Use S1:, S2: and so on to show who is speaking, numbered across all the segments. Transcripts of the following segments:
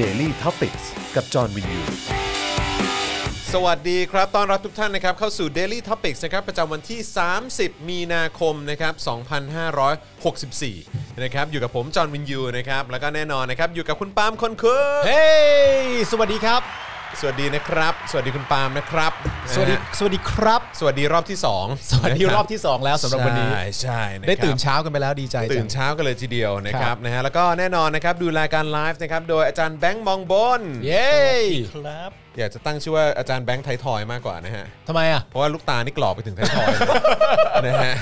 S1: Daily t o p i c กกับจอห์นวินยู
S2: สวัสดีครับ ต้อนรับทุกท่านนะครับ เข้าสู่ Daily Topics นะครับ ประจำวันที่ 30 มีนาคมนะครับ 2564 นะครับ อยู่กับผม จอห์นวินยูนะครับ แล้วก็แน่นอนนะครับ อยู่กับคุณปาล์มคนคืน
S3: เฮ้ยสวัสดีครับ
S2: สวัสดีนะครับ สวัสดีคุณปาล์มนะครับ
S3: สวัสดี
S2: นะฮะ
S3: สวัสดีครับ
S2: สวัสดีรอบที่ 2
S3: สวัสดีรอบที่ 2 แล้วสำหรับวันนี้
S2: ใช่ใช่ะครับ
S3: ได้ตื่นเช้ากันไปแล้วดีใจ
S2: ตื่
S3: จั
S2: น
S3: ง
S2: เช้ากันเลยทีเดียวนะค
S3: ครั
S2: รับบ นะฮะแล้วก็แน่นอนนะครับดูรายการไลฟ์นะครับโดยอาจารย์แบงค์มองบน
S3: เย้
S4: ครับ
S2: อยากจะตั้งชื่อว่าอาจารย์แบงค์ไทยทอยมากกว่านะฮะ
S3: ทำไมอ่ะ
S2: เพราะว่าลูกตานี่กรอบไปถึงไทยทอยเลย นะฮะ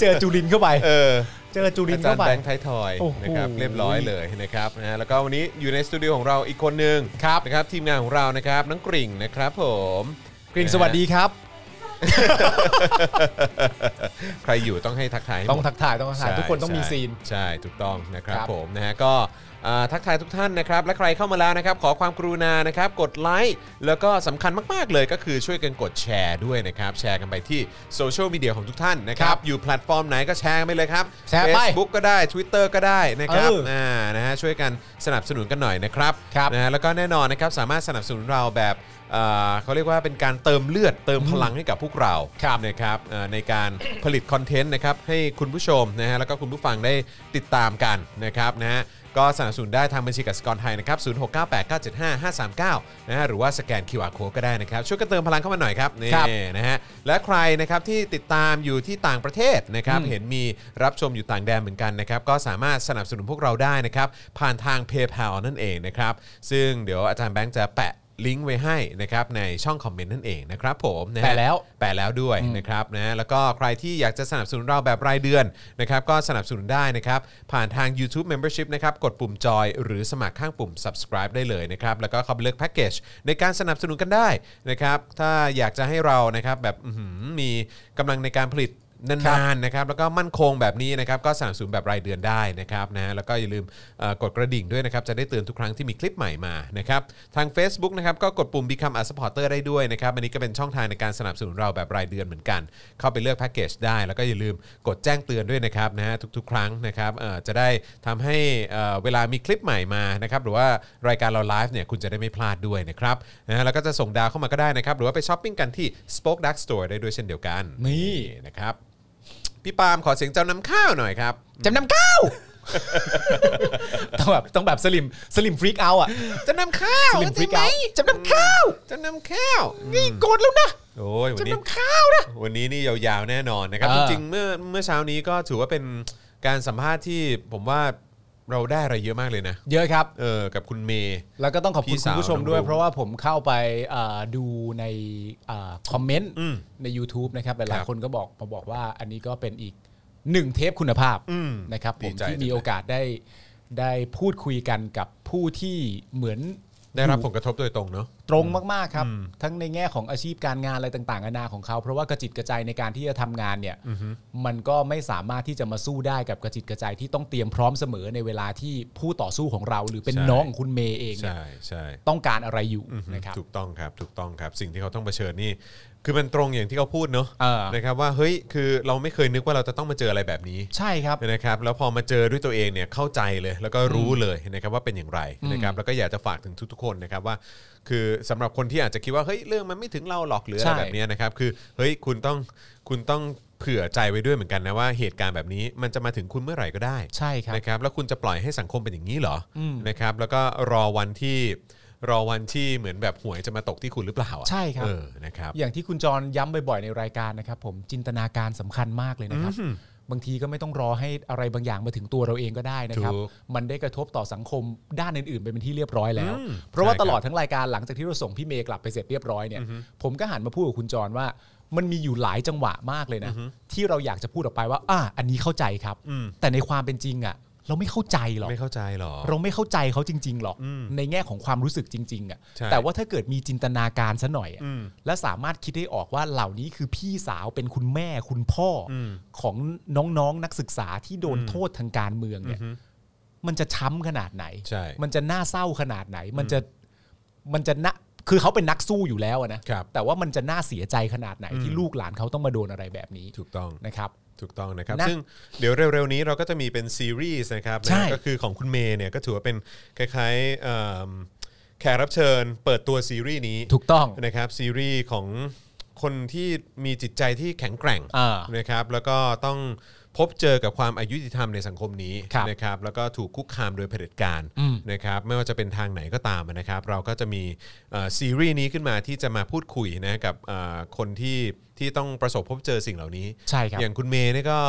S3: เจอจุรินทร์เข้าไป
S2: เออ
S3: เจอจุริน
S2: อา
S3: ทร์
S2: จาร
S3: เข้า
S2: ย์
S3: ไป
S2: แบงค์ไทยทอย
S3: โอ้โห
S2: นะครับเรียบร้อยเลยนะครับนะฮะแล้วก็วันนี้อยู่ในสตูดิโอของเราอีกคนหนึ่งครับนะครับทีมงานของเรานะครับน้องกริ่งนะครับผม
S3: กริ่งสวัสดีครับ
S2: ใครอยู่ต้องให้ทักทายให้หมด
S3: ต้องทักทายต้องทักทายทุกคนต้องมี
S2: ใช่
S3: ซีน
S2: ใช่ถูกต้องนะครับ
S3: ครับ
S2: ผมนะฮะก็เอ่อทักทายทุกท่านนะครับ และใครเข้ามาแล้วนะครับ ขอความกรุณานะครับ กดไลค์แล้วก็สำคัญมาก ๆ เลยก็คือช่วยกันกดแชร์ด้วยนะครับ แชร์กันไปที่โซเชียลมีเดียของทุกท่านนะครับ อยู่แพลตฟอร์มไหนก็แชร์กันไปเลยครับ
S3: แชร์ไป
S2: Facebook ก็ได้ Twitter ก็ได้นะครับ
S3: เออ
S2: นะ อ่านะฮะช่วยกันสนับสนุนกันหน่อยนะครับ
S3: ครับ
S2: นะฮะแล้วก็แน่นอนนะครับสามารถสนับสนุนเราแบบเอ่อเขาเรียกว่าเป็นการเติมเลือดเติมพลังให้กับพวกเราครับนะครับเอ่อในการผลิตคอนเทนต์นะครับให้คุณผู้ชมนะฮะแล้วก็คุณผู้ฟังได้ติดตามกันนะครับนะฮะก็สนับสนุนได้ทางบัญชีกสิกรไทยนะครับ0698975539นะฮะหรือว่าสแกน QR Code ก็ได้นะครับช่วยกันเติมพลังเข้ามาหน่อยครับนี่
S3: ครับ
S2: นะฮะและใครนะครับที่ติดตามอยู่ที่ต่างประเทศนะครับเห็นมีรับชมอยู่ต่างแดนเหมือนกันนะครับก็สามารถสนับสนุนพวกเราได้นะครับผ่านทาง PayPal นั่นเองนะครับซึ่งเดี๋ยวอาจารย์แบงค์จะแปะลิงก์ไว้ให้นะครับในช่องคอมเมนต์นั่นเองนะครับผมนะฮะ
S3: แปะแล้ว
S2: แปะแล้วด้วยนะครับนะแล้วก็ใครที่อยากจะสนับสนุนเราแบบรายเดือนนะครับก็สนับสนุนได้นะครับผ่านทาง YouTube Membership นะครับกดปุ่มจอยหรือสมัครข้างปุ่ม subscribe ได้เลยนะครับแล้วก็เข้าไปเลือกแพ็กเกจในการสนับสนุนกันได้นะครับถ้าอยากจะให้เรานะครับแบบอื้อหือมีกำลังในการผลิตนานๆนะครับแล้วก็มั่นคงแบบนี้นะครับก็สนับสนุนแบบรายเดือนได้นะครับนะแล้วก็อย่าลืมเอ่อกดกระดิ่งด้วยนะครับจะได้เตือนทุกครั้งที่มีคลิปใหม่มานะครับทาง Facebook นะครับก็กดปุ่ม Become a supporter ได้ด้วยนะครับอันนี้ก็เป็นช่องทางในการสนับสนุนเราแบบรายเดือนเหมือนกัน เข้าไปเลือกแพ็กเกจได้ แล้วก็อย่าลืมกดแจ้งเตือนด้วยนะครับนะฮะทุกๆ ครั้งนะครับเอ่อจะได้ทำให้เอ่อเวลามีคลิปใหม่มานะครับหรือว่ารายการเราไลฟ์เนี่ยคุณจะได้ไม่พลาดด้วยนะครับนะฮะแล้วก็จะส่งดาวเข้ามาก็ได้นะครับหรือว่าไปช้อปปิ้งกันที่ Spoke Dark Store ได้ด้วยเช่นเดียวกัน
S3: นี่
S2: นะครับพี่ปาล์มขอเสียงเจ้าน้ำข้าวหน่อยครับ
S3: จำนำ ก้าว ต้องแบบต้องแบบสลิมสลิมฟรีกเอาอ่ะ
S2: เจ้าน้ำข้าว
S3: สลิม
S2: จริงไหม
S3: freak out จำนำข้าว
S2: เจ้าน้ำข้าว
S3: นี่โกรธแล้วนะ
S2: โอ้ยวัน
S3: จำ
S2: นี้
S3: นำข้าวนะ
S2: วันนี้นี่ยาวๆแน่นอนนะครับ
S3: เอ
S2: จ
S3: อ
S2: ริงๆเมื่อเมื่อเช้านี้ก็ถือว่าเป็นการสัมภาษณ์ที่ผมว่าเราได้อะไรเยอะมากเลยนะ
S3: เยอะครับ
S2: เออกับคุณเมย์
S3: แล้วก็ต้องขอบ
S2: พี่
S3: คุณ
S2: สา
S3: คุ
S2: ว
S3: ณผู้ชม
S2: น้อง
S3: ด้วย
S2: รุ่ง
S3: เพราะว่าผมเข้าไปอ่าดูในอ่าคอมเมนต์
S2: อืม
S3: ใน YouTube นะครับห
S2: ครั
S3: ลาย
S2: บ
S3: ๆคนก็บอกมาบอกว่าอันนี้ก็เป็นอีกหนึ่งเทปคุณภาพ
S2: อืม
S3: นะครับผ
S2: ดี
S3: ม
S2: ใจ
S3: ที่
S2: จัง
S3: มี
S2: เลย
S3: โอกาสได้ได้พูดคุยกันกับผู้ที่เหมือน
S2: ได้รับ
S3: อ
S2: ผ
S3: ยู่
S2: ลกระทบโดยตรงเนาะ
S3: ตรงมากๆครับ ทั้งในแง่ของอาชีพการงานอะไรต่างๆนานาของเขา เพราะว่ากระจิตกระใจในการที่จะทำงานเนี่ยมันก็ไม่สามารถที่จะมาสู้ได้กับกระจิตกระใจที่ต้องเตรียมพร้อมเสมอในเวลาที่ผู้ต่อสู้ของเรา หรือเป็น
S2: ใช่
S3: น้องของคุณเมย์เองเนี่ย
S2: ใช่ใช่
S3: ต้องการอะไรอยู่
S2: อือฮึ
S3: นะครับ
S2: ถูกต้องครับถูกต้องครับสิ่งที่เขาต้องเผชิญนี่ คือมันตรงอย่างที่เขาพูดเนาะ
S3: เออ
S2: นะครับว่าเฮ้ยคือเราไม่เคยนึกว่าเราจะต้องมาเจออะไรแบบนี้
S3: ใช่ครับ
S2: นะครับแล้วพอมาเจอด้วยตัวเองเนี่ยเข้าใจเลยแล้วก็รู้เลยนะครับว่าเป็นอย่างไรนะครับแล้วก็อยากจะฝากถึงทุกๆคนนะครับว่า คือสำหรับคนที่อาจจะคิดว่าเฮ้ยเรื่องมันไม่ถึงเราหรอกหรืออะไร
S3: ใช่
S2: แบบเนี้ยนะครับคือเฮ้ยคุณต้องคุณต้องเผื่อใจไว้ด้วยเหมือนกันนะว่าเหตุการณ์แบบนี้มันจะมาถึงคุณเมื่อไหร่ก็ได้
S3: ใช่ครับ
S2: นะครับแล้วคุณจะปล่อยให้สังคมเป็นอย่างนี้เหรออ
S3: ม
S2: นะครับแล้วก็รอวันที่รอวันที่เหมือนแบบหวยจะมาตกที่คุณหรือเปล่าอะ
S3: ใช่ครับ
S2: เออนะครับ
S3: อย่างที่คุณจรย้ำบ่อยๆในรายการนะครับ ผมจินตนาการสำคัญมากเลยนะครับ บางทีก็ไม่ต้องรอให้อะไรบางอย่างมาถึงตัวเราเองก็ได้นะครับ
S2: ถูก
S3: มันได้กระทบต่อสังคมด้านอื่นๆไปเป็นที่เรียบร้อยแล้ว
S2: อืม
S3: เพราะว่า
S2: ใช่ครั
S3: ต
S2: บ
S3: ลอดทั้งรายการหลังจากที่เราส่งพี่เมย์กลับไปเสร็จเรียบร้อยเนี่ยผมก็หันมาพูดกับคุณจรว่า มันมีอยู่หลายจังหวะมากเลยนะที่เราอยากจะพูดออกไปว่าอ่าอันนี้เข้าใจครับ แต่ในความเป็นจริงอ่ะ เราไม่เข้าใจหรอก
S2: ไม่เข้าใจหรอ
S3: เราไม่เข้าใจเขาจริง ๆ หรอก
S2: อืม
S3: ในแง่ของความรู้สึกจริง ๆอะ
S2: ใช่
S3: แต่ว่าถ้าเกิดมีจินตนาการซะหน่อยอะ
S2: อืม
S3: และสามารถคิดได้ออกว่าเหล่านี้คือพี่สาวเป็นคุณแม่คุณพ่ออ
S2: ม
S3: ของน้องๆนนักศึกษาที่โดนโทษทางการเมืองเนี่ยมันจะช้ำขนาดไหน
S2: ใช่
S3: มันจะน่าเศร้าขนาดไหน มันจะมันจะนะคือเขาเป็นนักสู้อยู่แล้วอะนะครับ แต่ว่ามันจะน่าเสียใจขนาดไหนที่ลูกหลานเขาต้องมาโดนอะไรแบบนี้
S2: ถูกต้อง
S3: นะครับ
S2: ถูกต้องนะครับ
S3: นะ
S2: ซึ่งเดี๋ยวเร็วๆนี้เราก็จะมีเป็นซีรีส์นะครับ
S3: ใช่
S2: นะก็คือของคุณเมย์เนี่ยก็ถือว่าเป็นคล้ายๆเอิ่มแขกรับเชิญ เปิดตัวซีรีส์นี้
S3: ถูกต้อง
S2: นะครับซีรีส์ของคนที่มีจิตใจที่แข็งแกร่ง
S3: อ่าน
S2: นะครับ แล้วก็ต้องพบเจอกับความอายุติธรรมในสังคมนี้
S3: ครับ
S2: นะครับ แล้วก็ถูกคุกคามโดยเผด็จการ
S3: อืม
S2: นะครับ ไม่ว่าจะเป็นทางไหนก็ตามนะครับ เราก็จะมีเอ่อซีรีส์นี้ขึ้นมาที่จะมาพูดคุยนะกับเอ่อคนที่ที่ต้องประสบพบเจอสิ่งเหล่านี้
S3: ใช่ครับ
S2: อย่างคุณเมย์นี่ก็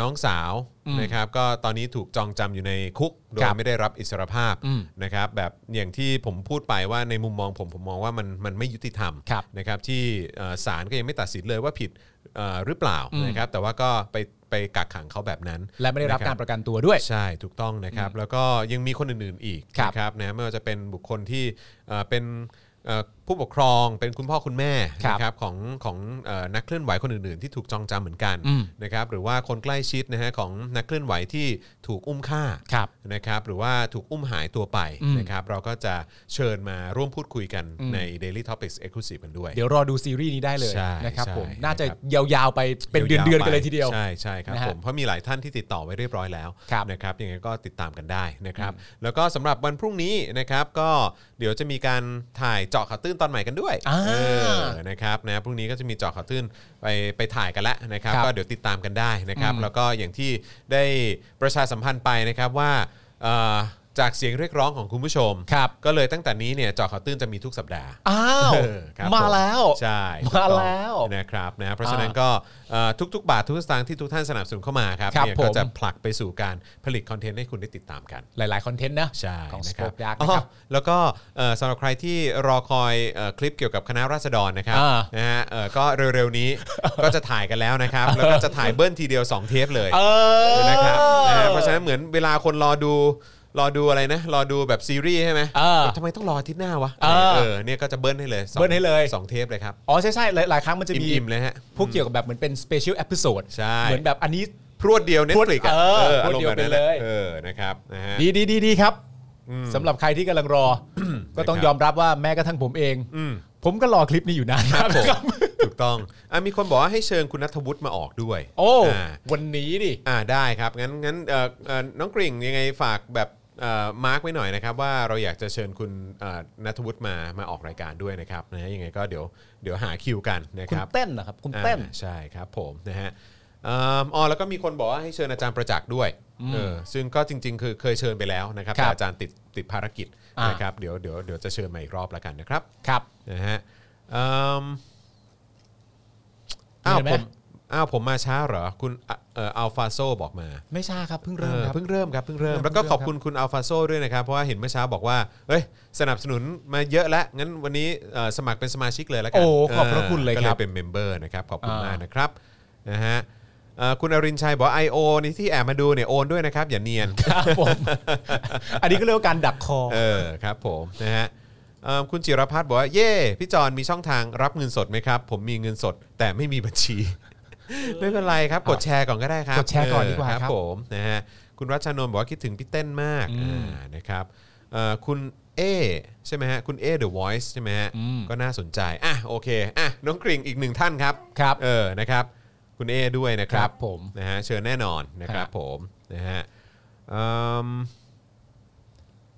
S2: น้องสาว
S3: อืม
S2: นะครับก็ตอนนี้ถูกจองจำอยู่ในคุกโดย
S3: ครับ
S2: ไม่ได้รับอิสรภาพ
S3: อืม
S2: นะครับแบบอย่างที่ผมพูดไปว่าในมุมมองผมผมมองว่ามันมันไม่ยุติธรรม
S3: ครับ
S2: นะครับที่เอ่อศาลก็ยังไม่ตัดสินเลยว่าผิดเอ่อหรือเปล่า
S3: อืม
S2: นะครับแต่ว่าก็ไปไปกักขังเขาแบบนั้น
S3: และไม่ได้รับ
S2: นะค
S3: การ
S2: บ
S3: ประกันตัวด้วย
S2: ใช่ถูกต้องนะครับแล้วก็ยังมีคนอื่นๆอีก
S3: ครับ
S2: นะครับนะไม่ว่าจะเป็นบุคคลที่เอ่อเป็นเอ่อผู้ปกครองเป็นคุณพ่อคุณแม่
S3: ครับ
S2: นะครับของของเอ่อนักเคลื่อนไหวคนอื่นๆ ที่ถูกจองจำเหมือนกัน
S3: อืม
S2: นะครับหรือว่าคนใกล้ชิดนะฮะของนักเคลื่อนไหวที่ถูกอุ้มฆ่า
S3: ครับ
S2: นะครับหรือว่าถูกอุ้มหายตัวไป
S3: อืม
S2: นะครับเราก็จะเชิญมาร่วมพูดคุยกัน
S3: อืม
S2: ใน Daily Topics Exclusive กันด้วย
S3: เดี๋ยวรอดูซีรีส์นี้ได้เลย
S2: ใช่
S3: นะครับ
S2: ใช่
S3: ผมน่าจะ
S2: นะครับ
S3: ยาวๆไปเป็นเดือนๆกันเลยทีเดียว
S2: ใช่ใช่ครับ
S3: นะฮะ
S2: ผมเพราะมีหลายท่านที่ติดต่อไว้เรียบร้อยแล้ว
S3: ครับ
S2: นะครับยังไงก็ติดตามกันได้นะครับ แล้วก็สำหรับวันพรุ่งนี้นะครับก็เดี๋ยวจะมีการถ่ายเจาะข่าวตื้นตอนใหม่กันด้วย
S3: อ่า
S2: เออนะครับนะพรุ่งนี้ก็จะมีเจาะข่าวตื้นไปไปถ่ายกันแล้วนะครับ
S3: ครับ
S2: ก็เดี๋ยวติดตามกันได้นะครับ
S3: อืม
S2: แล้วก็อย่างที่ได้ประชาสัมพันธ์ไปนะครับว่าเอ่อจากเสียงเรียกร้องของคุณผู้ชม
S3: ครับ
S2: ก็เลยตั้งแต่นี้เนี่ยเจาะข่าวตื้นจะมีทุกสัปดาห์
S3: อ้าว
S2: เออครับ
S3: มา
S2: ผ
S3: แล้ว
S2: ใช่
S3: มา
S2: ถูกต้อง
S3: แล้ว
S2: นะครับนะเพราะฉะนั้นก็เอ่อทุกๆ บาททุกสตางค์ที่ทุกท่านสนับสนุนเข้ามาครับ
S3: ครับ
S2: เนี่ย
S3: ผม
S2: ก็จะผลักไปสู่การผลิตคอนเทนต์ให้คุณได้ติดตามกัน
S3: หลายๆคอนเทนต์นะ
S2: ใช่
S3: ของ
S2: นะครั
S3: Spoke Dark
S2: อ๋
S3: นะครับ
S2: อแล้วก็เอ่อสำหรับใครที่รอคอยเอ่อคลิปเกี่ยวกับคณะราษฎรนะครับ
S3: อ่า
S2: นะฮะเอ่อก็เร็วๆนี้ ก็จะถ่ายกันแล้ว นะครับ แล้วก็จะถ่ายเบิ้ลทีเดียว 2 เทปเลย
S3: เออ
S2: นะครับนะฮะเพราะฉะนั้นเหมือนเวลาคนรอดูรอดูอะไรนะรอดูแบบซีรีส์ใช่ไหม
S3: เออ
S2: ทำไมต้องรออาทิตย์หน้าวะ
S3: เออ
S2: เออเนี่ยก็จะเบิ้ลให้เลยสอง
S3: เบิ้ลให้เลย
S2: สองเทปเลยครับ
S3: อ๋อใช่ใช่ๆหลายๆครั้งมันจะมี
S2: อิ่มๆเลยฮะ
S3: พวกเกี่ยวกับแบบเหมือนเป็นสเปเชียล p อ s o d
S2: ใช่
S3: ซเหมือนแบบอันนี้
S2: พรวดเดียวเน็ต
S3: พรวด
S2: ฟลิกอะ
S3: เออ
S2: อารมณ์แบบนั้นแห
S3: พรว
S2: ละ
S3: ดเดียวไปเลย
S2: เออนะครับนะฮะ
S3: ดีดีดีดีครับสำหรับใครที่กำลังรอ ก็ต้อง
S2: นะครับ
S3: ยอมรับว่าแม้กระทั่งผมเอง
S2: อืม
S3: ผมก็รอคลิปนี้อยู่นาน
S2: ครับ
S3: มาก
S2: ผม
S3: นะครับ
S2: ถูกต้องอ่ะมีคนบอกว่าให้เชิญคุณนัทวุฒิมาออกด้วย
S3: โอ้
S2: อ่า
S3: วันนี้ดิ
S2: อ่าได้ครับงั้นงั้นเอ่อเอ่อน้องกริ่งยังไงฝากแบบเอ่อมาร์กไว้หน่อยนะครับ ว่าเราอยากจะเชิญคุณเอ่อนัทวุฒิมามาออกรายการด้วยนะครับนะฮะยังไงก็เดี๋ยวเดี๋ยวหาคิวกันนะ
S3: คุ
S2: ค
S3: ณ
S2: รับ
S3: เต้นนะครับ คุณเต้น
S2: อ่าใช่ครับผมนะฮะเอิ่มอ๋อแล้วก็มีคนบอกว่าให้เชิญอาจารย์ประจักษ์ด้วยเออซึ่งก็จริง ๆ คือเคยเชิญไปแล้วนะครับ
S3: ครั
S2: แต่
S3: บ
S2: อาจารย์ติดติดภารกิจ
S3: อ่าน
S2: นะครับเดี๋ยวเดี๋ยวเดี๋ยวจะเชิญมาอีกรอบละกันนะครับ
S3: ครับ
S2: นะฮะเอิ่มอ้าว
S3: เห็นไหม
S2: ผมอ้าวผมมาช้าเหรอ คุณอ่ะเอ่อัลฟาโซบอกมา
S3: ไม่ใช่ครับเพิ่ง
S2: เอ
S3: เริ่ม
S2: อ
S3: ครับ
S2: เพิ่งเริ่มครับเพิ่งเริ่ม
S3: เพิ่งเริ่ม
S2: แล้วก็
S3: เพิ่งเริ่ม
S2: ขอบคุณคุณอัลฟาโซด้วยนะครับ เพราะว่าเห็นเมื่อเช้าบอกว่าเอ้ยสนับสนุนมาเยอะแล้ว งั้นวันนี้เอ่อสมัครเป็นสมาชิกเลยแล้วกั
S3: โอ้ขอบพระคุณเลย
S2: ก็
S3: ค
S2: เล
S3: รับ
S2: ยเป็นเมมเบอร์นะครับ ขอบคุณ
S3: อ่าม
S2: มากนะครับนะฮะเอ่อคุณอรินทร์ชัยบอกไอโอนี่ที่แอบมาดูเนี่ยโอนด้วยนะครับ อย่าเนียน
S3: ครับผม อันนี้ก็เรียกว่าการดักคอ
S2: เออครับผมนะฮะเอิ่มคุณจิรพัฒน์บอกว่า เย่พี่จอนมีช่องทางรับเงินสดไหมครับ ผมมีเงินสดแต่ไม่มีบัญชี ไม่เป็นไรครับ กดแชร์ก่อนก็ได้ครับ
S3: กดแชร์ก่อนดีกว่า
S2: เค
S3: ครับ
S2: ผมนะฮะคุณรัชานนท์บอกว่าคิดถึงพี่เต้นมาก
S3: อืม
S2: อ่านะครับเอ่อคุณเอใช่ไหมฮะคุณเอเดอะวอยซ์ใช่ไหมฮะ
S3: อืม
S2: ก็น่าสนใจอ่ะโอเคอ่ะน้องกริ่งอีกหนึ่งท่านครับ
S3: ครับ
S2: เออนะครับคุณเอด้วยนะครับ
S3: ครับผม
S2: นะฮะเชิญแน่นอนนะครับ
S3: ฮะ
S2: ผมนะฮะเอิ่ม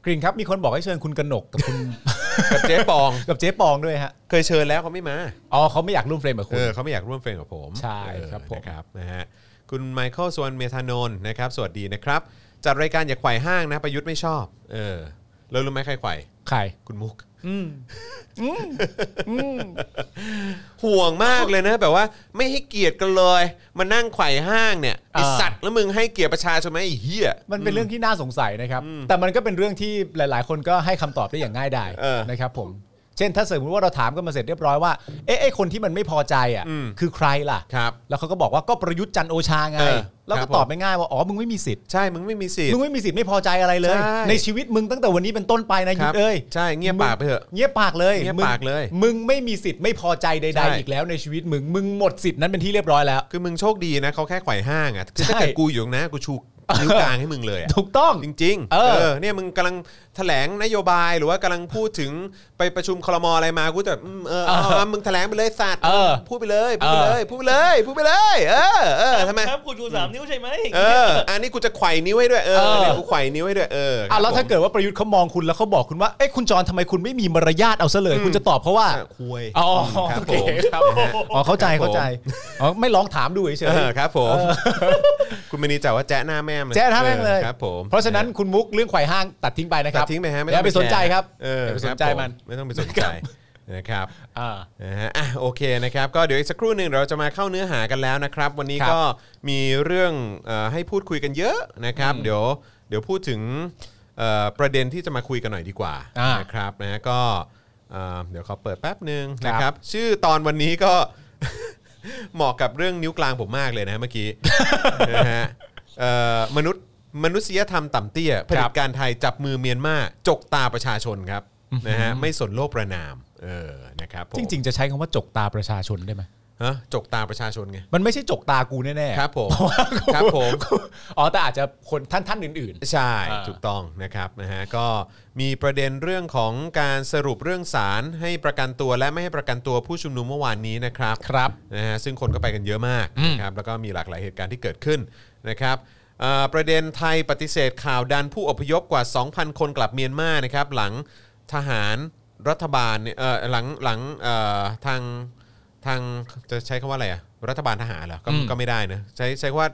S3: กริ่งครับมีคนบอกให้เชิญคุณกนกกับคุณ
S2: กับเจ๊ปอง
S3: กับเจ๊ปองด้วยฮะ
S2: เคยเชิญแล้วเขาไม่มา
S3: อ๋อเขาไม่อยากร่วมเฟรมกับคุ
S2: เอ
S3: ณ
S2: อเขาไม่อยากร่วมเฟรมกับผม
S3: ใช่
S2: เออ
S3: ครับผม
S2: นะครับนะฮะคุณไมเคิลสวนเมธานนท์นะครับ สวัสดีนะครับ จัดรายการอย่าไขว่ห้างนะ ประยุทธ์ไม่ชอบ เออแล้วรู้ไหมใครไขว่
S3: ใคร
S2: คุณมุก
S3: อืม
S2: ห่วงมากเลยนะ แบบว่าไม่ให้เกียรติกันเลยมานั่งไขว่ห้างเนี่ยไอ
S3: อ่า
S2: สัตว์แล้วมึงให้เกียรติประชาชนไหมไอ้เหี้ย
S3: มันเป็นเรื่องที่น่าสงสัยนะครับ แต่มันก็เป็นเรื่องที่หลาย ๆ คนก็ให้คำตอบได้อย่างง่ายดาย
S2: เออ
S3: นะครับผม เช่นถ้าสมมติว่าเราถามกันมาเสร็จเรียบร้อยว่า เอ๊ะไอ้คนที่มันไม่พอใจอ่ะ
S2: อืม
S3: คือใครล่ะ
S2: ครับ
S3: แล้วเขาก็บอกว่าก็ประยุทธ์จันทร์โอชาไง
S2: เออ
S3: แล้ว
S2: ครั
S3: ก็
S2: บผม
S3: ตอบไปง่ายว่า อ๋อ มึงไม่มีสิทธิ์
S2: ใช่มึงไม่มีสิท
S3: มึ
S2: ธิ์
S3: งไม่มีสิทธิ์ไม่พอใจอะไรเลย
S2: ใช่
S3: ในชีวิตมึงตั้งแต่วันนี้เป็นต้นไปนะ
S2: ค
S3: ยุ
S2: รั
S3: ทธเอ้ย
S2: ใช่เงียบปากไปเถอะ
S3: เงียบปากเลย
S2: เงียบ
S3: มึง
S2: ปากเลย
S3: มึงไม่มีสิทธิ์ไม่พอใจใ
S2: ใช่
S3: ดๆอีกแล้วในชีวิตมึง มึงหมดสิทธิ์นั้นเป็นที่เรียบร้อยแล้ว
S2: คือมึงโชคดีนะเขาแค่ไขว่ห้างอ่ะคือถ้า
S3: ใช่
S2: เกิดกูอยู่ตรงนะกูชูนิ้วกลางให้มึงเลยอะ
S3: ถูกต้อง
S2: จริงๆ
S3: เออ
S2: เนี่ยมึงกำลัง แถลงนโยบายหรือว่ากำลังพูดถึงไปประชุมคลมอะไรมากูจะแบบอืมเออเอาเอามึงแถลงไปเลยสัตว์
S3: เออ
S2: พูดไปเลยพูดไป
S3: เอ
S2: เล
S3: อ
S2: ยพูดไปเลยพูดไปเลยเออเออทำไม
S4: ครับคุณชูสามนิ้วใช่ไหม
S2: เออ อันนี้กูจะไขว่นิ้วให้ด้วยเออ
S3: เออ
S2: เนี่ยกูไขว่นิ้วให้ด้วยเออครั
S3: อ่ะ
S2: บ
S3: แล้วถ้า
S2: ผม
S3: เกิดว่าประยุทธ์เขามองคุณแล้วเขาบอกคุณว่าเอ้ยคุณจรทำไมคุณไม่มีมารยาทเอาซะเลย คุณจะตอบเขาว่า
S2: อ่ะคุย
S3: อ๋อ
S2: ครับผ
S3: โอเค
S2: ม
S3: ครับอ๋อเข้าใจเข้าใจอ๋อไม่ลองถามดูเฉ
S2: เอย อครับผม คุณมณีจ๋าว่าแจ๊ะหน้าแม่มเลย
S3: ๆแจ้ท่าแม่งเลย
S2: ครับผม
S3: เพราะฉะนั้นคุณมุกเรื่องไขว่ห้างตัดทิ้งไปนะค
S2: ตั
S3: รั
S2: ด
S3: บ
S2: ทิ้งไปฮะไม่
S3: อ
S2: ต้
S3: ย่า
S2: อง
S3: ไปสนใจครับ
S2: เออย่
S3: าไปสนใจมัน
S2: ครับผไม่ต้องไปสนใจนะครับ
S3: อ่า
S2: นะฮะอ่ะโอเคนะครับ ก็เดี๋ยวอีกสักครู่หนึ่งเราจะมาเข้าเนื้อหากันแล้วนะครับ วันนี้
S3: ครับ
S2: ก็มีเรื่องเอ่อให้พูดคุยกันเยอะนะครับ เดี๋ยวเดี๋ยวพูดถึงเอ่อประเด็นที่จะมาคุยกันหน่อยดีกว่า
S3: อ่า
S2: นะครับนะฮะก็เอ่อเดี๋ยวขอเปิดแป๊บหนึ่ง
S3: ครับ
S2: นะครับ ชื่อตอนวันนี้ก็ เหมาะกับเรื่องนิ้วกลางผมมากเลยนะเมื่อ กี้ นะฮะเอ่อมนุษย์มนุษยธรรมต่ำเตี้ยเผด็จการไทยจับมือเมียนมาจกตาประชาชนครับนะฮะไม่สนโลกประนามเออนะครับผม
S3: จริง ๆ จะใช้คำว่าจกตาประชาชนได้ไหม
S2: ฮะจกตาประชาชนไง
S3: มันไม่ใช่จกตากูแน่ๆ
S2: ครับผม
S3: เพาะว่ากู
S2: ครับผม
S3: อ๋อแต่อาจจะคนท่านท่านๆอื่น
S2: ใช่
S3: อ่า
S2: ถูกต้องนะครับนะฮะก็มีประเด็นเรื่องของการสรุปเรื่องสารให้ประกันตัวและไม่ให้ประกันตัวผู้ชุมนุมเมื่อวานนี้นะครับ
S3: ครับ
S2: นะฮะซึ่งคนก็ไปกันเยอะมากนะครับแล้วก็มีหลากหลายเหตุการณ์ที่เกิดขึ้นนะครับเอ่อประเด็นไทยปฏิเสธข่าวดันผู้อพยพกว่า 2,000 คนกลับเมียนมานะครับหลังทหารรัฐบาลเนี่ยเอ่อหลังหลังเอ่อทางทางจะใช้คำว่าอะไรอะรัฐบาลทหารเหรอก็
S3: อืม
S2: ก็ไม่ได้นะใช้ใช้คำว่า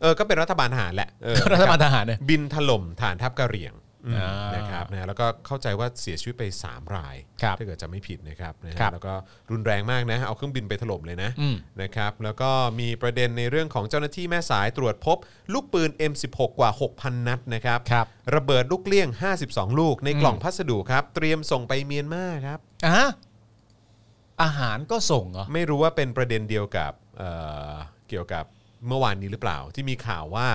S2: เออก็เป็นรัฐบาลทหารแหละเออ
S3: ๆรัฐบาลทหารเนี่ย
S2: บินถล่มฐานทัพกะเหรี่ยง
S3: อ่าน
S2: นะครับนะแล้วก็เข้าใจว่าเสียชีวิตไป 3 ราย
S3: ครับ
S2: ถ้าเกิดจะไม่ผิดนะครับนะฮะ
S3: ครับ
S2: แล้วก็รุนแรงมากนะ เอาเครื่องบินไปถล่มเลยนะ
S3: อืม
S2: นะครับแล้วก็มีประเด็นในเรื่องของเจ้าหน้าที่แม่สายตรวจพบ ลูกปืน M16 กว่า 6,000 นัดนะครับ
S3: ครับ
S2: ระเบิดลูกเลี้ยง 52 ลูกในกล่องพัสดุครับ เตรียมส่งไปเมียนมาครับ
S3: อ่ะอาหารก็ส่งเหรอ
S2: ไม่รู้ว่าเป็นประเด็นเดียวกับเอ่อเกี่ยวกับเมื่อวานนี้หรือเปล่า ที่มีข่าวว่า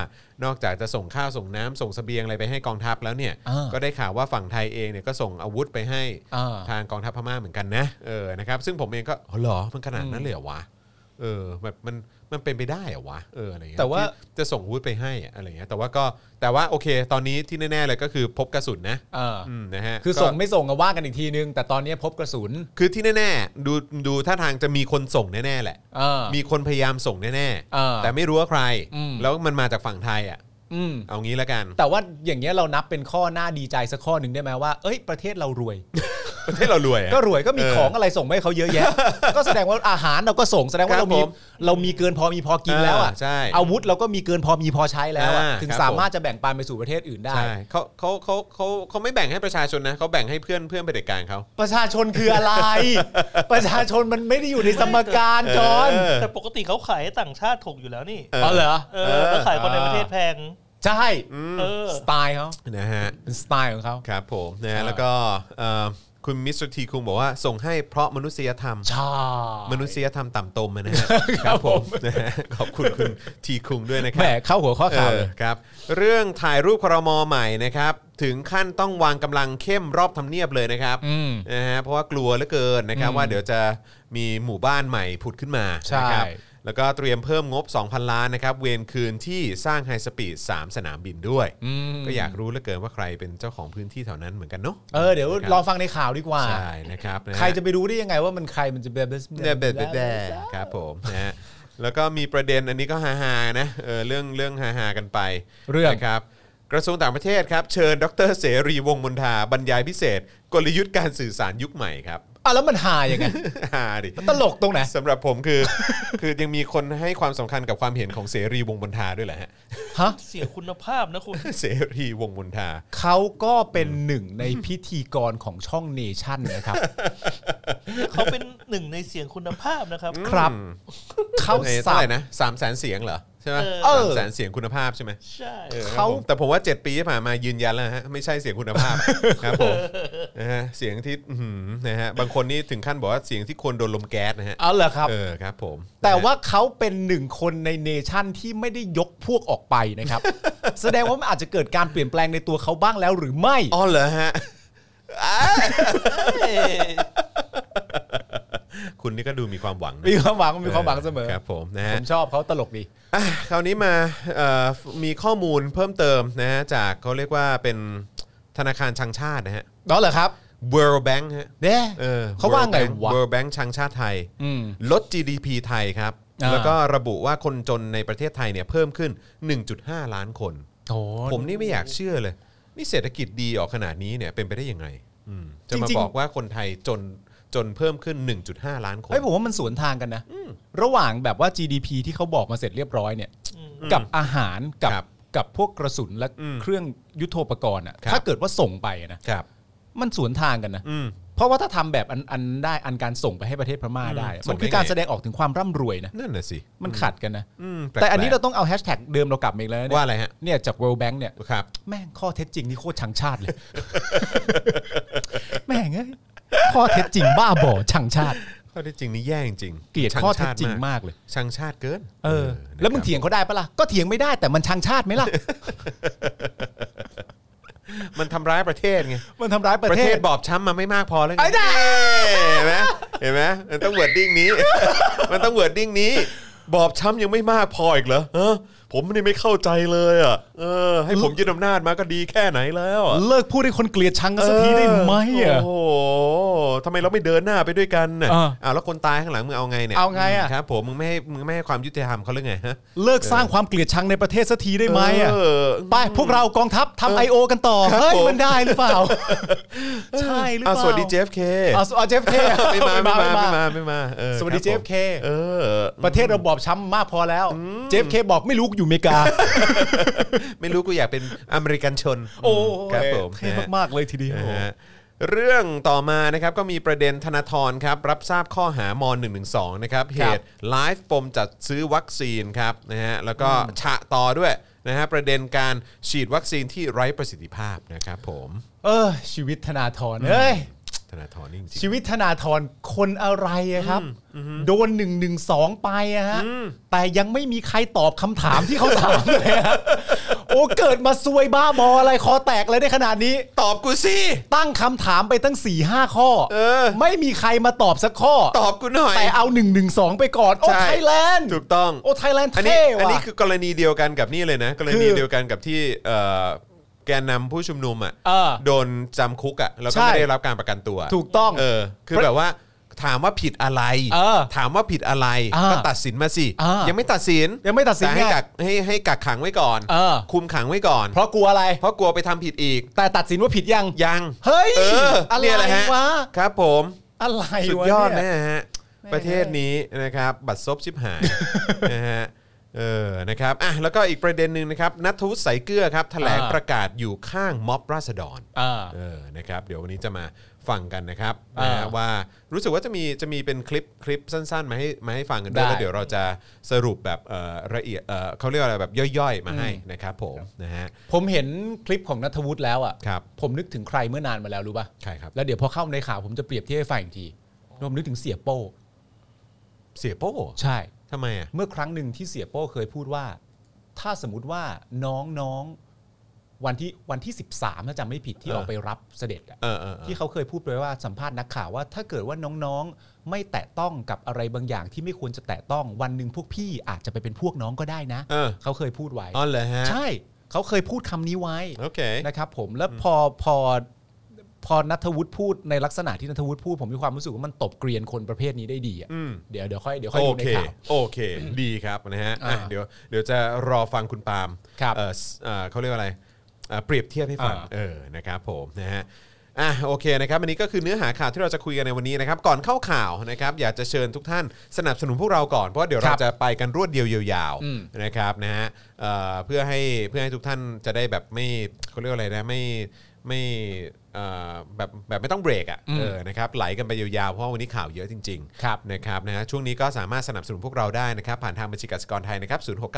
S2: นอกจากจะส่งข้าวส่งน้ำส่งเสบียงอะไรไปให้กองทัพแล้วเนี่ย
S3: อ่า
S2: ก็ได้ข่าวว่าฝั่งไทยเองเนี่ยก็ส่งอาวุธไปให้
S3: อ่า
S2: ทางกองทัพพม่าเหมือนกันนะเออนะครับซึ่งผมเองก็อ๋อเหรอมันขนาดนั้นเลยเหรอวะเออแบบมันมันเป็นไปได้เหรอวะเอออะไรเงี้ย
S3: แต่ว่า
S2: ที่จะส่งอาวุธไปให้อะอะไรเงี้ยแต่ว่าก็แต่ว่าโอเค ตอนนี้ที่แน่ๆเลยก็คือพบกระสุนนะ
S3: เอออ
S2: อืมนะฮะ
S3: คือ
S2: ก็
S3: ส่งไม่ส่งก็ว่ากันอีกทีนึง แต่ตอนนี้พบกระสุน
S2: คือที่แน่ๆดูดูท่าทางจะมีคนส่งแน่ๆแหละ
S3: เออ
S2: มีคนพยายามส่งแน่
S3: เออ
S2: แต่ไม่รู้ว่าใคร
S3: อืม
S2: แล้วมันมาจากฝั่งไทยอ่ะ
S3: อืม
S2: เอางี้ละกัน
S3: แต่ว่าอย่างเงี้ยเรานับเป็นข้อหน้าดีใจสักข้อหนึ่งได้ไหมว่า เอ้ยประเทศเรารวย
S2: ประเทศเรารวยอะ
S3: ก็รวยก็มี
S2: เออ
S3: ของอะไรส่งไปให้เขาเยอะแยะ ก็แสดงว่าอาหารเราก็ส่งแสดง
S2: ค
S3: ว่า
S2: รั
S3: เรา
S2: บ
S3: มี
S2: ผม
S3: เรามีเกินพอมีพอกินแล้วอ่ะ
S2: เออใช่
S3: อาวุธเราก็มีเกินพอมีพอใช้แล้วอะ
S2: อ่า
S3: ถึง
S2: ครับ
S3: สามารถจะแบ่งปันไปสู่ประเทศอื่นได้
S2: ใช่เขาเขาเขาเขาเขาไม่แบ่งให้ประชาชนนะเขาแบ่งให้เพื่อนเพื่อนเผด็จการเขา
S3: ประชาชนคือ อะไร ประชาชนมันไม่ได้อยู่ในสมการจอน
S2: เออ
S4: แต่ปกติเขาขายให้ต่างชาติถูกอยู่แล้วนี่
S2: เออ
S3: เอาเหรอ
S4: เออแล้วขายคนในประเทศแพง
S3: ใช่
S4: เออ
S3: สไตล์เขา
S2: นะฮะ
S3: เป็นสไตล์ของเขา
S2: ครับผมนะ
S3: เอ
S2: ฮะ
S3: อ
S2: แล้วก็เอ่อคุณมิสเตอร์ทีคุงบอกว่าส่งให้เพราะมนุษยธรรม
S3: ใช่
S2: มนุษยธรรมต่ำตมอะนะฮะครับผมนะฮะขอบคุณคุณทีคุงด้วยนะครั
S3: แห
S2: บ
S3: มเข้าหัวข้อข่าว
S2: เอ
S3: เล
S2: อย ครับเรื่องถ่ายรูปครมใหม่นะครับ ถึงขั้นต้องวางกำลังเข้มรอบทำเนียบเลยนะครับ
S3: อืม
S2: นะฮะเพราะว่ากลัวเหลือเกินนะครับ ว่าเดี๋ยวจะมีหมู่บ้านใหม่ผุดขึ้นมา
S3: ใช่
S2: นะครับแล้วก็เตรียมเพิ่มงบ 2,000 ล้านนะครับ เวรคืนที่สร้างไฮสปีด 3 สนามบินด้วย
S3: อืม
S2: ก็อยากรู้เหลือเกินว่าใครเป็นเจ้าของพื้นที่แถวนั้นเหมือนกันเนาะ
S3: เออเดี๋ยวลองฟังในข่าวดีกว่า
S2: ใช่นะครับนฮ
S3: ใครจะไปรู้ได้ยังไงว่ามันใครมันจะแบบ
S2: เดบเดบเดบครับผมนะฮะแล้วก็มีประเด็นอันนี้ก็ฮาฮาๆนะเออเรื่องเรื่องฮาฮาๆกันไป
S3: เรื่อง
S2: นะครับกระทรวงต่างประเทศครับ เชิญดรเสรีวงศ์มนทาบรรยายพิเศษ กลยุทธ์การสื่อสารยุคใหม่ครับ
S3: อ่ะแล้วมันหายยังไง
S2: ฮาดิ
S3: ตลกตรงไหน
S2: สำหรับผมคือ คือยังมีคนให้ความสำคัญกับความเห็นของเสรีวงศ์มนทาด้วยแหละฮ ะ
S3: ฮะ
S4: เสียคุณภาพนะคุณ
S2: เสรีวงศ์มนทา
S3: เขาก็เป็นหนึ่งในพิธีกรของช่องเนชั่น นะครับ
S4: เขาเป็นหนึ่งในเสียงคุณภาพนะครับ
S3: ครับ เขา
S2: เท่า
S3: สับ
S2: ไหร่นะสามแสนเสียงเหรอใช่ไหม
S4: เอ
S3: อ
S2: สามแสนเสียงคุณภาพใช่ไหม
S4: ใช่
S2: ออครับ
S3: เขา
S2: ผมแต่ผมว่า 7 ปีที่ผ่านมายืนยันแล้วฮะไม่ใช่เสียงคุณภาพ ครับผมนะฮะเสียงที่อื้อหือนะฮะบางคนนี่ถึงขั้นบอกว่าเสียงที่ควรโดนลมแก๊สนะฮะ
S3: เอาเหรอครับ
S2: เออครับผม
S3: แต่
S2: นะฮะ
S3: ว่าเขาเป็นหนึ่งคนในเนชั่นที่ไม่ได้ยกพวกออกไป นะครับ แสดงว่ามันอาจจะเกิดการเปลี่ยนแปลงในตัวเขาบ้างแล้วหรือไม่
S2: อ๋อเหรอฮะ
S4: เอ้ย
S2: คุณนี่ก็ดูมีความหวังนะ
S3: มีความหวังมีความหวังเสมอ
S2: ครับผมนะฮะ
S3: ผมชอบเขาตลกดี
S2: อ่ะคราวนี้มาเอ่อมีข้อมูลเพิ่มเติมนะฮะจากเขาเรียกว่าเป็น ธนาคารชังชาตินะฮะ
S3: แล้วเหรอครับ
S2: World Bank ฮะ
S3: เด้
S2: ออ
S3: เขาว่า
S2: World
S3: ไง
S2: Bank
S3: วะ
S2: World Bank ชังชาติไทย
S3: อืม
S2: ลด GDP ไทยครับ
S3: อ่า
S2: แล้วก็ระบุว่าคนจนในประเทศไทยเนี่ยเพิ่มขึ้น 1.5 ล้านคน
S3: โอ้โห
S2: ผมนี่ไม่อยากเชื่อเลย นี่เศรษฐกิจดีออกขนาดนี้เนี่ยเป็นไปได้ยังไงอืมจะมา
S3: จริงๆ
S2: บอกว่าคนไทยจนจนเพิ่มขึ้น 1.5 ล้านคน
S3: เฮ้ยผมว่ามันสวนทางกันนะ ระหว่างแบบว่า GDP ที่เขาบอกมาเสร็จเรียบร้อยเนี่ย กับอาหารกับ
S2: ครับ
S3: กับพวกกระสุนและ
S2: อืม
S3: เครื่องยุทโธปกรณ์อ่ะ
S2: ครับ
S3: ถ้าเกิดว่าส่งไปอะนะครับ มันสวนทางกันนะ
S2: อืม
S3: เพราะว่าถ้าทำแบบอันอันได้อันการส่งไปให้ประเทศพม่าได้อะ
S2: ส่
S3: มั
S2: ง
S3: น
S2: ไป
S3: คือการ
S2: ไง
S3: แสดงออกถึงความร่ำรวยนะ
S2: นั่นน่ะสิ
S3: มันขัดกันนะ
S2: อืม
S3: แต่อันนี้
S2: ปล
S3: เรา
S2: ก
S3: ต้องเอาแฮชแท็กเดิมเรากลับมาอีกแล้ว
S2: ๆ
S3: นะ
S2: ว่าอะไรฮะ
S3: เนี่ยจาก World Bank เนี่ย
S2: ครับ
S3: แม่งข้อเท็จจริงนี่โคตรชังชาติเลย แม่งเอ้ยข้อเท็จจริงบ้าบ่อชังชาติ
S2: ข้อเท็จจริงนี่แย่จริง
S3: เกลียด
S2: ชั
S3: ข้อ
S2: ช
S3: เท็จ
S2: ติ
S3: จริงมากเลย
S2: ชังชาติเกิน
S3: เออ
S2: นะครับ
S3: แล้วมึงเถียงเขาได้ปะล่ะก็เถียงไม่ได้แต่มันชังชาติไหมล่ะ
S2: มันทำร้ายประเทศไง
S3: มันทำร้ายป
S2: ประระ
S3: เท
S2: เท
S3: ศ
S2: ศบอบช้ำมาไม่มากพอแล้วง
S3: ไอ้ด่า
S2: เห็นไหมเห็นไหมมันต้องเวิร์ดดิ้งนี้ มันต้องเวิร์ดดิ้งนี้ บอบช้ำยังไม่มากพออีกเหรอเออผมนี่ไม่เข้าใจเลยอ่ะเออ ให้ผมยึดอำนาจมาก็ดีแค่ไหนแล้วอะ
S3: เลิกพูดให้คนเกลียดชังกันสักทีได้ไหมอ่ะ
S2: โอ้โหทำไมเราไม่เดินหน้าไปด้วยกันน่ะ
S3: อ่า
S2: อ้าวแล้วคนตายข้างหลังมึงเอาไงเนี่ย
S3: เอาไงอะ
S2: ครับ ผมมึงไม่ให้มึงไม่ให้ความยุติธรรมเขาหรือไงฮะ
S3: เลิกสร้างความเกลียดชังในประเทศสักทีได้ไหมอ่ะ
S2: เ
S3: ไปพวกเรากองทัพทำไอโอกันต่อ
S2: ครับ
S3: เฮ้ย
S2: ผม
S3: มันได้หรือเปล่า ใช่หรือเป
S2: อ่ะ
S3: ล่า
S2: สวัสดีเจฟเค
S3: อ่ะสวัสดีเจฟเค
S2: ไม่มาไม่มาไม่มาไม่มาเออ
S3: สวัสดี
S2: รับ
S3: เจ
S2: ผม
S3: ฟเค
S2: เออ
S3: ประเทศเราบอบช้ำมากพอแล้ว เจฟเคบอกไม่รู้อยู่อเมริกา
S2: ไม่รู้กูอยากเป็นอเมริกันชน
S3: โอ้
S2: ครับผม
S3: เท่
S2: นะฮะ
S3: มากๆเลยทีเดียว
S2: นะฮะเรื่องต่อมานะครับก็มีประเด็นธนาธรครับ รับทราบข้อหาม .112 นะครับ เหตุไลฟ์ปมจัดซื้อวัคซีนครับนะฮะแล้วก็ฉะต่อด้วยนะฮะประเด็นการฉีดวัคซีนที่ไร้ประสิทธิภาพนะครับผม
S3: เออ ชีวิตธนาธรเอ้ย
S2: ธนาธรนี่จริง
S3: ชีวิตธนาธรคนอะไรอะครับ โดนหนึ่งหนึ่งสองไปอะฮะแต่ยังไม่มีใครตอบคำถามที่เขาถามเลยฮะ โอ้เกิดมาซวยบ้าบออะไรคอแตกเลยได้ขนาดนี้
S2: ๆ ตอบกูสิ
S3: ตั้งคำถามไปตั้ง4ี่ห้าข้อ
S2: เออ
S3: ไม่มีใครมาตอบสักข้อ
S2: ตอบกูหน่อย
S3: แต่เอา1นึไปก่อน โอ้
S2: ใช่
S3: ไทยแลนด์
S2: ถูกต้อง
S3: โอ้ไทยแลนด์
S2: อันนี้
S3: เท่
S2: อันนี้
S3: ว่ะ
S2: คือกรณีเดียวกันกับนี่เลยนะ กรณี
S3: คือ
S2: เดียวกันกับที่เอ่อแกนนำผู้ชุมนุมอ่ะ
S3: เออ
S2: โดนจำคุกอ่ะแล้วก็
S3: ใช่
S2: ไม่ได้รับการประกันตัว
S3: ถูกต้อง
S2: เออคือแบบว่าถามว่าผิดอะไร
S3: เออ
S2: ถามว่าผิดอะไร
S3: อ่า
S2: ก็ตัดสินมาสิ
S3: อ่ายั
S2: ยังไม่ตัดสิน
S3: ยังไม่ตัดสิน
S2: แต่ให้
S3: ไง
S2: กักให้ให้กักขังไว้ก่อน
S3: เออ
S2: คุมขังไว้ก่อน
S3: เพราะกลัวอะไร
S2: เพราะกลัวไปทำผิดอีก
S3: แต่ตัดสินว่าผิดยัง
S2: ยัง
S3: เฮ้ย
S2: เออ
S3: อะไร
S2: เนี่ยแหละฮะ
S3: วะ
S2: ครับผม
S3: อะไร
S2: สุด
S3: วะ
S2: ยอด
S3: เนี่
S2: นะฮะ ประเทศนี้นะครับ บัตรซบชิบหาย นะฮะเออนะครับอ่ะแล้วก็อีกประเด็นหนึ่งนะครับนัทธวุฒิใสายเกลือครับแถลงประกาศอยู่ข้างม็อบราษฎร
S3: อ่า
S2: เออนะครับเดี๋ยววันนี้จะมาฟังกันนะครับนะ
S3: อ่า
S2: ฮะว่ารู้สึกว่าจะมีจะมีเป็นคลิปคลิปสั้นๆ มาให้มาให้ฟังกันด้วย
S3: ได้
S2: แล้วเดี๋ยวเราจะสรุปแบบเอ่อละเอียดเอ่อเขาเรียกว่าอะไรแบบย่อยๆ มาให้นะครับผมนะฮะ
S3: ผมเห็นคลิปของนัทวุฒิแล้วอ่ะ
S2: ครับ
S3: ผมนึกถึงใครเมื่อนานมาแล้วรู้ป่ะ
S2: ใครครับ
S3: แล้วเดี๋ยวพอเข้าในข่าวผมจะเปรียบเทียบให้ฟังอีกทีผมนึกถึงเสียโป้
S2: เสียโป้
S3: ใช่
S2: ทำไมอ่ะ
S3: เมื่อครั้งหนึ่งที่เสียโป้เคยพูดว่า ถ้าสมมติว่าน้องๆวันที่วันที่ 13ถ้าจำไม่ผิดที่ออกไปรับเสด็จอะ
S2: เออเออเออ
S3: ที่เขาเคยพูดไปว่าสัมภาษณ์นักข่าวว่า ถ้าเกิดว่าน้องๆ ไม่แตะต้องกับอะไรบางอย่างที่ไม่ควรจะแตะต้องวันหนึ่งพวกพี่อาจจะไปเป็นพวกน้องก็ได้นะ
S2: เออ
S3: เขาเคยพูดไว้
S2: อ๋อเหรอฮะ
S3: ใช่เขาเคยพูดคำนี้ไว้
S2: โอเค
S3: นะครับผมแล้วพอพอพอนัทวุฒิพูดในลักษณะที่นัทวุฒิพูดผมมีความรู้สึกว่ามันตบเกรียนคนประเภทนี้ได้ดีอะ
S2: อืม
S3: เดี๋ยวเดี๋ยวค่อยเดี๋ยวค่อย
S2: โอ
S3: ดูใน
S2: เค
S3: ข่าว
S2: โอเค ดีครับนะฮะอ่ะ
S3: อ่า
S2: เดี๋ยว เดี๋ยวจะรอฟังคุณปาล์ม
S3: ครับ
S2: เอ่อสเอ่อเขาเรียกว่าอะไรเอ่อเปรียบเทียบให้ฟัง
S3: อ่า
S2: เออ นะครับผม นะฮะ อ่ะ โอเคนะครับ อันนี้ก็คือเนื้อหาข่าวที่เราจะคุยกันในวันนี้นะครับ ก่อนเข้าข่าวนะครับ อยากจะเชิญทุกท่านสนับสนุนพวกเราก่อน เพราะเดี๋ยว
S3: ค
S2: เรา
S3: รับ
S2: จะไปกันรวดเดียวยาว
S3: อืม
S2: ๆนะครับ นะฮะเอ่อเพื่อให้ เพื่อให้ทุกท่านจะได้แบบไม่เขาเรียกว่าอะไรนะ ไม่ ไม่เอ่อแบบแบบไม่ต้องเบรกอ่ะ เออ นะครับ ไหลกันไปยาวๆ เพราะว่าวันนี้ข่าวเยอะจริง ๆ
S3: ครับ
S2: นะครับนะฮะช่วงนี้ก็สามารถสนับสนุนพวกเราได้นะครับ ผ่านทางบัญชีกสิกรไทยนะครับ 0698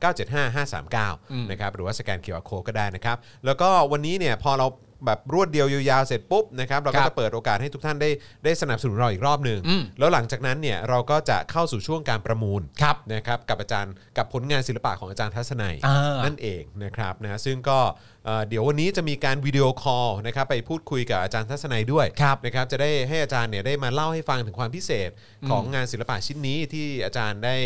S2: 975 539 นะครับ หรือว่าสแกนเคอร์โคก็ได้นะครับ แล้วก็วันนี้เนี่ยพอเราแบบรวดเดียวยาวๆเสร็จปุ๊บนะครับเรา
S3: ค
S2: ก็
S3: รับ
S2: จะเปิดโอกาสให้ทุกท่านได้ได้สนับสนุนเราอีกรอบหนึ่ง
S3: อืม
S2: แล้วหลังจากนั้นเนี่ยเราก็จะเข้าสู่ช่วงการประมูล
S3: ครับ
S2: นะครับกับอาจารย์กับผลงานศิลปะของอาจารย์ทัศนัย
S3: อ่า
S2: นั่นเองนะครับนะซึ่งก็เอ่อเดี๋ยววันนี้จะมีการวิดีโอคอลนะครับไปพูดคุยกับอาจารย์ทัศนัยด้วย
S3: ครับ
S2: นะครับจะได้ให้อาจารย์เนี่ยได้มาเล่าให้ฟังถึงความพิเศษของงานศิลปะชิ้นนี้ที่อาจารย์ได้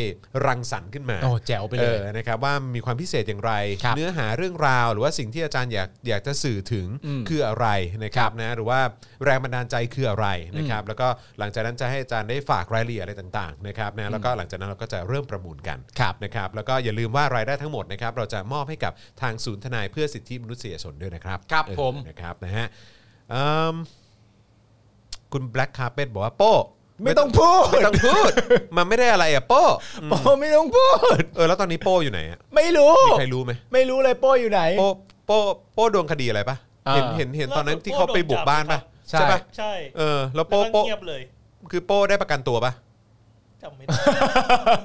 S2: รังสรรค์ขึ้นมา
S3: โอ้แจ๋วไปเลย
S2: ออนะครับว่ามีความพิเศษอย่างไร
S3: ครับ
S2: เนื้อหาเรื่องราว หรือว่าสิ่งที่อาจารย์อยากอยากจะสื่อถึง
S3: อืม
S2: คืออะไรนะครับนะหรือว่าแรงบันดาลใจคืออะไรนะครับแล้วก็หลังจากนั้นจะให้อาจารย์ได้ฝากรายละเอียดอะไรต่างๆนะครับนะแล้วก็หลังจากนั้นเราก็จะเริ่มประมูลกันนะครับแล้วก็อย่าลืมว่ารายได้ทั้งหมดนะครับเราจะมอบให้กับทางศูนย์ทนายเพื่อสิทธิมนุษยชนด้วยนะครับ
S3: ครับ
S2: เออ
S3: ผม
S2: นะครับนะฮะเอิ่มคุณแบล็กคาร์เป t บอกว่าโป้
S3: ไม่ต้องพูด
S2: ไม่ต้องพูดมันไม่ได้อะไรอะโป้
S3: โป้ไม่ต้องพูด
S2: เออแล้วตอนนี้โป้อยู่ไหนอะ
S3: ไม่รู้
S2: มีใครรู้ไหม
S3: ไม่รู้เลยโป้อยู่ไหน
S2: โป้โป้โป้โดนคดีอะไรปะ
S3: อ่า
S2: เห็นเห็นเห็นตอนนั้นที่เขาไปบุกบ้านปะ
S3: ใช่
S2: ปะ
S4: ใช่
S2: เออแล้ว
S4: แล้ว
S2: โป้
S4: ก็
S2: โป้
S4: เงียบเลย
S2: คือโป้ได้ประกันตัวปะ
S4: จำไม่ได้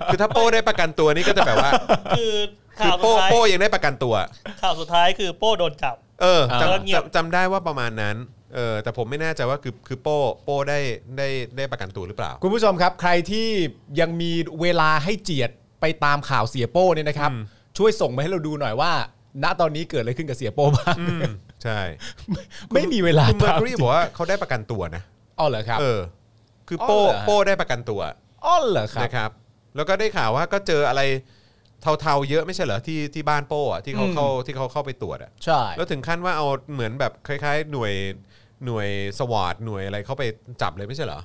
S2: คือถ้าโป้ได้ประกันตัวนี่ก็จะแบบว่า
S4: คือ
S2: คือ
S4: ข่าวสุ
S2: โป้
S4: ดท้าย
S2: โป้ยังได้ประกันตัว
S4: ข่าวสุดท้ายคือโป้โดนจับ
S2: เออ
S3: อ่า
S2: จำ
S4: แล้วเงียบ
S2: จำจำได้ว่าประมาณนั้นเออแต่ผมไม่แน่ใจว่าคือคือโป้โป้ได้ได้ได้ประกันตัวหรือเปล่า
S3: คุณผู้ชมครับ ใครที่ยังมีเวลาให้เจียดไปตามข่าวเสียโป้เนี่ยนะครับ ช่วยส่งมาให้เราดูหน่อยว่า ณตอนนี้เกิดอะไรขึ้นกับเสียโป้บ้าง
S2: อืมใช่
S3: ไม่มีเวลา
S2: คุณเมอร์
S3: ตาม
S2: คิวบอกว่าเขาได้ประกันตัวนะ
S3: อ๋อเหรอครับ
S2: เออ คือโป้
S3: อ๋อเหรอฮะ
S2: โป้ได้ประกันตัว
S3: อ๋อเหรอครับ
S2: นะครับ แล้วก็ได้ข่าวว่าก็เจออะไรเทาๆเยอะไม่ใช่เหรอที่ที่บ้านโป้อะที่เขา
S3: อืม
S2: เข้าที่เขาเข้าไปตรวจอะ
S3: ใช่
S2: แล้วถึงขั้นว่าเอาเหมือนแบบคล้ายๆ หน่วยหน่วยสวอตหน่วยอะไรเข้าไปจับเลยไม่ใช่เหรอ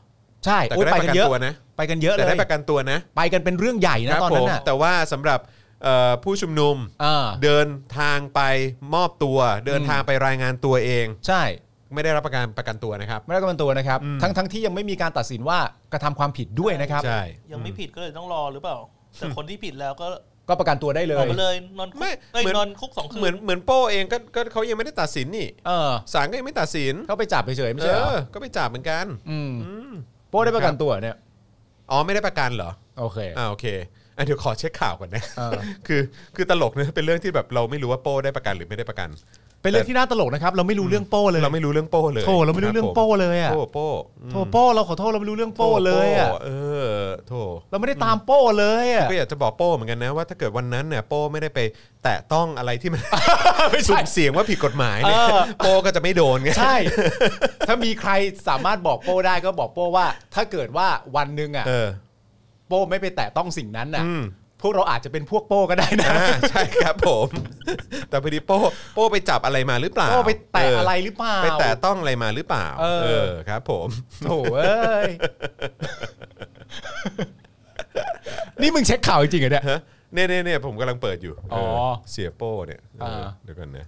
S3: ใช่
S2: แต่
S3: โอ้
S2: ก็
S3: ย
S2: ได้
S3: ไป
S2: ประ
S3: กัน
S2: กัน
S3: เยอะ
S2: ตัวนะ
S3: ไปกันเยอะเล
S2: แต่ได้
S3: ย
S2: ประกันตัวนะ
S3: ไปกันเป็นเรื่องใหญ่นะครับ ตอน
S2: ผ
S3: นั้
S2: ม
S3: นน่ะ
S2: แต่ว่าสำหรับเอ่อผู้ชุมนุม
S3: อ่า
S2: เดินทางไปมอบตัว เดิน
S3: อืม
S2: ทางไปรายงานตัวเอง
S3: ใช่
S2: ไม่ได้รับประกันประกันตัวนะครับ
S3: ไม่ได้กำลันตัวนะครับ
S2: อืม
S3: ทั้งทั้งที่ยังไม่มีการตัดสินว่ากระทำความผิดด้วยนะครับ
S2: ใช่
S4: ยังไม่ผิดก็เลยต้องรอหรือเปล่า แต่คนที่ผิดแล้วก็
S3: ก็ประกันตัวได้เล
S4: ออก
S3: ย
S4: ไปเลยนอนคุก
S2: ไม่
S4: เอ้ย
S2: เหมือน
S4: นอนคุกสองคื
S2: เหมือน นเหมือนโป้เองก็ก็เขายังไม่ได้ตัดสินนี่
S3: เออ
S2: ศาลก็ยังไม่ตัดสิน
S3: เขาไปจับเฉยๆไม่
S2: เอ
S3: ใช่เหรอ
S2: อก็ไปจับเหมือนกัน
S3: ม
S2: อืม
S3: โป้ได้ประกันตัวเนี่ย
S2: อ๋อไม่ได้ประกันเหรอ
S3: โอเค
S2: อ่าโอเคอ่ะเดี๋ยวขอเช็คข่าวก่อนนะ
S3: เออ
S2: คือคือตลกนะเป็นเรื่องที่แบบเราไม่รู้ว่าโป้ได้ประกันหรือไม่ได้ประกัน
S3: เป็นเรื่องที่น่าตลกนะครับ เราไม่รู้เรื่องโป้เลย
S2: เราไม่รู้เรื่องโป้เลย
S3: โถเราไม่รู้เรื่องโป้เลย
S2: ครับผ
S3: อ่ะ
S2: มโป้โป้อืม
S3: โถโป้เราขอโทษเราไม่รู้เรื่องโป้เลยอ่ะ
S2: โป้เออโถ
S3: เราไม่ได้ตามโป้เลยอ่ะ
S2: ก็อยากจะบอกโป้เหมือนกันนะว่าถ้าเกิดวันนั้นเนี่ยโป้ไม่ได้ไปแตะต้องอะไรที่มัน สุ่มเสี่ยงว่าผิดกฎหมายเนี่ยโป้ก็จะไม่โดนไง
S3: ใช่ ถ้ามีใครสามารถบอกโป้ได้ก็บอกโป้ว่า ถ้าเกิดว่าวันหนึ่งอ่ะ
S2: เออ
S3: โป้ไม่ไปแตะต้องสิ่งนั้นอ่ะ
S2: อืม
S3: พวกเราอาจจะเป็นพวกโป้ก็ได้นะ
S2: อ่าใช่ครับผม แต่พอดีโป้โป้ไปจับอะไรมาหรือเปล่า
S3: โป้ไปแตะอะไรหรือเปล่า
S2: เออไปแตะต้องอะไรมาหรือเปล่า
S3: เออ
S2: ครับ ผม
S3: โถเอ้ยนี่มึงเช็คข่าวจริงๆเหรอเนี่ย
S2: ฮะเนี่ยเนี่ยเนี่ยผมกำลังเปิดอยู่
S3: อ๋อ
S2: เออเสียโป้เนี่ยเอออา เดี๋ยวกันนะ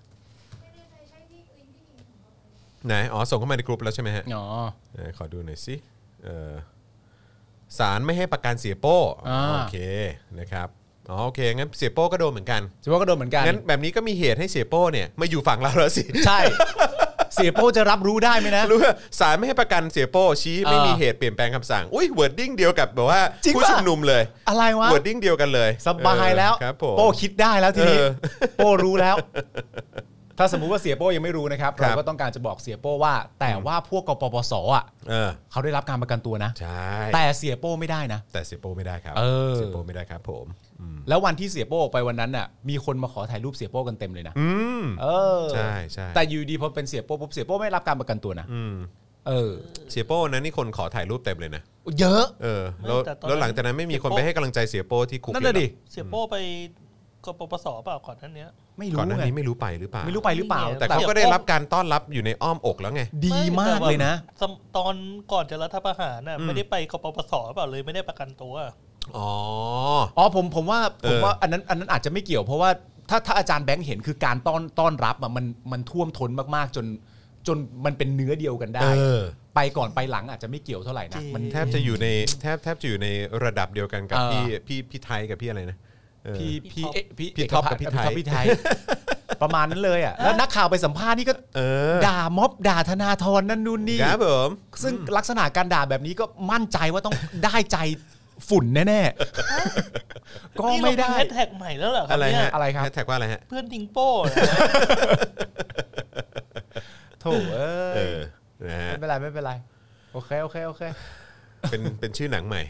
S2: ไหนอ๋อส่งเข้ามาในกลุ่มแล้วใช่ไหมฮะ
S3: อ๋อ
S2: ไหนขอดูหน่อยสิเออศาลไม่ให้ประกันเสียโป้
S3: อ่า
S2: โอเคนะครับอ๋อโอเคงั้นเสียโป้ก็โดนเหมือนกัน
S3: จะว่าก็โดนเหมือนกัน
S2: งั้นแบบนี้ก็มีเหตุให้เสียโป้เนี่ยมาอยู่ฝั่งเราแล้วสิ
S3: ใช่ เสียโป้จะรับรู้ได้ไหมนะ
S2: รู้ว่าศาลไม่ให้ประกันเสียโป้ชี้ไม่
S3: อ่ามี
S2: มีเหตุเปลี่ยนแปลงคำสั่งอุ้ยเวิร์ดดิ้งเดียวกับแบบว่า
S3: จริง
S2: ผู้
S3: ปะ
S2: ชุมนุมเลย
S3: อะไรวะ
S2: เวิร์ดดิ้งเดียวกันเลย
S3: สบายแล้ว
S2: เออครับผม
S3: โป้คิดได้แล้วทีนี้
S2: เออ
S3: โป้รู้แล้ว ถ้าสมมุติว่าเสียโป้ยังไม่รู้นะครับ
S2: ครั
S3: เรา
S2: บ
S3: ก็ต้องการจะบอกเสียโป้ว่า แต่ว่าพวกกปปสอ่ะ
S2: เออ
S3: เขาได้รับการประกันตัวนะ
S2: ใช่
S3: แต่เสียโป้ไม่ได้นะ
S2: แต่เสียโป้ไม่ได้ครับ
S3: เออ
S2: เสียโป้ไม่ได้ครับผมอืม
S3: แล้ววันที่เสียโป้ออกไปวันนั้นน่ะ มีคนมาขอถ่ายรูปเสียโป้กันเต็มเลยนะ
S2: อืม
S3: เออ
S2: ใช่ใช่
S3: แต่อยู่ดีพอเป็นเสียโป้ปุ๊บเสียโป้ไม่รับการประกันตัวนะ
S2: อืม
S3: เออ
S2: เสียโป้นั้นนี่คนขอถ่ายรูปเต็มเลยนะ
S3: เยอะ
S2: เออแล้ว
S4: แต่ตอนนั้น
S2: แล้วหลังจากนั้นไม่มีคนไปให้กำลังใจเสียโป้ที่คุก
S3: นั่นน่ะ
S2: เลยเหรอ
S3: ดิ
S4: เสียโป้ไปกปปสเปล่าก่อนท่านเนี้ย
S3: ไม่
S2: ก่
S3: รู้
S2: อนหน้า
S3: ไง
S2: นี้ไม่รู้ไปหรือเปล่า
S3: ไม่รู้ไปหรือเปล่า
S4: ไม่รู้ไง
S2: แต่เขาก็ได้รับการต้อนรับอยู่ในอ้อมอกแล้วไง
S3: ดีมากเลยนะ
S4: ไแต่ว่าสมตอนก่อนจะรัฐประหารน่ะ
S2: อืม
S4: ไม่ได้ไปกปปสเปล่าเลยไม่ได้ประกันตัว
S2: อ๋อ
S3: อ๋อผมผมว่า
S2: เออ
S3: ผมว่าอันนั้นอันนั้นอาจจะไม่เกี่ยวเพราะว่าถ้าถ้าอาจารย์แบงค์เห็นคือการต้อนต้อนรับอะมันมันท่วมท้นมากๆ จนจนมันเป็นเนื้อเดียวกันได้
S2: เออ
S3: ไปก่อนไปหลังอาจจะไม่เกี่ยวเท่าไหร่นะ
S4: จริง
S3: มัน
S2: แทบจะอยู่ในแทบแทบจะอยู่ในระดับเดียวกันกับ
S3: เออ
S2: พี่พี่พี่ไทยกับพี่อะไรนะเออ
S3: พี่พี่เอ๊ะพี่
S2: พี่ท็อป
S3: เ
S2: กับพี่ไทย
S3: ท็อปพี่ไทย ประมาณนั้นเลยอ่ะแล้วนักข่าวไปสัมภาษณ์นี่ก็
S2: เออ
S3: ด่าม็อบด่าธนาธรนั่นนู่นนี่
S2: ครับผม
S3: ซึ่งลักษณะการด่าแบบนี้ก็มั่นใจว่าต้อง ได้ใจฝุ่นแน่ๆ ก็ไม่ได้
S4: แฮชแท็กใหม่แล้วเหรอครั
S2: อะ
S4: บ
S2: ไร
S4: เนี่
S2: ฮะ
S4: ย
S3: อะไรครับ
S2: แฮชแท็กว่าอะไรฮะ
S4: เพื่อนทิงโป้เหรอ
S3: โถเอ้
S2: เอย อนะฮะ
S3: ไม่เป็นไรไม่เป็นไรโอเคโอเคโอเค
S2: เป็น เป็นชื่อหนังใหม่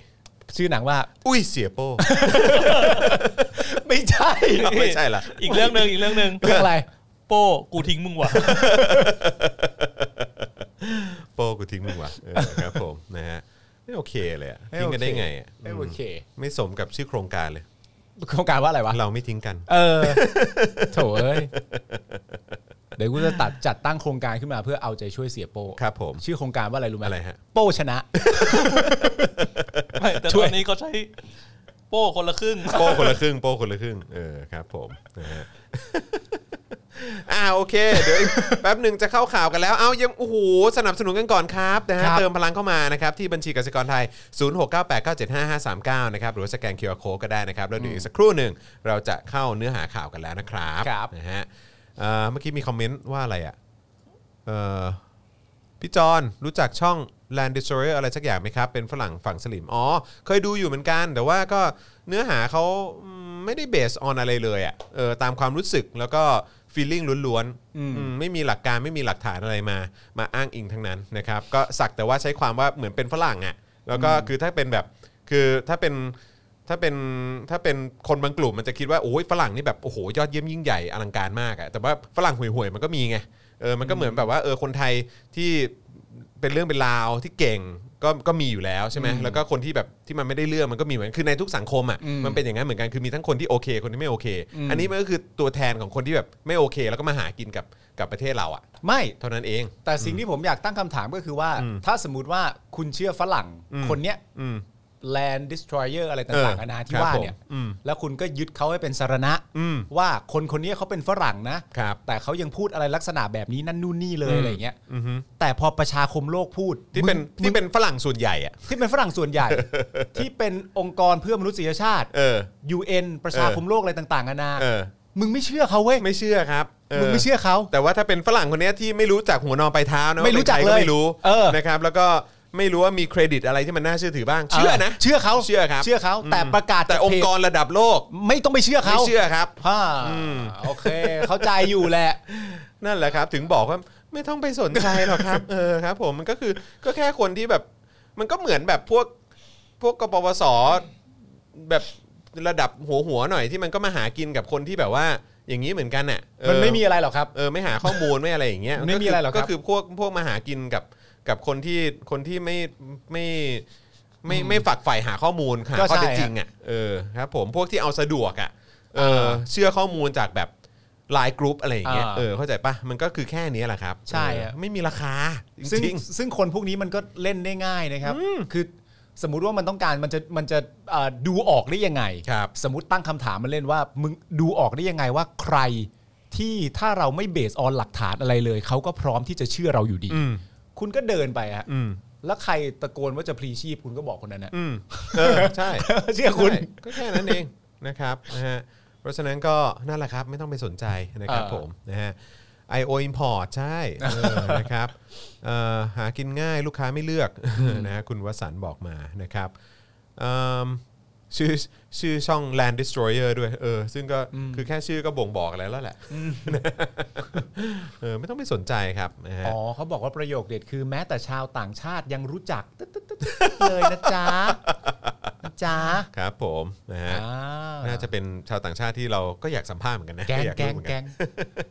S3: ชื่อหนังว่า
S2: อุ้ยเสียโป้
S3: ไม่ใช่
S2: ไม่ใช่ละ
S4: อีกเรื่องหนึ่งอีกเรื่องหนึ่ง
S3: เรื่องอะไร
S4: โป้กูทิ้งมึงว่ะ
S2: โป้กูทิ้งมึงว่ะเออครับผมนะฮะไม่โอเคเลยอะ
S3: ไม่
S2: ทิ้
S3: โอง เค
S2: กันได้ไงอะ
S3: ไม่โอเค
S2: ไม่สมกับชื่อโครงการเลย
S3: โครงการว่าอะไรวะ
S2: เราไม่ทิ้งกัน
S3: เออโถเอ้ย เดี๋ยวกูจะตัดจัดตั้งโครงการขึ้นมาเพื่อเอาใจช่วยเสียโป้
S2: ครับผม
S3: ชื่อโครงการว่าอะไรรู้ไหม
S2: อะไรฮะ
S3: โป้ชนะ
S4: ไม่แต่
S3: ช่
S4: ต
S3: ว
S4: อย นนี้เขาใช้โป้คนละครึ่ง
S2: โป้คนละครึ่งโป้คนละครึ่งเออครับผมนะฮะ อ่าโอเค เดี๋ยวอีกแป๊บหนึ่งจะเข้าข่าวกันแล้ว เอายังโอ้โหสนับสนุนกันก่อนครับนะฮะ
S3: ครับ
S2: เติมพลังเข้ามานะครับ ที่บัญชีกสิกรไทย 0698975539 นะครับ หรือว่าสแกน QR Code ก็ได้นะครับ แล้วเดี๋ยวอีกสักครู่หนึ่งเราจะเข้าเนื้อหาข่าวกันแล้วนะครับ
S3: ครับ
S2: นะฮะเอ่อเมื่อกี้มีคอมเมนต์ว่าอะไรอ่ะเอ่อ พี่จอนรู้จักช่อง Land Destroyer อะไรสักอย่างไหมครับ เป็นฝรั่งฝั่งสลิม อ๋อ เคยดูอยู่เหมือนกัน แต่ว่าก็เนื้อหาเขาอืมไม่ได้เบสออนอะไรเลยอะ่ะเออตามความรู้สึกแล้วก็ฟีลลิ่งล้วนๆอืมไม่มีหลักการไม่มีหลักฐานอะไรมา มาอ้างอิงทั้งนั้นนะครับ ก็สักแต่ว่าใช้ความว่าเหมือนเป็นฝรั่งอะ่ะแล้วก็คือถ้าเป็นแบบคือถ้าเป็นถ้าเป็นถ้าเป็นคนบางกลุ่มมันจะคิดว่าโอ้ยฝรั่งนี่แบบโอ้โหยอดเยี่ยมยิ่งใหญ่อลังการมากอะ่ะแต่ว่าฝรั่งห่วยๆมันก็มีไงเออมันก็เหมือนแบบว่าเออคนไทยที่ เป็นเรื่องเป็นราวที่เก่งก็ก็มีอยู่แล้วใช่ไหมแล้วก็คนที่แบบที่มันไม่ได้เรื่องมันก็มีเหมือนคือในทุกสังคมอ่ะ
S3: อืม
S2: มันเป็นอย่างนั้นเหมือนกันคือมีทั้งคนที่โอเค คนที่ไม่โอเค
S3: อืม
S2: อันนี้มันก็คือตัวแทนของคนที่แบบไม่โอเค แล้วก็มาหากินกับกับประเทศเราอ่ะ
S3: ไม่
S2: เท่านั้นเอง
S3: แต่สิ่งที่ผมอยากตั้งคำถามก็คือว่า
S2: อืม
S3: ถ้าสมมติว่าคุณเชื่อฝรั่ง
S2: อืม
S3: คนเนี้ย
S2: อืม
S3: land destroyer อะไร
S2: เออ
S3: ต่างๆนานาที่
S2: ครับ
S3: ว่าเนี่ย
S2: ผมอืม
S3: แล้วคุณก็ยึดเขาให้เป็นสารณะ
S2: อืม
S3: ว่าคนคนนี้เขาเป็นฝรั่งนะ
S2: ครับ
S3: แต่เขายังพูดอะไรลักษณะแบบนี้นั่นนู่นนี่เลยอะไรอย่างเงี้ย
S2: อือฮึ
S3: แต่พอประชาคมโลกพูด
S2: ที่เป็น
S3: มึ
S2: ที่
S3: ง
S2: เป็นฝรั่งส่วนใหญ่อ่ะ
S3: ที่เป็นฝรั่งส่วน ใหญ่ ที่เป็นองค์กรเพื่อมนุษยชาติ
S2: เออ
S3: UN ประชาคมโลกอะไรต่างๆนานา
S2: เออ
S3: มึงไม่เชื่อเขาเว้ย
S2: ไม่เชื่อครับ
S3: มึงไม่เชื่อเขา
S2: แต่ว่าถ้าเป็นฝรั่งคนเนี้ยที่ไม่รู้จักหัวนอนปลายเท้านะ
S3: ไม่รู้จัก
S2: ว่าป็นใค
S3: เลย
S2: ไม่รู้
S3: เออ
S2: นะครับ แล้วก็ไม่รู้ว่ามีเครดิตอะไรที่มันน่าเชื่อถือบ้าง เชื่อนะ
S3: เชื่อเขา
S2: เชื่อครับ
S3: เชื่อเขา
S2: อืม
S3: แต่ประกาศ
S2: แต่องค์กรระดับโลก
S3: ไม่ต้องไปเชื่อ
S2: ไม่
S3: เขา
S2: เชื่อครับ
S3: ฮ่าโอเค เข้าใจอยู่แหละ
S2: นั่นแหละครับถึงบอกว่าไม่ต้องไปสนใจหรอกครับ เออครับ ผมมันก็คือก็แค่คนที่แบบ มันก็เหมือนแบบพวกพวกกปวสแบบระดับหัวหัวๆหน่อยที่มันก็มาหากินกับคนที่แบบว่า อย่างนี้เหมือนกันน่ะเออ
S3: มันไม่มีอะไรหรอกครับ
S2: เออไม่หาข้อมูล ไม่อะไรอย่างเงี้ย
S3: ไม่มีอะไรหรอกครับ
S2: ก็คือพวกพวกมาหากินกับกับคนที่คนที่ไม่ไม่ไม่ไม่ฝักใฝ่หาข้อมูลหาข้อเท็จจริงอ่ะเออครับ ผมพวกที่เอาสะดวกอ่ะ เออเชื่อข้อมูลจากแบบไลน์กรุ๊ปอะไรอย่างเงี้ย
S3: อ่า
S2: เออเข้าใจปะมันก็คือแค่นี้แหละครับ
S3: ใช่
S2: เอ
S3: อะ
S2: อไม่มีราคาจ
S3: ซึ่ง
S2: ริง
S3: ซึ่งคนพวกนี้มันก็เล่นได้ง่ายนะครับ คือสมมติว่ามันต้องการมันจะมันจะเอ่อดูออกได้ยังไง
S2: ครับ
S3: สมมติตั้งคำถามมันเล่นว่ามึงดูออกได้ยังไงว่าใครที่ถ้าเราไม่เบสออนหลักฐานอะไรเลย เขาก็พร้อมที่จะเชื่อเราอยู่ดี
S2: ๆอืม
S3: คุณก็เดินไปฮะ
S2: อืม
S3: แล้วใครตะโกนว่าจะพลีชีพคุณก็บอกคนนั้นนะ
S2: อืมเออใช่
S3: เชื่อคุณ
S2: ใก็แค่นั้นเองนะครับนะฮะเพราะฉะนั้นก็นั่นแหละครับไม่ต้องไปสนใจนะครับ
S3: เออ
S2: ผมนะฮะ IO import ใช่เออนะครับเอ่อหากินง่ายลูกค้าไม่เลือกนะฮะคุณวสันต์บอกมานะครับเอิ่มชื่อชื่อช่อง Land Destroyer ด้วยเออซึ่งก็คือแค่ชื่อก็บ่งบอกอะไรแล้วแหละ เออไม่ต้องไปสนใจครับนะฮะ
S3: อ๋อเขาบอกว่าประโยคเด็ดคือแม้แต่ชาวต่างชาติยังรู้จักตึ๊ดตึ๊ดตึ๊ดตึ๊ดเลยนะจ๊ะนะจ๊ะ
S2: ครับผมนะฮะ
S3: อ่า
S2: น่าจะเป็นชาวต่างชาติที่เราก็อยากสัมภาษณ์เหมือนกันนะ
S3: แกง
S2: อยา
S3: แก
S2: รู้
S3: ง
S2: เหมือน
S3: แก
S2: น
S3: ง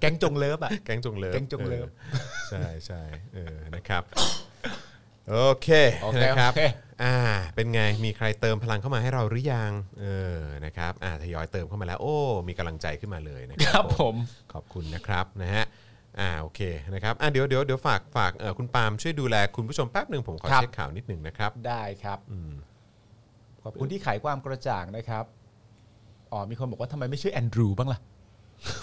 S3: แกงจงเลิฟอ่ะ
S2: แกงจงเลิฟ
S3: แก๊งจงเลิฟ
S2: ออใช่ใช่เออนะครับโอเค
S3: โอเค
S2: นะครับ
S3: โอเค
S2: อ่าเป็นไงมีใครเติมพลังเข้ามาให้เราหรือยังเออนะครับอ่าทยอยเติมเข้ามาแล้ว โอ้มีกำลังใจขึ้นมาเลยนะค
S3: ค
S2: รั
S3: รั
S2: บบ ผม
S3: ผม
S2: ขอบคุณนะครับนะฮะอ่าโอเคนะครับอ่าเดี๋ยวเดี๋ยวเดี๋ยวฝากฝากเอ่อคุณปาล์มช่วยดูแลคุณผู้ชมแป๊บหนึ่งผมขอ
S3: ครับ
S2: เช็คข่าวนิดหนึ่งนะครับ
S3: ได้ครับ ขอบคุณที่ขายความกระจ่างนะครับ อ๋อ มีคนบอกว่าทำไมไม่ชื่อแอนดรูบ้างล่ะ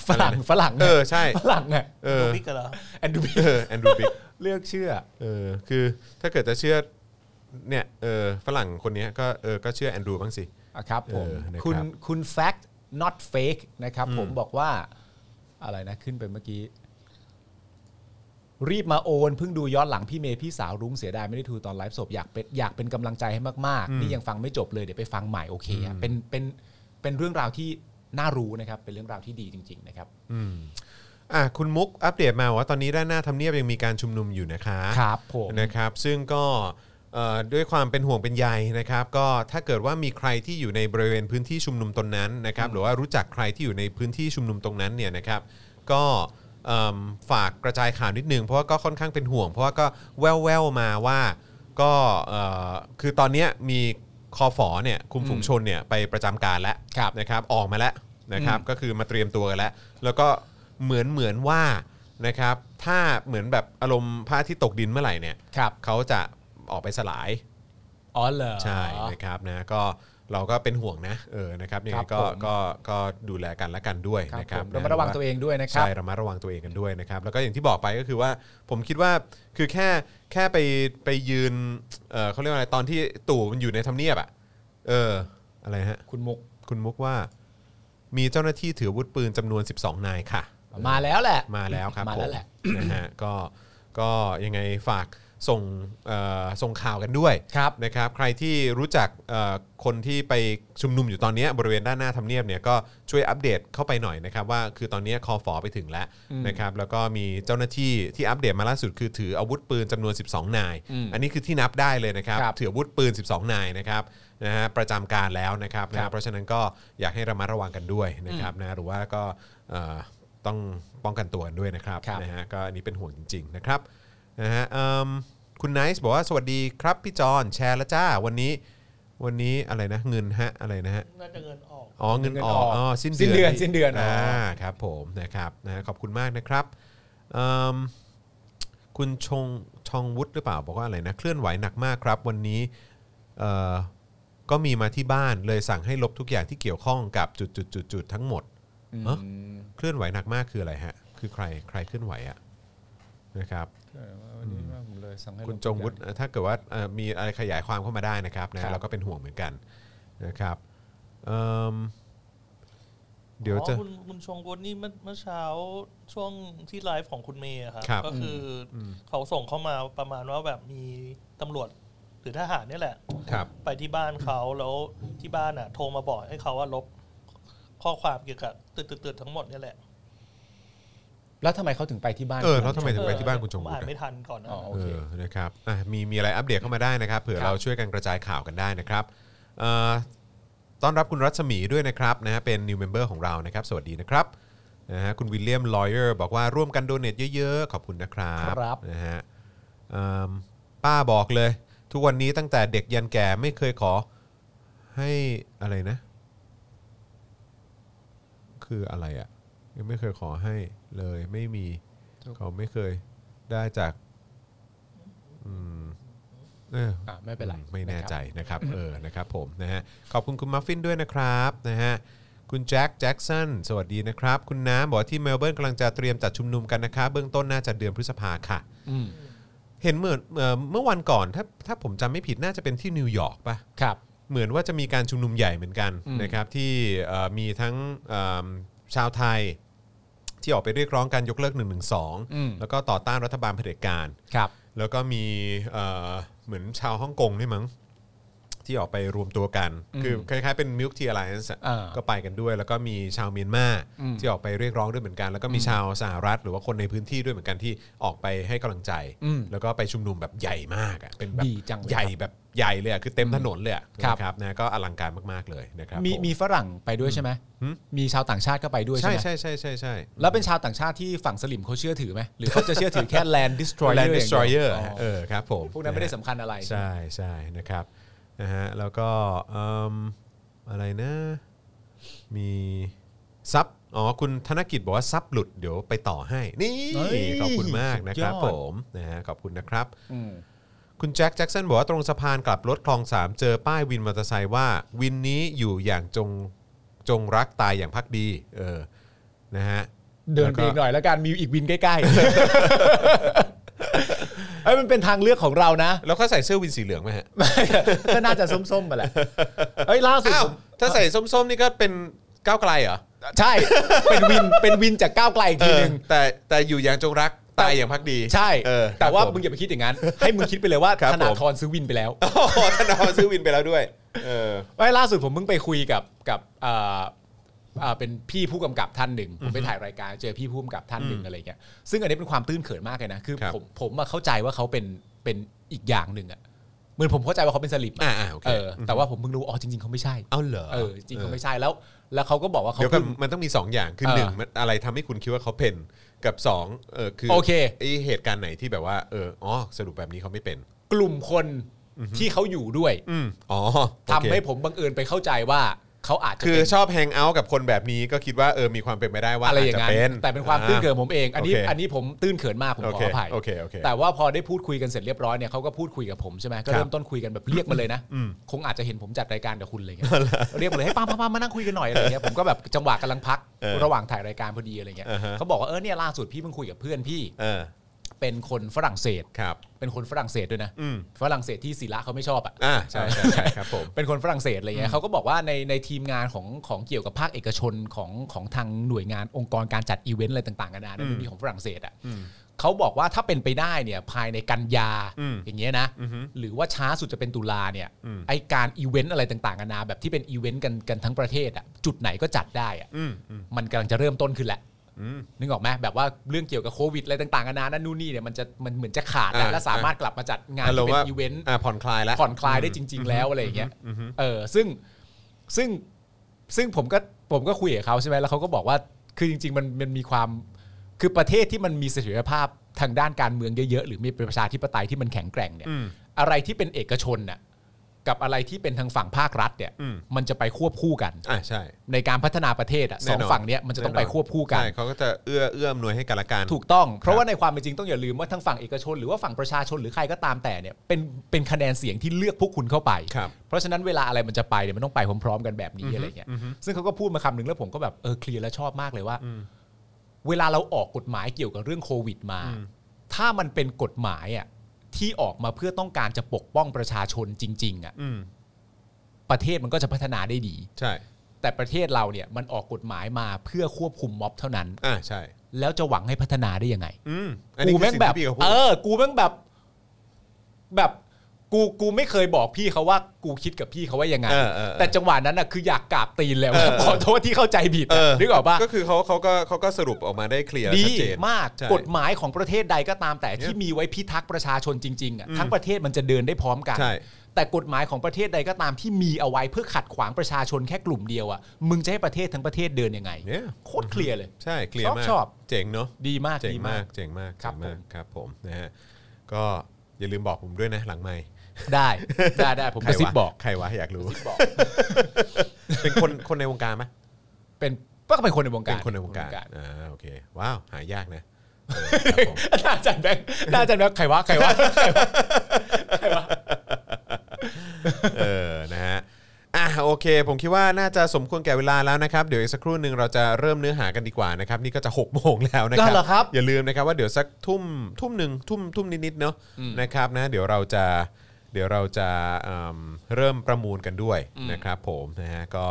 S3: ฝรั่ง ฝรั่ง
S2: เอ
S3: ไง
S2: อใช่
S3: ฝรั่งไง
S2: เอ
S4: ดู
S2: อ
S4: พิกกันเหรอ
S3: แอนดรู
S2: เออแอนดรูบิก
S3: เลือกเชื่อ
S2: เออคือถ้าเกิดจะเชื่อเนี่ยเออฝรั่งคนเนี้ยก็เออก็เชื่อแอนดรูบ้างสิ
S3: อ่ะครับผม
S2: เออนะครับ
S3: คุณ คุณ fact not fake นะครับ ผมบอกว่า อะไรนะ ขึ้นไปเมื่อกี้ รีบมาโอนเพิ่งดูย้อนหลังพี่เมย์พี่สาวรุ้งเสียดายไม่ได้ดูตอนไลฟ์สดอยากเป็นอยากเป็นกำลังใจให้มากๆ นี่ยังฟังไม่จบเลยเดี๋ยวไปฟังใหม่โอเคอะเป็นเป็นเป็นเรื่องราวที่น่ารู้นะครับ เป็นเรื่องราวที่ดีจริง ๆ นะครับ
S2: อืมอ่ะคุณมุกอัปเดตมาว่าตอนนี้ด้านหน้าทำเนียบยังมีการชุมนุมอยู่นะคะ
S3: ครับผม
S2: นะครับซึ่งก็เอ่อด้วยความเป็นห่วงเป็นใยนะครับ ก็ถ้าเกิดว่ามีใครที่อยู่ในบริเวณพื้นที่ชุมนุมตนนั้นนะครับ หรือว่ารู้จักใครที่อยู่ในพื้นที่ชุมนุมตรงนั้นเนี่ยนะครับ ก็เอิ่มฝากกระจายข่าวนิดนึงเพราะว่าก็ค่อนข้างเป็นห่วง เพราะว่าก็แว่วๆมาว่าก็เอ่อคือตอนเนี้ยมีคอฝอเนี่ยคุมฝูงชนเนี่ยไปประจำการแล้ว
S3: ครับ
S2: นะครับออกมาแล้วนะครับ ก็คือมาเตรียมตัวกันแล้ว แล้วก็เหมือนเหมือนว่า นะครับ ถ้าเหมือนแบบอารมณ์พระอาที่ตกดินเมื่อไหร่เนี่ย
S3: ครับ
S2: เขาจะออกไปสลาย
S3: อ๋อเหรอ
S2: ใช่นะครับนะก็เราก็เป็นห่วงนะเออนะครับยัง
S3: ค
S2: ไง
S3: รับ
S2: ก็
S3: ผม
S2: ก็ก็ดูแลกันและกันด้วย
S3: ครับ
S2: นะครั
S3: ผ
S2: บ
S3: มระมัดระวังตัวเองด้วยนะครับ
S2: ใช่ระมัดระวังตัวเองกันด้วยนะครับ แล้วก็อย่างที่บอกไปก็คือว่าผมคิดว่าคือแค่แค่ไปไปยืนเออเขาเรียกว่าอะไรตอนที่ตู่มันอยู่ในทำเนียบอ่ะเอออะไรฮะ
S3: คุณมุก
S2: คุณมุกว่า มีเจ้าหน้าที่ถืออาวุธปืนจำนวน 12 นายค่ะ
S3: มาแล้วแหละ
S2: มาแล้วครับ
S3: มาแล้ว
S2: ผ
S3: แหละ
S2: นะฮะก็ก็ยังไงฝากส่งเอ่อส่งข่าวกันด้วย
S3: ครับ
S2: นะครับ ใครที่รู้จักเอ่อคนที่ไปชุมนุมอยู่ตอนเนี้ยบริเวณด้านหน้าทำเนียบเนี่ยก็ช่วยอัปเดตเข้าไปหน่อยนะครับ ว่าคือตอนเนี้ยคอฟอไปถึงแล้วนะครับแล้วก็มีเจ้าหน้าที่ที่อัปเดตมาล่าสุดคือถืออาวุธปืนจำนวน 12 นาย
S3: อืม
S2: อันนี้คือที่นับได้เลยนะครับ
S3: ครับ
S2: ถืออาวุธปืน 12 นายนะครับนะฮะประจำการแล้วนะครับนะ
S3: ครั
S2: ฮะ
S3: บ
S2: เพราะฉะนั้นก็อยากให้ระมัดระวังกันด้วยนะครับนะหรือว่าก็เอ่อต้องป้องกันตัวกันด้วยนะครับ
S3: ครับ
S2: นะฮะก็อันนี้เป็นห่วงจริง ๆ นะครับนะฮะเอิ่มคุณไนซ์บอกว่าสวัสดีครับพี่จอนแชร์และจ้าวันนี้ วันนี้อะไรนะเงินฮะอะไรนะฮะ
S4: น่าจะเงินออก
S2: อ๋อเงินออกอ๋อสิ้น
S3: สิ้
S2: เดือน
S3: นเดือนสิ้นเดือนอ๋อ
S2: อ่า
S3: อ่
S2: ครับผมนะครับนะฮะขอบคุณมากนะครับเอิ่มคุณชงชองวุฒิหรือเปล่าบอกว่าอะไรนะเคลื่อนไหวหนักมากครับ วันนี้เอ่อก็มีมาที่บ้านเลยสั่งให้ลบทุกอย่างที่เกี่ยวข้องกับจุดๆๆๆทั้งหมด เอ้อ เคลื่อนไหวหนักมากคืออะไรฮะ คือใครใครเคลื่อนไหวอะนะครับ
S3: วันนี้ว่าผมเลยสั่งให้
S2: คุณจงวุฒิเอ่อถ้าเกิดว่าเอ่อมีอะไรขยายความเข้ามาได้นะครับ
S3: ครั
S2: นะ
S3: บ
S2: เราก็เป็นห่วงเหมือนกันนะครับเอิ่มเดี๋ยวจะ
S4: อ๋อคุณคุณชงวุฒินี่เมื่อเมื่อเช้าช่วงที่ไลฟ์ของคุณเมย์อะครับ
S2: ครับ
S4: ก็คืออเขาส่งเข้ามาประมาณว่าแบบมีตำรวจหรือทหารเนี่ยแหละ
S2: ครับ
S4: ไปที่บ้านเขาแล้วที่บ้านอ่ะ โทรมาบอกให้เขาว่าลบข้อความเกี่ยวกับตืดตืดๆๆทั้งหมดเนี่ยแหละ
S3: แล้วทำไมเขาถึงไปที่บ้าน
S2: เออแล้วทำไม ถึงปที่บ้านคุณชงวุฒิ
S4: อ่านไม่ทันก่อนนะ
S3: อ๋อ โเค
S2: เออนะครับอ่ะมีมีอะไรอัปเดตเข้ามาได้นะครับ เผื่อ
S3: ครับ
S2: เราช่วยกันกระจายข่าวกันได้นะครับเอ่อต้อนรับคุณรัศมีด้วยนะครับนะฮะเป็น new member ของเรานะครับ สวัสดีนะครับนะฮะคุณวิลเลียมลอยเออร์บอกว่าร่วมกันโดเนทเยอะๆ ขอบคุณนะครับ
S3: ครับ
S2: นะฮะเอิ่มป้าบอกเลย ทุกวันนี้ตั้งแต่เด็กยันแก่ไม่เคยขอให้อะไรนะ คืออะไรอะ่ะยังไม่เคยขอให้เลยไม่มีเขาไม่เคยได้จากอืมเออ
S3: อ่ะไม่เป็นไร
S2: อืมไม่แน่
S3: ะครับ
S2: ใจนะครับ เออนะครับผมนะฮะขอบคุณคุณมัฟฟินด้วยนะครับนะฮะคุณแจ็คแจ็คสันสวัสดีนะครับ คุณน้ำบอกว่าที่เมลเบิร์นกำลังจะเตรียมจัดชุมนุมกันนะคะเบื้องต้นน่าจะเดือนพฤษภาค่ะ
S3: อืม
S2: เห็นเหมือนเอ่อเมื่อวันก่อนถ้าถ้าผมจำไม่ผิดน่าจะเป็นที่นิวยอร์กป่ะ
S3: ครับ
S2: เหมือนว่าจะมีการชุมนุมใหญ่เหมือนกัน
S3: อืม
S2: นะครับที่เอ่อมีทั้งเอิ่มชาวไทย ที่ออกไปเรียกร้องการยกเลิก1นึ
S3: อืม
S2: แล้วก็ต่อต้านรัฐบาลเผด็จการ
S3: ครับ
S2: แล้วก็มีเอ่อเหมือนชาวฮ่องกงด้วยมั้งที่ออกไปรวมตัวกัน
S3: อืม
S2: คือคล้ายๆเป็นมิลค์ที a l ไ i น์
S3: อ่า
S2: ก็ไปกันด้วย แล้วก็มีชาวเมียนมา
S3: อืม
S2: ที่ออกไปเรียกร้องด้วยเหมือนกัน แล้วก็มีชาวสหรัฐ หรือว่าคนในพื้นที่ด้วยเหมือนกันที่ออกไปให้กำลังใจ
S3: อืม
S2: แล้วก็ไปชุมนุมแบบใหญ่มากอะเป็นแบบ
S3: ดีจังเลย
S2: ใหญ่แบบใหญ่เลยอะคือเต็มถนนเลยอะ
S3: ครับ
S2: นะครับนะก็อลังการมากๆเลยนะครับ
S3: มี
S2: ผ
S3: มีฝรั่งไปด้วยใช่ไหม
S2: หืม
S3: มีชาวต่างชาติก็ไปด้วยใช่
S2: ใช่
S3: ไหม
S2: ใช่ใช่ใช่ใช่
S3: แล้วเป็นชาวต่างชาติที่ฝั่งสลิมเขาเชื่อถือไหมหรือเขาจะเชื่อถือแค่ land destroyer
S2: Land
S3: อย่างเดียว
S2: Destroyer
S3: อ๋อ
S2: เออครับผม
S3: พวกนั้นไม่ได้
S2: ะฮะ
S3: สำคัญอะไร
S2: ใช่ใช่นะครับนะฮะแล้วก็เอิ่มอะไรนะมีซับอ๋อคุณธนกิจบอกว่าซับหลุดเดี๋ยวไปต่อให้นี่
S3: เฮ้ย
S2: ขอบคุณมากนะครับ
S3: สุดยอด
S2: ผมนะฮะขอบคุณนะครับ
S3: อืม
S2: คุณแจ็คแจ็คสันบอกว่าตรงสะพานกลับรถคลองสามเจอป้ายวินมอเตอร์ไซค์ว่า วินนี้อยู่อย่างจงจงรักตายอย่างพักดีเออนะฮะ
S3: เดินไปอีกหน่อยแล้วกันมีอีกวินใกล้ๆ ไอ้ยมันเป็นทางเลือกของเรานะ
S2: แล้วเขาใส่เสื้อวินสีเหลืองไหมฮะ
S3: ก็น่าจะส้มๆมาแหละเอ้ยล่าสุด
S2: อ้าว
S3: ผม
S2: ถ้าใส่ส้มๆนี่ก็เป็นก้าวไกลเหรอ
S3: ใช่ เป็นวินเป็นวินจากก้าวไกลอีกทีนึง
S2: เออแต่แต่อยู่อย่างจงรักตายอย่างพักดี
S3: ใช่
S2: เออ
S3: แต่ว่า
S2: ครับผ
S3: มึงอย่าไปคิดอย่างนั้น ให้มึงคิดไปเลยว่า
S2: ครับ
S3: ธนา
S2: ผม
S3: ธรซื้อวินไปแล้ว
S2: โอ้โหธนาธรซื้อวินไปแล้วด้วย เออ
S3: ไอ้ยล่าสุดผมเพิ่งไปคุยกับกับเอ่อเอ่อเป็นพี่ผู้กำกับท่านหนึ่งผมไปถ่ายรายการเจอพี่ผู้กำกับท่านหนึ่งอะไรเงี้ยซึ่งอันนี้เป็นความตื้นเขินมากเลยนะคือ
S2: ครับ
S3: ผมผมมาเข้าใจว่าเขาเป็นเป็นอีกอย่างหนึ่งอะเหมือนผมเข้าใจว่าเขาเป็นสลิปอะ
S2: อ่าอ่าโอเค
S3: เออแต่ว่าผมเพิ่งรู้อ๋อจริงๆเขาไม่ใช่
S2: เอาเหรอ
S3: เออจริงๆเขาไม่ใช่แล้ว แล้วเขาก็บอกว่าเขา
S2: เดี๋ยวกัน
S3: เพิ่ง
S2: มันต้องมี 2 อย่างคือ
S3: เออ
S2: หนึ่งมันอะไรทำให้คุณคิดว่าเขาเป็นกับ2เออคือ
S3: โอเค
S2: ไอเหตุการณ์ไหนที่แบบว่าเอออ๋อสรุปแบบนี้เขาไม่เป็น
S3: กลุ่มคนที่เขาอยู่ด้วย
S2: อืมอ๋อ
S3: ทำ
S2: โอเค
S3: ให้ผมบังเอิญไปเข้าใจว่า เขาอาจจะ
S2: คือ
S3: เป็น
S2: ชอบแฮงเอาท์กับคนแบบนี้ก็คิดว่าเออมีความเป็นไปได้ว่า
S3: อะไรอย่าง
S2: จ
S3: นั้
S2: จะ
S3: นแต่เป็นความตื้นเขินผมเอง อันนี้
S2: โอเค
S3: อันนี้ผมตื้นเขินมากผม
S2: โอ
S3: ขอ
S2: เค
S3: อภัย
S2: โอเคโอเค
S3: แต่ว่าพอได้พูดคุยกันเสร็จเรียบร้อยเนี่ยเขาก็พูดคุยกับผมใช่ไหมก็เริ่มต้นคุยกันแบบเรียกมาเลยนะคงอาจจะเห็นผมจัดรายการกับคุณอะไรเงี้ยเรียกมาเลยให้ป้าป้าป้ามานั่งคุยกันหน่อยอะไรเงี้ยผมก็แบบจังหวะกำลังพัก
S2: เออ
S3: ระหว่างถ่ายรายการพอดีอะไรเงี้ย
S2: อ่าฮะ
S3: เขาบอกว่าเออเนี่ยล่าสุดพี่เพิ่งคุยกับเพื่อนพี่
S2: เออ
S3: เป็นคนฝรั่งเศส
S2: ครับ
S3: เป็นคนฝรั่งเศสด้วยนะ
S2: อืม
S3: ฝรั่งเศสที่ศิละเขาไม่ชอบอ่ะ
S2: อ่าใช่ใช่ใช่ครับผม
S3: เป็นคนฝรั่งเศสอะไรเงี้ยเขาก็บอกว่าในในทีมงานของของเกี่ยวกับภาคเอกชนของของทางหน่วยงานองค์กรการจัดอีเวนต์อะไรต่างๆกันานาในพื้นที่ของฝรั่งเศสอ่ะเขาบอกว่าถ้าเป็นไปได้เนี่ยภายในกันยา
S2: อืม
S3: อย่างเงี้ยนะหรือว่าช้าสุดจะเป็นตุลาเนี่ย
S2: อืม
S3: ไอการอีเวนต์อะไรต่างๆกันานาแบบที่เป็นอีเวนต์กันกันทั้งประเทศอ่ะจุดไหนก็จัดได้อ่ะ
S2: อืมอืม
S3: มันกำลังจะเริ่มต้นขึ้นแหละ
S2: อืม
S3: นึกออกไหมแบบว่าเรื่องเกี่ยวกับโควิดอะไรต่างๆกันานานั่นนู่นนี่เนี่ยมันจะมันเหมือนจะขาดแล้ว
S2: อ่า
S3: และสามารถกลับมาจัดงาน
S2: อารมณ์
S3: ที่เป็
S2: ว่าน
S3: อีเวนต์
S2: อ่าผ่อนคลายแล้ว
S3: ผ่อนคลายได้จริง ๆ แล้วอะไรอย่างเงี้ย
S2: อือฮึ
S3: เออ ซึ่ง ซึ่ง ซึ่งผมก็ ผมก็คุยกับเขาใช่ไหมแล้วเขาก็บอกว่า คือจริง ๆ มัน มันมีความ คือประเทศที่มันมีเสถียรภาพทางด้านการเมืองเยอะ ๆ หรือมีประชาธิปไตยที่มันแข็งแกร่งเนี่ย
S2: อืม
S3: อะไรที่เป็นเอกชนน่ะ กับอะไรที่เป็นทางฝั่งภาครัฐเนี่ย
S2: อืม
S3: มันจะไปควบคู่กัน
S2: อ่าใช่
S3: ในการพัฒนาประเทศอะสอง
S2: แน่นอน
S3: ฝั่งเนี้ยมันจะต้องไปควบคู่กัน
S2: ใช่เขาก็จะเอื้อเอื้อมหน่วยให้กันละกัน
S3: ถูกต้อง เพราะว่าในความเป็นจริงต้องอย่าลืมว่าทั้งฝั่งเอกชน หรือว่าฝั่งประชาชนหรือใครก็ตามแต่เนี่ยเป็นเป็นคะแนนเสียงที่เลือกพวกคุณเข้าไป
S2: ครับ
S3: เพราะฉะนั้นเวลาอะไรมันจะไปเนี่ยมันต้องไปพร้อมๆกันแบบนี้อะไรเงี้ย
S2: อือฮึ
S3: ซึ่งเขาก็พูดมาคำหนึ่งแล้วผมก็แบบเออเคลียร์และชอบมากเลยว่า เวลาเราออกกฎหมายเกี่ยวกับเรื่องโควิดมา ถ้ามันเป็นกฎหมายอ่ะที่ออกมาเพื่อต้องการจะปกป้องประชาชนจริงๆอ่ะ
S2: อืม
S3: ประเทศมันก็จะพัฒนาได้ดี
S2: ใช่
S3: แต่ประเทศเราเนี่ยมันออกกฎหมายมาเพื่อควบคุมม็อบเท่านั้น
S2: อ่าใช่
S3: แล้วจะหวังให้พัฒนาได้ยังไง
S2: อืมอัน
S3: กู
S2: นี้คือ
S3: แม่ง
S2: สิ่ง
S3: แบบ
S2: ที่พี่เขาพู
S3: เอ
S2: ด
S3: อ กูแม่งแบบ แบบกูกูไม่เคยบอกพี่เขาว่า กูคิดกับพี่เขาว่ายังไง
S2: เออเออเออ
S3: แต่จังหวะนั้นน่ะคืออยากกราบตีนแล้ว
S2: เออเออ
S3: ขอโทษที่เข้าใจผิด
S2: เออ
S3: นึกออกปะ
S2: ก็คือเขาเขาก็เขาก็สรุปออกมาได้เคลียร์
S3: ดี
S2: ชัดเจน
S3: มาก
S2: ใช่
S3: กฎหมายของประเทศใดก็ตามแต่
S2: เนี่ย
S3: ที่มีไว้พิทักษ์ประชาชนจริงๆอ่ะ
S2: อืม
S3: ทั้งประเทศมันจะเดินได้พร้อมกัน
S2: ใช่
S3: แต่กฎหมายของประเทศใดก็ตามที่มีเอาไว้เพื่อขัดขวางประชาชนแค่กลุ่มเดียวอ่ะมึงจะให้ประเทศทั้งประเทศเดินยังไง
S2: เนี่ย
S3: โคตรเคลียร์เลย
S2: ใช่เคลียร์มาก
S3: ชอบ
S2: เจ๋งเนาะ
S3: ดีมาก
S2: เจ๋ง
S3: ดี
S2: มาม
S3: าก ก
S2: เจ๋งมาก
S3: ครับ
S2: เจ๋งมากครับผมนะฮะก็อย่าลืมบอกผมด้วยนะหลังไม่
S3: ได้ได้ได้ผมกระซิบบอก
S2: ใครวะอยากรู้ เป็นคนคนในวงการไหม
S3: เป็นก็เป็นคนในวงการ
S2: เป็นคนในวงการอ่าโอเคว้าวหายากนะเออครับผม
S3: อาจารย์แบงค์อาจารย์แบงค์ใครวะใครวะใครวะใครวะ
S2: เออนะฮะอ่ะโอเค ผมคิดว่าน่าจะสมควรแก่เวลาแล้วนะครับ เดี๋ยวอีกสักครู่หนึ่งเราจะเริ่มเนื้อหากันดีกว่านะครับนี่ก็จะ6กโมงแล้วนะครั
S3: ก็เหรอครับ
S2: อย่าลืมนะครับว่าเดี๋ยวสักทุ่มทุ่มหนึ่งทุ่มทุ่มนิดๆเนาะนะครับนะเดี๋ยวเราจะเดี๋ยวเราจะเอิ่มเริ่มประมูลกันด้วยนะครับผมนะฮะก็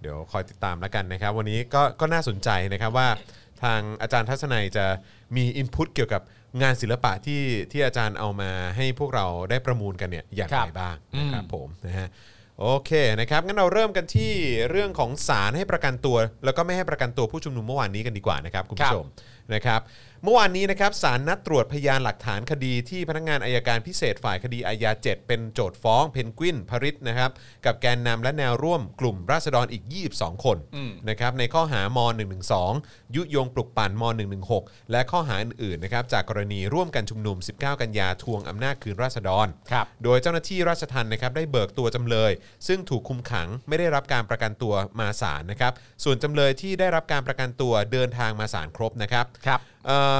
S2: เดี๋ยวคอยติดตามแล้วกันนะครับ วันนี้ก็ก็น่าสนใจนะครับว่าทางอาจารย์ทัศนัยจะมีอินพุตเกี่ยวกับงานศิลปะที่ที่อาจารย์เอามาให้พวกเราได้ประมูลกันเนี่ยอย่าง
S3: ครั
S2: ไร
S3: บ
S2: บ้างนะครับ ครับผมนะฮะโอเคนะครับงั้นเราเริ่มกันที่เรื่องของศาลให้ประกันตัว แล้วก็ไม่ให้ประกันตัวผู้ชุมนุมเมื่อวานนี้กันดีกว่านะครับคุณผู้ชมนะครับเมื่อวานนี้นะครับศาลนัดตรวจพยานหลักฐานคดีที่พนักงานอายการพิเศษฝ่ายคดีอาญา7เป็นโจทย์ฟ้องเพนกวินพริตนะครับกับแกนนำและแนวร่วมกลุ่มราษฎรอีก 22 คนนะครับในข้อหาม112 ยุยงปลุกปั่นม116 และข้อหาอื่นๆนะครับจากกรณีร่วมกันชุมนุม 19 กันยาทวงอำนาจคืนราษฎร
S3: ครับ
S2: โดยเจ้าหน้าที่ราชทัณฑ์นะครับได้เบิกตัวจำเลย ซึ่งถูกคุมขังไม่ได้รับการประกันตัวมาศาลนะครับ ส่วนจำเลยที่ได้รับการประกันตัวเดินทางมาศาลครบนะครับ
S3: ครับ
S2: เอ่อ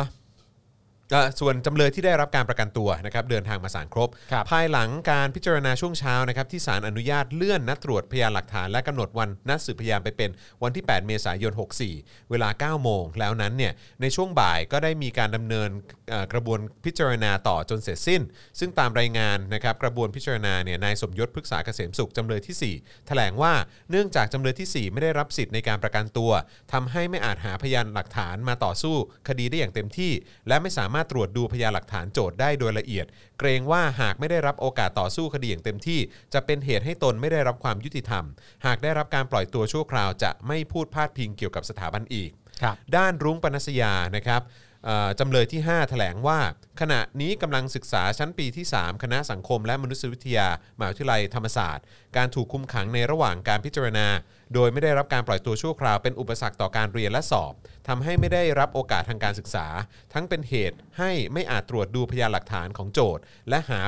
S2: เอ่อส่วนจำเลยที่ได้รับการประกันตัวนะครับเดินทางมาศาลครบ
S3: ครับ
S2: ภายหลังการพิจารณาช่วงเช้านะครับที่ศาลอนุญาตเลื่อนนัดตรวจพยานหลักฐานและกำหนดวันนัดสืบพยานไปเป็นวันที่ 8 เมษายน 64 เวลา 9 โมง แล้วนั้นเนี่ยในช่วงบ่ายก็ได้มีการดำเนินเอ่อกระบวนพิจารณาต่อจนเสร็จสิ้น ซึ่งตามรายงานนะครับกระบวนพิจารณาเนี่ยนายสมยศพฤกษาเกษมสุขจำเลยที่ 4 แถลงว่าเนื่องจากจำเลยที่ 4 ไม่ได้รับสิทธิ์ในการประกันตัวทำให้ไม่อาจหาพยานหลักฐานมาต่อสู้คดีได้อย่างเต็มที่ และไม่สามารถตรวจดูพยานหลักฐานโจทย์ได้โดยละเอียด เกรงว่าหากไม่ได้รับโอกาสต่อสู้คดีอย่างเต็มที่ จะเป็นเหตุให้ตนไม่ได้รับความยุติธรรม หากได้รับการปล่อยตัวชั่วคราวจะไม่พูดพาดพิงเกี่ยวกับสถาบันอีก
S3: ครับ
S2: ด้านรุ้งปนัสยานะครับเอ่อจำเลยที่ 5 แถลงว่า ขณะนี้กำลังศึกษาชั้นปีที่ 3 คณะสังคมและมนุษยวิทยามหาวิทยาลัยธรรมศาสตร์ การถูกคุมขังในระหว่างการพิจารณา โดยไม่ได้รับการปล่อยตัวชั่วคราวเป็นอุปสรรคต่อการเรียนและสอบทำให้ไม่ได้รับโอกาสทางการศึกษา ทั้งเป็นเหตุให้ไม่อาจตรวจดูพยานหลักฐานของโจทย์ และหา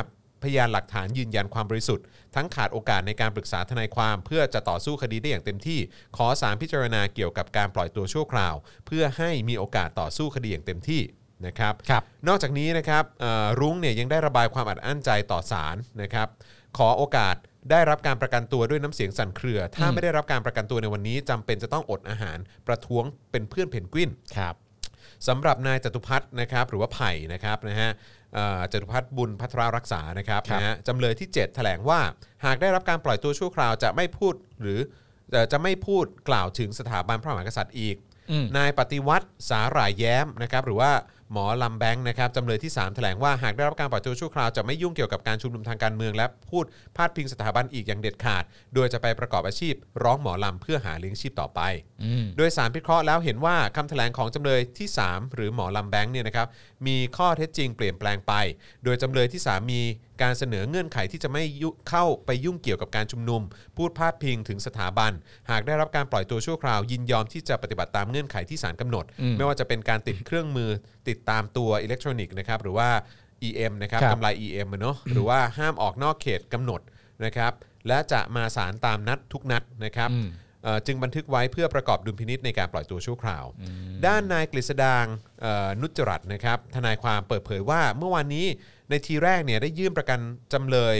S2: พยานหลักฐานยืนยันความบริสุทธิ์ ทั้งขาดโอกาสในการปรึกษาทนายความ เพื่อจะต่อสู้คดีได้อย่างเต็มที่ ขอสารพิจารณาเกี่ยวกับการปล่อยตัวชั่วคราว เพื่อให้มีโอกาสต่อสู้คดีอย่างเต็มที่นะครับ
S3: ครับ
S2: นอกจากนี้นะครับเอ่อรุ้งเนี่ยยังได้ระบายความอัดอั้นใจต่อศาลนะครับ ขอโอกาสได้รับการประกันตัวด้วยน้ำเสียงสั่นเครือ ถ้าไม่ได้รับการประกันตัวในวันนี้จำเป็นจะต้องอดอาหาร ประท้วงเป็นเพื่อนเพนกวิน
S3: ครับ
S2: สำหรับนายจตุพัฒน์นะครับหรือว่าไผ่นะครับนะฮะเอ่อจตุพัฒน์บุญพัทรารักษานะครับ
S3: ครับ
S2: นะฮะจำเลยที่ 7 แถลงว่า หากได้รับการปล่อยตัวชั่วคราวจะไม่พูดหรือเอ่อจะไม่พูดกล่าวถึงสถาบันพระมหากษัตริย์อีก
S3: อืม
S2: นายปฏิวัติสาหร่ายแย้มนะครับหรือว่าหมอลำแบงค์นะครับจำเลยที่ 3 แถลงว่าหากได้รับการปล่อยตัวชั่วคราวจะไม่ยุ่งเกี่ยวกับการชุมนุมทางการเมือง และพูดพาดพิงสถาบันอีกอย่างเด็ดขาด โดยจะไปประกอบอาชีพ ร้องหมอลำเพื่อหาเลี้ยงชีพต่อไป
S3: อืม
S2: โดยสารพิเคราะห์แล้วเห็นว่าคำแถลงของจำเลยที่ 3 หรือหมอลำแบงค์เนี่ยนะครับมีข้อเท็จจริงเปลี่ยนแปลงไป โดยจำเลยที่ 3 มีการเสนอเงื่อนไขที่จะไม่ยุเข้าไปยุ่งเกี่ยวกับการชุมนุม พูดพาดพิงถึงสถาบัน หากได้รับการปล่อยตัวชั่วคราว ยินยอมที่จะปฏิบัติตามเงื่อนไขที่ศาลกำหนด
S3: อืม
S2: ไม่ว่าจะเป็นการติดเครื่องมือติดตามตัวอิเล็กทรอนิกส์นะครับหรือว่า EM นะครับ
S3: ครับ
S2: กำไร EM อะเนาะหรือว่าห้ามออกนอกเขตกำหนดนะครับและจะมาศาลตามนัดทุกนัดนะครับ
S3: อืม
S2: เอ่อจึงบันทึกไว้เพื่อประกอบดุลพินิษในการปล่อยตัวชั่วคราว ด้านนายกฤษดางเอ่อนุจจรัตน์นะครับทนายความเปิดเผยว่าเมื่อวานนี้ในทีแรกเนี่ยได้ยื่นประกันจำเลย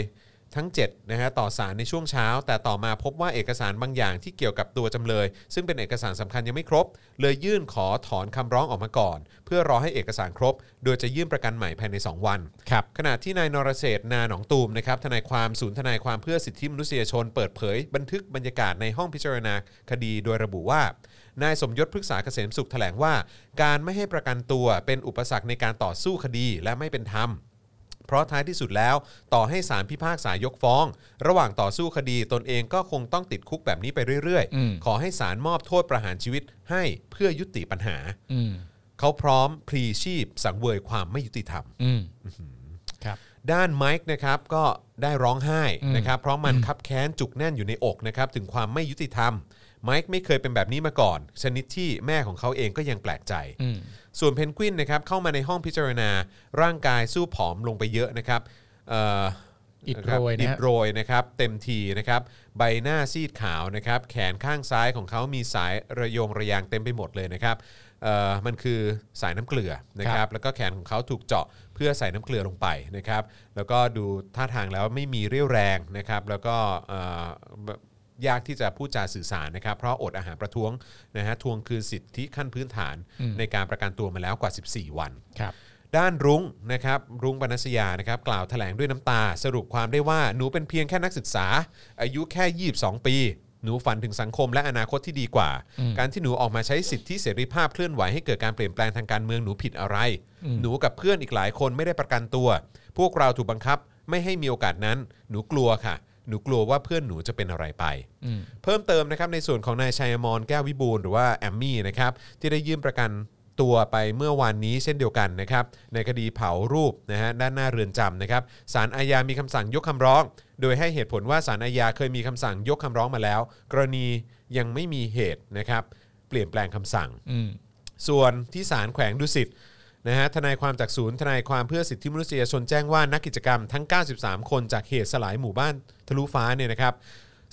S2: ทั้ง7นะฮะต่อศาลในช่วงเช้า แต่ต่อมาพบว่าเอกสารบางอย่างที่เกี่ยวกับตัวจำเลย ซึ่งเป็นเอกสารสำคัญยังไม่ครบ เลยยื่นขอถอนคำร้องออกมาก่อน เพื่อรอให้เอกสารครบ โดยจะยื่นประกันใหม่ภายใน 2 วัน
S3: ครับ
S2: ขณะที่นายนรเศรษฐ์นาหนองตูมนะครับทนายความศูนย์ทนายความเพื่อสิทธิมนุษยชน เปิดเผย บันทึกบรรยากาศในห้องพิจารณาคดีโดยระบุว่า นายสมยศพฤกษาเกษมสุขแถลงว่า การไม่ให้ประกันตัวเป็นอุปสรรคในการต่อสู้คดีและไม่เป็นธรรม เพราะท้ายที่สุดแล้ว ต่อให้ศาลพิพากษายกฟ้อง ระหว่างต่อสู้คดีตนเองก็คงต้องติดคุกแบบนี้ไปเรื่อย
S3: อืม
S2: ขอให้ศาลมอบโทษประหารชีวิตให้เพื่อยุติปัญหา
S3: อืม
S2: เขาพร้อมพลีชีพ สังเวยความไม่ยุติธรรม
S3: อืมครับ
S2: ด้านไมค์นะครับก็ได้ร้องไห้
S3: อืม
S2: นะครับเพราะมันคับแค้นจุกแน่นอยู่ในอกนะครับถึงความไม่ยุติธรรมไมค์ไม่เคยเป็นแบบนี้มาก่อน ชนิดที่แม่ของเขาเองก็ยังแปลกใจ
S3: อืม
S2: ส่วนเพนกวินนะครับเข้ามาในห้องพิจารณา ร่างกายสู้ผอมลงไปเยอะนะครับเอ่อ
S3: อิดโรยนะ
S2: อิ
S3: ฮะ
S2: ดโรยนะครับเต็มทีนะครับใบหน้าซีดขาวนะครับแขนข้างซ้ายของเขามีสายระโยงระยางเต็มไปหมดเลยนะครับเอ่อมันคือสายน้ำเกลือนะค
S3: ครั
S2: รับบ แล้วก็แขนของเขาถูกเจาะเพื่อใส่น้ำเกลือลงไปนะครับแล้วก็ดูท่าทางแล้วไม่มีเรี่ยวแรงนะครับแล้วก็เอ่อยากที่จะพูดจาสื่อสารนะครับ เพราะอดอาหารประท้วงนะฮะทวงคืนสิทธิขั้นพื้นฐาน ในการประกันตัวมาแล้วกว่า 14 วัน
S3: ครับ
S2: ด้านรุ้งนะครับรุ้งปนัสยานะครับกล่าวแถลงด้วยน้ำตา สรุปความได้ว่าหนูเป็นเพียงแค่นักศึกษา อายุแค่ 22 ปี หนูฝันถึงสังคมและอนาคตที่ดีกว่า การที่หนูออกมาใช้สิทธิเสรีภาพเคลื่อนไหวให้เกิดการเปลี่ยนแปลงทางการเมืองหนูผิดอะไร หนูกับเพื่อนอีกหลายคนไม่ได้ประกันตัว พวกเราถูกบังคับ ไม่ให้มีโอกาสนั้น หนูกลัวค่ะ หนูกลัวว่าเพื่อนหนูจะเป็นอะไรไป
S3: อืม
S2: เพิ่มเติมนะครับในส่วนของนายชัยมรแก้ววิบูลย์หรือว่าแอมมี่นะครับที่ได้ยื่นประกันตัวไปเมื่อวานนี้เช่นเดียวกันนะครับในคดีเผารูปนะฮะด้านหน้าเรือนจำนะครับศาลอาญามีคำสั่งยกคำร้อง โดยให้เหตุผลว่าศาลอาญาเคยมีคำสั่งยกคำร้องมาแล้ว กรณียังไม่มีเหตุนะครับเปลี่ยนแปลงคำสั่ง
S3: อืม
S2: ส่วนที่ศาลแขวงดุสิตนะฮะทนายความจากศูนย์ทนายความเพื่อสิทธิมนุษยชนแจ้งว่านักกิจกรรมทั้ง 93 คนจากเหตุสลายหมู่บ้านทะลุฟ้าเนี่ยนะครับ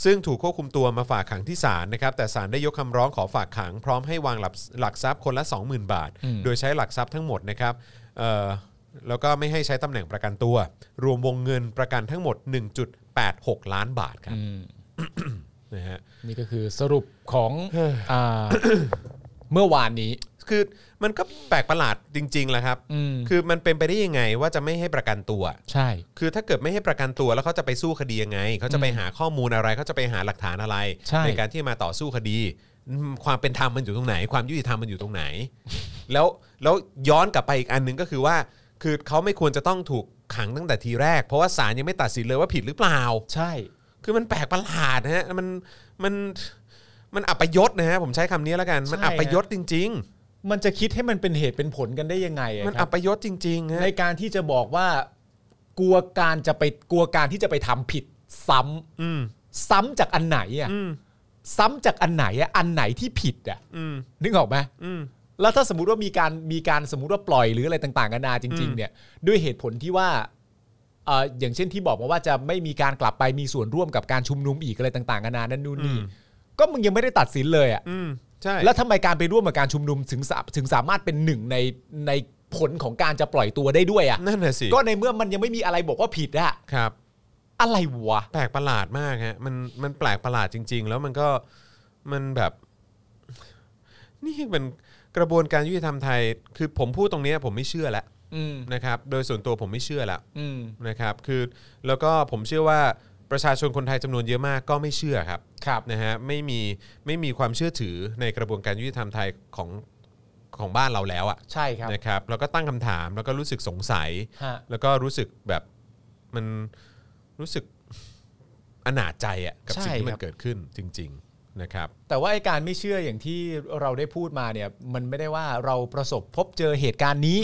S2: ซึ่งถูกควบคุมตัวมาฝากขังที่ศาลนะครับ แต่ศาลได้ยกคำร้องขอฝากขัง พร้อมให้วางหลักหลักทรัพย์คนละ 20,000 บาท
S3: อืม
S2: โดยใช้หลักทรัพย์ทั้งหมดนะครับเอ่อแล้วก็ไม่ให้ใช้ตำแหน่งประกันตัว รวมวงเงินประกันทั้งหมด 1.86 ล้านบาทครับ
S3: อืม
S2: นะฮะ
S3: นี่ก็คือสรุปของอ่าเมื่อวานนี้
S2: คือมันก็แปลกประหลาดจริงๆแหละครับ
S3: อืม
S2: คือมันเป็นไปได้ยังไงว่าจะไม่ให้ประกันตัว
S3: ใช่
S2: คือถ้าเกิดไม่ให้ประกันตัวแล้วเขาจะไปสู้คดียังไง เขาจะไปหาข้อมูลอะไร เขาจะไปหาหลักฐานอะไร
S3: ใช่
S2: การที่มาต่อสู้คดีอืมความเป็นธรรมมันอยู่ตรงไหน ความยุติธรรมมันอยู่ตรงไหน แล้วแล้วย้อนกลับไปอีกอันหนึงก็คือว่า คือเขาไม่ควรจะต้องถูกขังตั้งแต่ทีแรก เพราะว่าศาลยังไม่ตัดสินเลยว่าผิดหรือเปล่า
S3: ใช่
S2: คือมันแปลกประหลาดนะฮะ มันมันมันอัปยศนะฮะผมใช้คำนี้แล้วกัน มัน
S3: ใช่
S2: อัปยศ
S3: ฮะ
S2: จริง
S3: มันจะคิดให้มันเป็นเหตุเป็นผลกันได้ยังไงอะ
S2: ๆ มัน
S3: ค
S2: อั
S3: รับ
S2: ปยศจริงๆฮะ
S3: ในการที่จะบอกว่ากลัวการจะไปกลัวการที่จะไปทำผิดซ้ำ
S2: อืม
S3: ซ้ำจากอันไหนอ่ะ
S2: อืม
S3: ซ้ำจากอันไหนอ่ะอันไหนที่ผิดอ่ะ
S2: อืม
S3: นึกออกไหม
S2: อืม
S3: แล้วถ้าสมมติว่ามีการมีการสมมติว่าปล่อยหรืออะไรต่างๆกันานาจริง
S2: อืม
S3: ๆ เนี่ย ด้วยเหตุผลที่ว่า เอ่ออย่างเช่นที่บอกมาว่าจะไม่มีการกลับไปมีส่วนร่วมกับการชุมนุมอีกอะไรต่างๆนานานั่นนู่นนี่
S2: อืม
S3: ก็มึงยังไม่ได้ตัดสินเลยอ่ะ
S2: อืมใช่
S3: แล้วทำไมการไปร่วมกับการชุมนุมถึงสาถึงสามารถเป็นหนึ่งในในผลของการจะปล่อยตัวได้ด้วยอ่ะ
S2: นั่นน่ะสิ
S3: ก็ในเมื่อมันยังไม่มีอะไรบอกว่าผิดอะ
S2: ครับ
S3: อะไรวะ
S2: แปลกประหลาดมากฮะมันมันแปลกประหลาดจริง ๆ แล้วมันก็มันแบบ นี่มันกระบวนการยุติธรรมไทย คือผมพูดตรงเนี้ยผมไม่เชื่อแล้ว
S3: อืม
S2: นะครับ โดยส่วนตัวผมไม่เชื่อแล้ว
S3: อืม
S2: นะครับ คือแล้วก็ผมเชื่อว่าประชาชนคนไทยจำนวนเยอะมากก็ไม่เชื่อครับ
S3: ครับ
S2: นะฮะไม่มีไม่มีความเชื่อถือในกระบวนการยุติธรรมไทยของของบ้านเราแล้วอะ
S3: ใช่ครับ
S2: นะครับ แล้วก็ตั้งคำถามแล้วก็รู้สึกสงสัย
S3: ฮะ
S2: แล้วก็รู้สึกแบบมันรู้สึก อนาจใจอะกับ
S3: ใช่
S2: สิ่งที่มั
S3: ครั
S2: น
S3: บ
S2: เกิดขึ้นจริง ๆนะครับ
S3: แต่ว่าไอการไม่เชื่ออย่างที่เราได้พูดมาเนี่ย มันไม่ได้ว่าเราประสบพบเจอเหตุการณ์นี้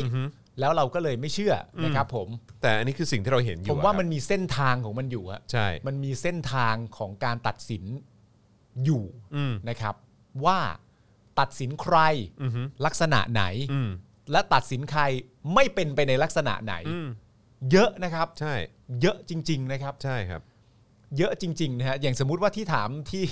S3: แล้วเราก็เลยไม่เชื่ออนะครับ ผม
S2: แต่อันนี้คือสิ่งที่เราเห็นอยู่
S3: ผมว่า
S2: อะครับ
S3: มันมีเส้นทางของมันอยู่อะ
S2: ใช่
S3: มันมีเส้นทางของการตัดสินอยู่
S2: อืม
S3: นะครับ ว่าตัดสินใคร
S2: อืม
S3: ลักษณะไหน
S2: อืม
S3: และตัดสินใครไม่เป็นไปในลักษณะไหน
S2: อืม
S3: เยอะนะครับ
S2: ใช่
S3: เยอะจริง ๆ นะครับ
S2: ใช่ครับ
S3: เยอะจริงๆนะฮะอย่างสมมุติว่าที่ถามที่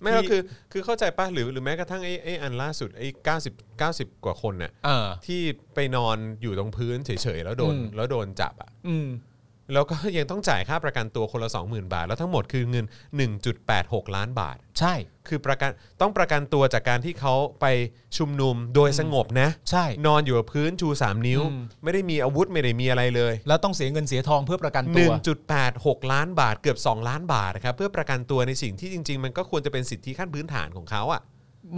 S2: ไม่
S3: ที่
S2: ก็คือคือเข้าใจป่ะหรือหรือแม้กระทั่งไอ้ไอ้อันล่าสุดไอ้เก้าสิบเก้าสิบกว่าคนน่ะ
S3: เออ
S2: ที่ไปนอนอยู่ตรงพื้นเฉยๆ แล้วโดน
S3: อืม
S2: แล้วโดนจับอ่ะ
S3: อืม
S2: แล้วก็ยังต้องจ่ายค่าประกันตัวคนละ 20,000 บาท แล้วทั้งหมดคือเงิน 1.86 ล้านบาท
S3: ใช่
S2: คือประกันต้องประกันตัวจากการที่เขาไปชุมนุมโดยสงบนะ
S3: ใช่
S2: นอนอยู่กับพื้นชู 3 นิ้ว
S3: อืม
S2: ไม่ได้มีอาวุธไม่ได้มีอะไรเลย
S3: แล้วต้องเสียเงินเสียทองเพื่อประกันตัว
S2: 1.86 ล้านบาทเกือบ 2 ล้านบาทนะครับเพื่อประกันตัวในสิ่งที่จริง ๆ มันก็ควรจะเป็นสิทธิขั้นพื้นฐานของเขาอ่ะ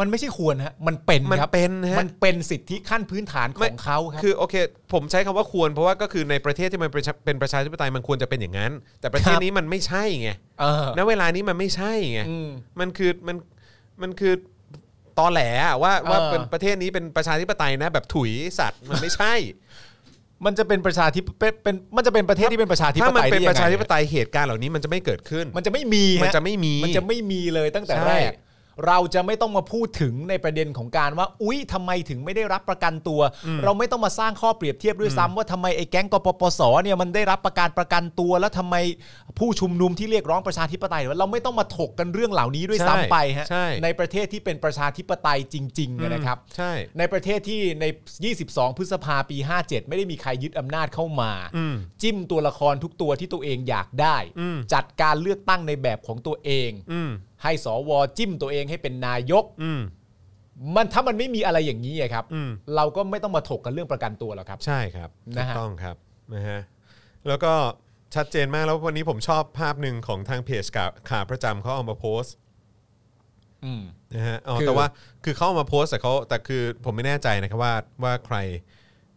S3: มันไม่ใช่ควรฮะมันเป็น
S2: มัน
S3: ครับ
S2: เป็นฮะ
S3: มันเป็นสิทธิขั้นพื้นฐานของเขาครับ
S2: คือโอเค ผมใช้คำว่าควรเพราะว่าก็คือในประเทศที่มันเป็นประชาเป็นประชาธิปไตยมันควรจะเป็นอย่างนั้น แต่ประเทศ
S3: ครับ
S2: นี้มันไม่ใช่ไง
S3: เออ
S2: ณเวลานี้มันไม่ใช่ไง
S3: อืม
S2: มันคือมันมันคือตอแหลอะว่าว่า
S3: เออ
S2: เป็นประเทศนี้เป็นประชาธิปไตยนะ แบบถุยสัตว์มันไม่ใช่
S3: มันจะเป็นประชาธิปเป็นเป็นมันจะเป็นประเทศที่เป็นประชาธิป
S2: ถ้า
S3: ไต
S2: มัน
S3: ย
S2: เป็น
S3: ได้
S2: ป
S3: ยังไง
S2: ระชาธิปไตยเหตุการณ์เหล่านี้มันจะไม่เกิดขึ้น
S3: มันจะไม่มีฮ
S2: มันจะไม่มี
S3: มันจะไม่มีเลยตั้งแต่
S2: ใช่
S3: แรก เราจะไม่ต้องมาพูดถึงในประเด็นของการว่า อุ๊ยทำไมถึงไม่ได้รับประกันตัว เราไม่ต้องมาสร้างข้อเปรียบเทียบด้วยซ้ำว่าทำไมไอ้แก๊งกปปสเนี่ยมันได้รับประกันประกันตัว แล้วทำไมผู้ชุมนุมที่เรียกร้องประชาธิปไตยเราไม่ต้องมาถกกันเรื่องเหล่านี้ด้วยซ้ำไปฮะ
S2: ใช่ใช่
S3: ประเทศที่เป็นประชาธิปไตยจริงๆเนี่ยนะครับ
S2: ใช่
S3: ในประเทศที่ใน 22 พฤษภาปี 57 ไม่ได้มีใครยึดอำนาจเข้ามา
S2: อืม
S3: จิ้มตัวละครทุกตัวที่ตัวเองอยากได้
S2: อืม
S3: จัดการเลือกตั้งในแบบของตัวเอง
S2: อืม
S3: ให้สวจิ้มตัวเองให้เป็นนายก
S2: อืม
S3: มันถ้ามันไม่มีอะไรอย่างนี้อะครับ
S2: อืม
S3: เราก็ไม่ต้องมาถกกันเรื่องประกันตัวหรอกครับ
S2: ใช่ครับถู
S3: นะ
S2: ก
S3: ฮะ
S2: ต้องครับนะฮะแล้วก็ชัดเจนมากแล้ววันนี้ผมชอบภาพหนึ่งของทางเพจข่าวข่าวประจำเขาเอามาโพสต์
S3: อืม
S2: นะฮะอ๋อ
S3: คือ
S2: แต่ว่าคือเข้ามาโพสต์แต่เขาแต่คือผมไม่แน่ใจนะครับว่าว่าใคร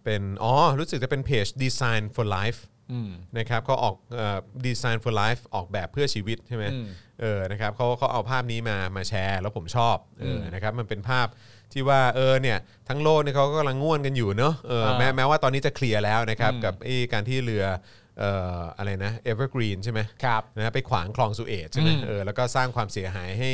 S2: เป็นอ๋อรู้สึกจะเป็นเพจ Design for Life
S3: อืม
S2: นะครับเขาออกเอ่อ Design for Life ออกแบบเพื่อชีวิตใช่ไหม
S3: อืม
S2: เออนะครับเขาเขาเอาภาพนี้มามาแชร์ แล้วผมชอบเอออ
S3: ม
S2: นะครับมันเป็นภาพที่ว่าเออเนี่ยทั้งโลกเนี่ยเขาก็กำลังง่วนกันอยู่เนอะเออแม้
S3: อ่า
S2: แม้ว่าตอนนี้จะเคลียร์แล้วนะครับ
S3: อืม
S2: กับไอ้การที่เรือเอ่ออะไรนะ Evergreen ใช่ไหม
S3: ครับ
S2: นะฮะไปขวางคลองสุเอตใช่ไหม
S3: อืม
S2: เออแล้วก็สร้างความเสียหายให้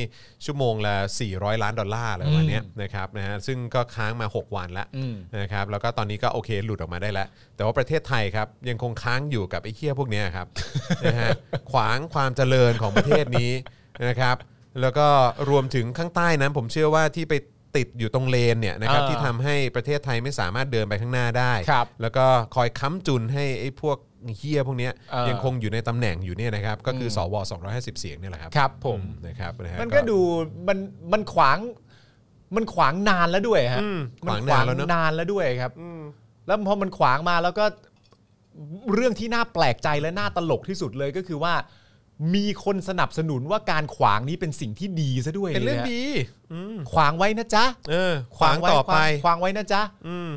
S2: ชั่วโมงละ 400 ล้านดอลลาร์อะไรประมาณเนี้ยนะครับนะฮะซึ่งก็ค้างมา 6 วันละ
S3: อืม
S2: นะครับแล้วก็ตอนนี้ก็โอเคหลุดออกมาได้แล้ว แต่ว่าประเทศไทยครับยังคงค้างอยู่กับไอ้เคี้ยพวกเนี้ยครับ นะฮะขวางความเจริญของประเทศนี้ นะครับแล้วก็รวมถึงข้างใต้นั้น ผมเชื่อว่าที่ไปติดอยู่ตรงเลนเนี่ยนะครับ
S3: อ่า
S2: ที่ทำให้ประเทศไทยไม่สามารถเดินไปข้างหน้าได้
S3: ครับ
S2: แล้วก็คอยค้ำจุนให้ไอ้พวกเฮี้ยพวกเนี้ย
S3: เออ
S2: ยังคง อยู่ในตำแหน่งอยู่เนี่ยนะครับ ก็คืออสว250 เสียงเนี่ยแหละครับ
S3: ครับผม
S2: อืนะครับะฮะ
S3: มันก็ดูมันมันขวางมันขวางนานแล้วด้วยฮะ
S2: อืม
S3: มั
S2: ขวางนานแล้วเนอะ
S3: นานแล้วด้วยครับแล้วพอมันขวางมาแล้วก็เรื่องที่น่าแปลกใจและน่าตลกที่สุดเลยก็คือว่า มีคนสนับสนุนว่าการขวางนี้เป็นสิ่งที่ดีซะด้วย
S2: เป็นเรื่อง
S3: ยะ
S2: ดีอืม
S3: ขวางไว้นะจ๊ะ
S2: เออ ขวางต่อไป
S3: ขวางไว้นะจ๊ะ
S2: อืม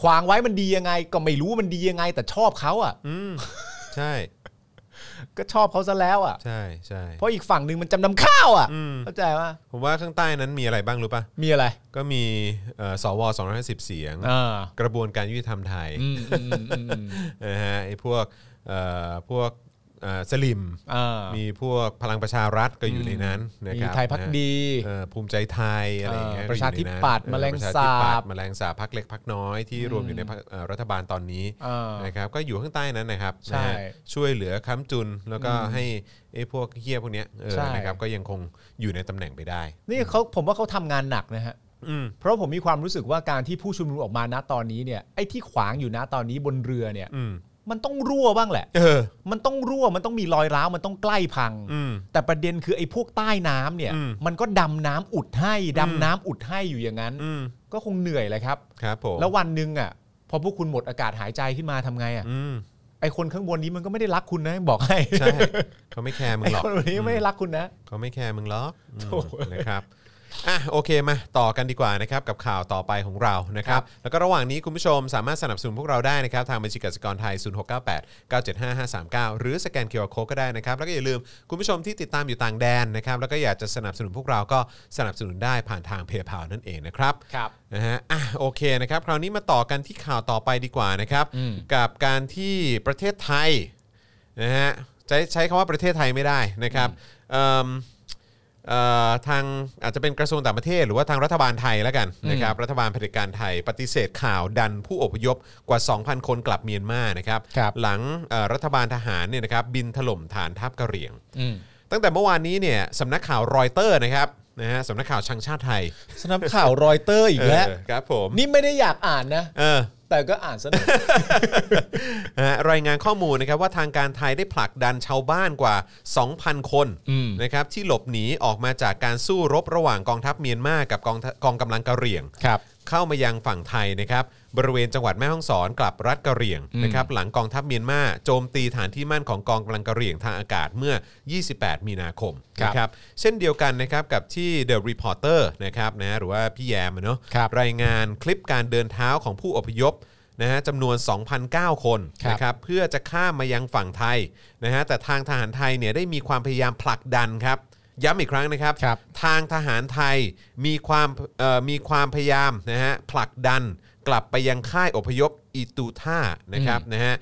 S3: ขวางไว้มันดียังไง ก็ไม่รู้มันดียังไง แต่ชอบเขาอ่ะ
S2: อืมใช่
S3: ก็ชอบเขาซะแล้วอ่ะ
S2: ใช่ใช่
S3: เพราะอีกฝั่งหนึ่งมันจำนำข้าวอ่ะ
S2: อืม
S3: เข้าใจว่า
S2: ผมว่าข้างใต้นั้นมีอะไรบ้างรู้ป่ะ
S3: มีอะไร
S2: ก็มีเอ่อสว250 เสียง
S3: อ่าก
S2: ระบวนการยุติธรรมไทย
S3: อืมอืมอืมอืม
S2: นะฮะไอ้พวกเอ่อพวก เอ่อสลิม
S3: อ่า
S2: มีพวกพลังประชารัฐก็อยู่ในนั้นนะ
S3: มี
S2: ครับ
S3: ไทยพัก
S2: นะ
S3: ดี
S2: เอ่อภูมิใจไทยอะไรอย่างเงี้ย
S3: เอ่อประชาธิปัตย์
S2: ก็อยู่ในนั้นเออป
S3: แมลง
S2: ระช
S3: สาบ
S2: ธิปัตย์แมลงสาบพักเล็กพักน้อยที่รวมอยู่ในพรรคเอ่อรัฐบาลตอนนี้
S3: เออ
S2: นะครับก็อยู่ข้างใต้นั้นนะครับ
S3: ใช่
S2: นะฮะช่วยเหลือค้ำจุนแล้วก็ให้ไอ้พวกเฮี้ยพวกเนี้ยเออ
S3: ใช่
S2: นะครับก็ยังคงอยู่ในตำแหน่งไปได้
S3: นี่เขาผมว่าเขาทำงานหนักนะฮะ
S2: อืม
S3: เพราะผมมีความรู้สึกว่าการที่ผู้ชุมนุมออกมาณตอนนี้เนี่ยไอ้ที่ขวางอยู่ณตอนนี้บนเรือเนี่ย
S2: อืม
S3: มันต้องรั่วบ้างแหละ
S2: เออ
S3: มันต้องรั่วมันต้องมีรอยร้าวมันต้องใกล้พัง
S2: อืม
S3: แต่ประเด็นคือไอ้พวกใต้น้ำเนี่ย
S2: อืม
S3: มันก็ดำน้ำอุดให้ดำน้ำอุดให้อยู่อย่างนั้น
S2: อืม
S3: ก็คงเหนื่อยแหละครับ
S2: ครับผม
S3: แล้ววันหนึ่งอ่ะพอพวกคุณหมดอากาศหายใจขึ้นมาทำไงอ่ะ
S2: อืม
S3: ไอคนข้างบนนี้มันก็ไม่ได้รักคุณนะบอกให้
S2: ใช่ เขาไม่แคร์มึง
S3: ไอ
S2: หรอก
S3: คนนี้ไม่ได้รักคุณนะ
S2: เขาไม่แคร์มึงหรอกอืม
S3: โถ่
S2: นะครับอ่ะโอเคมาต่อกันดีกว่านะครับกับข่าวต่อไปของเรานะครับแล้วก็ระหว่างนี้คุณผู้ชมสามารถสนับสนุนพวกเราได้นะครับทางบัญชีกสิกรไทย 0698 975 539 หรือสแกนเคอร์โคก็ได้นะครับแล้วก็อย่าลืมคุณผู้ชมที่ติดตามอยู่ต่างแดนนะครับแล้วก็อยากจะสนับสนุนพวกเราก็สนับสนุนได้ผ่านทางเพย์พานั่นเองนะครับ
S3: ครับ
S2: นะฮะอ่ะโอเคนะครับคราวนี้มาต่อกันที่ข่าวต่อไปดีกว่านะครับกับการที่ประเทศไทยนะฮะใช้ใช้คำว่าประเทศไทยไม่ได้นะครับเอิ่ม เอ่อทางอาจจะเป็นกระทรวงต่างประเทศ หรือว่าทางรัฐบาลไทยแล้วกันนะครับรัฐบาลเผด็จการไทย ปฏิเสธข่าวดันผู้อพยพกว่า 2,000 คนกลับเมียนมานะครับ
S3: ครับ
S2: หลังเอ่อรัฐบาลทหารเนี่ยนะครับบินถล่มฐานทัพกะเหรี่ยง
S3: อืม
S2: ตั้งแต่เมื่อวานนี้เนี่ยสำนักข่าวรอยเตอร์นะครับนะฮะสำนักข่าวชังชาติไทย
S3: สนับข่าวรอยเตอร์อีกแล้ว
S2: เออครับผม
S3: นี่ไม่ได้อยากอ่านนะ
S2: เออ
S3: แต่ก็อ่านซะหน่อย
S2: นะฮะรายงานข้อมูลนะครับว่าทางการไทยได้ผลักดันชาวบ้านกว่า 2,000 คน
S3: อืม
S2: นะครับที่หลบหนีออกมาจากการสู้รบระหว่างกองทัพเมียนมากับกองทัพกองกำลังกะเหรี่ยง
S3: ครับ
S2: เข้ามายังฝั่งไทยนะครับบริเวณจังหวัดแม่ฮ่องสอนกลับรัฐกะเหรี่ยงนะครับหลังกองทัพเมียนมาโจมตีฐานที่มั่นของกองกำลังกะเหรี่ยงทางอากาศเมื่อ 28 มีนาคม
S3: ครับ
S2: นะครับเช่นเดียวกันนะครับกับที่ The Reporter นะครับนะหรือว่าพี่แยมอะเนาะ
S3: ครับ
S2: รายงานคลิปการเดินเท้าของผู้อพยพนะฮะจำนวน 2,009 คน
S3: ครับ
S2: นะครับ นะครับเพื่อจะข้ามมายังฝั่งไทยนะฮะแต่ทางทหารไทยเนี่ยได้มีความพยายามผลักดันครับ ย้ำอีกครั้งนะครับ
S3: ครับ
S2: ทางทหารไทยมีความเอ่อมีความพยายามนะฮะผลักดันกลับไปยังค่ายอพยพอีตูท่านะครับนะฮะ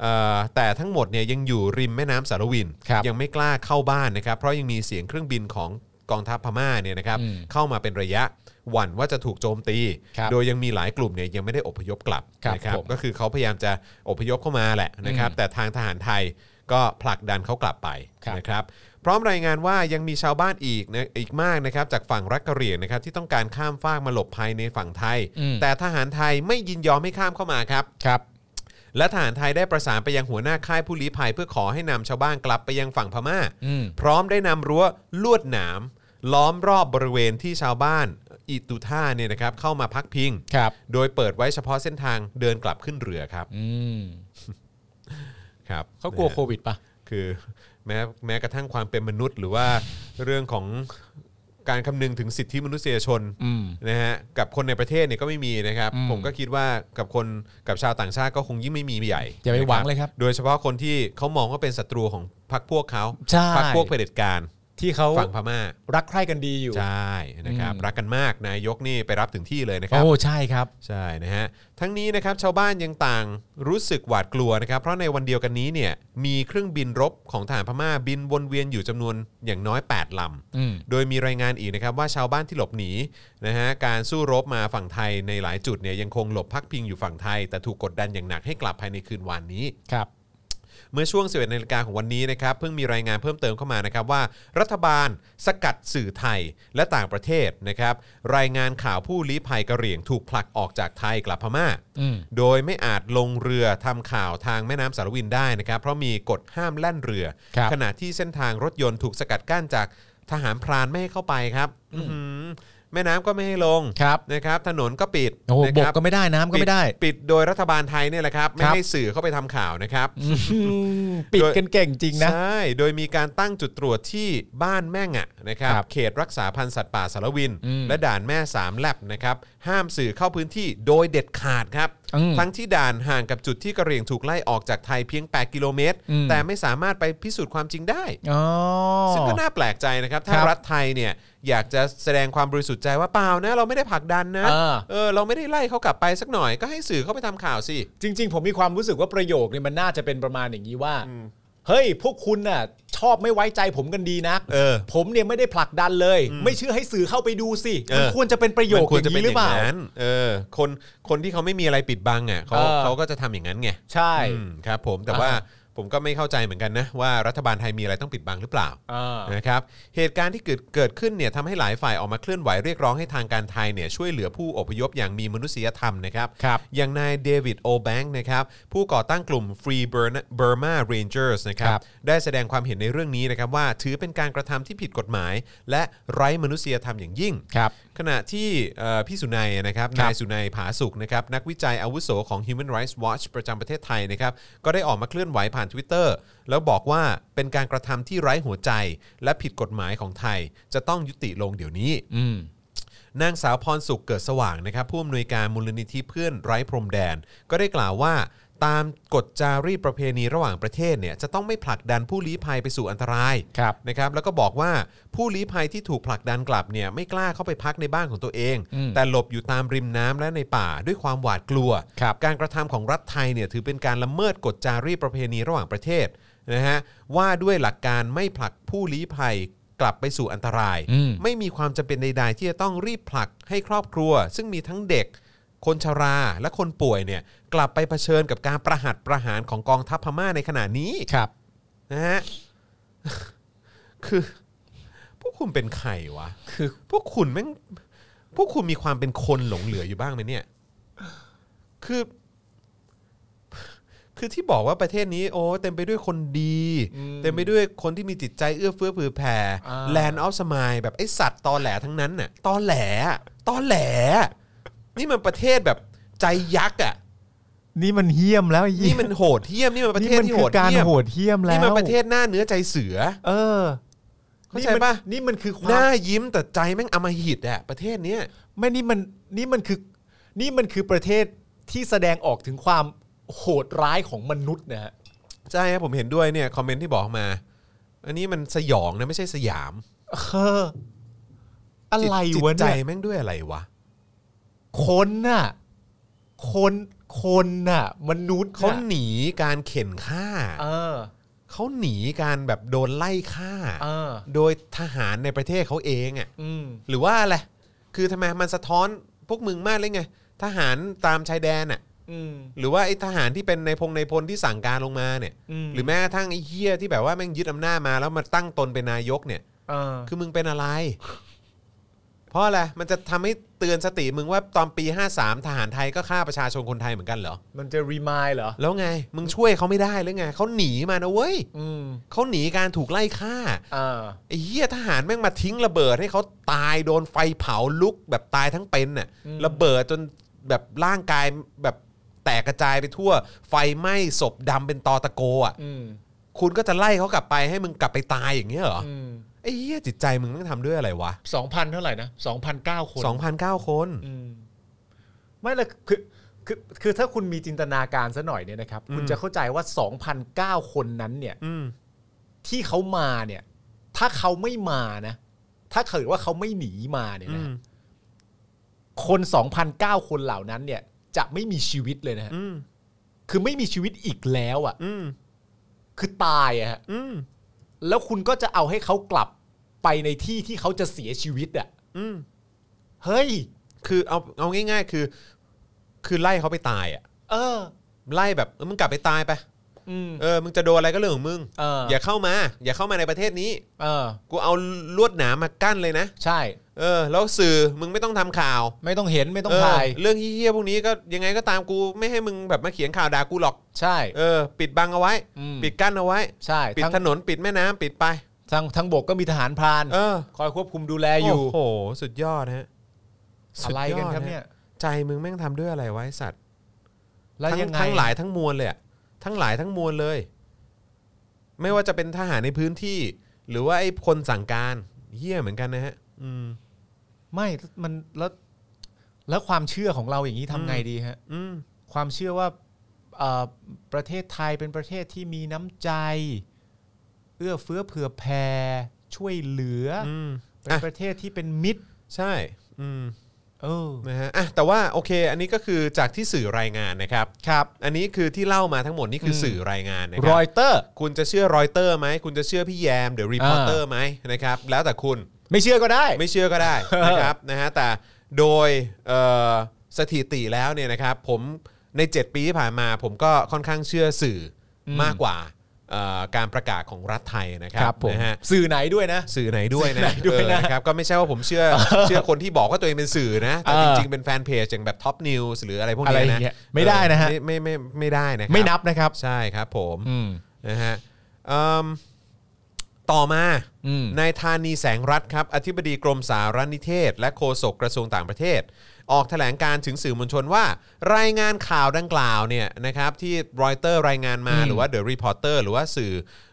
S2: เอ่อแต่ทั้งหมดเนี่ยยังอยู่ริมแม่น้ำสารวิน
S3: ครับ
S2: ยังไม่กล้าเข้าบ้านนะครับ เพราะยังมีเสียงเครื่องบินของกองทัพพม่าเนี่ยนะครับเข้ามาเป็นระยะหวั่นว่าจะถูกโจมตี
S3: ครับ
S2: โดยยังมีหลายกลุ่มเนี่ยยังไม่ได้อพยพกลับ
S3: ครับ
S2: นะครับ
S3: ผม
S2: ก็คือเขาพยายามจะอพยพเข้ามาแหละนะครับ แต่ทางทหารไทยก็ผลักดันเขากลับไป
S3: ครับ
S2: นะครับพร้อมรายงานว่ายังมีชาวบ้านอีกนะอีกมากนะครับจากฝั่งรักกะเหรี่ยงนะครับที่ต้องการข้ามฟากมาหลบภัยในฝั่งไทย แต่ทหารไทยไม่ยินยอมให้ข้ามเข้ามาครับ
S3: ครับ
S2: และทหารไทยได้ประสานไปยังหัวหน้าค่ายผู้ลี้ภัย เพื่อขอให้นำชาวบ้านกลับไปยังฝั่งพม่า
S3: อืม
S2: พร้อมได้นำรั้วลวดหนาม ล้อมรอบบริเวณที่ชาวบ้านอิตุท่าเนี่ยนะครับเข้ามาพักพิง
S3: ครับ
S2: โดยเปิดไว้เฉพาะเส้นทางเดินกลับขึ้นเรือครับ
S3: อืม
S2: ครับ
S3: เขากลัวโควิดปะ
S2: คือแม้แม้กระทั่งความเป็นมนุษย์ หรือว่าเรื่องของการคำนึงถึงสิทธิมนุษยชน
S3: อืม
S2: นะฮะกับคนในประเทศเนี่ยก็ไม่มีนะครับ
S3: อืม
S2: ผมก็คิดว่ากับคนกับชาวต่างชาติก็คงยิ่งไม่มีใหญ่
S3: อย่าไป
S2: นะ
S3: หวังเลยครับ
S2: โดยเฉพาะคนที่เขามองว่าเป็นศัตรูของพรรคพวกเขา
S3: ใช่
S2: พรรคพวกเผด็จการ
S3: ที่เขา
S2: ฝั่งพม่า
S3: รักใคร่กันดีอยู่
S2: ใช่นะครับ
S3: อืม
S2: รักกันมากนายกนี่ไปรับถึงที่เลยนะครั
S3: โอ้ใช่ครับ
S2: ใช่นะฮะ ทั้งนี้นะครับชาวบ้านยังต่างรู้สึกหวาดกลัวนะครับ เพราะในวันเดียวกันนี้เนี่ยมีเครื่องบินรบของทหารพม่าบินวนเวียนอยู่จำนวนอย่างน้อย 8ลำ
S3: อืม
S2: โดยมีรายงานอีกนะครับว่าชาวบ้านที่หลบหนีนะฮะการสู้รบมาฝั่งไทยในหลายจุดเนี่ยยังคงหลบพักพิงอยู่ฝั่งไทย แต่ถูกกดดันอย่างหนักให้กลับภายในคืนวานนี้
S3: ครับ
S2: เมื่อช่วง 11นาฬิกาของวันนี้นะครับเพิ่งมีรายงานเพิ่มเติมเข้ามานะครับว่า รัฐบาลสกัดสื่อไทยและต่างประเทศนะครับรายงานข่าวผู้ลี้ภัยกะเหรี่ยงถูกผลักออกจากไทยกลับพม่า
S3: อืม
S2: โดยไม่อาจลงเรือทำข่าวทางแม่น้ำสารวินได้นะครับ เพราะมีกฎห้ามแล่นเรือ
S3: ครับ
S2: ขณะที่เส้นทางรถยนต์ถูกสกัดกั้นจากทหารพรานไม่ให้เข้าไปครับอื้อหือแม่น้ำก็ไม่ให้ลง
S3: ครับ
S2: นะครับ ถนนก็ปิด
S3: โอ้โห
S2: นะ
S3: บ
S2: ค
S3: ก
S2: รับ
S3: ก็ไม่ได้น้ำก็ไม่ได้
S2: ปิปิดโดยรัฐบาลไทยเนี่ยแหละครับ ไม่
S3: ครับ
S2: ให้สื่อเข้าไปทำข่าวนะครับ
S3: อืมปิดกันเก่งจริงนะ
S2: ใช่ โดยมีการตั้งจุดตรวจที่บ้านแม่งอะนะครับ
S3: ครับ
S2: เขตรักษาพันธุ์สัตว์ป่าสารวิน
S3: อืม
S2: และด่านแม่สามแลบนะครับ ห้ามสื่อเข้าพื้นที่โดยเด็ดขาดครับ
S3: อืม
S2: ทั้งที่ด่านห่างกับจุดที่กระเหรียงถูกไล่ออกจากไทยเพียง 8 กิโลเมตร
S3: อืม
S2: แต่ไม่สามารถไปพิสูจน์ความจริงได้
S3: อ๋อ
S2: ซึ่งก็น่าแปลกใจนะครับ ถ้า
S3: ครับ
S2: รัฐไทยเนี่ยอยากจะแสดงความบริสุทธิ์ใจว่าเปล่านะ เราไม่ได้ผลักดันนะ
S3: เออ
S2: เออเราไม่ได้ไล่เขากลับไปสักหน่อยก็ให้สื่อเข้าไปทำข่าวสิ
S3: จริง ๆ ผมมีความรู้สึกว่าประโยคเนี่ยมันน่าจะเป็นประมาณอย่างนี้ว่า เ เฮ้ย พวกคุณน่ะ ชอบไม่ไว้ใจผมกันดีนัก
S2: เออ
S3: ผมเนี่ยไม่ได้ผลักดันเลย ไม่เชื่อให้สื่อเข้าไปดูสิ
S2: เออ
S3: มันควรจะเป็นประโย
S2: มั
S3: คน
S2: ควร
S3: อ
S2: จะ
S3: ย่าง
S2: เป็นอ
S3: นี้หรื
S2: ย่า
S3: อเป
S2: ง
S3: ล่า
S2: นั้นเออคนคนที่เขาไม่มีอะไรปิดบังอ่ะเขา
S3: เออ
S2: เขาก็จะทำอย่างนั้นไง
S3: ใช่
S2: อืมครับผมแต่ว่า
S3: อ่า
S2: ผมก็ไม่เข้าใจเหมือนกันนะว่ารัฐบาลไทยมีอะไรต้องปิดบังหรือเปล่า
S3: อ่า
S2: นะครับเหตุการณ์ที่เกิดเกิดขึ้นเนี่ยทำให้หลายฝ่ายออกมาเคลื่อนไหวเรียกร้องให้ทางการไทยเนี่ยช่วยเหลือผู้อพยพอย่างมีมนุษยธรรมนะครับ
S3: ครับ
S2: อย่างนายเดวิดโอแบงค์นะครับผู้ก่อตั้งกลุ่ม Free Burma- Burma Rangers นะครับ
S3: ครับ
S2: ได้แสดงความเห็นในเรื่องนี้นะครับว่าถือเป็นการกระทำที่ผิดกฎหมาย และไร้มนุษยธรรมอย่างยิ่ง
S3: ครับ
S2: ขณะที่เอ่อพี่สุนัยนะครับ
S3: ครับ
S2: นายสุนัยผาสุกนะครับนักวิจัยอาวุโสของ Human Rights Watch ประจำประเทศไทยนะครับก็ได้ออกมาเคลื่อนไหวผ่าน Twitter แล้วบอกว่าเป็นการกระทำที่ไร้หัวใจ และผิดกฎหมายของไทย จะต้องยุติลงเดี๋ยวนี้
S3: อืม
S2: นางสาวพรสุขเกิดสว่างนะครับผู้อำนวยการมูลนิธิเพื่อนไร้พรมแดน ก็ได้กล่าวว่า ตามกฎจารีตประเพณีระหว่างประเทศเนี่ยจะต้องไม่ผลักดันผู้ลี้ภัยไปสู่อันตราย
S3: ครับ
S2: นะครับแล้วก็บอกว่าผู้ลี้ภัยที่ถูกผลักดันกลับเนี่ยไม่กล้าเข้าไปพักในบ้านของตัวเอง แต่หลบอยู่ตามริมน้ำและในป่าด้วยความหวาดกลัว
S3: ครับ
S2: การกระทำของรัฐไทยเนี่ยถือเป็นการละเมิดกฎจารีตประเพณีระหว่างประเทศนะฮะว่าด้วยหลักการไม่ผลักผู้ลี้ภัยกลับไปสู่อันตราย
S3: อืม
S2: ไม่มีความจำเป็นใด ๆ ที่จะต้องรีบผลักให้ครอบครัว ซึ่งมีทั้งเด็ก คนชราและคนป่วยเนี่ยกลับไปเผชิญกับการประหัตประหารของกองทัพพม่าในขณะนี้
S3: ครับ
S2: นะฮะ คือ พวกคุณเป็นใครวะ
S3: คือ
S2: พวกคุณแม่งพวกคุณมีความเป็นคนหลงเหลืออยู่บ้างไหมเนี่ย คือ คือที่บอกว่าประเทศนี้ โอ้เต็มไปด้วยคนดี
S3: อืม
S2: เต็มไปด้วยคนที่มีจิตใจเอื้อเฟื้อเผื่อแผ่
S3: อ่า
S2: แลนด์ออฟสมายแบบไอสัตว์ตอแหลทั้งนั้นน่ะตอแหลตอแหล นี่มันประเทศแบบใจยักษ์อ่ะ
S3: นี่มันเหี้ยมแล้ว
S2: นี่มันโหดเหี้ยม นี่มันประเทศที่โหดเหี้ยม
S3: ดเหี้ยมแล้ว
S2: นี่มันประเทศหน้าเนื้อใจเสือ
S3: เออ
S2: เข้าใจปะ
S3: นี่มันคือควา
S2: ห
S3: ม
S2: น้ายิ้มแต่ใจแม่งอำมหิตอ่ะประเทศเนี้ย
S3: ไม่นี่มันนี่มันคือนี่มันคือประเทศที่แสดงออกถึงความโหดร้ายของมนุษย์นะฮะ
S2: ใช่ครับผมเห็นด้วยเนี่ยคอมเมนต์ที่บอกมา อันนี้มันสยองนะไม่ใช่สยาม
S3: เอออะไร
S2: จิต
S3: วะ
S2: ใจ
S3: เนี่ย
S2: แม่งด้วยอะไรวะ
S3: คนน่ะคนคนน่ะ มนุษย์
S2: เขา
S3: น่ะ
S2: หนีการเข็นฆ่า
S3: เออ
S2: เขาหนีการแบบโดนไล่ฆ่า
S3: เออ
S2: โดยทหารในประเทศเขาเองอ่ะ
S3: อืม
S2: หรือว่าอะไรคือทำไมมันสะท้อนพวกมึงมากเลยไงทหารตามชายแดนอ่ะ
S3: อืม
S2: หรือว่าไอ้ทหารที่เป็นในพงในพลที่สั่งการลงมาเนี่ย
S3: อืม
S2: หรือแม้กระทั่งไอ้เฮียที่แบบว่าแม่งยึดอำนาจมาแล้วมาตั้งตนเป็นนายกเนี่ย
S3: เออ
S2: คือมึงเป็นอะไร เพราะอะไร มันจะทำให้เตือนสติมึงว่าตอนปี 53 ทหารไทยก็ฆ่าประชาชนคนไทยเหมือนกันเหรอ
S3: มันจะรีมายเหรอ
S2: แล้วไง มึงช่วยเขาไม่ได้หรือไง เขาหนีมานะเว้ย
S3: อืม
S2: เขาหนีการถูกไล่ฆ่า
S3: เออ
S2: ไอ้เหี้ยทหารแม่งมาทิ้งระเบิดให้เขาตายโดนไฟเผาลุกแบบตายทั้งเป็นน่ะ
S3: อืม
S2: ระเบิดจนแบบร่างกายแบบแตกกระจายไปทั่ว ไฟไหม้ศพดำเป็นตอตะโกอ่ะ
S3: อืม
S2: คุณก็จะไล่เขากลับไปให้มึงกลับไปตายอย่างเงี้ยเหรอ
S3: อืม
S2: ไอ้เหี้ยจิตใจมึงต้องทำด้วยอะไรวะ
S3: สองพันเท่าไหร่นะสองพันเก้าคน
S2: 2,009คน
S3: อืมไม่ละคือคือคือถ้าคุณมีจินตนาการซะหน่อยเนี่ยนะครับ คุณจะเข้าใจว่า 2,009 คนนั้นเนี่ย
S2: อืม
S3: ที่เขามาเนี่ย ถ้าเขาไม่มานะ ถ้าเกิดว่าเขาไม่หนีมาเนี่ยนะ
S2: อืม
S3: คน 2,009 คนเหล่านั้นเนี่ย จะไม่มีชีวิตเลยนะฮะ
S2: อืม
S3: คือไม่มีชีวิตอีกแล้วอะ่ะ
S2: อืม
S3: คือตายอะฮะ
S2: อืม
S3: แล้วคุณก็จะเอาให้เขากลับไปในที่ที่เขาจะเสียชีวิตอะ่ะ
S2: อืม
S3: เฮ้ย
S2: คือเอาเอาง่าย ๆ คือ คือไล่เขาไปตายอ่ะ
S3: เออ
S2: ไล่แบบเออมึงกลับไปตายไป
S3: อืม
S2: เออ มึงจะโดนอะไรก็เรื่องของมึง
S3: เออ
S2: อย่าเข้ามา อย่าเข้ามาในประเทศนี้
S3: เออ
S2: กูเอาลวดหนามมากั้นเลยนะ
S3: ใช่
S2: เออ แล้วสื่อมึงไม่ต้องทำข่าว
S3: ไม่ต้องเห็นไม่ต้อง
S2: เออ
S3: ถ่าย
S2: เรื่องเฮี้ยๆพวกนี้ก็ยังไงก็ตามกูไม่ให้มึงแบบมาเขียนข่าวด่ากูหรอก
S3: ใช่
S2: เออ ปิดบังเอาไว้
S3: อืม
S2: ปิดกั้นเอาไว้
S3: ใช่
S2: ปิด
S3: ทาง
S2: ถนน ปิดแม่น้ำปิดไป
S3: ทางทางบกก็มีทหารพราน
S2: เออ
S3: คอยควบคุมดูแลอยู่
S2: โอ้โห สุดยอดฮะสุ
S3: อะ
S2: ด
S3: ไร
S2: ย
S3: กัน
S2: ด
S3: ครับ
S2: ฮะ
S3: เนี่ย
S2: ใจมึงแม่งทำด้วยอะไรไวะไอ้สัตว์
S3: แล้ว
S2: ทั้ง
S3: ยังไง
S2: ทั้งหลายทั้งมวลเลยอะทั้งหลายทั้งมวลเลย ไม่ว่าจะเป็นทหารในพื้นที่ หรือว่าไอ้คนสั่งการเหี้ยเหมือนกันนะฮะ อืม
S3: ไม่มันแล้วแล้วความเชื่อของเราอย่างนี้ทำไงดีฮะ
S2: อืม
S3: ความเชื่อว่าเอ่อประเทศไทยเป็นประเทศที่มีน้ำใจ เอื้อเฟื้อเผื่อแผ่ช่วยเหลืออ
S2: อืม
S3: เป็น
S2: อ่ะ
S3: ประเทศที่เป็นมิตร
S2: ใช่ อืม
S3: เออ
S2: นะฮะอ่ะแต่ว่าโอเค อันนี้ก็คือจากที่สื่อรายงานนะครับครับ อันนี้คือที่เล่ามาทั้งหมดนี่คืออ
S3: ม
S2: สื่อรายงานนะค
S3: ร
S2: รั
S3: อบ ยเตอร์
S2: คุณจะเชื่อรอยเตอร์ไหมคุณจะเชื่อพี่แยมเดี๋ยวรีพอร์เตอร์ไหมนะครับแล้วแต่คุณ
S3: ไม่เชื่อก็ได้
S2: ไม่เชื่อก็ ได้ นะครับนะฮะแต่โดยเอ่อสถิติแล้วเนี่ยนะครับผมใน 7 ปีที่ผ่านมา ผมก็ค่อนข้างเชื่อสื่ออ
S3: ม
S2: มากกว่าเอ่อการประกาศของรัฐไทยนะค
S3: ค
S2: รั
S3: รั
S2: บบ
S3: ผม
S2: นะฮะ
S3: สื่อไหนด้วยนะ
S2: สื่อไหนด้วย
S3: สื่อไห
S2: นะ
S3: นด้วยนะ
S2: เออนะครับก็ไม่ใช่ว่าผมเชื่อ เชื่อคนที่บอกว่าตัวเองเป็นสื่อนะแต่
S3: เออ
S2: จริงๆเป็นแฟนเพจอย่างแบบท็อปนิวส์หรืออะไรพวก
S3: อะไร
S2: นี้
S3: อย่า
S2: นะ
S3: งเงี้ยไม่ได้นะฮะ
S2: เออไม่ไม่ไม่ไม่ได้นะครั
S3: ไม่นับนะครับ
S2: ใช่ครับผม
S3: อืม
S2: นะฮะเอิ่มต่อมา
S3: อืม
S2: นายธานีแสงรัตน์ครับ อธิบดีกรมสารนิเทศ และโฆษกกระทรวงต่างประเทศ ออกแถลงการณ์ถึงสื่อมวลชนว่า รายงานข่าวดังกล่าวเนี่ยนะครับที่รอยเตอร์รายงานมาหรือว่าเดอะรีพอร์เตอร์หรือว่าสื่อ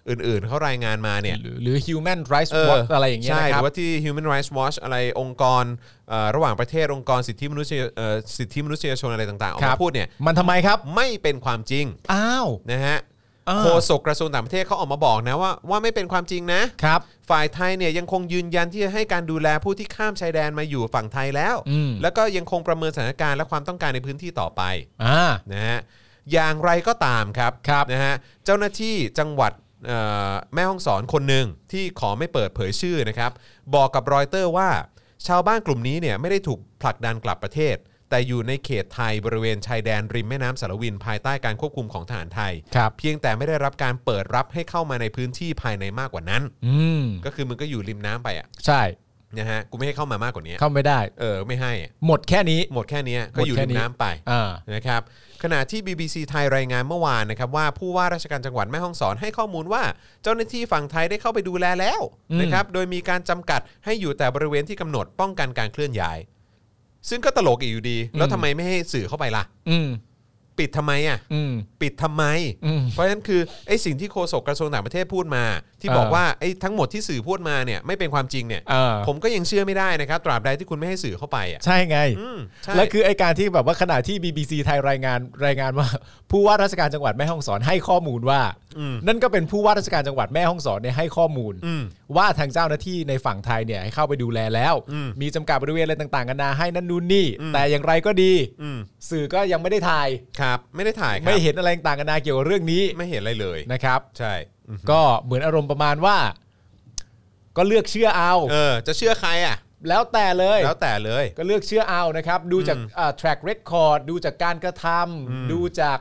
S2: อื่นๆ เขารายงานมาเนี่ย
S3: หรือหรือ human rights watch อะไรอย่างเงี้ย
S2: ใช่
S3: นะ
S2: ห
S3: ค
S2: รื
S3: รับ
S2: อว่าที่ Human Rights Watch อะไรองค์กรเอ่อระหว่างประเทศองค์กรสิทธิมนุษยเอ่อสิทธิมนุษยชนอะไรต่างๆออก
S3: ครั
S2: มา
S3: บ
S2: พูดเนี่ย
S3: มันทำไมครับ
S2: ไม่เป็นความจริง
S3: อ้าว
S2: นะฮะ
S3: อ่า
S2: โฆษกกระทรวงต่างประเทศเขาออกมาบอกนะว่าว่าไม่เป็นความจริงนะ
S3: ครับ
S2: ฝ่ายไทยเนี่ยยังคงยืนยันที่จะให้การดูแลผู้ที่ข้ามชายแดนมาอยู่ฝั่งไทยแล้ว
S3: อืม
S2: แล้วก็ยังคงประเมินสถานการณ์และความต้องการในพื้นที่ต่อไป
S3: อ่า
S2: นะฮะอย่างไรก็ตามครับ
S3: ครับ
S2: นะฮะเจ้าหน้าที่จังหวัดเอ่อแม่ฮ่องสอนคนหนึ่งที่ขอไม่เปิดเผยชื่อนะครับ บอกกับรอยเตอร์ว่า ชาวบ้านกลุ่มนี้เนี่ยไม่ได้ถูกผลักดันกลับประเทศ แต่อยู่ในเขตไทยบริเวณชายแดนริมแม่น้ำสารวิน ภายใต้การควบคุมของทหารไทย
S3: ครับ
S2: เพียงแต่ไม่ได้รับการเปิดรับให้เข้ามาในพื้นที่ภายในมากกว่านั้น
S3: อืม
S2: ก็คือมึงก็อยู่ริมน้ำไปอ่ะ
S3: ใช่
S2: นะฮะกูไม่ให้เข้ามามากกว่านี้
S3: เข้าไม่ได้
S2: เออไม่ให้อะ
S3: หมดแค่นี้
S2: หมดแค่เนี้ยก็อยู่ริมน้ำไป
S3: อ่า
S2: นะครับขณะที่ BBC ไทยรายงานเมื่อวานนะครับว่าผู้ว่าราชการจังหวัดแม่ฮ่องสอนให้ข้อมูลว่า เจ้าหน้าที่ฝั่งไทยได้เข้าไปดูแลแล้ว
S3: อืม
S2: นะครับโดยมีการจำกัดให้อยู่แต่บริเวณที่กำหนดป้องกันการเคลื่อนย้าย ซึ่งก็ตลกอีกอยู่ดี แล้วทำไมไม่ให้สื่อเข้าไปล่ะ
S3: อืม
S2: ปิดทำไมอ่ะ
S3: อืม
S2: ปิดทำไม
S3: อืม
S2: เพราะฉะนั้นคือไอ้สิ่งที่โฆษกกระทรวงต่างประเทศพูดมา ที่บอก
S3: เออ
S2: ว่าไอ้ทั้งหมดที่สื่อพูดมาเนี่ยไม่เป็นความจริงเนี่ย
S3: เออ
S2: ผมก็ยังเชื่อไม่ได้นะครับตราบใดที่คุณไม่ให้สื่อเข้าไปอ่ะ
S3: ใช่ไง
S2: อืมใช่
S3: และคือไอการที่แบบว่าขณะที่ BBC ไทยรายงานรายงานว่า ผู้ว่าราชการจังหวัดแม่ฮ่องสอนให้ข้อมูลว่า
S2: อืม
S3: นั่นก็เป็นผู้ว่าราชการจังหวัดแม่ฮ่องสอนเนี่ยให้ข้อมูล
S2: อืม
S3: ว่าทางเจ้าหน้าที่ในฝั่งไทยเนี่ยให้เข้าไปดูแลแล้ว
S2: อืม
S3: มีจำกัดบริเวณอะไรต่างๆกันานาให้นั่นนู่นนี่
S2: อืม
S3: แต่อย่างไรก็ดี
S2: อืม
S3: สื่อก็ยังไม่ได้ถ่าย
S2: ครับไม่ได้ถ่ายครับ
S3: ไม่เห็นอะไรต่างกันานาเกี่ยวกับเรื่องนี้
S2: ไม่เห็นอะไรเลย
S3: นะครับ
S2: ใช่
S3: ก็เหมือนอารมณ์ประมาณว่า ก็เลือกเชื่อเอา
S2: เออจะเชื่อใครอ่ะ
S3: แล้วแต่เลย
S2: แล้วแต่เลย
S3: ก็เลือกเชื่อเอานะครับ ดูจากอ่า track record ดูจากการกระทำดูจาก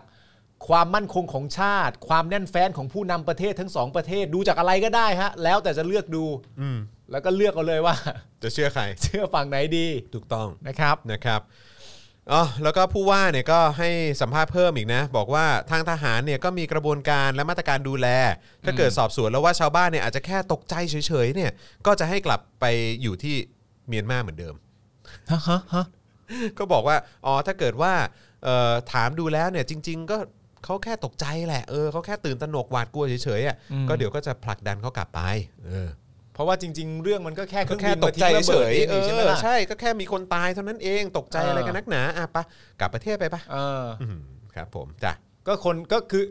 S3: ความมั่นคงของชาติ ความแน่นแฟ้นของผู้นำประเทศทั้งสองประเทศ ดูจากอะไรก็ได้ฮะ แล้วแต่จะเลือกดู
S2: อืม
S3: แล้วก็เลือกเอาเลยว่า
S2: จะเชื่อใคร
S3: เชื่อฝั่งไหนดี
S2: ถูกต้อง
S3: นะครับ
S2: นะครับอ๋อแล้วก็ผู้ว่าเนี่ยก็ให้สัมภาษณ์เพิ่มอีกนะ บอกว่าทางทหารเนี่ยก็มีกระบวนการและมาตรการดูแล ถ้าเกิดสอบสวนแล้วว่าชาวบ้านเนี่ยอาจจะแค่ตกใจเฉยๆเนี่ยก็จะให้กลับไปอยู่ที่เมียนมาเหมือนเดิม ก็บอกว่าอ๋อถ้าเกิดว่าเอ่อถามดูแล้วเนี่ยจริง ๆ ก็เขาแค่ตกใจแหละเออเขาแค่ตื่นตระหนกหวาดกลัวเฉยๆอ่ะ
S3: อืม
S2: ก็เดี๋ยวก็จะผลักดันเขากลับไปเออ
S3: เพราะว่าจริง ๆ เรื่องมันก็แค่เค
S2: ก็
S3: รื่อง
S2: แค่
S3: บิน
S2: ต
S3: มาก ทิ้
S2: ใจ
S3: งระ
S2: เฉ
S3: เบิด
S2: ย
S3: เอง
S2: เออ
S3: นี่ใช่ไหมล่ะ
S2: ใช่ก็แค่มีคนตายเท่านั้นเองตกใจอะไรกันนักหนาอ่ะปะกลับประเทศไปปะ
S3: เออ
S2: อืมครับผมจ้ะ
S3: ก็คนก็คือ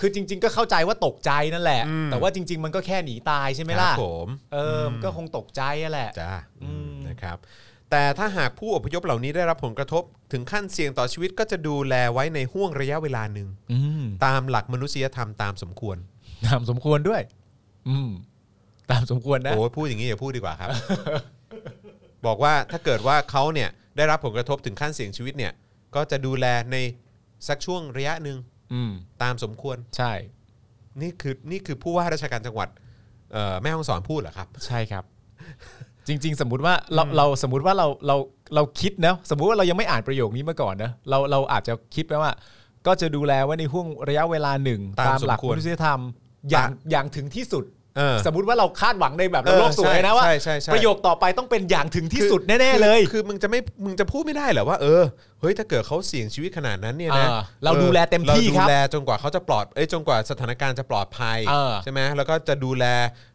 S3: คือจริง ๆ ก็เข้าใจว่าตกใจนั่นแหละ
S2: อืม
S3: แต่ว่าจริง ๆ มันก็แค่หนีตายใช่ไหม
S2: ครั
S3: ล่ะ
S2: บผม
S3: เออมันก็คงตกใจอะแหละ
S2: จ้ะ
S3: อืม
S2: นะครับ แต่ถ้าหากผู้อพยพเหล่านี้ได้รับผลกระทบถึงขั้นเสี่ยงต่อชีวิตก็จะดูแลไว้ในห่วงระยะเวลาหนึ่ง
S3: อืม
S2: ตามหลักมนุษยธรรมตามสมควร
S3: ตามสมควรด้วย อืม ตามสมควรนะ
S2: โอ้ยพูดอย่างนี้อย่าพูดดีกว่า ครับ บอกว่าถ้าเกิดว่าเขาเนี่ยได้รับผลกระทบถึงขั้นเสี่ยงชีวิตเนี่ย ก็จะดูแลในสักช่วงระยะหนึ่ง
S3: อืม
S2: ตามสมควร
S3: ใช่
S2: นี่คือนี่คือผู้ว่าราชการจังหวัดเอ่อแม่ฮ่องสอนพูดเหรอครับ
S3: ใช่ครับ จริง ๆ สมมติว่าเราเราสมมติว่าเราเราเราคิดนะสมมุติว่าเรายังไม่อ่านประโยคนี้มาก่อนนะเราเราอาจจะคิดไปว่า ก็จะดูแลไว่าในห่วงระยะเวลาหนึ่ง
S2: ตาม
S3: หลั
S2: สมควร
S3: มนุษยธรรม อย่าง
S2: ตาม
S3: อย่างถึงที่สุด
S2: เออ
S3: สมมติว่าเราคาดหวังในแบบ
S2: เออ
S3: โลกสวยนะว่า
S2: ใช่ใช่ใช่
S3: ประโยคต่อไปต้องเป็นอย่างถึงที่สุดแน่ๆเลย
S2: คือคือมึงจะไม่มึงจะพูดไม่ได้เหรอว่าเออเฮ้ยถ้าเกิดเขาเสี่ยงชีวิตขนาดนั้นเนี่ยนะ
S3: เออเราดูแลเต็มที่
S2: เรา
S3: ค
S2: ดู
S3: รับ
S2: แลจนกว่าเขาจะปลอดเอ้ยจนกว่าสถานการณ์จะปลอดภัย
S3: เออ
S2: ใช่ไหมแล้วก็จะดูแล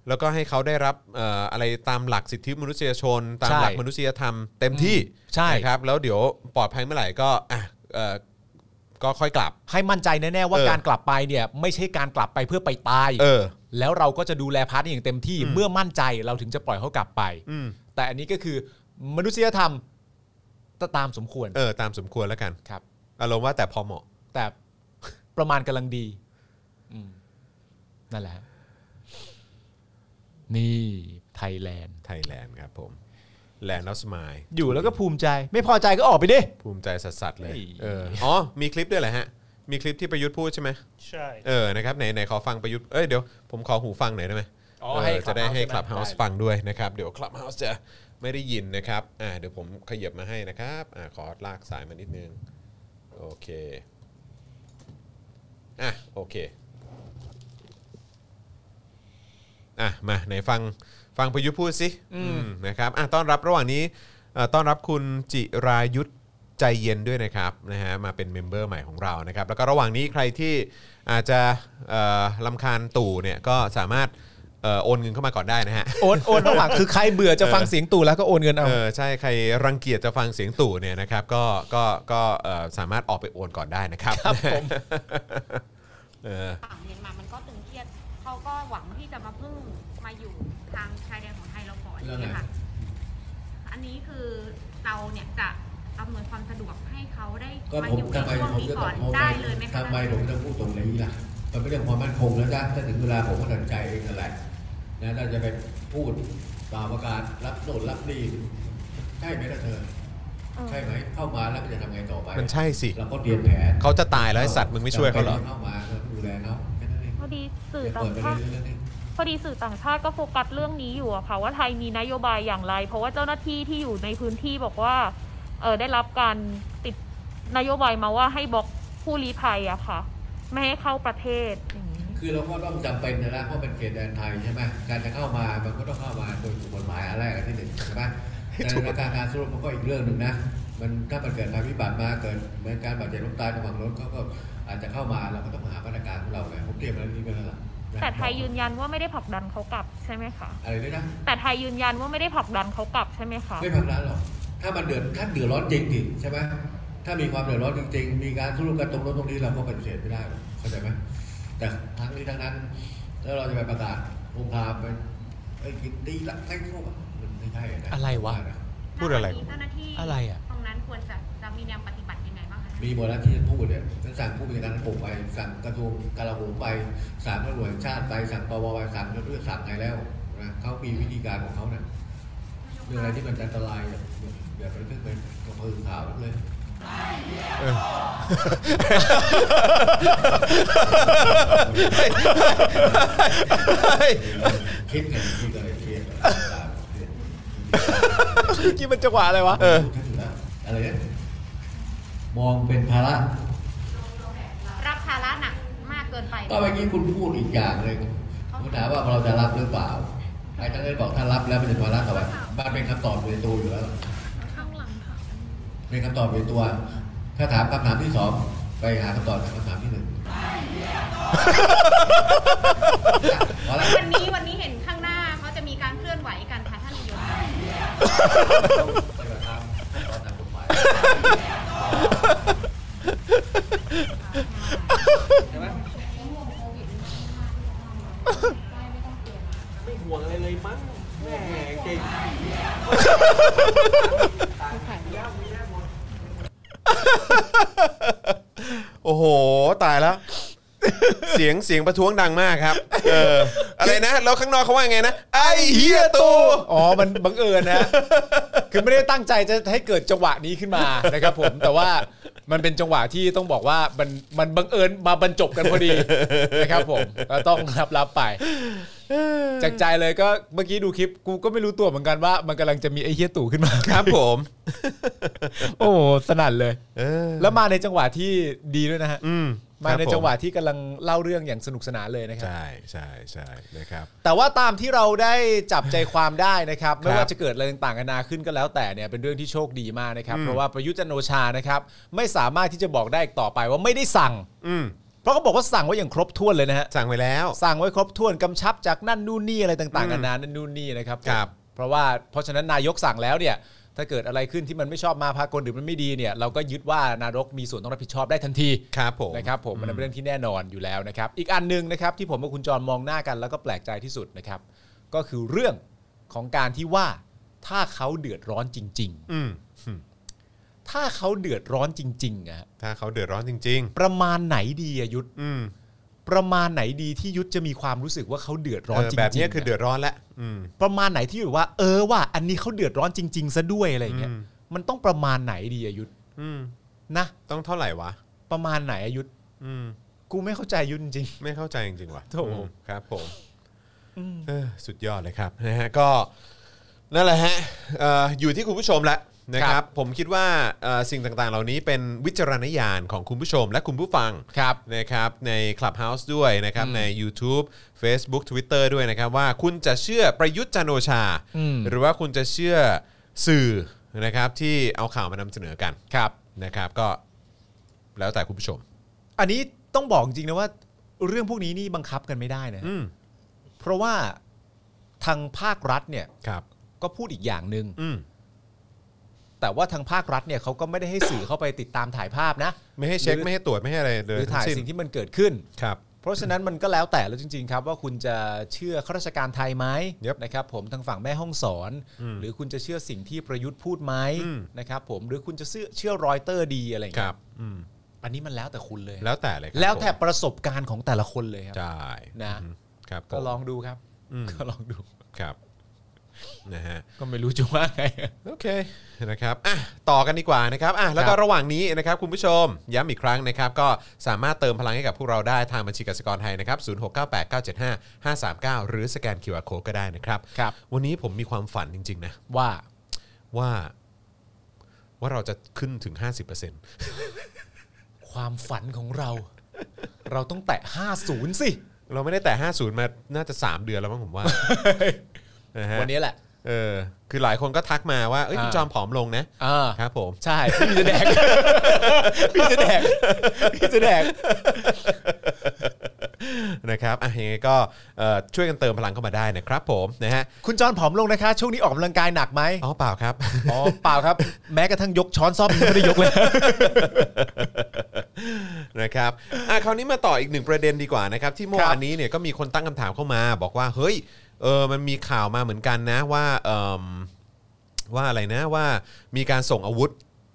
S2: แล้วก็ให้เขาได้รับเอ่ออะไรตามหลักสิทธิมนุษยชน ตาม
S3: ใช่
S2: หลักมนุษยธรรมเต็มที่
S3: ใช่
S2: นะครับแล้วเดี๋ยวปลอดภัยเมื่อไหร่ก็อ่ะเอ่อก็ค่อยกลับ
S3: ให้มั่นใจแน่ๆว่า
S2: เออ
S3: การกลับไปเนี่ย ไม่ใช่การกลับไปเพื่อไปตาย
S2: เออ
S3: แล้วเราก็จะดูแลพาร์ทนี้อย่างเต็มที่
S2: อืม
S3: เมื่อมั่นใจเราถึงจะปล่อยเขากลับไป
S2: อืม
S3: แต่อันนี้ก็คือมนุษยธรรม ตามสมควร
S2: เออตามสมควรแล้วกัน
S3: ครับ
S2: อารมณ์ว่าแต่พอเหมาะ
S3: แต่ ประมาณกำลังดีอืมนั่นแหละฮะนี่ไทยแลนด์
S2: ไทยแลนด์ครับผมแลนด์ออฟสมาย
S3: อยู่แล้วก็ภูมิใจ ไม่พอใจก็ออกไปดิ
S2: ภูมิใจสัสๆเลย
S3: เฮ้ย
S2: เอออ๋อมีคลิปด้วยแหละฮะ มีคลิปที่ประยุทธ์พูดใช่ไหม
S4: ใช่
S2: เออนะครับไหนไหนขอฟังประยุทธ์เอ้ยเดี๋ยวผมขอหูฟังหน่อยได้ไหม
S3: อ๋อ
S2: เออ
S3: ให้
S2: จะได้
S3: Clubhouse
S2: ให้
S3: ใช่ไหม
S2: คลับเฮา
S3: ได้
S2: ส์ฟังด้วยนะครับ เดี๋ยวคลับเฮาส์จะไม่ได้ยินนะครับอ่าเดี๋ยวผมขยับมาให้นะครับอ่าขอลากสายมานิดนึงโอเคอ่ะโอเคอ่ะมาไหนฟังฟังประยุทธ์พูดสิอืมนะครับอ่ะต้อนรับระหว่างนี้เอ่อต้อนรับคุณจิรายุทธใจเย็นด้วยนะครับนะฮะมาเป็นเมมเบอร์ใหม่ของเรานะครับ แล้วก็ระหว่างนี้ใครที่อาจจะเอ่อลำคาญตู่เนี่ยก็สามารถเอ่อโอนเงินเข้ามาก่อนได้นะฮะ
S3: โอนโอนระหว่างคือใครเบื่อจะฟังเสียงตู่แล้วก็โอนเงินเอา
S2: เออใช่ใครรังเกียจจะฟังเสียงตู่เนี่ยนะครับก็ก็ก็เอ่อสามารถออกไปโอนก่อนได้นะครับครับผมเออ
S5: ฝั่งเมียนมามันก็ตึงเครียด เขาก็หวังที่จะมาพึ่งมาอยู่ทางชายแดนของไทยเราก่อนอย่างเงี้ยค่ะ อันนี้คือเราเนี่ยจะอำนวยความสะดวกให้เขาได้
S6: ก็
S5: มา
S6: ผม
S5: อยู่ใน
S6: ทำไม
S5: ช่วง
S6: ผม
S5: นี้
S6: จะ
S5: ก่
S6: ต้
S5: อ
S6: อง
S5: น
S6: เอา
S5: ได้เลยไหมคะ
S6: ทำไมผมต้องพูดตรงนี้ล่ะ มันเป็นเรื่องความมั่นคงแล้วนะถ้าถึงเวลาผมก็ตัดใจเองนั่นแหละนะถ้าจะไปพูดตามประกาศรับโน่นรับนี่ใช่ไหมล่ะเธอ ใช่ไหมเข้ามาแล้วมันจะทำไงต่อไป
S2: มันใช่สิ
S6: เราก็เตรียมแผน
S2: เขาจะตายแล้วไอ้สัตว์มึงไม่ช่วยเขาเหรอ
S6: เข้ามาก็ดูแลเขาแค่นั้นเอง
S7: พอดีสื่อ
S6: เดี๋ยว
S7: ต่าง
S6: เปิดไป
S7: ชาติ
S6: เรื่อยๆนี่
S7: พอดีสื่อต่างชาติก็โฟกัสเรื่องนี้อยู่อะค่ะว่าไทยมีนโยบายอย่างไร เพราะว่าเจ้าหน้าที่ที่อยู่ในพื้นที่บอกว่าเออได้รับการติดนโยบายมาว่าให้บล็อกผู้ลี้ภัยอะค่ะ ไม่ให้เข้าประเทศอย่างนี้
S6: คือเราก็ต้องจำเป็นนะละเพราะเป็นเขตแดนไทยใช่ไหมการจะเข้ามามันก็ต้องเข้ามาโดยถูกกฎหมายอันแรกอันที่หนึ่งใช่ไหมแต่ในการการสู้รบมันก็อีกเรื่องหนึ่งนะ มันถ้ามันเกิดภัยพิบัติมาเกิดเหมือนการบาดเจ็บล้มตายระหว่างรถเขาก็อาจจะเข้ามาเราก็ต้องหามาตรการของเราไงผมเตรียมไว้เรื่องนี้ไว้แล้วล่ะนะ
S7: แต่ไทยยืนยันว่าไม่ได้ผลักดันเขากลับใช่ไหมคะ
S6: อะไรด้วยนะ
S7: แต่ไทยยืนยันว่าไม่ได้ผลักดันเขากลับใช่ไหมคะ
S6: ไม่ผลักดันหรอก ถ้ามันเดือดท่านเดือดร้อนจริงดิใช่ไหมถ้ามีความเดือดร้อนจริงๆ มีการสู้รบกันตรงโน้นตรงนี้เราก็ปฏิเสธไม่ได้หรอกเข้าใจไหมแต่ทั้งนี้ทั้งนั้นแล้วเราจะไปประกาศองค์พาเป็นไอ้ยกินตีละไอ้พวกอะมันไม่ใช่น
S3: อะไรวะ
S6: ม่ด้น
S2: พูดอะไร
S5: ณวันนี้เจ้าหน้าที่
S3: อะไรอะ
S5: ตรงนั้นควรจะจะมีแนวปฏิบัติยังไงบ้างคะ
S6: มีหมดแล้วที่จะพูดเนี่ยฉันสั่งผู้บัญชาการทหารบกไป สั่งกระทรวงกลาโหมไป สั่งตำรวจแห่งชาติไป สั่งปวไปสั่งเรื่องสั่งไงแล้วนะเขามีวิธีการของเขาเนี่ยเรื่องอะไรที่มันอันตรายเนี่ยอย่าไปเรื่องไปกระพือข่าวเลย คิดไงคิดอะไรคิด
S3: เมื่อกี้มันจังหวะอะไรวะ
S6: เอออะไรเนี่ยมองเป็นภาระ
S5: รับภาระหนักมากเกินไป
S6: ก็เมื่อกี้คุณพูดอีกอย่างเลยคุณถามว่าเราจะรับหรือเปล่าไอ้ท่านเลยบอกถ้ารับแล้วมันจะภาระต่อไปบ้านเป็นคำตอบในตัวอยู่แล้วเป็นคำตอบในตัว ถ้าถามคำถามที่สองไปหาคำตอบจากคำถามที่หนึ่งพอแล้ว
S5: วันนี้วันนี้เห็นข้างหน้าเขาจะมีการเคลื่อนไหวกันค่ะท่านนายก
S6: ปฏิบัติตามขั้นตอนตามกฎหมายใช่ไหม
S8: ไม่ห่วงอะไรเลยมั้งแหม่เก่ง
S2: โอ้โหตายแล้ว เสียงเสียงประท้วงดังมากครับเอออะไรนะแล้วข้างนอกเขาว่าไงนะไอ้เฮียตู่
S3: อ๋อมันบังเอิญนะ คือไม่ได้ตั้งใจจะให้เกิดจังหวะนี้ขึ้นมานะครับผมแต่ว่ามันเป็นจังหวะที่ต้องบอกว่ามันมันบังเอิญมาบรรจบกันพอดีนะครับผมก็ต้องรับรับไป จากใจเลยก็เมื่อกี้ดูคลิปกูก็ไม่รู้ตัวเหมือนกันว่า มันกำลังจะมีไอ้เฮี้ยตู่ขึ้นมา
S2: ครับผม
S3: โอ้โหสนั่นเลย
S2: เออ
S3: แล้วมาในจังหวะที่ดีด้วยนะฮะ
S2: อืม
S3: มา
S2: ค
S3: ใน
S2: รับผ
S3: จังหวะที่กำลังเล่าเรื่องอย่างสนุกสนานเลยนะครับ
S2: ใช่ใช่ใช่นะครับ
S3: แต่ว่าตามที่เราได้จับใจความได้นะครับ ไม่
S2: ครั
S3: ว่า
S2: บ
S3: จะเกิดอะไรต่างๆนานาขึ้นก็แล้วแต่เนี่ยเป็นเรื่องที่โชคดีมากนะครับ
S2: อืม
S3: เพราะว่าประยุทธ์จันทร์โอชานะครับ ไม่สามารถที่จะบอกได้อีกต่อไปว่าไม่ได้สั่ง
S2: อืม
S3: เพราะเขาบอกว่าสั่งไว้อย่างครบถ้วนเลยนะฮะ
S2: สั่งไว้แล้ว
S3: สั่งไว้ครบถ้วนกำชับจากนั่นนู่นนี่อะไรต่างๆนานานั่นนู่นนี่นะครับ
S2: ครับ
S3: เพราะว่าเพราะฉะนั้นนายกสั่งแล้วเนี่ย ถ้าเกิดอะไรขึ้นที่มันไม่ชอบมาพากลหรือมันไม่ดีเนี่ย เราก็ยึดว่านายกมีส่วนต้องรับผิดชอบได้ทันที
S2: ครับผม
S3: นะครับผมมันเป็นเรื่องที่แน่นอนอยู่แล้วนะครับ อีกอันหนึ่งนะครับที่ผมกับคุณจรมองหน้ากันแล้วก็แปลกใจที่สุดนะครับ ก็คือเรื่องของการที่ว่าถ้าเขาเดือดร้อนจริง
S2: อืม
S3: ๆ ถ้าเขาเดือดร้อนจริงๆอะฮะ
S2: ถ้าเขาเดือดร้อนจริง
S3: ประมาณไหนดีอะยุทธ
S2: ๆ อืม
S3: ประมาณไหนดีที่ยุทธจะมีความรู้สึกว่าเขาเดือดร้อน
S2: เออ
S3: จริงๆ
S2: แบบเนี้ย
S3: ะ
S2: คือเดือดร้อนแล้วอืม
S3: ประมาณไหนที่แบบว่า เออว่า อันนี้เขาเดือดร้อนจริง ๆซะด้วยอะไรอย่างเงี้ย
S2: อืม
S3: มันต้องประมาณไหนดีอะยุทธ
S2: อืม
S3: นะ
S2: ต้องเท่าไหร่วะ
S3: ประมาณไหนอะยุทธ
S2: อืม
S3: กูไม่เข้าใจยุทธจริง
S2: ไม่เข้าใจจริงๆว่ะ
S3: โถ
S2: อืมครับผมเออสุดยอดเลยครับนะฮะก็นั่นแหละฮะเอ่ออยู่ที่คุณผู้ชมละนะครับ ผมคิดว่าเอ่อสิ่งต่างๆ เหล่านี้เป็นวิจารณญาณของคุณผู้ชมและคุณผู้ฟัง
S3: ๆครับ
S2: นะครับใน Clubhouse ด้วยนะครับใน YouTube Facebook Twitter ด้วยนะครับว่าคุณจะเชื่อประยุทธ์จันทร์โอชา
S3: อืม
S2: หรือว่าคุณจะเชื่อสื่อนะครับที่เอาข่าวมานำเสนอกันครับนะครับก็แล้วแต่คุณผู้ชม
S3: อันนี้ต้องบอกจริงนะว่าเรื่องพวกนี้นี่บังคับกันไม่ได้นะฮะ
S2: อืม
S3: เพราะว่าทางภาครัฐเนี่ย
S2: ครับ
S3: ก็พูดอีกอย่างหนึ่ง
S2: อืม
S3: แต่ว่าทางภาครัฐเนี่ยเขาก็ไม่ได้ให้สื่อเข้าไปติดตามถ่ายภาพนะ
S2: ไม่ให้เช็ค ไม่ให้ตรวจไม่ให้อะไรเล
S3: ห
S2: ย
S3: รือถ่าย
S2: ทั้
S3: สิ่ง
S2: น
S3: ที่มันเกิดขึ้น
S2: ครับ
S3: เพราะฉะนั้นมันก็แล้วแต่แล้วจริง ๆ ครับ ว่าคุณจะเชื่อข้าราชการไทยไหม
S2: Yep.
S3: นะครับผมทางฝั่งแม่ห้องสอน
S2: อืม
S3: หรือคุณจะเชื่อสิ่งที่ประยุทธ์พูดไหม
S2: อืม
S3: นะครับผมหรือคุณจะเชื่อเชื่อรอยเตอร์ดีอะไรอย่าง
S2: ค
S3: เงี้
S2: รั
S3: ย
S2: บอืม
S3: อันนี้มันแล้วแต่คุณเลย
S2: แล้วแต่เลยครับ
S3: แล้วแต่
S2: ผม
S3: ประสบการณ์ของแต่ละคนเลยครับ
S2: ใช่
S3: นะ
S2: อืมครับผม
S3: ก็ลองดูครับ
S2: อืม
S3: ก็ลองดู
S2: ครับนะฮะ
S3: ก็ไม่รู้จะว่าไง
S2: โอเคนะครับอ่ะต่อกันดีกว่านะครับอ่ะแล้วก็
S3: ครับ
S2: ระหว่างนี้นะครับคุณผู้ชม ย้ำอีกครั้งนะครับก็สามารถเติมพลังให้กับพวกเราได้ทางบัญชีกสิกรไทยนะครับ0 6 9 8 9 7 5 5 3 9 หรือสแกน QR Code ก็ได้นะครับ
S3: ครับ
S2: วันนี้ผมมีความฝันจริง ๆ นะ
S3: ว่า
S2: ว่าว่าเราจะขึ้นถึง 50%
S3: ความฝันของเรา เราต้องแตะ50สิ
S2: เราไม่ได้แต่ 50 มาน่าจะ 3 เดือนแล้วมั้ง ผมว่า นะฮะ
S3: วันนี้แหละ
S2: เออคือหลายคนก็ทักมาว่าเอ้ยคุณ
S3: อ่า
S2: จอมผอมลงนะ
S3: อ่า
S2: ครับผม
S3: ใช่ พี่จะแดก พี่จะแดก พี่จะแดก
S2: นะครับอ่ะยังไงก็เอ่อช่วยกันเติมพลังเข้ามาได้นะครับผมนะฮะ
S3: คุณจอนผอมลงนะคะ ช่วงนี้ออกกำลังกายหนักไหม
S2: อ๋อเปล่า ครับ
S3: อ๋อเปล่าครับ แม้กระทั่งยกช้อนซ่อมยังไม่ได้ยกเลย
S2: นะครับอ่ะคราวนี้มาต่ออีกหนึ่งประเด็นดีกว่านะครับ ที่เมื่อวา
S3: คน รับ
S2: นี้เนี่ยก็มีคนตั้งคำถามเข้ามาบอกว่าเฮ้ยเออมันมีข่าวมาเหมือนกันนะว่าเอ่มว่าอะไรนะว่ามีการส่งอาวุธ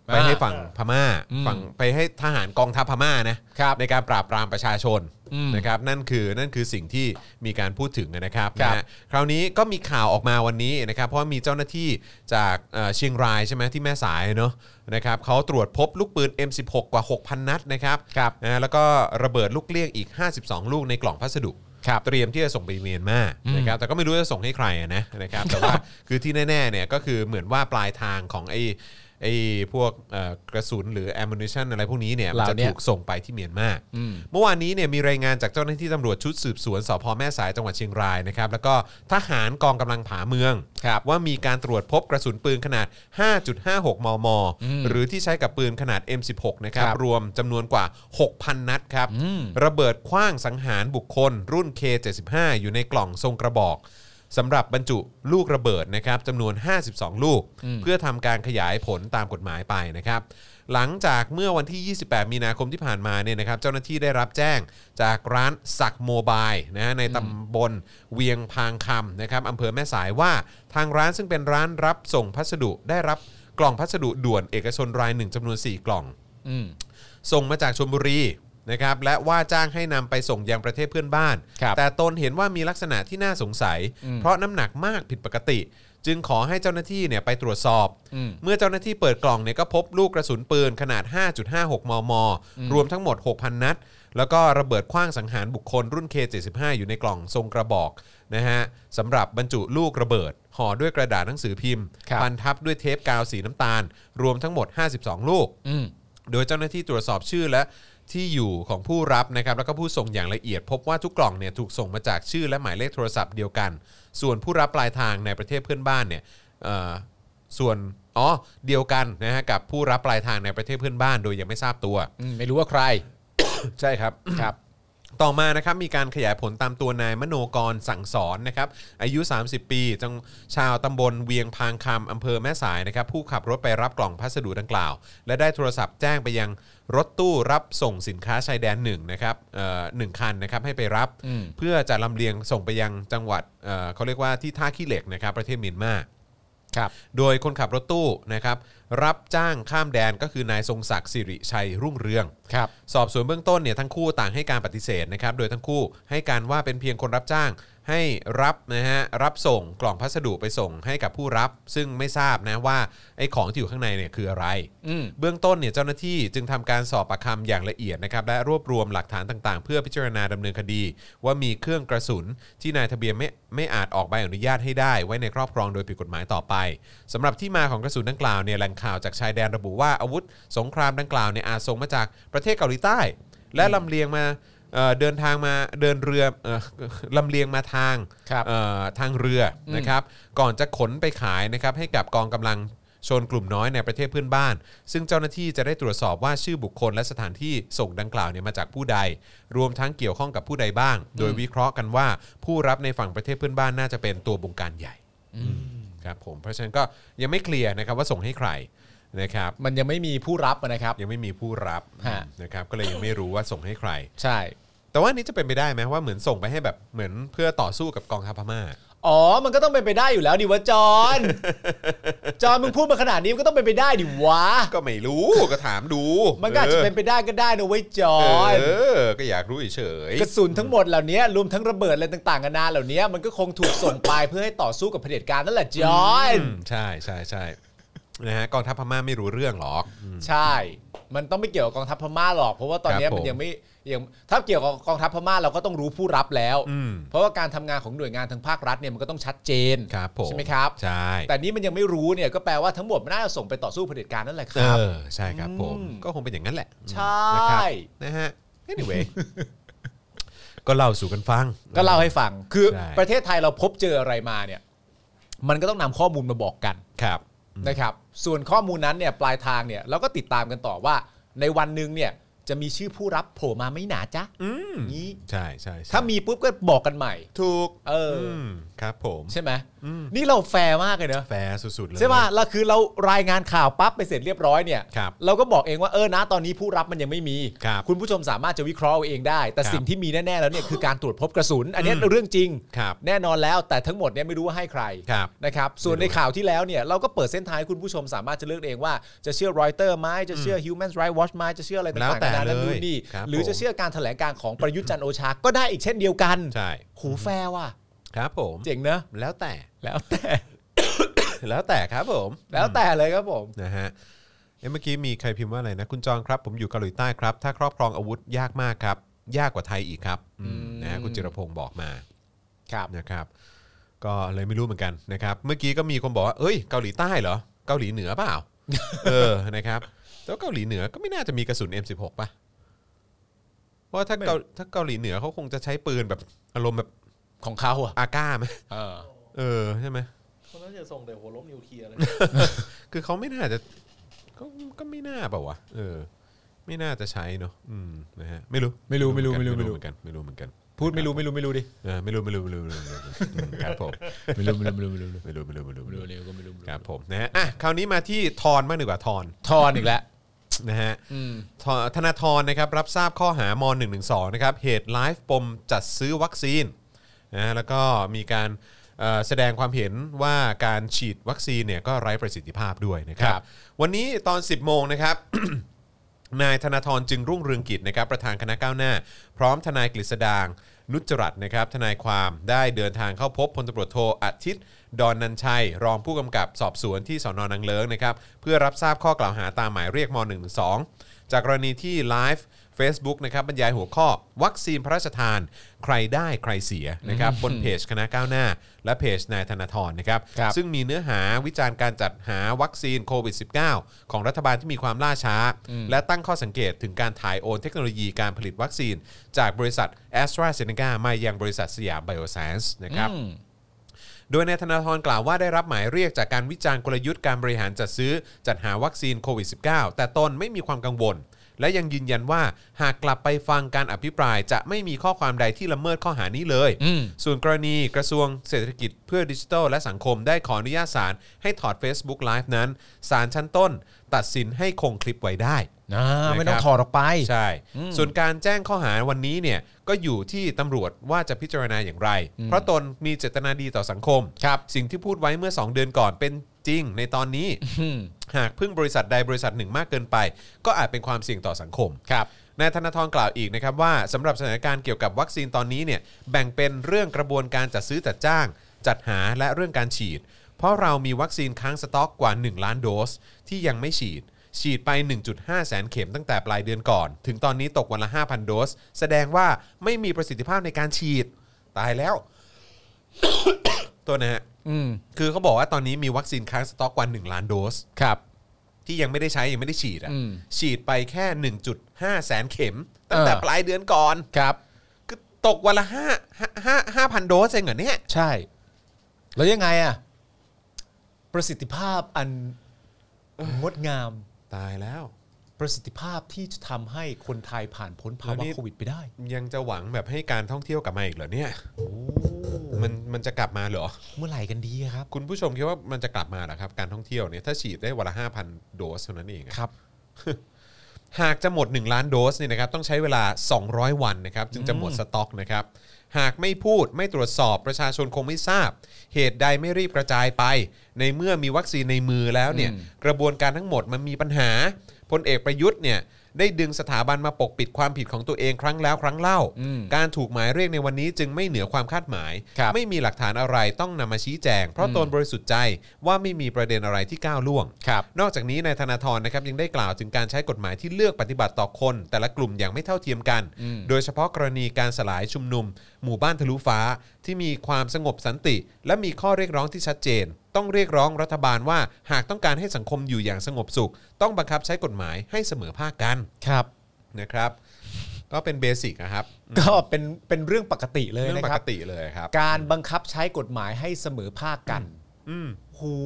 S2: ไป
S3: อ่า
S2: ให้ฝั่งพม่า
S3: อืม
S2: ฝั่งไปให้ทหารกองทัพพม่านะครับในการปราบปรามประชาชน
S3: อืม
S2: นะครับนั่นคือนั่นคือสิ่งที่มีการพูดถึงนะครับ
S3: ครับ
S2: นะฮะคราวนี้ก็มีข่าวออกมาวันนี้นะครับ เพราะว่ามีเจ้าหน้าที่จากเอ่อเชียงรายใช่ไหมที่แม่สายเนอะนะครับเขาตรวจพบลูกปืน M16 กว่า 6,000 นัดนะครับ
S3: ครับ
S2: นะฮะแล้วก็ระเบิดลูกเลี้ยงอีก 52 ลูกในกล่องพัสดุ
S3: ครับ
S2: เตรียมที่จะส่งไปเมียนมา
S3: อืม
S2: นะครับแต่ก็ไม่รู้จะส่งให้ใครอะนะนะครับแต่ว่าคือที่แน่ๆเนี่ยก็คือเหมือนว่าปลายทางของไอ้ไอ้พวกเอ่อกระสุนหรือแอม u นิชันอะไรพวกนี้เนี่ย
S3: เห
S2: มัน
S3: ล่า
S2: จะ
S3: เนี้ย
S2: ถูกส่งไปที่เมียนมา
S3: อืม
S2: เมื่อวานนี้เนี่ยมีรายงานจากเจ้าหน้าที่ตำรวจชุดสืบสวนสพแม่สายจังหวัดเชียงรายนะครับแล้วก็ทหารกองกำลังผาเมือง
S3: ครับ
S2: ว่ามีการตรวจพบกระสุนปืนขนาด 5.56 มม
S3: อืม
S2: หรือที่ใช้กับปืนขนาด M16 นะครับ
S3: ครับ
S2: รวมจำนวนกว่า 6,000 นัดครับ
S3: อืม
S2: ระเบิดคว้างสังหารบุคคล รุ่น K75 อยู่ในกล่องทรงกระบอกสำหรับบรรจุลูกระเบิดนะครับจำนวน 52 ลูก เพื่อทำการขยายผลตามกฎหมายไปนะครับ หลังจากเมื่อวันที่ 28 มีนาคมที่ผ่านมาเนี่ยนะครับเจ้าหน้าที่ได้รับแจ้งจากร้านสักโมบายนะฮะในตำบลเวียงพางคำนะครับอำเภอแม่สายว่าทางร้านซึ่งเป็นร้านรับส่งพัสดุได้รับกล่องพัสดุด่วนเอกชนรายหนึ่งจำนวน 4 กล่อง
S3: อืม
S2: ส่งมาจากชลบุรีนะครับและว่าจ้างให้นำไปส่งยังประเทศเพื่อนบ้าน
S3: ครับ
S2: แต่ตนเห็นว่ามีลักษณะที่น่าสงสัย
S3: อืม
S2: เพราะน้ำหนักมากผิดปกติ จึงขอให้เจ้าหน้าที่เนี่ยไปตรวจสอบ
S3: อืม
S2: เมื่อเจ้าหน้าที่เปิดกล่องเนี่ยก็พบลูกกระสุนปืนขนาด 5.56 มม รวมทั้งหมด 6,000 นัด แล้วก็ระเบิดคว้างสังหารบุคคลรุ่น K75 อยู่ในกล่องทรงกระบอกนะฮะสำหรับบรรจุลูกระเบิดห่อด้วยกระดาษหนังสือพิมพ์
S3: ครับ
S2: พันทับด้วยเทปกาวสีน้ำตาล รวมทั้งหมด 52 ลูก
S3: อืม
S2: โดยเจ้าหน้าที่ตรวจสอบชื่อและที่อยู่ของผู้รับนะครับแล้วก็ผู้ส่งอย่างละเอียด พบว่าทุกกล่องเนี่ยถูกส่งมาจากชื่อและหมายเลขโทรศัพท์เดียวกัน ส่วนผู้รับปลายทางในประเทศเพื่อนบ้านเนี่ยเอ่อส่วนอ๋อเดียวกันนะฮะกับผู้รับปลายทางในประเทศเพื่อนบ้าน โดยยังไม่ทราบตัว
S3: อืม ไม่รู้ว่าใคร
S2: ใช่ ครับ
S3: ครับ
S2: ต่อมานะครับมีการขยายผลตามตัวนายมโนกรสั่งสอนนะครับอายุ 30 ปีจังชาวตำบลเวียงพางคำอำเภอแม่สายนะครับผู้ขับรถไปรับกล่องพัสดุดังกล่าว และได้โทรศัพท์แจ้งไปยังรถตู้รับส่งสินค้าชายแดนหนึ่งนะครับเอ่อหนึ่งคันนะครับให้ไปรับ
S3: อืม
S2: เพื่อจะลำเลียงส่งไปยังจังหวัดเอ่อเขาเรียกว่าที่ท่าขี้เหล็กนะครับประเทศเมียนมา
S3: ครับ
S2: โดยคนขับรถตู้นะครับรับจ้างข้ามแดนก็คือนายทรงศักดิ์สิริชัยรุ่งเรือง
S3: ครับ
S2: สอบสวนเบื้องต้นเนี่ยทั้งคู่ต่างให้การปฏิเสธนะครับ โดยทั้งคู่ให้การว่าเป็นเพียงคนรับจ้าง ให้รับนะฮะรับส่งกล่องพัสดุไปส่งให้กับผู้รับ ซึ่งไม่ทราบนะว่าไอ้ของที่อยู่ข้างในเนี่ยคืออะไร
S3: อืม
S2: เบื้องต้นเนี่ยเจ้าหน้าที่จึงทำการสอบปากคำอย่างละเอียดนะครับและรวบรวมหลักฐานต่างๆ เพื่อพิจารณาดำเนินคดี ว่ามีเครื่องกระสุนที่นายทะเบียนไม่ไม่อาจออกใบอนุญาตให้ได้ ไว้ในครอบครองโดยผิดกฎหมายต่อไปสำหรับที่มาของกระสุนดังกล่าวเนี่ยแหล่งข่าวจากชายแดนระบุว่าอาวุธ สงครามดังกล่าวเนี่ยอาจส่งมาจากประเทศเกาหลีใต้ และลำเลียงมาเอ่อเดินทางมาเดินเรือเอ่อ ลำเลียงมาทาง
S3: ครับ
S2: เอ่อทางเรือนะครับก่อนจะขนไปขายนะครับให้กับกองกำลัง ชนกลุ่มน้อยในประเทศเพื่อนบ้าน ซึ่งเจ้าหน้าที่จะได้ตรวจสอบว่าชื่อบุคคลและสถานที่ส่งดังกล่าวเนี่ยมาจากผู้ใด รวมทั้งเกี่ยวข้องกับผู้ใดบ้าง โดยวิเคราะห์กันว่าผู้รับในฝั่งประเทศเพื่อนบ้านน่าจะเป็นตัวบงการใหญ่ครับผมเพราะฉะนั้นก็ยังไม่เคลียร์นะครับว่าส่งให้ใครนะครับ
S3: มันยังไม่มีผู้รับอะนะครับ
S2: ยังไม่มีผู้รับ
S3: ฮะ
S2: นะครับก็เลยยังไม่รู้ว่าส่งให้ใคร
S3: ใช่
S2: แต่ว่านี้จะเป็นไปได้ไหมว่าเหมือนส่งไปให้แบบเหมือนเพื่อต่อสู้กับกองทัพพม่า
S3: อ๋อ มันก็ต้องเป็นไปได้อยู่แล้วดิวะจอน จอนมึงพูดมาขนาดนี้มันก็ต้องเป็นไปได้ดิวะ
S2: ก็ไม่รู้ก็ถามดู
S3: มันก็อาจจะเป็นไปได้ก็ได้นะเว้ยจอ
S2: เอน อก็อยากรู้เฉยๆ
S3: กระสุนทั้งหมดเหล่านี้รวมทั้งระเบิดอะไรต่างๆกันานาเหล่านี้มันก็คงถูกส่งไปเพื่อให้ต่อสู้กับเผด็จการนั่นแหละจอน
S2: อืมใช่ใช่ใช่นะฮะกองทัพพม่าไม่รู้เรื่องหรอก
S3: ใช่ มันต้องไม่เกี่ยวกับกองทัพพม่าหรอก เพราะว่าตอนเนี้
S2: ค
S3: ย
S2: รับผม
S3: มันยังไม่ยังถ้าเกี่ยวกับกองทัพพม่าเราก็ต้องรู้ผู้รับแล้ว
S2: อืม
S3: เพราะว่าการทำงานของหน่วยงานทางภาครัฐเนี่ยมันก็ต้องชัดเจน
S2: ครับผม
S3: ใช่ไหมครับ
S2: ใช่
S3: แต่นี่มันยังไม่รู้เนี่ยก็แปลว่าทั้งหมดมันน่าจะส่งไปต่อสู้เผด็จการนั่นแหละค
S2: เอ
S3: รับ
S2: อใช่ครับผม
S3: อืม
S2: ก็คงเป็นอย่างนั้นแหละ
S3: ใช่
S2: นะครับนะฮะ anyway ก็เล่าสู่กันฟัง
S3: ก็เล่าให้ฟัง คือ
S2: ใช่
S3: ประเทศไทยเราพบเจออะไรมาเนี่ย มันก็ต้องนำข้อมูลมาบอกกัน
S2: ครับ
S3: นะครับ ส่วนข้อมูลนั้นเนี่ยปลายทางเนี่ยเราก็ติดตามกันต่อว่า ในวันหนึ่งเนี่ยจะมีชื่อผู้รับโผล่มาไหม่หนาจ๊ะ
S2: อืม
S3: นี้
S2: ใช่ใช่ใช่
S3: ถ้ามีปุ๊บก็บอกกันใหม่
S2: ถูก
S3: เอออื
S2: มครับผม
S3: ใช่ไหม
S2: อืม
S3: นี่เราแฟร์มากเลยเนอะ
S2: แฟร์สุดๆเลย
S3: ใช่ป่ะเราคือเรารายงานข่าวปั๊บไปเสร็จเรียบร้อยเนี่ย
S2: ครับ
S3: เราก็บอกเองว่าเออนะตอนนี้ผู้รับมันยังไม่มี
S2: ครับ
S3: ณผู้ชมสามารถจะวิเคราะห์เอาเองได้ แต่
S2: ครับ
S3: สิ่งที่มีแน่ๆแล้วเนี่ยคือการตรวจพบกระสุน อันเนี้ย
S2: อืม
S3: เรื่องจริง
S2: ครับ
S3: แน่นอนแล้วแต่ทั้งหมดเนี่ยไม่รู้ว่าให้ใคร
S2: ครับ
S3: นะครับ ส่วน
S2: ไม่
S3: ใน
S2: รู้
S3: ข่าวที่แล้วเนี่ยเราก็เปิดเส้นทางให้คุณผู้ชมสามารถจะเลือกเองว่าจะเชื่อรอยเตอร์ไหมจะเชื่อ Human Rights Watch ไหมจะเชื่ออะไร
S2: แล้ว
S3: ต่างๆ
S2: แต่
S3: นานานั่น
S2: เลย
S3: นู่นนี่
S2: ครับ
S3: หรื
S2: ผ
S3: อ
S2: ม
S3: จะเชื่อการแถลงการณ์ของประยุทธ์จันทร์โอชาก็ได้อีกเช่นเดียวกัน
S2: ใช่
S3: หูแฟร์ว่ะ
S2: ครับผม
S3: เจ๋งเนอะ
S2: แล้วแต่
S3: แล้วแต่
S2: แล้วแต่ครับผม
S3: แล้วแต่เลยครับผม
S2: นะฮะเอ้ยเมื่อกี้มีใครพิมพ์ว่าอะไรนะ คุณจองครับ ผมอยู่เกาหลีใต้ครับ ถ้าครอบครองอาวุธยากมากครับ ยากกว่าไทยอีกครับอืมนะฮะคุณจิรพงศ์บอกมา
S3: ครับ
S2: นะครับ ก็เลยไม่รู้เหมือนกันนะครับ เมื่อกี้ก็มีคนบอกว่าเอ้ยเกาหลีใต้เหรอเกาหลีเหนือเปล่า เออนะครับแต่ว่าเกาหลีเหนือก็ไม่น่าจะมีกระสุน M16 ป่ะเพราะว่าถ้าเกาถ้าเกาหลีเหนือเขาคงจะใช้ปืนแบบอารมณ์แบบ
S3: ของเขาอ่ะ
S2: อาก้าไหม
S3: เออ
S2: เออใช่ไหม
S4: เขาน่าจะส่งแต่หัวล้มนิวเคลียร์เลย
S2: คือเขาไม่น่าจะก็ก็ไม่น่าเปล่าวะเออ ไม่น่าจะใช้เนอะอืมนะฮะไม่รู้ไม่รู้เหมือนกันไม่รู้เหมือนกัน
S3: พูดไม่รู้ไม่รู้ไม่รู้ดิ
S2: เออไม่รู้ไม่รู้ไม่รู้ไม่รู้ไม่รู้อืมครับผม
S3: ไม่รู้ไม่รู้ไม่รู้ไม่รู้ไม่รู้
S2: ไม่รู้ไม่รู้ไม่รู้ไม่รู้
S3: ไม่รู้ก็ไม่รู้
S2: ครับผมนะฮะอ่ะคราวนี้มาที่ทอนมากดีกว่าทอน
S3: ทอนอีกแล้ว
S2: นะฮะ
S3: อืม
S2: ทอนธนาธรนะครับรับทราบข้อหาม1 1 2นะครับเหตุไลฟ์ปมจัดซื้อวัคซีนนะฮะแล้วก็มีการเอ่อแสดงความเห็นว่าการฉีดวัคซีนเนี่ยก็ไร้ประสิทธิภาพด้วยนะครับ วันนี้ตอน 10 โมงนะครับ นายธนาธรจึงรุ่งเรืองกิจนะครับประธานคณะก้าวหน้า พร้อมทนายกฤษดาง นุจจรัตน์นะครับทนายความได้เดินทางเข้าพบพลตำรวจโทอาทิตย์ ดอนนันชัย รองผู้กำกับสอบสวนที่สอนอนังเลิงนะครับเพื่อรับทราบข้อกล่าวหาตามหมายเรียกม .112 จากกรณีที่ไลฟ์ Facebook นะครับบรรยายหัวข้อ วัคซีนพระราชทาน ใครได้ใครเสียนะครับบนเพจคณะก้าวหน้า และเพจนายธนาธรนะครับ
S3: ครับ
S2: ซึ่งมีเนื้อหาวิจารณ์การจัดหาวัคซีนโควิด -19 ของรัฐบาลที่มีความล่าช้า และตั้งข้อสังเกตถึงการถ่ายโอนเทคโนโลยีการผลิตวัคซีน จากบริษัท a s t r a z เซ e c a มายังบริษัทสยามไบโอไซน์นะครับ
S3: อืม
S2: โดยนายธนาธรกล่าวว่าได้รับหมายเรียกจากการวิจารณ์กลยุทธ์การบริหารจัดซื้อจัดหาวัคซีนโควิด -19 แต่ตนไม่มีความกังวล และยังยืนยันว่าหากกลับไปฟังการอภิปรายจะไม่มีข้อความใดที่ละเมิดข้อหานี้เลย
S3: อืม
S2: ส่วนกรณีกระทรวงเศรษฐกิจเพื่อดิจิทัลและสังคมได้ขออนุญาตศาลให้ถอด Facebook Live นั้นศาลชั้นต้น ตัดสินให้คงคลิปไว้ได้
S3: อ่าไม่ต้
S2: นะครั
S3: อง
S2: บ
S3: ถอดออกไป
S2: ใช่
S3: อืม
S2: ส่วนการแจ้งข้อหาวันนี้เนี่ยก็อยู่ที่ตำรวจว่าจะพิจารณาอย่างไร
S3: อืม
S2: เพราะตนมีเจตนาดีต่อสังคม
S3: ครับ
S2: สิ่งที่พูดไว้เมื่อ 2 เดือนก่อนเป็นจริงในตอนนี้
S3: อืม
S2: หากพึ่งบริษัทใดบริษัทหนึ่งมากเกินไป ก็อาจเป็นความเสี่ยงต่อสังคม
S3: ครับ
S2: นายธนาธรกล่าวอีกนะครับว่าสำหรับสถานการณ์เกี่ยวกับวัคซีนตอนนี้เนี่ยแบ่งเป็นเรื่องกระบวนการจัดซื้อจัดจ้าง จัดหาและเรื่องการฉีด เพราะเรามีวัคซีนค้างสต็อกกว่า 1 ล้านโดส ที่ยังไม่ฉีด ฉีดไป 1.5 แสนเข็มตั้งแต่ปลายเดือนก่อน ถึงตอนนี้ตกวันละ 5,000 โดส แสดงว่าไม่มีประสิทธิภาพในการฉีด ตายแล้ว ตัวนะฮะ
S3: อืม
S2: คือเขาบอกว่าตอนนี้มีวัคซีนค้างสต็อกกว่า 1 ล้านโดส
S3: ครับ
S2: ที่ยังไม่ได้ใช้ยังไม่ได้ฉีดอะ
S3: อืม
S2: ฉีดไปแค่ 1.5 แสนเข็ม ตั้งแต่
S3: เออ
S2: ปลายเดือนก่อน
S3: ครับ
S2: คือตกวันละห้าห้าห้าห้าพันโดสเองเหรอเนี่ย
S3: ใช่ แล้วยังไงอะประสิทธิภาพอันงดงาม
S2: ตายแล้ว
S3: ประสิทธิภาพที่จะทำให้คนไทยผ่านพ้น
S2: แล้วว
S3: ภาะ
S2: นี่
S3: โควิดไปได้
S2: ยังจะหวังแบบให้การท่องเที่ยวกลับมาอีกเหรอเนี่ย
S3: โอ้
S2: มันมันจะกลับมาเหรอ
S3: เมื่อไหร่กันดีอะครับ
S2: คุณผู้ชมคิดว่ามันจะกลับมาเหรอครับ การท่องเที่ยวเนี่ยถ้าฉีดได้วันละ 5,000 โดสเท่านั้นเองอะ
S3: ครับ
S2: หากจะหมด 1 ล้านโดสเนี่ยนะครับต้องใช้เวลา 200 วันนะครับจึงจะหมดสต็อกนะครับหากไม่พูดไม่ตรวจสอบประชาชนคงไม่ทราบ เหตุใดไม่รีบกระจายไป ในเมื่อมีวัคซีนในมือแล้วเนี่ย
S3: อืม
S2: กระบวนการทั้งหมดมันมีปัญหาพลเอกประยุทธ์เนี่ยได้ดึงสถาบันมาปกปิดความผิดของตัวเองครั้งแล้วครั้งเล่า
S3: อืม
S2: การถูกหมายเรียกในวันนี้จึงไม่เหนือความคาดหมาย
S3: ครับ
S2: ไม่มีหลักฐานอะไรต้องนำมาชี้แจง เพราะ
S3: อืม
S2: ตนบริสุทธิ์ใจว่าไม่มีประเด็นอะไรที่ก้าวล่วง
S3: ครับ
S2: นอกจากนี้นายธนาธรนะครับยังได้กล่าวถึงการใช้กฎหมายที่เลือกปฏิบัติต่อคน แต่ละกลุ่มอย่างไม่เท่าเทียมกัน
S3: อืม
S2: โดยเฉพาะกรณีการสลายชุมนุม หมู่บ้านทะลุฟ้าที่มีความสงบสันติ และมีข้อเรียกร้องที่ชัดเจน ต้องเรียกร้องรัฐบาลว่าหากต้องการให้สังคมอยู่อย่างสงบสุข ต้องบังคับใช้กฎหมายให้เสมอภาคกัน
S3: ครับ
S2: นะครับ ก็เป็นเบสิกนะครับ
S3: ก็เป็นเป็นเรื่องปกติเลย
S2: เรื่อง
S3: นะ
S2: ป
S3: ค
S2: ก
S3: รับ
S2: ติเลยครับ
S3: การบังคับใช้กฎหมายให้เสมอภาคกัน
S2: อืม
S3: หู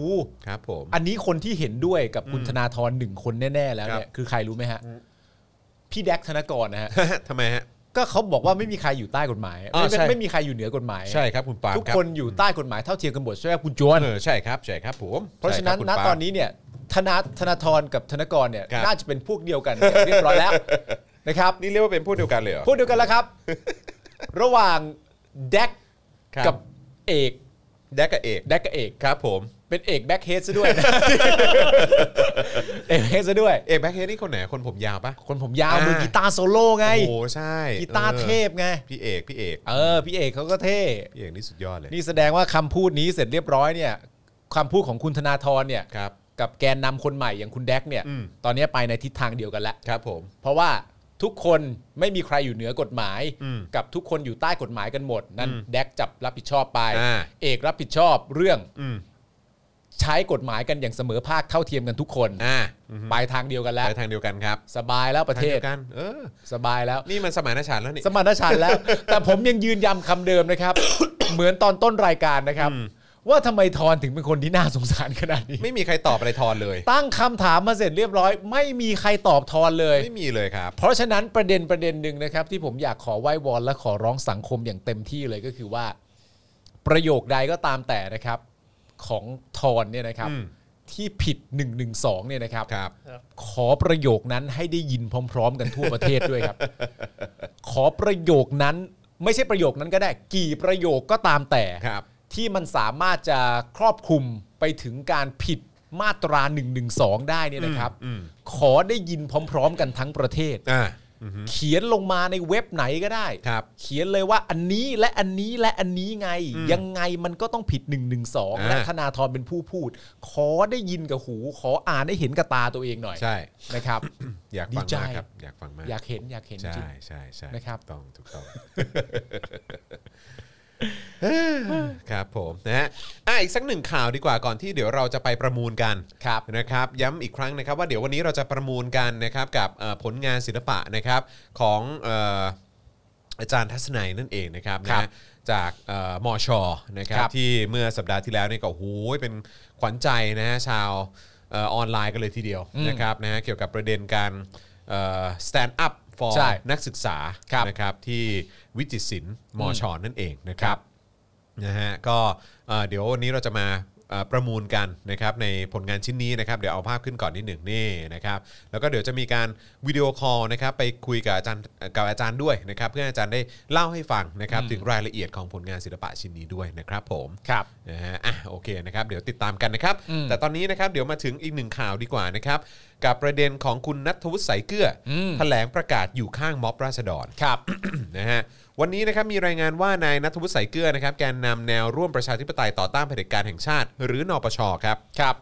S2: ครับผม
S3: อันนี้คนที่เห็นด้วยกับคุณ
S2: อืม
S3: ธนาธรหนึ่งคนแน่ ๆ แล้ว
S2: ค
S3: เนี่ย
S2: รับ
S3: คือใครรู้ไหมฮะ พี่แดกธนกรนะ ฮะ
S2: ทำไมฮะ
S3: ก็เขาบอกว่าไม่มีใครอยู่ใต้กฎหมาย
S2: อ่า
S3: ไม่เป็น
S2: ใช่
S3: ไม่มีใครอยู่เหนือกฎหมาย
S2: ใช่ครับคุณปาล์ม
S3: ทุก
S2: รับ
S3: คนอยู่ใต้กฎหมายเท่าเทียมกันหมดใช่ไหมคุณจวน
S2: เออใช่ครับใช่ครับผม
S3: เพราะฉะนั้น
S2: ใช่คบ
S3: ณ
S2: คุณปาล์ม
S3: ตอนนี้เนี่ยธนาธนาธรกับธนกรเนี่ย
S2: ครับ
S3: น่าจะเป็นพวกเดียวกันเนี่ย เรียบร้อยแล้ว นะครับ
S2: นี่เรียกว่าเป็นผู้เดียวกันเลยเหรอ
S3: พวกเดียวกันแล้ว ครับ ระหว่างแดก
S2: ครับ
S3: กับเอก
S2: แดกกับเอก
S3: แดกกับเอก
S2: ครับผม
S3: เป็นเอกแบ็คเฮดซะ ด้วยนะ เอกแบ็คเฮดซะด้วย
S2: เอกแบ็คเฮดนี่คนไหนคนผมยาวปะ
S3: คนผมยาว
S2: อ่า
S3: มือกีตาร์โซโล่ไง
S2: โอ้โหใช่
S3: กีตาร์เท
S2: อ
S3: พไง
S2: อพี่เอกพี่เอก
S3: เออพี่เอกเขาก็เท่
S2: พี่เอกนี่สุดยอดเลย
S3: นี่แสดงว่าคำพูดนี้เสร็จเรียบร้อยเนี่ยคำพูดของคุณธนาธรเนี่ย
S2: ครับ
S3: กับแกนนำคนใหม่อย่างคุณแดกเนี่ย
S2: อืม
S3: ตอนนี้ไปในทิศทางเดียวกันแล้ว
S2: ครับผม
S3: เพราะว่าทุกคนไม่มีใครอยู่เหนือกฎหมาย
S2: อืม
S3: กับทุกคนอยู่ใต้กฎหมายกันหมด นั่น
S2: อืม
S3: แดกจับรับผิดชอบไป
S2: อ่า
S3: เอกรับผิดชอบเรื่อง
S2: อืม
S3: ใช้กฎหมายกันอย่างเสมอภาคเท่าเทียมกันทุกคน
S2: อ่า
S3: ไปทางเดียวกันแล้ว
S2: ไปทางเดียวกันครับ
S3: สบายแล้วประ
S2: ทาง
S3: เท
S2: เดี
S3: ศ
S2: ยวกัน เออ
S3: สบายแล้ว
S2: นี่มันสมานฉันท์แล้วนี่
S3: สมานฉันท์แล้ว แต่ผมยังยืนยันคำเดิมนะครับ เหมือนตอนต้นรายการนะครับ
S2: อืม
S3: ว่าทำไมทอนถึงเป็นคนที่น่าสงสารขนาดนี้
S2: ไม่มีใครตอบอะไรทอนเลย
S3: ตั้งคำถามมาเสร็จเรียบร้อย ไม่มีใครตอบทอนเลย
S2: ไม่มีเลยครับ
S3: เพราะฉะนั้นประเด็นประเด็นหนึ่งนะครับ ที่ผมอยากขอไหว้วอนและขอร้องสังคมอย่างเต็มที่เลยก็คือว่า ประโยคใดก็ตามแต่นะครับของทอนเนี่ยนะครับ
S2: อืม
S3: ที่ผิด1นึเนี่ยนะครับ
S2: ครับ
S3: ขอประโยคนั้นให้ได้ยินพร้อม ๆ กันทั่วประเทศด้วยครับ ขอประโยคนั้น ไม่ใช่ประโยคนั้นก็ได้ กี่ประโยคก็ตามแต่
S2: ครับ
S3: ที่มันสามารถจะครอบคลุมไปถึงการผิดมาตรา1นึได้เนี่ยนะครับ
S2: อืม
S3: ขอได้ยินพร้อม ๆ กันทั้งประเทศ
S2: อ่า
S3: เขียนลงมาในเว็บไหนก็ได้
S2: ครับ
S3: เขียนเลยว่าอันนี้และอันนี้และอันนี้ไง
S2: อืม
S3: ยังไงมันก็ต้องผิด1นึ
S2: อ่า
S3: และธนาธรเป็นผู้พูด ขอได้ยินกับหู ขออ่านให้เห็นกับตาตัวเองหน่อย
S2: ใช่
S3: นะครับ
S2: อยาก
S3: ดี
S2: ฟัง
S3: ใจ
S2: มากครับ อยากฟังมาก
S3: อยากเห็นอยากเห็นจ
S2: ใช่
S3: ริง
S2: ใช่ใช่
S3: นะครับ
S2: ต้องถู กต้อง ครับผมนะฮะอ่ะอีกสักหนึ่งข่าวดีกว่าก่อนที่เดี๋ยวเราจะไปประมูลกัน
S3: ครับ
S2: นะครับย้ำอีกครั้งนะครับว่าเดี๋ยววันนี้เราจะประมูลกันนะครับกับเอ่อผลงานศิลปะนะครับของเอ่ออาจารย์ทัศนัยนั่นเองนะครับ
S3: ครับ
S2: นะฮะจากเอ่อมอชอนะครับ
S3: ครับ
S2: ที่เมื่อสัปดาห์ที่แล้วเนี่ยก็โอ้โหเป็นขวัญใจนะฮะชาวเอ่อออนไลน์กันเลยทีเดียว
S3: อืม
S2: นะครับนะฮะเกี่ยวกับประเด็นการเอ่อ stand up for
S3: ใช่
S2: นักศึกษา
S3: ครับ
S2: นะครับที่วิจิตรศิลป์มอชอนั่นเองนะครับ นะฮะก็เอ่อเดี๋ยววันนี้เราจะมา เอ่อประมูลกันนะครับในผลงานชิ้นนี้นะครับเดี๋ยวเอาภาพขึ้นก่อนนิดหนึ่งนี่นะครับแล้วก็เดี๋ยวจะมีการวิดีโอคอลนะครับไปคุยกับอาจารย์กับอาจารย์ด้วยนะครับเพื่อให้อาจารย์ได้เล่าให้ฟังนะครับถึงรายละเอียดของผลงานศิลปะชิ้นนี้ด้วยนะครับผม
S3: ครับ
S2: นะฮะอ่ะโอเคนะครับ เดี๋ยวติดตามกันนะครับ
S3: อืม
S2: แต่ตอนนี้นะครับ เดี๋ยวมาถึงอีกหนึ่งข่าวดีกว่านะครับ กับประเด็นของคุณนัทวุฒิสายเกลืออ
S3: ม
S2: แถลงประกาศอยู่ข้างม็อบราษฎร
S3: ครับ
S2: นะฮะวันนี้นะครับมีรายงานว่านายนัทวุฒิสายเกลือนะครับแกนนำแนวร่วมประชาธิปไตยต่อต้านเผด็จการแห่งชาติ หรือนปชครับครับ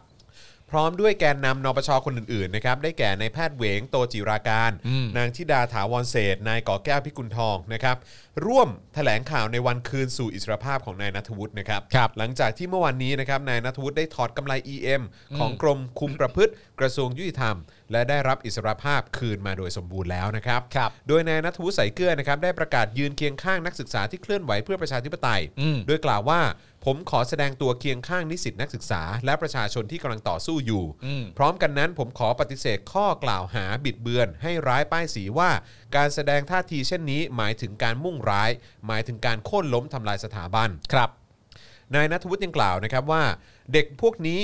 S2: พร้อมด้วยแกนนำนปชคนอื่นๆนะครับได้แก่นายแพทย์เหวงโตจิราการ
S3: อืม
S2: นางธิดาถาวรเศรษฐ์นายก่อแก้วพิกุลทองนะครับร่วมแถลงข่าวในวันคืนสู่อิสรภาพของนายนัทวุฒินะครับ
S3: ครับ
S2: หลังจากที่เมื่อวานนี้นะครับนายนัทวุฒิได้ถอดกำไร EM ของกรมคุมประพฤติกระทรวงยุติธรรม และได้รับอิสรภาพคืนมาโดยสมบูรณ์แล้วนะครับ
S3: ครับ
S2: โดยนายนัทวุฒิใสายเกลือนะครับได้ประกาศยืนเคียงข้างนักศึกษาที่เคลื่อนไหวเพื่อประชาธิปไตย
S3: อืม
S2: โดยกล่าวว่า ผมขอแสดงตัวเคียงข้างนิสิตนักศึกษา และประชาชนที่กำลังต่อสู้อยู่
S3: อืม
S2: พร้อมกันนั้นผมขอปฏิเสธข้อกล่าวหาบิดเบือน ให้ร้ายป้ายสีว่า การแสดงท่าทีเช่นนี้ หมายถึงการมุ่งร้าย หมายถึงการโค่นล้มทำลายสถาบัน
S3: ครับ
S2: นายนัทวุฒิยังกล่าวนะครับว่า เด็กพวกนี้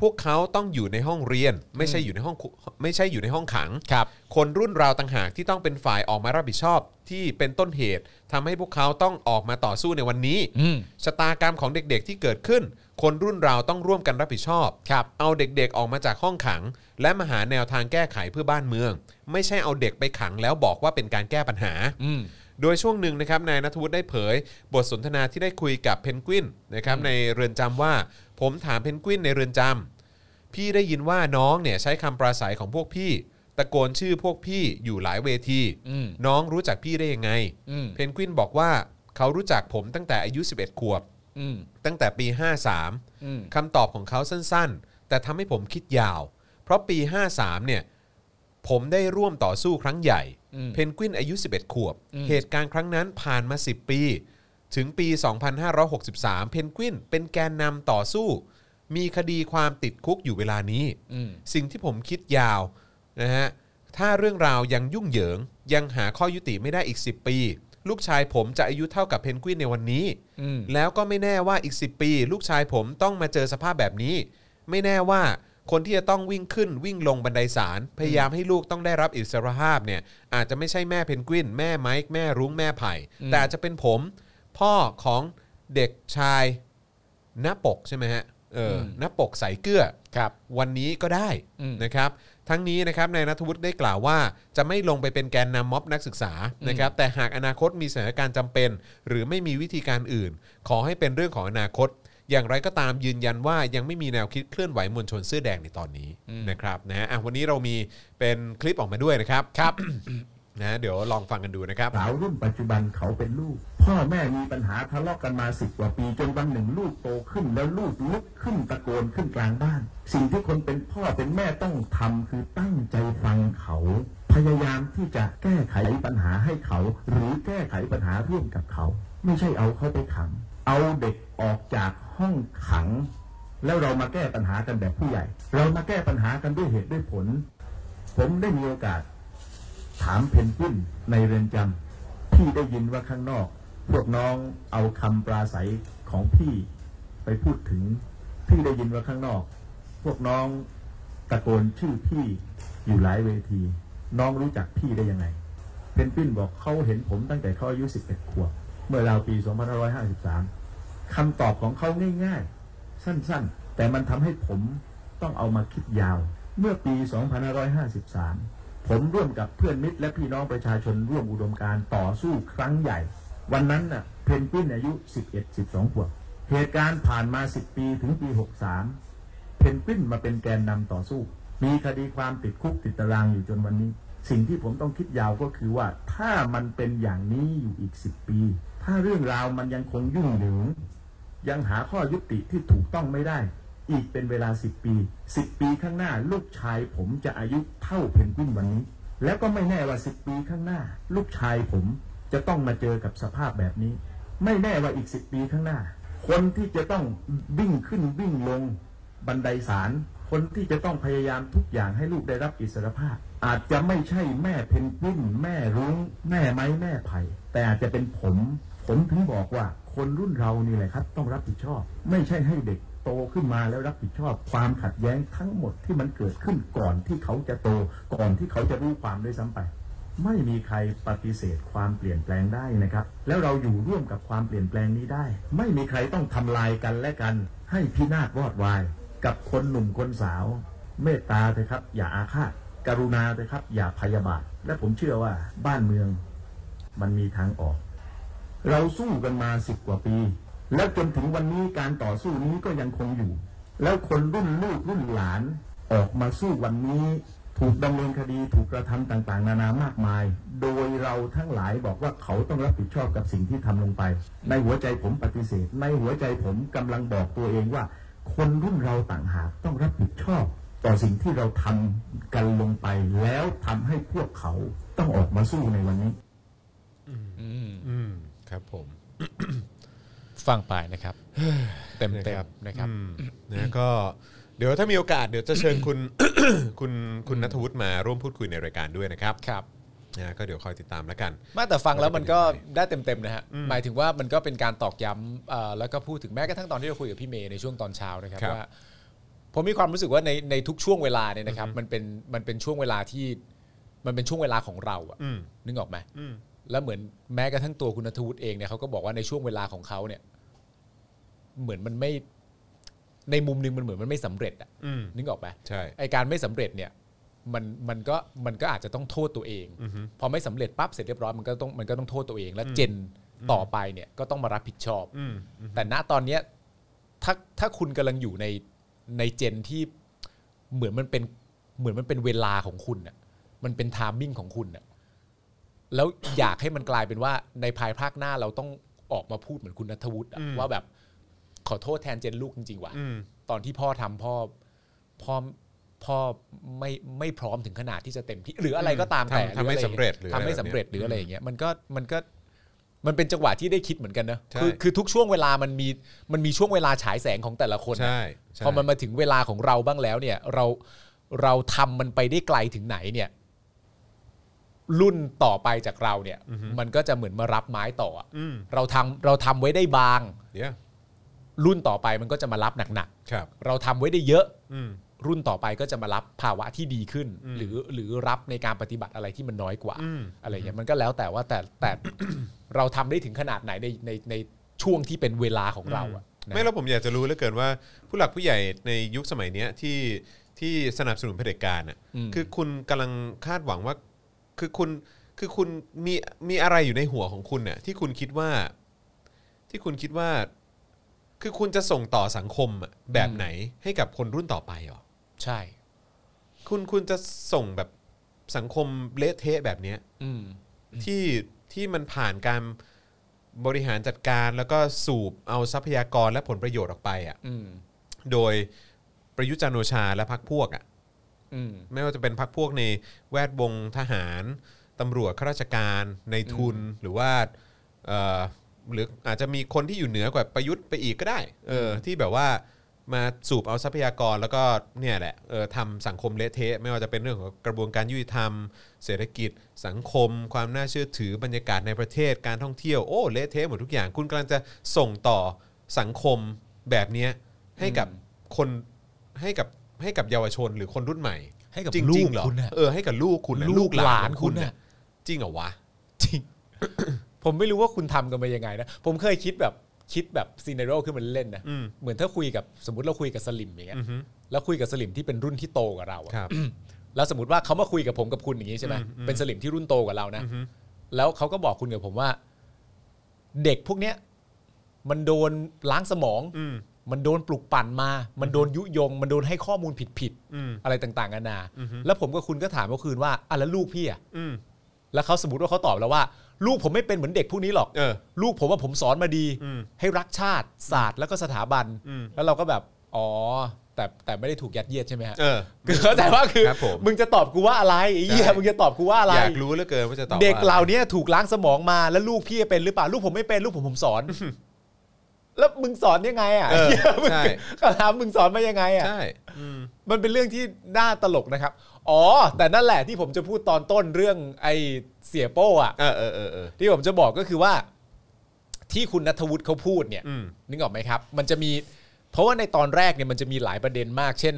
S2: พวกเขาต้องอยู่ในห้องเรียน ไม่ใช่อยู่ในห้องคุไม่ใช่อยู่ในห้องขัง
S3: ครับ
S2: คนรุ่นราวต่างหากที่ต้องเป็นฝ่ายออกมารับผิดชอบ ที่เป็นต้นเหตุทำให้พวกเขาต้องออกมาต่อสู้ในวันนี้
S3: อืม
S2: ชะตากรรมของเด็กๆที่เกิดขึ้น คนรุ่นเราต้องร่วมกันรับผิดชอบ
S3: ครับ
S2: เอาเด็กๆออกมาจากห้องขัง และมาหาแนวทางแก้ไขเพื่อบ้านเมือง ไม่ใช่เอาเด็กไปขังแล้วบอกว่าเป็นการแก้ปัญหา
S3: อืม
S2: โดยช่วงหนึ่งนะครับนายนัทวุฒิได้เผย บทสนทนาที่ได้คุยกับเพนกวินนะครับในเรือนจำว่า ผมถามเพนกวินในเรือนจำพี่ได้ยินว่าน้องเนี่ยใช้คำปราศัยของพวกพี่ ตะโกนชื่อพวกพี่อยู่หลายเวที
S3: อืม
S2: น้องรู้จักพี่ได้ยังไง
S3: อืม
S2: เพนกวินบอกว่าเขารู้จักผมตั้งแต่อายุ 11 ขวบ
S3: อืม
S2: ตั้งแต่ปี
S3: อืม
S2: 53คำตอบของเขาสั้นๆ แต่ทำให้ผมคิดยาว เพราะปี 53เนี่ยผมได้ร่วมต่อสู้ครั้งใหญ่
S3: อืม
S2: เพนกวินอายุ 11 ขวบ
S3: อืม
S2: เหตุการณ์ครั้งนั้นผ่านมา 10 ปี ถึงปี 2563 เพนกวินเป็นแกนนำต่อสู้ มีคดีความติดคุกอยู่เวลานี้
S3: อืม
S2: สิ่งที่ผมคิดยาวนะฮะ ถ้าเรื่องราวยังยุ่งเหยิง ยังหาข้อยุติไม่ได้อีก 10 ปี ลูกชายผมจะอายุเท่ากับเพนกวินในวันนี้
S3: อืม
S2: แล้วก็ไม่แน่ว่าอีก 10 ปี ลูกชายผมต้องมาเจอสภาพแบบนี้ ไม่แน่ว่าคนที่จะต้องวิ่งขึ้นวิ่งลงบันไดศาลพยายามให้ลูกต้องได้รับอิสรภาพเนี่ยอาจจะไม่ใช่แม่เพนกวิน แม่ไมค์แม่รุ้งแม่ไผ่
S3: อืม
S2: แต่อาจจะเป็นผม พ่อของเด็กชายหน้าปกใช่ไหมฮะเอออหน้าปกใสเกลือ
S3: ครับ
S2: วันนี้ก็ได้
S3: อืม
S2: นะครับทั้งนี้นะครับนายนัทวุฒิได้กล่าวว่า จะไม่ลงไปเป็นแกนนำม็อบนักศึกษานะครับแต่หากอนาคตมีสถานการณ์จำเป็น หรือไม่มีวิธีการอื่น ขอให้เป็นเรื่องของอนาคต อย่างไรก็ตามยืนยันว่ายังไม่มีแนวคิดเคลื่อนไหวมวลชนเสื้อแดงในตอนนี้
S3: อืม
S2: นะครับนะฮะอ่ะวันนี้เรามีเป็นคลิปออกมาด้วยนะครับครับ นะฮะเดี๋ยวลองฟังกันดูนะครับ
S9: สาวรุ่นปัจจุบันเขาเป็นลูก พ่อแม่มีปัญหาทะเลาะกันมาสิบกว่าปีจนวันหนึ่งลูกโตขึ้นแล้วลูกลุกขึ้นตะโกนขึ้นกลางบ้าน สิ่งที่คนเป็นพ่อเป็นแม่ต้องทำคือตั้งใจฟังเขา พยายามที่จะแก้ไขปัญหาให้เขา หรือแก้ไขปัญหาร่วมกับเขา ไม่ใช่เอาเขาไปขัง เอาเด็กออกจากห้องขัง แล้วเรามาแก้ปัญหากันแบบผู้ใหญ่ เรามาแก้ปัญหากันด้วยเหตุด้วยผล ผมได้มีโอกาส ถามเพนกวินในเรือนจำพี่ได้ยินว่าข้างนอก พวกน้องเอาคำปราศัยของพี่ไปพูดถึง พี่ได้ยินว่าข้างนอก พวกน้องตะโกนชื่อพี่อยู่หลายเวที น้องรู้จักพี่ได้ยังไง เพนกวินบอกเขาเห็นผมตั้งแต่เขาอายุ11ขวบเมื่อราวปี 2553คำตอบของเขาง่ายๆ สั้นๆ แต่มันทำให้ผมต้องเอามาคิดยาว เมื่อปี 2553 ผมร่วมกับเพื่อนมิตรและพี่น้องประชาชนร่วมอุดมการณ์ต่อสู้ครั้งใหญ่ วันนั้นน่ะเพนกวินอายุ 11 12ขวบเหตุการณ์ผ่านมา 10 ปีถึงปี 63 เพนกวินมาเป็นแกนนำต่อสู้ มีคดีความติดคุกติดตารางอยู่จนวันนี้ สิ่งที่ผมต้องคิดยาวก็คือว่าถ้ามันเป็นอย่างนี้อยู่อีก 10 ปี ถ้าเรื่องราวมันยังคงยุ่งเหยิง ยังหาข้อยุติที่ถูกต้องไม่ได้ อีกเป็นเวลา 10 ปี 10 ปีข้างหน้า ลูกชายผมจะอายุเท่าเพนกวินวันนี้ แล้วก็ไม่แน่ว่า 10 ปีข้างหน้า ลูกชายผมจะต้องมาเจอกับสภาพแบบนี้ ไม่แน่ว่าอีก 10 ปีข้างหน้า คนที่จะต้องวิ่งขึ้นวิ่งลง บันไดศาลคนที่จะต้องพยายามทุกอย่างให้ลูกได้รับอิสรภาพ อาจจะไม่ใช่แม่เพนกวินแม่รุ้งแม่ไม้แม่ไผ่แต่อาจจะเป็นผม ผมถึงบอกว่าคนรุ่นเรานี่แหละครับ ต้องรับผิดชอบ ไม่ใช่ให้เด็กโต โตขึ้นมาแล้วรับผิดชอบความขัดแย้งทั้งหมดที่มันเกิดขึ้นก่อนที่เขาจะโต ก่อนที่เขาจะรู้ความด้วยซ้ำไป ไม่มีใครปฏิเสธความเปลี่ยนแปลงได้นะครับ แล้วเราอยู่ร่วมกับความเปลี่ยนแปลงนี้ได้ ไม่มีใครต้องทำลายกันและกัน ให้พินาศวอดวาย กับคนหนุ่มคนสาว เมตตาเถอะครับ อย่าอาฆาตกรุณาเถอะครับ อย่าพยาบาท และผมเชื่อว่าบ้านเมือง มันมีทางออก เราสู้กันมาสิบกว่าปี แล้วจนถึงวันนี้การต่อสู้นี้ก็ยังคงอยู่ แล้วคนรุ่นลูกรุ่นหลาน ออกมาสู้วันนี้ ถูกดำเนินคดีถูกกระทำต่างๆ นานามากมาย โดยเราทั้งหลายบอกว่าเขาต้องรับผิดชอบกับสิ่งที่ทำลงไป ในหัวใจผมปฏิเสธ ในหัวใจผมกำลังบอกตัวเองว่า คนรุ่นเราต่างหากต้องรับผิดชอบ ต่อสิ่งที่เราทำกันลงไป แล้วทำให้พวกเขาต้องออกมาสู้ในวันนี้
S2: อืมครับผม
S3: ฟังไปนะครับ เต็มเต็มนะครับ
S2: อืมนะก็เดี๋ยวถ้ามีโอกาสเดี๋ยวจะเชิญ คุณ คุณคุณนัทวุฒิมาร่วมพูดคุยในรายการด้วยนะครับ
S3: ครับ
S2: นะก็เดี๋ยวคอยติดตามแล้วกัน
S3: มาแต่ฟังแล้วมันก็
S2: มันจะเป็นยังไง
S3: ได้เต็มๆนะฮะหมายถึงว่ามันก็เป็นการตอกย้ำเอ่อแล้วก็พูดถึงแม้กระทั่งตอนที่เราคุยกับพี่เมย์ในช่วงตอนเช้านะครับ
S2: ครับ
S3: ว่าผมมีความรู้สึกว่าในในทุกช่วงเวลาเนี่ยนะครับมันเป็นมันเป็นช่วงเวลาที่มันเป็นช่วงเวลาของเราอะ
S2: อืม
S3: นึกออกไหม
S2: อืม
S3: แล้วเหมือนแม้กระทั่งตัวคุณนทวุฒิเองเนี่ยเขาก็บอกว่าในช่วงเวลาของเขาเนี่ย เหมือนมันไม่ในมุมหนึงมันเหมือนมันไม่สำเร็จอะ
S2: อืม
S3: นึกออกไหม
S2: ใช่
S3: ไอการไม่สำเร็จเนี่ยมันมันก็มันก็อาจจะต้องโทษตัวเอง
S2: อือฮึ
S3: พอไม่สำเร็จปั๊บเสร็จเรียบร้อยมันก็ต้องมันก็ต้องโทษตัวเอง แล้วเจนต่อไปเนี่ยก็ต้องมารับผิดชอบ
S2: อืมอืม
S3: แต่ณตอนเนี้ยถ้าถ้าคุณกำลังอยู่ในในเจนที่เหมือนมันเป็นเหมือนมันเป็นเวลาของคุณน่ะมันเป็นไทมิ่งของคุณน่ะแล้วอยากให้มันกลายเป็นว่าในภายภาคหน้าเราต้องออกมาพูดเหมือนคุณนัทวุฒิอะ
S2: อืม
S3: ว่าแบบขอโทษแทนเจนลูกจริงๆว่ะ
S2: อืม
S3: ตอนที่พ่อทำพ่อพ่อพ่อไม่ไม่พร้อมถึงขนาดที่จะเต็มที่หรืออะไรก็ตามแต่
S2: ทำทำให้สำเร็จหรือ
S3: ทำให้สำเร็จ
S2: อะไรแบบเนี้ย
S3: หรืออะไรอย่างเงี้ยมันก็มันก็มันเป็นจังหวะที่ได้คิดเหมือนกันนะ
S2: ใช่
S3: คือคือทุกช่วงเวลามันมีมันมีช่วงเวลาฉายแสงของแต่ละคน
S2: ใช่ใช่
S3: พอมันมาถึงเวลาของเราบ้างแล้วเนี่ย เราเราทำมันไปได้ไกลถึงไหนเนี่ย รุ่นต่อไปจากเราเนี่ย มันก็จะเหมือนมารับไม้ต่ออะ
S2: อืม
S3: เราทำเราทำไว้ได้บาง
S2: เดี๋ยว
S3: รุ่นต่อไปมันก็จะมารับหนัก
S2: ครับ
S3: ๆเราทำไว้ได้เยอะ
S2: อืม
S3: รุ่นต่อไปก็จะมารับภาวะที่ดีขึ้น
S2: อืม
S3: หรือหรือรับในการปฏิบัติอะไรที่มันน้อยกว่า
S2: อืม
S3: อะไรอย่างเงี้ยมันก็แล้วแต่ว่าแต่แต่ เราทำได้ถึงขนาดไหนในในในช่วงที่เป็นเวลาของเราอะนะ
S2: ไม่แล้วผมอยากจะรู้เหลือเกินว่าผู้หลักผู้ใหญ่ในยุคสมัยเนี้ยที่ที่สนับสนุนเผด็จการอ่ะ
S3: อืม
S2: คือคุณกำลังคาดหวังว่าคือคุณคือคุณมีมีอะไรอยู่ในหัวของคุณเนี่ยที่คุณคิดว่าที่คุณคิดว่า คือคุณจะส่งต่อสังคมอะแบบไหนให้กับคนรุ่นต่อไปเหรอ
S3: ใช่
S2: คุณคุณจะส่งแบบสังคมเละเทะแบบเนี้ย
S3: อืม
S2: ที่ที่มันผ่านการบริหารจัดการแล้วก็สูบเอาทรัพยากรและผลประโยชน์ออกไปอ่ะ
S3: อืม
S2: โดยประยุทธ์จันทร์โอชาและพรรคพวกอ่ะ
S3: อืม
S2: ไม่ว่าจะเป็นพรรคพวกในแวดวงทหารตำรวจข้าราชการในทุนหรือว่าเอ่อหรืออาจจะมีคนที่อยู่เหนือกว่าประยุทธ์ไปอีกก็ได้เออที่แบบว่ามาสูบเอาทรัพยากรแล้วก็เนี่ยแหละเออทำสังคมเละเทะ ไม่ว่าจะเป็นเรื่องของกระบวนการยุติธรรม เศรษฐกิจ สังคม ความน่าเชื่อถือบรรยากาศในประเทศการท่องเที่ยวโอ้เละเทะหมดทุกอย่าง คุณกำลังจะส่งต่อสังคมแบบเนี้ยให้กับ คนให้กับให้กับเยาวชนหรือคนรุ่นใหม่
S3: ให้กับ
S2: จริง
S3: ลู
S2: จริ
S3: ก
S2: งเหรอ
S3: คุณน่ะ
S2: เออให้กับลูกคุณน่ะ
S3: ลูก
S2: ลูกหลา
S3: หลาน
S2: น
S3: คุ
S2: คุณ ณ
S3: น่ะ
S2: น่ะจริงเหรอวะ
S3: จริง ผมไม่รู้ว่าคุณทำกันไปยังไงนะ ผมเคยคิดแบบคิดแบบซีเนโรขึ้นมาเล่นนะ
S2: อืม
S3: เหมือนถ้าคุยกับสมมติเราคุยกับสลิมอย่างเงี้ย
S2: อือฮึ
S3: แล้วคุยกับสลิมที่เป็นรุ่นที่โตกว่าเราอะ
S2: ครับ
S3: แล้วสมมติว่าเขามาคุยกับผมกับคุณอย่างนี้ใช่ไหม
S2: อืมอืม
S3: เป็นสลิมที่รุ่นโตกว่าเรานะ
S2: อือฮึ
S3: แล้วเขาก็บอกคุณกับผมว่า เด็กพวกเนี้ย มันโดนล้างสมอง
S2: อืม
S3: มันโดนปลุกปั่นมา มันโดนยุยง มันโดนให้ข้อมูลผิด
S2: อืม
S3: ๆอะไรต่างๆนานา
S2: อือฮึ
S3: แล้วผมกับคุณก็ถามเขาคืนว่าอ่ะแล้วลูกพี่อ่ะ
S2: อืม
S3: แล้วเขาสมมติว่าเขาตอบแล้วว่า ลูกผมไม่เป็นเหมือนเด็กพวกนี้หรอก
S2: เออ
S3: ลูกผมว่าผมสอนมาดี
S2: อืม
S3: ให้รักชาติศาสตร์แล้วก็สถาบัน
S2: อืม
S3: แล้วเราก็แบบอ๋อ แต่แต่ไม่ได้ถูกยัดเยียดใช่ไหมฮะ
S2: เออ
S3: คือเข้าใจว่าคือ
S2: ครับผม
S3: มึงจะตอบกูว่าอะไรไอ้เหี้ย
S2: ใช่
S3: มึงจะตอบกูว่าอะไร
S2: อยากรู้เหลือเกินว่าจะตอบ
S3: เด็ก
S2: ว่อะไร
S3: เหล่านี้ถูกล้างสมองมาแล้วลูกพี่เป็นหรือเปล่าลูกผมไม่เป็นลูกผมผมสอน แล้วมึงสอนยังไงอ่ะ
S2: เออ
S3: เหี้ยมึง
S2: ใช่
S3: คำถามมึงสอนมายังไงอ่ะ
S2: ใช่อืม
S3: มันเป็นเรื่องที่น่าตลกนะครับ อ๋อ แต่นั่นแหละที่ผมจะพูดตอนต้นเรื่องไอ้เสียโป้อ่ะ
S2: เออเออเออเออ
S3: ที่ผมจะบอกก็คือว่า ที่คุณนัทวุฒิเขาพูดเนี่ย
S2: อืม
S3: นึกออกไหมครับ มันจะมี เพราะว่าในตอนแรกเนี่ยมันจะมีหลายประเด็นมาก เช่น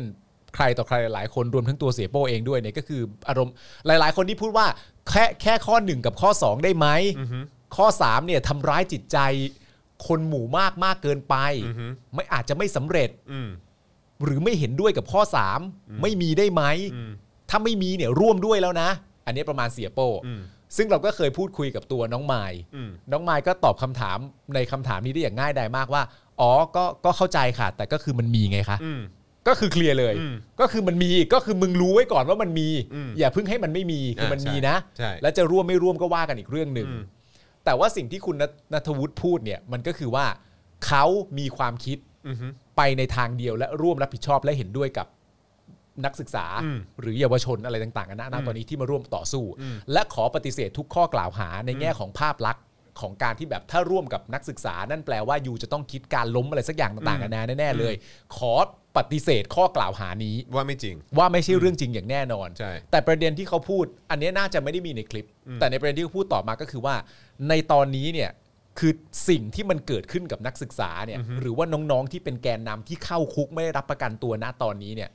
S3: ใครต่อใครหลายๆคนรวมทั้งตัวเสียโป้เองด้วยเนี่ยก็คืออารมณ์หลาย ๆ คนที่พูดว่าแค่แค่ข้อหนึ่งกับข้อสองได้ไหมข้อสามเนี่ยทำร้ายจิตใจคนหมู่มากมากเกินไป
S2: อือฮึ
S3: ไม่อาจจะไม่สำเร็จ
S2: อืม
S3: หรือไม่เห็นด้วยกับข้อสามไม่มีได้ไหม
S2: อืม
S3: ถ้าไม่มีเนี่ยร่วมด้วยแล้วนะ อันนี้ประมาณเสียโป้
S2: อืม
S3: ซึ่งเราก็เคยพูดคุยกับตัวน้องไมล์
S2: อืม
S3: น้องไมล์ก็ตอบคำถามในคำถามนี้ได้อย่างง่ายดายมากว่า อ๋อ ก็ ก็เข้าใจค่ะ แต่ก็คือมันมีไงคะ
S2: อืม
S3: ก็คือเคลียร์เลย
S2: อืม
S3: ก็คือมันมี ก็คือมึงรู้ไว้ก่อนว่ามันมี
S2: อืม
S3: อย่าเพิ่งให้มันไม่มี คือมัน
S2: อ่าใช่
S3: มีนะ
S2: ใช่
S3: แล้วจะร่วมไม่ร่วมก็ว่ากันอีกเรื่องหนึ่ง
S2: อืม
S3: แต่ว่าสิ่งที่คุณณณัฐวุฒิพูดเนี่ย มันก็คือว่าเขามีความคิด
S2: อืม
S3: ไปในทางเดียวและร่วมรับผิดชอบและเห็นด้วยกับนักศึกษา
S2: อืม
S3: หรือเยาวชนอะไรต่างๆกันานะณตอนนี้ที่มาร่วมต่อสู้
S2: อืม
S3: และขอปฏิเสธทุกข้อกล่าวหาในแง่ของภาพลักษณ์ของการที่แบบถ้าร่วมกับนักศึกษา นั่นแปลว่ายูจะต้องคิดการล้มอะไรสักอย่างต่างๆกันานะแน่ๆเลย ขอปฏิเสธข้อกล่าวหานี้
S2: ว่าไม่จริง
S3: ว่าไม่ใช่เรื่องจริงอย่างแน่นอน
S2: ใช่
S3: แต่ประเด็นที่เขาพูด อันเนี้ยน่าจะไม่ได้มีในคลิป
S2: อืม
S3: แต่ในประเด็นที่เขาพูดต่อมาก็คือว่า ในตอนนี้เนี่ยคือสิ่งที่มันเกิดขึ้นกับนักศึกษาเนี่ยหรือว่าน้องๆที่เป็นแกนนำที่เข้าคุกไม่ได้รับประกันตัวณตอนนี้เนี่ย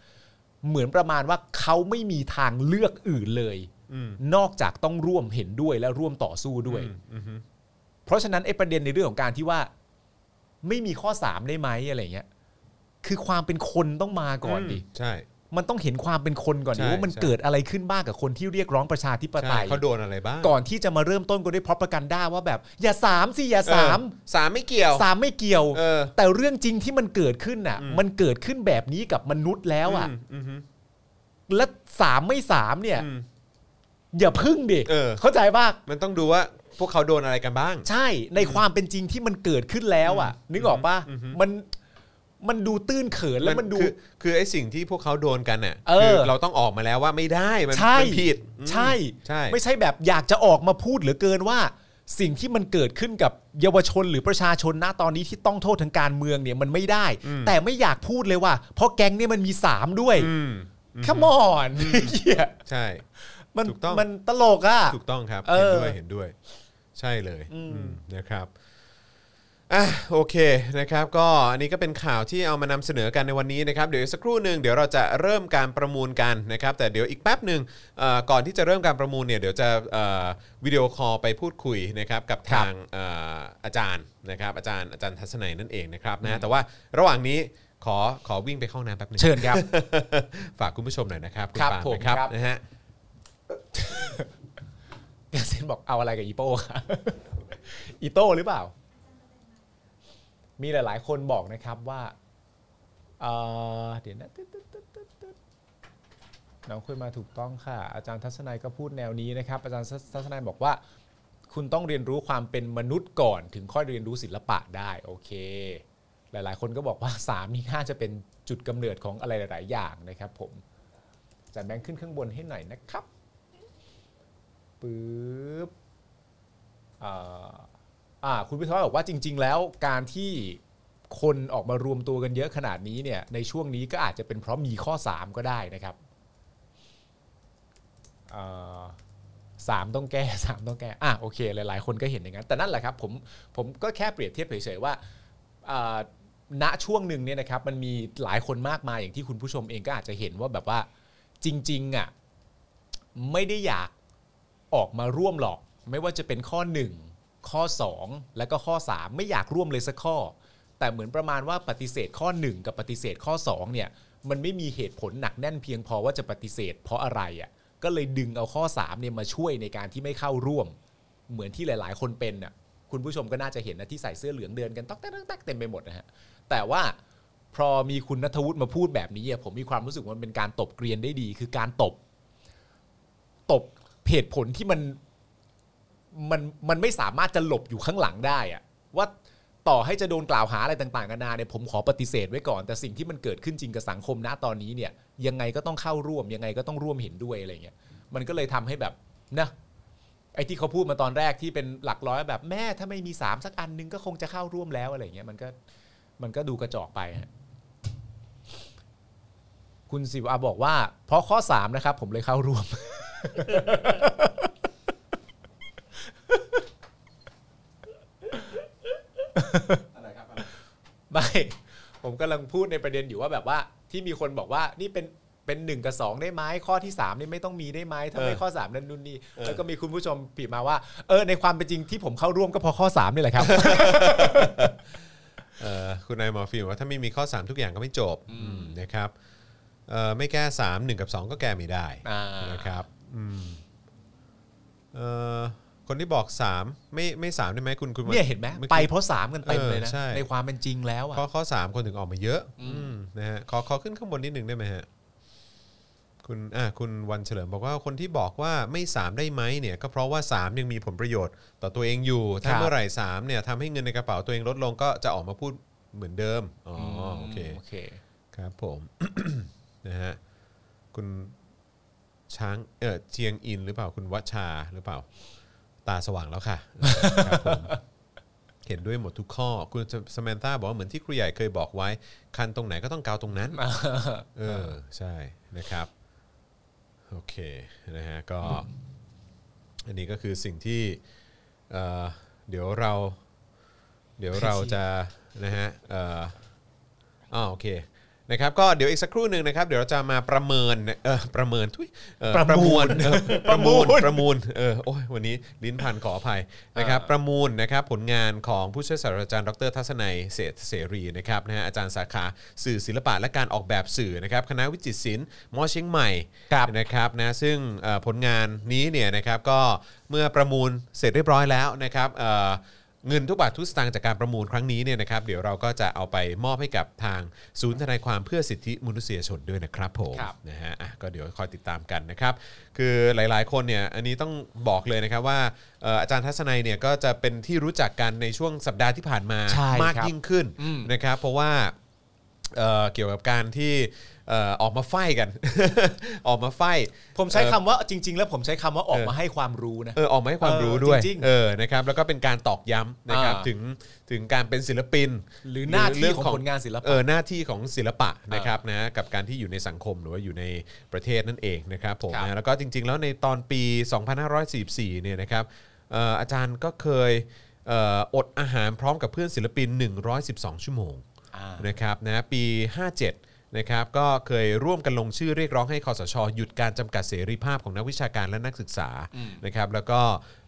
S3: เหมือนประมาณว่าเขาไม่มีทางเลือกอื่นเลย
S2: อืม
S3: นอกจากต้องร่วมเห็นด้วยและร่วมต่อสู้ด้วย
S2: อืมอืม
S3: เพราะฉะนั้นไอ้ประเด็นในเรื่องของการที่ว่า ไม่มีข้อสามได้ไหมอะไรเงี้ยคือความเป็นคนต้องมาก่อนดิ
S2: ใช่
S3: มันต้องเห็นความเป็นคนก่อนดิ
S2: ใช่
S3: ว่ามัน
S2: ใช่
S3: เกิดอะไรขึ้นบ้างกับคนที่เรียกร้องประชาธิปไต
S2: ใช่
S3: ย
S2: เขาโดนอะไรบ้าง
S3: ก่อนที่จะมาเริ่มต้นก็ด้วยพร็อพประกันด้าว่าแบบ อย่าสามสิอย่า
S2: เออ
S3: สาม
S2: สามไม่เกี่ยว
S3: สามไม่เกี่ยว
S2: เออ
S3: แต่เรื่องจริงที่มันเกิดขึ้นน่ะ
S2: อืม
S3: มันเกิดขึ้นแบบนี้กับมนุษย์แล้วอ่ะ
S2: อืมอืม
S3: และสามไม่สามเนี่ย
S2: อืม
S3: อย่าพึ่งดิ
S2: เออ
S3: เข้าใจป่ะ
S2: มันต้องดูว่าพวกเขาโดนอะไรกันบ้าง
S3: ใช่ในความเป็นจริงที่มันเกิดขึ้นแล้วอ่ะ นึกออกป่ะ
S2: อืมอืม
S3: มันมันดูตื้นเขินแล้วมันดู
S2: คือคือไอ้สิ่งที่พวกเขาโดนกันน่ะ
S3: เออ
S2: คืเราต้องออกมาแล้วว่าไม่ได้มัน
S3: ใช่
S2: มันผิดอืม
S3: ใช่
S2: ใช่
S3: ไม่ใช่แบบอยากจะออกมาพูดเหลือเกินว่า สิ่งที่มันเกิดขึ้นกับเยาวชนหรือประชาชนนะตอนนี้ที่ต้องโทษทางการเมืองเนี่ยมันไม่ได้ แต่ไม่อยากพูดเลยว่า เพราะแก๊งเนี่ยมันมีสามด้วย
S2: อืม
S3: ขมอนเหี้ย
S2: ใช่
S3: มัน
S2: ถูกต้อง
S3: มันตลกอ่ะ
S2: ถูกต้องครับ
S3: เอ
S2: เห็นด้
S3: อ
S2: วยเห็นด้วย ใช่เลย
S3: อืม
S2: อืมนะครับอ่ะโอเคนะครับ ก็อันนี้ก็เป็นข่าวที่เอามานำเสนอกันในวันนี้นะครับ เดี๋ยวอีกสักครู่หนึ่งเดี๋ยวเราจะเริ่มการประมูลกันนะครับ แต่เดี๋ยวอีกแป๊บหนึ่งเอ่อก่อนที่จะเริ่มการประมูลเนี่ยเดี๋ยวจะเอ่อวิดีโอคอลไปพูดคุยนะครับกับ
S3: ครับ
S2: ทางเอ่ออาจารย์นะครับ อาจารย์อาจารย์ทัศนัยนั่นเองนะครับนะแต่ว่าระหว่างนี้ขอขอวิ่งไปเข้าห้องน้ำแป๊บหนึง
S3: เชิญครับ
S2: ฝากคุณผู้ชมหน่อยนะครับณ
S3: ครับ
S2: ปาล์
S3: ผม
S2: นะครับ นะฮะ
S3: เซนบอกเอาอะไร กับอีโป้ครับอีโต้หรือเปล่า มีหลาย ๆ คนบอกนะครับว่าเอ่อเดี๋ยวนะตึ๊ดตึ๊ดตึ๊ดตึ๊ดตึ๊ดน้องคุยมาถูกต้องค่ะ อาจารย์ทัศนัยก็พูดแนวนี้นะครับ อาจารย์ทัศนัยบอกว่า คุณต้องเรียนรู้ความเป็นมนุษย์ก่อน ถึงค่อยเรียนรู้ศิลปะได้โอเค หลาย ๆ คนก็บอกว่าสามนี่น่าจะเป็นจุดกำเนิดของอะไรหลาย ๆ อย่างนะครับ ผมอาจารย์แบงค์ขึ้นข้างบนให้หน่อยนะครับ ปึ๊บอ่าอ่า คุณพิทวัฒน์บอกว่าจริง ๆ แล้วการที่คนออกมารวมตัวกันเยอะขนาดนี้เนี่ย ในช่วงนี้ก็อาจจะเป็นเพราะมีข้อ 3 ก็ได้นะครับอ่าสามต้องแก้ สามต้องแก้ อ่ะโอเค หลาย ๆ คนก็เห็นอย่างนั้น แต่นั่นแหละครับ ผม ผมก็แค่เปรียบเทียบเฉย ๆ ว่าอ่าณช่วงหนึ่งเนี่ยนะครับ มันมีหลายคนมากมายอย่างที่คุณผู้ชมเองก็อาจจะเห็นว่าแบบว่าจริง ๆ อ่ะ ไม่ได้อยาก ออกมาร่วมหรอก ไม่ว่าจะเป็นข้อ 1 ข้อ 2 และก็ข้อ 3 ไม่อยากร่วมเลยสักข้อ แต่เหมือนประมาณว่าปฏิเสธข้อ 1 กับปฏิเสธข้อ 2 เนี่ย มันไม่มีเหตุผลหนักแน่นเพียงพอว่าจะปฏิเสธ เพราะอะไรอะ่ะก็เลยดึงเอาข้อ 3 เนี่ยมาช่วยในการที่ไม่เข้าร่วม เหมือนที่หลาย ๆ คนเป็นน่ะคุณผู้ชมก็น่าจะเห็นนะที่ใส่เสื้อเหลืองเดินกันต๊อกแต๊กต๊อกแต๊กเต็มไปหมดนะฮะแต่ว่าพอมีคุณนัทวุฒิมาพูดแบบนี้อะผมมีความรู้สึกว่ามันเป็นการตบเกรียนได้ดี คือการตบ ตบเหตุผลที่มันมันมันไม่สามารถจะหลบอยู่ข้างหลังได้อะว่าต่อให้จะโดนกล่าวหาอะไรต่างๆกันานาเนี่ยผมขอปฏิเสธไว้ก่อน แต่สิ่งที่มันเกิดขึ้นจริงกับสังคมณตอนนี้เนี่ย ยังไงก็ต้องเข้าร่วมยังไงก็ต้องร่วมเห็นด้วยอะไรเงี้ยมันก็เลยทำให้แบบนะไอ้ที่เขาพูดมาตอนแรกที่เป็นหลักร้อยแบบแม่ถ้าไม่มีสามสักอันนึงก็คงจะเข้าร่วมแล้วอะไรเงี้ยมันก็มันก็ดูกระจอกไปฮะ คุณสิวอาบอกว่า เพราะข้อ 3 นะครับ ผมเลยเข้าร่วม ไม่ ผมกำลังพูดในประเด็นอยู่ว่าแบบว่าที่มีคนบอกว่านี่เป็นเป็นหนึ่งกับสองได้ไหมข้อที่สามนี่ไม่ต้องมีได้ไหมถ้าไม่
S2: เออ
S3: ข้อสามนั่นนู่นนี่
S2: เออ
S3: แล้วก็มีคุณผู้ชมปีมาว่าเออในความเป็นจริงที่ผมเข้าร่วมก็เพอข้อสามนี่แหละครับ
S2: เอ่อคุณนายหมอฟิลบอกว่าถ้าไม่มีข้อ 3 ทุกอย่างก็ไม่จบนะครับเอ่อไม่แก้ 3 1 กับ 2 ก็แก้ไม่ได้
S3: อ่า
S2: นะครับอืมเอ่อคนที่บอก 3 ไม่ไม่สามได้ไหมคุณคุณ
S3: เนี่ยเห็นไหมไปเพราะสามกันเต็มเลยนะ
S2: เออใช่
S3: ในความเป็นจริงแล้วอ่ะ
S2: ข้อข้อสามคนถึงออกมาเยอะอืมนะฮะขอขอขึ้นข้างบนนิดหนึ่งได้ไหมฮะคุณอ่ะคุณวันเฉลิมบอกว่าคนที่บอกว่าไม่สามได้ไหมเนี่ยก็เพราะว่าสามยังมีผลประโยชน์ต่อตัวเองอยู่ ถ้า
S3: ครับ
S2: เมื่อไหร่สามเนี่ยทำให้เงินในกระเป๋าตัวเองลดลงก็จะออกมาพูดเหมือนเดิมอ๋ออโอเค
S3: โอเค
S2: ครับผม นะฮะคุณช้างเออเชียงอินหรือเปล่าคุณวัชชาหรือเปล่า ตาสว่างแล้วค่ะ ครับผม เห็นด้วยหมดทุกข้อ คุณสแมนตาบอกว่าเหมือนที่ครูใหญ่เคยบอกไว้ คันตรงไหนก็ต้องกาวตรงนั้น เออ ใช่นะครับ โอเคนะฮะก็ อันนี้ก็คือสิ่งที่เอ่อเดี๋ยวเรา เดี๋ยวเราจะ นะฮะเอ่อ อ่าโอเคนะครับก็เดี๋ยวอีกสักครู่หนึ่งนะครับ เดี๋ยวเราจะมาประเมินเออประเมินทุยเอ่อ
S3: ประมูล
S2: เออประมูล ประมูลเออโอ้ยวันนี้ลิ้นพันขออภัยนะครับประมูลนะครับผลงานของผู้ช่วยศาสตราจารย์ดรทัศนัยเศรษฐเสรีนะครับนะฮะอาจารย์สาขาสื่อศิลปะและการออกแบบสื่อนะครับคณะวิจิตรศิลป์มอเชียงใหม่
S3: ครับ
S2: นะครับนะซึ่งเอ่อผลงานนี้เนี่ยนะครับก็เมื่อประมูลเสร็จเรียบร้อยแล้วนะครับเอ่อเงินทุกบาททุกสตางค์จากการประมูลครั้งนี้เนี่ยนะครับเดี๋ยวเราก็จะเอาไปมอบให้กับทางศูนย์ทนายความเพื่อสิทธิมนุษยชนด้วยนะครับผม
S3: ครับ
S2: นะฮะอ่ะก็เดี๋ยวคอยติดตามกันนะครับ คือหลายๆคนเนี่ยอันนี้ต้องบอกเลยนะครับว่าเอ่ออาจารย์ทัศนัยเนี่ยก็จะเป็นที่รู้จักกันในช่วงสัปดาห์ที่ผ่านมา
S3: ใช่ครับ
S2: มากยิ่งขึ้น
S3: อืม
S2: นะครับเพราะว่า เอ่อเกี่ยวกับการที่เอ่อออกมาไฟกัน ออกมาไฟ
S3: ผมใช้
S2: เอ่อ
S3: คำว่าจริง ๆ แล้วผมใช้คำว่าออก
S2: เออ
S3: มาให้ความรู้นะ
S2: เออออกมาให้ความรู้ด้วย
S3: เออจริงๆ
S2: เออนะครับแล้วก็เป็นการตอกย้ำนะครับ
S3: อ่า
S2: ถึงถึงการเป็นศิลปิน
S3: หรือหน้าที่
S2: เรื่
S3: ของผลงานศิลปะ
S2: เออหน้าที่ของศิลปะนะครับนะกับการที่อยู่ในสังคมหรือว่าอยู่ในประเทศนั่นเองนะครับผม
S3: ครับ
S2: นะแล้วก็จริง ๆ แล้วในตอนปี 2544เนี่ยนะครับเอ่ออาจารย์ก็เคยเอ่ออดอาหารพร้อมกับเพื่อนศิลปิน 112 ชั่วโมง
S3: อ่าน
S2: นะครับนะปี 57นะครับก็เคยร่วมกันลงชื่อเรียกร้องให้คอสช หยุดการจำกัดเสรีภาพของนักวิชาการและนักศึกษานะครับแล้วก็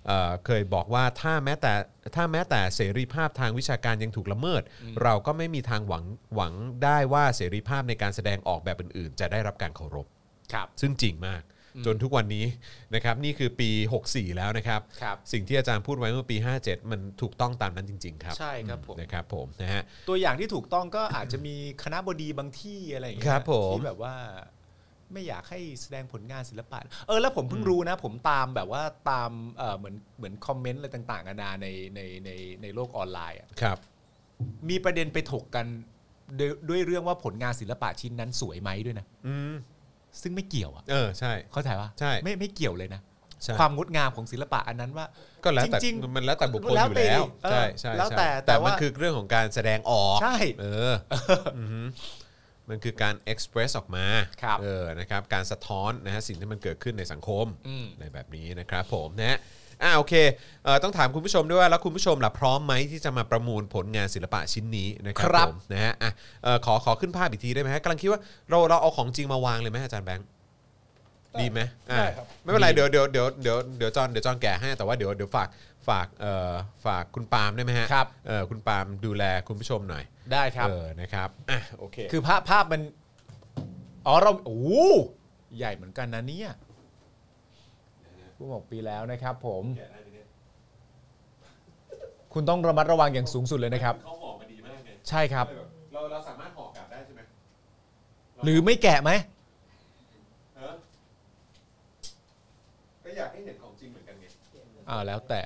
S2: เอ่อเคยบอกว่าถ้าแม้แต่ถ้าแม้แต่เสรีภาพทางวิชาการยังถูกละเมิด เราก็ไม่มีทางหวังหวังได้ว่าเสรีภาพในการแสดงออกแบบอื่นๆ จะได้รับการเคารพ
S3: ครับ
S2: ซึ่งจริงมากจนทุกวันนี้นะครับนี่คือปี 64 แล้วนะครับ
S3: ครับ
S2: สิ่งที่อาจารย์พูดไว้เมื่อปี 57 มันถูกต้องตามนั้นจริง ๆ ครับ
S3: ใช่ครับผม
S2: นะครับผมนะฮะ
S3: ตัวอย่างที่ถูกต้องก็อาจจะมีคณะบดีบางที่อะไรอย่างเงี้ย
S2: ครับผม
S3: ที่แบบว่า ไม่อยากให้แสดงผลงานศิลปะเออแล้วผมเพิ่งรู้นะ ผมตามแบบว่าตามเอ่อเหมือนเหมือนคอมเมนต์อะไรต่างๆนานาในในในในโลกออนไลน์อะ
S2: ครับ
S3: มีประเด็นไปถกกันด้วยด้วยเรื่องว่าผลงานศิลปะชิ้นนั้นสวยไหมด้วยนะ
S2: อืม
S3: ซึ่งไม่เกี่ยวอะ
S2: เออ ใช่
S3: เข้าใจปะ
S2: ใช่
S3: ไม่ไม่เกี่ยวเลยนะ
S2: ใช่
S3: ความงดงามของศิลปะอันนั้นว่า
S2: ก็แล้วแต่
S3: จริงๆ
S2: มันแล้วแต่บุคคล
S3: แล้ว
S2: อยู่แล้ว
S3: แต่เออ
S2: ใช่ใช่
S3: แล้ว
S2: ใช่
S3: แต่แต่
S2: แต่
S3: ว่ามั
S2: มันคือเรื่องของการแสดงออก
S3: ใช่
S2: เอออือฮึมันคือการเอ็กซ์เพรสออกมา
S3: ครับ
S2: เออนะครับการสะท้อนนะฮะสิ่งที่มันเกิดขึ้นในสังคม
S3: อืม
S2: ในแบบนี้นะครับผมนะฮะอ่าโอเคเอ่อต้องถามคุณผู้ชมด้วยว่าแล้วคุณผู้ชมล่ะพร้อมไหมที่จะมาประมูลผลงานศิลปะชิ้นนี้นะค
S3: ครั
S2: รับ ผมนะฮะอ่ะเอ่อขอขอขึ้นภาพอีกทีได้ไหมฮะกำลังคิดว่าเราเราเอาของจริงมาวางเลยไหมอาจารย์แบงค์ ดีไหมอ่า
S4: ได้ครับ
S2: ไม่เป็นไร เดี๋ยวเดี๋ยวเดี๋ยวเดี๋ยวเดี๋ยวจอนเดี๋ยวจอนแก่ให้ แต่ว่าเดี๋ยวเดี๋ยวฝากฝากเอ่อฝากคุณปาล์มได้ไหมฮะ
S3: ครับ
S2: เออคุณปาล์มดูแลคุณผู้ชมหน่อย
S3: ได้ครับ
S2: เออ นะครับอ่ะโอเค
S3: คือภาพภาพมัน อ๋อเราโอ้โหใหญ่เหมือนกันนะเนี่ยผู้บอกปีแล้วนะครับผม คุณต้องระมัดระวังอย่างสูงสุดเลยนะครับ
S2: เขาหอมมาดีมากเลย
S3: ใช่ครับ
S2: เราเราสามารถหอกลับได้ใช่ไหม
S3: หรือไม่แกะไหม
S2: เออก็อยากให้เห็นของจริงเหมือนกันไง
S3: อ่าแล้วแต่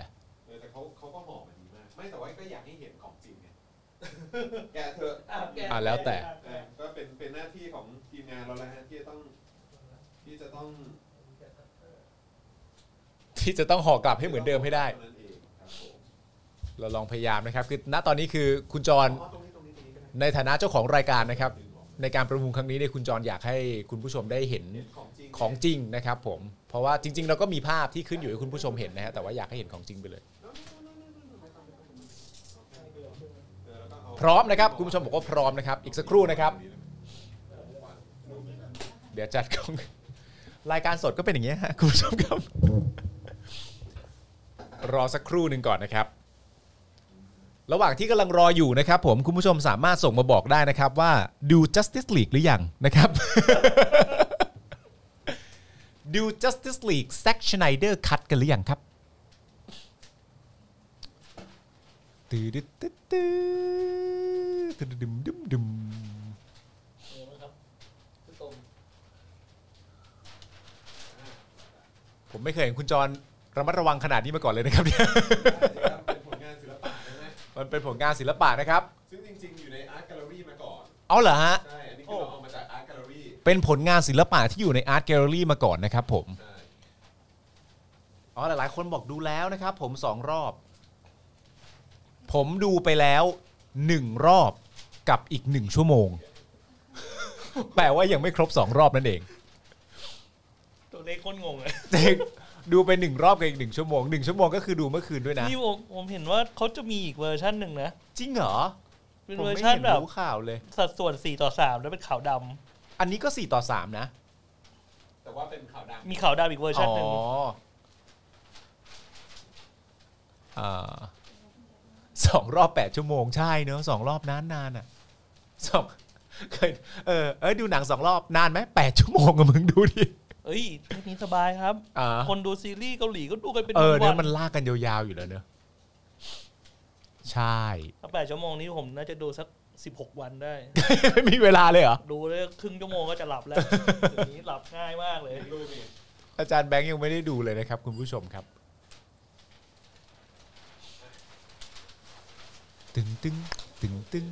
S2: เออแต่เขาเขาก็หอมมาดีมาก ไม่แต่ว่าก็อยากให้เห็นของจ ริงไง แกเถอะ
S3: อ่าแล้วแต่
S2: เออก็เป็นเป็นหน้าที่ของทีมงานเราแล้วฮะที่จะต้องที่จะต้อง
S3: ที่จะต้องห่อกลับให้เหมือนเดิมให้ได้
S2: นั่นเองครับผม
S3: เราลองพยายามนะครับ คือณตอนนี้คือคุณจร
S2: อ๋อตรงนี้ตรงนี้ตรงนี้ก็ได้
S3: ในฐานะเจ้าของรายการนะครับ ในการประมูลครั้งนี้เนี่ยคุณจรอยากให้คุณผู้ชมได้เห็น
S2: ของจริงนะ
S3: ของจริงนะครับผม เพราะว่าจริง ๆ เราก็มีภาพที่ขึ้นอยู่ให้คุณผู้ชมเห็นนะฮะ แต่ว่าอยากให้เห็นของจริงไปเลย
S2: เออแล้วก็เอา
S3: พร้อมนะครับคุณผู้ชมบอกว่าพร้อมนะครับ อีกสักครู่นะครับ เดี๋ยวจัดกล้องรายการสดก็เป็นอย่างนี้ยฮะคุณผู้ชมครับ รอสักครู่หนึ่งก่อนนะครับ ระหว่างที่กำลังรออยู่นะครับ ผมคุณผู้ชมสามารถส่งมาบอกได้นะครับ ว่าดู justice league หรือยังนะครับ ดู justice league Zack Snyder cut กันหรือยังครับ ตืดตึ๊ดตึ๊ดตึ๊ดตึ๊ดดึมดึมดึมผมไม่เคยเห็นคุณจรระมัดระวังขนาดนี้มาก่อนเลยนะครับเนี่ย
S2: เป็นผลงานศิลปะนะฮะ
S3: มันเป็นผลงานศิลปะนะครับ
S2: ซึ่งจริง ๆ อยู่ในอาร์ตแกลเลอรี่มาก่อน
S3: เอาเหรอฮะ
S2: ใช่ อันนี้คือเราเอามาจากอาร์ตแกลเลอรี่
S3: เป็นผลงานศิลปะที่อยู่ในอาร์ตแกลเลอรี่มาก่อนนะครับผม
S2: ใช่
S3: อ๋อหลายๆคนบอกดูแล้วนะครับผมสองรอบ ผมดูไปแล้วหนึ่งรอบกับอีกหนึ่งชั่วโมง แปลว่ายังไม่ครบสองรอบนั่นเอง
S4: ตัวเลขโคนงงเลย
S3: ดูไปหนึ่งรอบกับอีกหนึ่งชั่วโมงหนึ่งชั่วโมงก็คือดูเมื่อคืนด้วยนะ
S4: นี่ผมผมเห็นว่าเขาจะมีอีกเวอร์ชันหนึ่งนะ
S3: จริงเหรอ
S4: เป็น
S3: ผม
S4: เวอ
S3: ไม่
S4: ร์ชัน
S3: เห็น
S4: แบบ
S3: รู้ข่าวเลย
S4: สัดส่วน4ต่อ3แล้วเป็นขาวดำ
S3: อันนี้ก็ 4 ต่อ 3 นะ
S2: แต่ว่าเป็นข่าวดัง
S4: มีขาวดำอีกเวอร์ชันหนึ่ง
S3: อ๋ออ่าสองรอบ 8 ชั่วโมงใช่เนอะสองรอบนานนานๆอ่ะสองเคยเออเอยดูหนังสองรอบนานไหมแปดชั่วโมงกับมึงดูดิ
S4: เอ้ยแค่นี้สบายครับ
S3: อ่า
S4: คนดูซีรีส์เกาหลีก็ดูกันเป็น
S3: เออ
S4: วั
S3: เนี่ยมัน
S4: น
S3: ลากกันยาวๆอยู่แล้วเนอะใช่
S4: ถ้าแปดชั่วโมงนี้ผมน่าจะดูสัก 16 วันได้
S3: ไม่มีเวลาเลยเหรอ
S4: ดูได้ครึ่งชั่วโมงก็จะหลับ แล้วเดี๋ยวนี้หลับง่ายมากเลย
S3: อาจารย์แบงค์ยังไม่ได้ดูเลยนะครับ คุณผู้ชมครับ ตึงตึงตึงตึง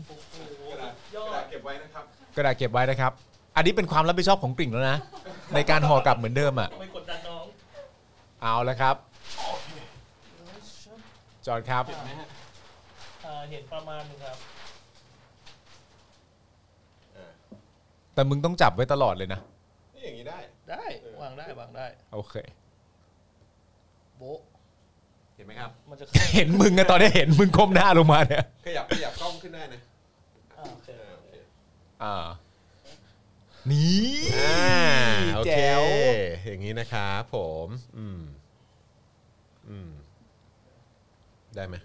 S2: ยอดเก็บไว้นะครับ
S3: กระดาษเก็บไว้นะครับ อันนี้เป็นความรับผิดชอบของกริ่งแล้วนะ ในการห่อกลับเหมือนเดิมอ่ะ
S4: ไม่กดดันน้อง
S3: เอาละครับ จอดครับ
S4: อ่าเห็นประมาณหนึงครับ
S3: แต่มึงต้องจับไว้ตลอดเลยนะ
S2: นี่อย่างนี้ได้
S4: ได้วางได้วางได้
S3: โอเค
S4: โบ๊ะ
S2: เห็นไหมครับ
S4: มันจะเข้า
S3: เห็นมึงอะตอนนี้เห็นมึงก้มหน้าลงมาเนี่ย
S2: ขยับขยับกล้องขึ้นได้นะ
S4: อ่าโอเค
S2: อ่าโอเค
S3: อ่า นี่
S2: อ่าโอเค
S3: แจ๋ว
S2: อย่างนี้นะครับผม อืม อืม ได้ไหม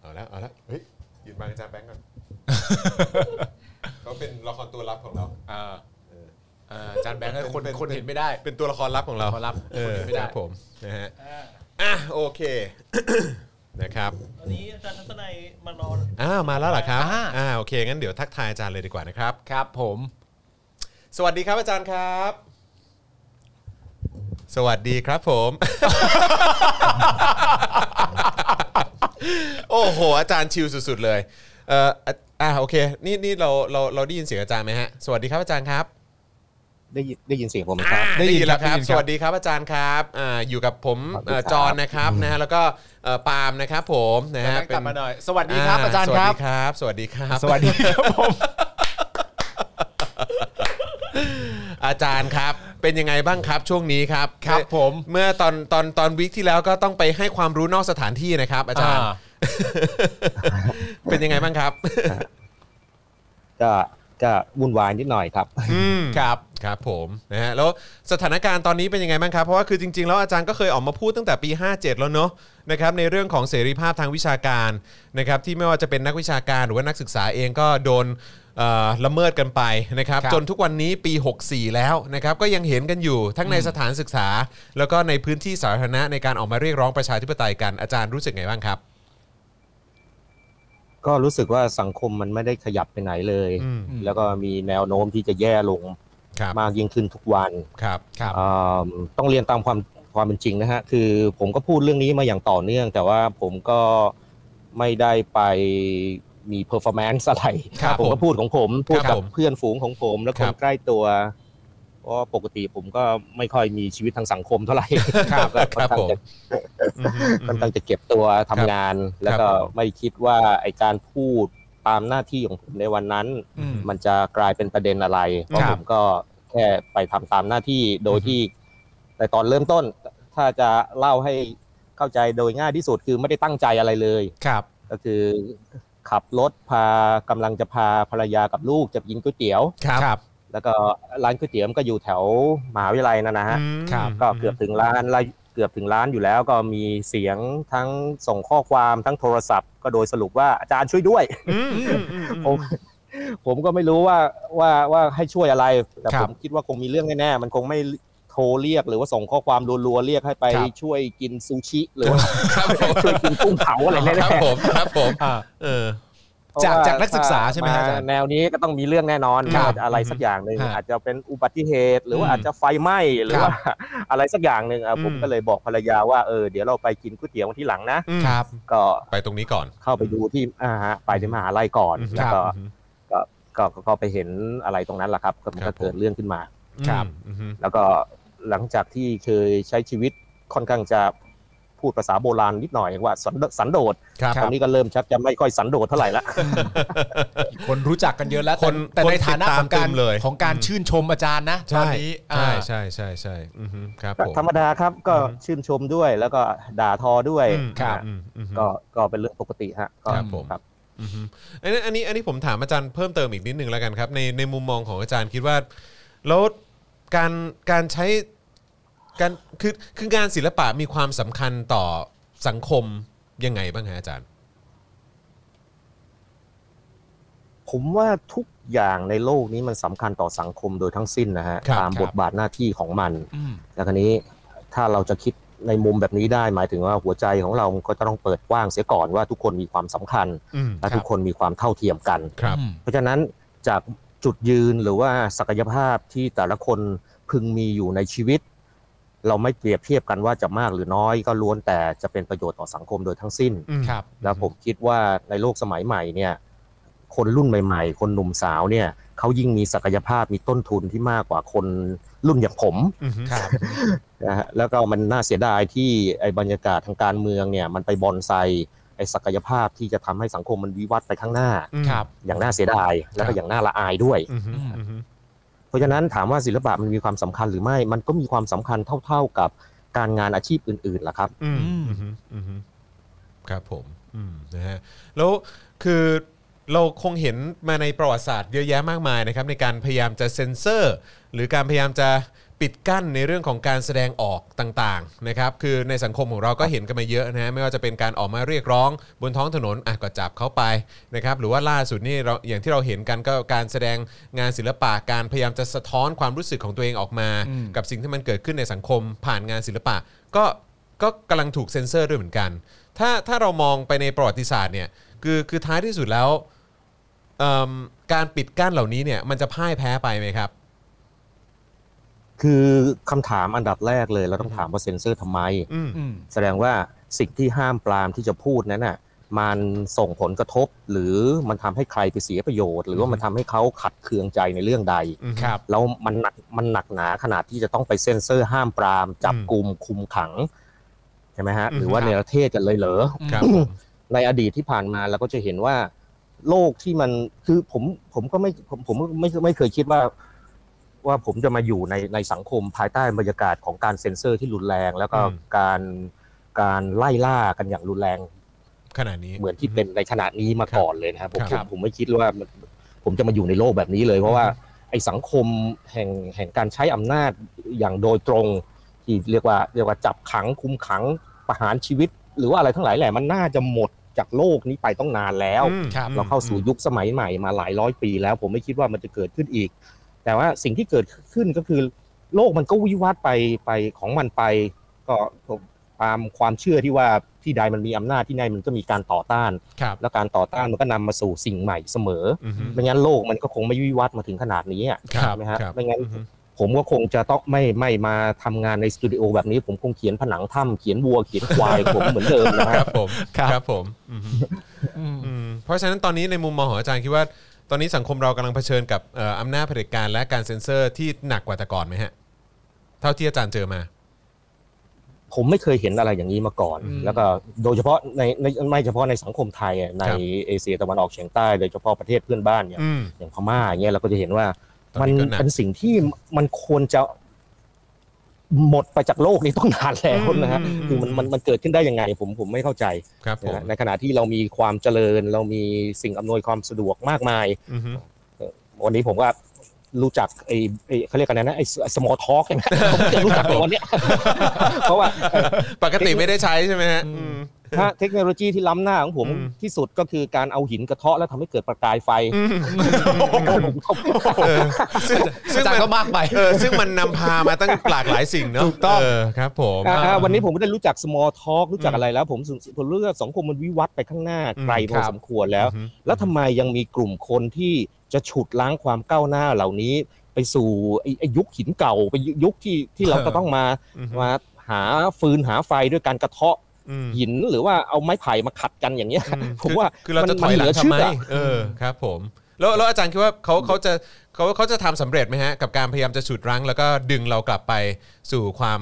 S2: เอาละเอาละเฮ้ยหยุดมางอาจารย์แบงก์ก่อน เขาเป็นละครตัวลับของเรา
S3: อ่าอ่าอาจารย์แบงค์ให้คนคนเห็นไม่ได้
S2: เป็นตัวละครลับของเรา
S3: ตัวละครลับ
S2: เออ
S3: คนเห็นไม่
S2: ค
S3: ได้
S2: รับผมนะฮะ
S4: อ่า
S2: อ่ะโอเค นะครับ
S4: ตอนนี้อาจารย์ทัศนัยมารอ
S2: อ้าวมาแล้วเหรอครับ
S3: อ่า
S2: อ่าโอเคงั้นเดี๋ยวทักทายอาจารย์เลยดีกว่านะครับ
S3: ครับผม
S2: สวัสดีครับอาจารย์ครับ สวัสดีครับผม โอ้โห อาจารย์ชิลสุดๆเลยเอ่ออ่ะอ่าโอเคนี่นี่เราเราเราได้ยินเสียงอาจารย์ไหมฮะสวัสดีครับอาจารย์ครับ
S10: ได้ยินได้ยินเสียงผมไหมค
S2: อ่า
S10: รับ
S3: ได้
S2: ได้
S3: ยิ
S2: ยิ
S3: น
S2: นแล้ว
S3: ค
S2: ค
S3: รั
S2: รั
S3: บบ ได้ยิน
S2: ส
S3: ครับ
S2: วัสดีครับอาจารย์ครับอ่าอยู่กับผม
S10: ขอบคุณ
S2: เอ่อ
S10: ครับ
S2: จอห์นนะครับนะฮะแล้วก็เอ่อปาล์มนะครับผมนะ
S3: แบง
S2: ฮะ
S3: ค์กลับมาหน่อย สวัสดีครับอาจารย์ครับ
S2: สวัสดีครับ
S3: สวัสดีครับผม
S2: อาจารย์ครับ เป็นยังไงบ้างครับช่วงนี้ครับ
S3: ครับ
S2: เอ่อ
S3: ผม
S2: เมื่อตอนตอนตอนวิกที่แล้วก็ต้องไปให้ความรู้นอกสถานที่นะครับ อาจารย์ เป็นยังไงบ้างครับ
S10: ก็ก็วุ่นวายนิดหน่อยครับ
S2: อืม
S3: ครับ
S2: ครับผมนะฮะแล้วสถานการณ์ตอนนี้เป็นยังไงบ้างครับ เพราะว่าคือจริง ๆ แล้วอาจารย์ก็เคยออกมาพูดตั้งแต่ปี 57 แล้วเนอะนะครับในเรื่องของเสรีภาพทางวิชาการนะครับที่ไม่ว่าจะเป็นนักวิชาการหรือว่านักศึกษาเองก็โดนเอ่อละเมิดกันไปนะครับ
S3: ครับ
S2: จนทุกวันนี้ปี 64 แล้วนะครับก็ยังเห็นกันอยู่ทั้งในสถานศึกษา แล้วก็ในพื้นที่สาธารณะในการออกมาเรียกร้องประชาธิปไตยกันอาจารย์รู้สึกไงบ้างครับ
S10: ก็รู้สึกว่าสังคมมันไม่ได้ขยับไปไหนเลย
S2: อืม
S10: แล้วก็มีแนวโน้มที่จะแย่ลง
S2: ครับ
S10: มากยิ่งขึ้นทุกวัน
S2: ครับ
S3: ครับ
S10: อ่าต้องเรียนตามความความเป็นจริงนะฮะ คือผมก็พูดเรื่องนี้มาอย่างต่อเนื่อง แต่ว่าผมก็ไม่ได้ไปมีเพอร์ฟอร์แมนซ์อะไร
S2: ครับ
S10: ผม
S2: ผ
S10: ก็
S2: ม
S10: พูดของผมพูด
S2: ครั
S10: กั
S2: บบ ผม
S10: เพื่อนฝูงของผม และค
S2: ครั
S10: น
S2: บ
S10: ใกล้ตัวเพราะปกติผมก็ไม่ค่อยมีชีวิตทางสังคมเท่าไหร่
S2: ครับ
S10: ก็
S2: ครับ
S10: อนข้า
S2: ผ
S10: ง
S2: ม
S10: จะ
S2: อืมฮึ
S10: ค่
S2: อื
S10: อ
S2: ม
S10: น
S2: ฮึ
S10: ข้างจะเก็บตัวทำงาน แล้วก็
S2: ครับผม
S10: ไม่คิดว่าไอการพูดตามหน้าที่ของผมในวันนั้น
S3: อืม
S10: มันจะกลายเป็นประเด็นอะไร เพราะ
S3: ครับ
S10: ผมก็แค่ไปทำตามหน้าที่โดยที่แต่ตอนเริ่มต้น ถ้าจะเล่าให้เข้าใจโดยง่ายที่สุดคือไม่ได้ตั้งใจอะไรเลย
S3: ครับ
S10: ก็คือขับรถพากำลังจะพาภรรยากับลูกจะกินก๋วยเตี๋ยว
S2: ครับ
S10: แล้วก็ร้านก๋วยเตี๋ยวมันก็อยู่แถวมหาวิทยาลัยนั่นนะฮะ
S2: อืมครับ
S10: ก็เกือบถึงร้านแล้วเกือบถึงร้านอยู่แล้วก็มีเสียงทั้งส่งข้อความทั้งโทรศัพท์ ก็โดยสรุปว่าอาจารย์ช่วยด้วย ผมผมก็ไม่รู้ว่าว่าว่าให้ช่วยอะไร แต่
S2: ครั
S10: ผ
S2: บ
S10: มคิดว่าคงมีเรื่องแน่ๆมันคงไม่โทรเรียกหรือว่าส่งข้อความรัวๆเรียกให้ไป
S2: ครับ
S10: ช่วยกินซูชิหรือว่า
S2: ครับผม
S10: ช่วยกินกุ้งเผาอะไรแน่
S2: ครับ
S10: ๆ
S2: ผมครับผม
S3: อ่า
S2: เออ
S3: จาก
S10: เพระว่
S3: จากนักศึกษาใช่ไหมฮะอาจารย์
S10: แนวนี้ก็ต้องมีเรื่องแน่นอน
S3: ครับ
S10: อะไรสักอย่างหนึ่ง
S3: ฮะ
S10: อาจจะเป็นอุบัติเหตุ หรือว่า
S2: อืม
S10: อาจจะไฟไหม้หรื
S3: ค
S10: อ
S3: รับ
S10: ว่าอะไรสักอย่างหนึ่งอ่ะ
S2: อืม
S10: ผมก็เลยบอกภรรยาว่าเออเดี๋ยวเราไปกินก๋วยเตี๋ยววันที่หลังนะ
S2: อืม
S3: ครับ
S10: ก็
S2: ไปตรงนี้ก่อน
S10: เข้าไปดูที่อ่าฮะไปที่มหาลัยก่อน
S2: อืม
S10: แล้ว
S3: ครั
S10: ก็
S3: บ
S10: ก็ก็ก็ก็ไปเห็นอะไรตรงนั้นแหละครับก็มัน
S2: ครั
S10: ก็
S2: บ
S10: เกิดเรื่องขึ้นมา
S3: ครับ
S2: อืมอืม
S10: แล้วก็หลังจากที่เคยใช้ชีวิตค่อนข้างจะพูดภาษาโบราณนิดหน่อยว่าสันโดสันโดษ
S2: ครับ
S10: ตอนนี้ก็เริ่มชักจะไม่ค่อยสันโดษเท่าไหร่ละ
S3: คนรู้จักกันเยอะแล้วแต่
S2: คน
S3: แต่
S2: คน
S3: ในฐานะ
S2: ติดตาม
S3: ของการ
S2: เต็มเลย
S3: ของการ
S2: อืม
S3: ชื่นชมอาจารย์นะตอ
S2: ใช่
S3: นนี้
S2: ใช่
S3: อ่า
S2: ใช่ใช่ใช่อือฮึครับผม
S10: ธรรมดาครับก็
S2: อือฮึ
S10: ชื่นชมด้วยแล้วก็ด่าทอด้วย
S2: อืม
S3: ครับ
S2: อืมอืม
S10: ก็ก็เป็นเรื่องปกติฮะก็
S2: ครับผม
S10: ครับ
S2: อือฮึอันนี้อันนี้อันนี้ผมถามอาจารย์เพิ่มเติมอีกนิดนึงแล้วกันครับ ในในมุมมองของอาจารย์คิดว่าแล้วการการใช้การคือคืองานศิลปะมีความสำคัญต่อสังคมยังไงบ้างฮะอาจารย์
S10: ผมว่าทุกอย่างในโลกนี้มันสำคัญต่อสังคมโดยทั้งสิ้นนะฮะ
S2: ครับ
S10: ตาม
S3: ครับ
S10: บทบาทหน้าที่ของมัน
S3: อืม
S10: แล้วคราวนี้ถ้าเราจะคิดในมุมแบบนี้ได้หมายถึงว่าหัวใจของเราก็จะต้องเปิดกว้างเสียก่อนว่าทุกคนมีความสำคัญ
S2: อืม
S3: ค
S10: และ
S3: รับ
S10: ทุกคนมีความเท่าเทียมกัน
S2: ครับ
S3: อืม
S10: เพราะฉะนั้นจากจุดยืนหรือว่าศักยภาพที่แต่ละคนพึงมีอยู่ในชีวิต เราไม่เปรียบเทียบกันว่าจะมากหรือน้อยก็ล้วนแต่จะเป็นประโยชน์ต่อสังคมโดยทั้งสิ้น
S2: อืม
S3: ครับ
S10: แล้วผมคิดว่าในโลกสมัยใหม่เนี่ยคนรุ่นใหม่ ๆ คนหนุ่มสาวเนี่ยเขายิ่งมีศักยภาพมีต้นทุนที่มากกว่าคนรุ่นอย่างผม
S2: อืม
S3: ครับ
S10: นะฮะแล้วก็มันน่าเสียดายที่ไอ้บรรยากาศทางการเมืองเนี่ยมันไปบอนไซไอ้ศักยภาพที่จะทำให้สังคมมันวิวัฒน์ไปข้างหน้า
S3: ครับ
S10: อย่างน่าเสียดายแล้วก็อย่างน่าละอายด้วย
S2: อืมอืมอืม
S10: เพราะฉะนั้นถามว่าศิลปะมันมีความสำคัญหรือไม่ มันก็มีความสำคัญเท่าๆกับการงานอาชีพอื่นๆล่ะครับ
S2: อืม
S3: อืม
S2: อืมอืมครับผมอืมนะฮะแล้วคือเราคงเห็นมาในประวัติศาสตร์เยอะแยะมากมายนะครับ ในการพยายามจะเซ็นเซอร์ หรือการพยายามจะปิดกั้นในเรื่องของการแสดงออกต่างๆนะครับ คือในสังคมของเราก็เห็นกันมาเยอะนะฮะไม่ว่าจะเป็นการออกมาเรียกร้องบนท้องถนนอ่ะก็จับเขาไปนะครับ หรือว่าล่าสุดนี่เราอย่างที่เราเห็นกันก็การแสดงงานศิลปะการพยายามจะสะท้อนความรู้สึกของตัวเองออกมา
S3: อืม
S2: กับสิ่งที่มันเกิดขึ้นในสังคมผ่านงานศิลปะ ก็ก็กำลังถูกเซ็นเซอร์ด้วยเหมือนกัน ถ้าถ้าเรามองไปในประวัติศาสตร์เนี่ยคือคือท้ายที่สุดแล้วเอิ่มการปิดกั้นเหล่านี้เนี่ยมันจะพ่ายแพ้ไปไหมครับ
S10: คือคำถามอันดับแรกเลยเราต้องถามว่าเซ็นเซอร์ทำไม
S2: อืม
S3: อืม
S10: แสดงว่าสิ่งที่ห้ามปรามที่จะพูดนั้นน่ะมันส่งผลกระทบ หรือมันทำให้ใครไปเสียประโยชน์ หรือว่ามันทำให้เขาขัดเคืองใจในเรื่องใด
S2: อืมครับ
S10: แล้วมันหนักมันหนักหนาขนาดที่จะต้องไปเซ็นเซอร์ห้ามปราม จับกลุ่มคุมขังใช่ไหมฮะ
S2: อืม
S10: หรือว่าในประเทศกันเลยเหรอ
S2: ครับผม
S10: ในอดีตที่ผ่านมาเราก็จะเห็นว่า โลกที่มันคือผมผมก็ไม่ผมผมไม่ไม่เคยคิดว่า ว่าผมจะมาอยู่ในในสังคมภายใต้บรรยากาศของการเซ็นเซอร์ที่รุนแรง แล้วก็
S2: อืม
S10: การการไล่ล่ากันอย่างรุนแรง
S2: ขนาดนี้
S10: เหมือนที่เป็นในขณะนี้มาก่อนเลยนะครับผม
S2: ครับ
S10: ผมผมไม่คิดว่ามันผมจะมาอยู่ในโลกแบบนี้เลย เพราะว่าไอ้สังคมแห่งแห่งการใช้อำนาจอย่างโดยตรง ที่เรียกว่าเรียกว่าจับขังคุมขังประหารชีวิต หรือว่าอะไรทั้งหลายแหละมันน่าจะหมดจากโลกนี้ไปต้องนานแล้ว
S2: อืม
S3: ครับ
S10: เราเข้าสู่ยุคสมัยใหม่มาหลายร้อยปีแล้ว ผมไม่คิดว่ามันจะเกิดขึ้นอีก แต่ว่าสิ่งที่เกิดขึ้นก็คือ โลกมันก็วิวัฒน์ไปไปของมันไป ก็ตามความเชื่อที่ว่าที่ใดมันมีอำนาจที่ใดมันก็มีการต่อต้าน
S2: ครับ
S10: แล้วการต่อต้านมันก็นำมาสู่สิ่งใหม่เสมอ
S2: อืม
S10: ไม่งั้นโลกมันก็คงไม่วิวัฒน์มาถึงขนาดนี้อะ
S2: ครับ
S10: ใช่ไหมฮะ
S2: ครับ
S10: ไม่งั้น
S2: อืม
S10: ผมก็คงจะต้องไม่ไม่มาทำงานในสตูดิโอแบบนี้ ผมคงเขียนผนังถ้ำเขียนวัวเขียนควาย ผมเหมือนเดิมนะ
S2: ค
S10: ฮะ
S2: รับผม
S3: ครับ
S2: ครับผมอืม
S3: อืม
S2: อืมเพราะฉะนั้นตอนนี้ในมุมมองของอาจารย์คิดว่า ตอนนี้สังคมเรากำลังเผชิญกับเอ่ออำนาจเผด็จการและการเซ็นเซอร์ที่หนักกว่าแต่ก่อนไหมฮะ เท่าที่อาจารย์เจอมา
S10: ผมไม่เคยเห็นอะไรอย่างนี้มาก่อน
S3: อืม
S10: แล้วก็โดยเฉพาะในในไม่เฉพาะในสังคมไทยอะใน
S2: ครับ
S10: เอเชียตะวันออกเฉียงใต้โดยเฉพาะประเทศเพื่อนบ้านอย่าง
S2: อืม
S10: อย่างพม่าอย่างเงี้ยเราก็จะเห็นว่า
S2: ตอน
S10: มัน
S2: นี้ก็หนัก
S10: เป็นสิ่งที่มันควรจะ หมดไปจากโลกนี้ต้องนานแล้วนะฮะ
S2: อืม
S10: คือมันมันมันเกิดขึ้นได้ยังไงผมผมไม่เข้าใจ
S2: ครับผม
S10: นะฮะในขณะที่เรามีความเจริญ เรามีสิ่งอำนวยความสะดวกมากมาย
S2: อือฮึ
S10: วันนี้ผมก็รู้จักไอ้ไอ้เขาเรียกกันนะนะไอ้สมอทอล์กเนี่ยผมจะรู้จักในวันเนี้ย เพราะว่า
S2: ปกติไม่ได้ใช้ใช่ไหมฮะอืม
S10: ถ้าเทคโนโลยีที่ล้ำหน้าของผม
S2: อืม
S10: ที่สุดก็คือการเอาหินกระเทาะแล้วทำให้เกิดประกายไฟ
S2: อืมเออซึ่งซึ่ง
S3: จาก
S2: มัน
S3: ก็มากไป
S2: เออซึ่งมันนำพามาตั้งหลากหลายสิ่งเนาะ
S3: ถูกต้อง
S2: เครับผม
S10: อ่า
S2: อ่า
S10: อ่าวันนี้ผมก็ได้รู้จัก small talk รู้จัก
S2: อืม
S10: อะไรแล้ว ผมรู้สึกผมรู้ว่าสังคมมันวิวัฒน์ไปข้างหน้า
S2: อืม
S10: ไกลพ
S2: ครั
S10: อบ สมควรแล้ว
S2: อือฮึ
S10: แล้วทำไมยังมีกลุ่มคนที่จะฉุดล้างความก้าวหน้าเหล่านี้ ไปสู่ไอ้ไอ้ยุคหินเก่าไปยุคที่ที่เรา
S2: เออ
S10: จะต้องมา
S2: อือฮึ
S10: มาหาฟืนหาไฟด้วยการกระเทาะ
S2: อืม
S10: หินหรือว่าเอาไม้ไผ่มาขัดกันอย่างเงี้ย
S2: อืม
S10: ผม
S2: คือ
S10: ว่า
S2: คือเราจะถอยหลังทำ
S10: ชื่
S2: ไม
S10: อะ
S2: เออครับผม แล้วแล้วอาจารย์คิดว่าเขาเขาจะเขาเขาจะทำสำเร็จไหมฮะ กับการพยายามจะฉุดรั้ง แล้วก็ดึงเรากลับไปสู่ความ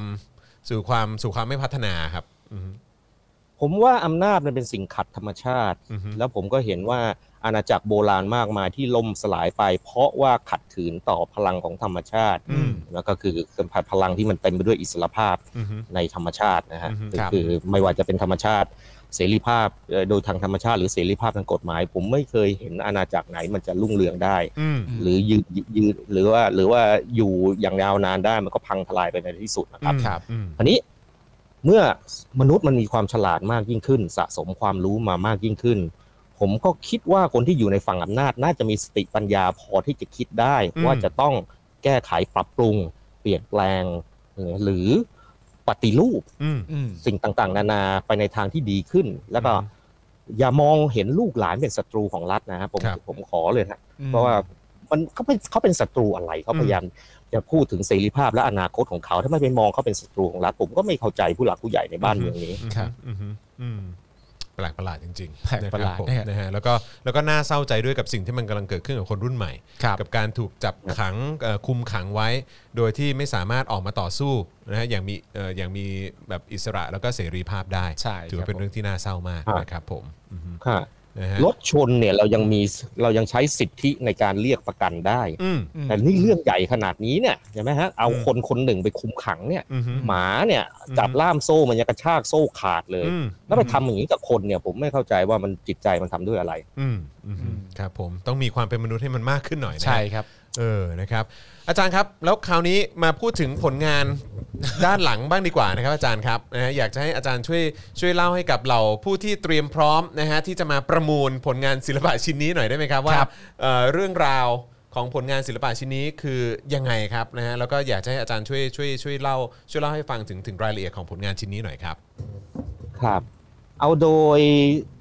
S2: สู่ความสู่ความไม่พัฒนาครับ อืม
S10: ผมว่าอำนาจมันเป็นสิ่งขัดธรรมชาติ
S2: อือฮึ
S10: แล้วผมก็เห็นว่าอาณาจักรโบราณมากมายที่ล่มสลายไป เพราะว่าขัดขืนต่อพลังของธรรมชาติ
S2: อืม
S10: แล้วก็คือพลังที่มันเต็มไปด้วยอิสรภาพ
S2: อืม
S10: ในธรรมชาตินะฮะ
S2: อือฮึ
S10: คือ
S2: ครับ
S10: คือไม่ว่าจะเป็นธรรมชาติ เสรีภาพเอ่อโดยทางธรรมชาติ หรือเสรีภาพทางกฎหมาย ผมไม่เคยเห็นอาณาจักรไหนมันจะรุ่งเรืองได้
S2: อืม
S10: หรือยืนยืนหรือว่าหรือว่าอยู่อย่างยาวนานได้มันก็พังทลายไปในที่สุดนะครับ
S2: ครับอืม
S10: อันนี้เมื่อมนุษย์มันมีความฉลาดมากยิ่งขึ้น สะสมความรู้มามากยิ่งขึ้น ผมก็คิดว่าคนที่อยู่ในฝั่งอำนาจ น่าจะมีสติปัญญาพอที่จะคิดได้ ว่าจะต้องแก้ไขปรับปรุง เปลี่ยนแปลงเอ่อหรือปฏิรูป
S2: อืม
S3: อืม
S10: สิ่งต่างๆ นานาไปในทางที่ดีขึ้น แล้วก็
S2: อืม
S10: อย่ามองเห็นลูกหลานเป็นศัตรูของรัฐนะฮะผม
S2: ครับ
S10: ผมขอเลยนะ เพราะว่ามันเขาเป็นเขาเป็นศัตรูอะไรเขาพยายามจะพูดถึงเสรีภาพและอนาคตของเขา ถ้าไม่ไปมองเขาเป็นศัตรูของรัฐผมก็ไม่เข้าใจผู้หลักผู้ใหญ่ในบ้านเมืองนี้
S2: อืม
S3: ครับ
S2: อืมอืมแปลกประหลาดจริงๆ
S3: แปลกประหลาด
S2: นคบผม
S3: นะฮะ
S2: นะฮะแล้วก็แล้วก็น่าเศร้าใจด้วยกับสิ่งที่มันกำลังเกิดขึ้นกับคนรุ่นใหม่
S3: ครับ
S2: กับการถูกจับขังเอ่อคุมขังไว้ โดยที่ไม่สามารถออกมาต่อสู้นะฮะอย่างมีเอ่ออย่างมีแบบอิสระแล้วก็เสรีภาพได้
S3: ใช่
S2: ถือว่าเป็นเรื่องที่น่าเศร้ามาก
S10: ครับ
S2: นะครับผมอือฮึ
S10: ค่ะ
S2: นะฮะ
S10: รถชนเนี่ยเรายังมีเรายังใช้สิทธิในการเรียกประกันได้
S2: อืม
S3: อืม
S10: แต่นี่เรื่องใหญ่ขนาดนี้เนี่ยใช่ไหมฮะเอา
S2: อืม
S10: คนคนหนึ่งไปคุมขังเนี่ย
S2: อืมฮึ
S10: หมาเนี่ย
S2: อืม
S10: จับล่ามโซ่มันยังกระชากโซ่ขาดเลย
S2: อืม
S10: แล้วไปทำอย่างนี้กับคนเนี่ยผมไม่เข้าใจว่ามันจิตใจมันทำด้วยอะไร
S2: อืมอืม
S3: อืม
S2: ครับผมต้องมีความเป็นมนุษย์ให้มันมากขึ้นหน่อยนะ
S3: ใช่ครับ
S2: เออนะครับ อาจารย์ครับ แล้วคราวนี้มาพูดถึงผลงาน ด้านหลังบ้างดีกว่านะครับ อาจารย์ครับนะฮะอยากจะให้อาจารย์ช่วยช่วยเล่าให้กับเราผู้ที่เตรียมพร้อมนะฮะที่จะมาประมูลผลงานศิลปะชิ้นนี้หน่อยได้ไหมครับว่า
S3: ครับ
S2: เอ่อเรื่องราวของผลงานศิลปะชิ้นนี้คือยังไงครับนะฮะแล้วก็อยากจะให้อาจารย์ช่วยช่วยช่วยเล่าช่วยเล่าให้ฟังถึงถึงรายละเอียดของผลงานชิ้นนี้หน่อยครับ
S10: ครับเอาโดย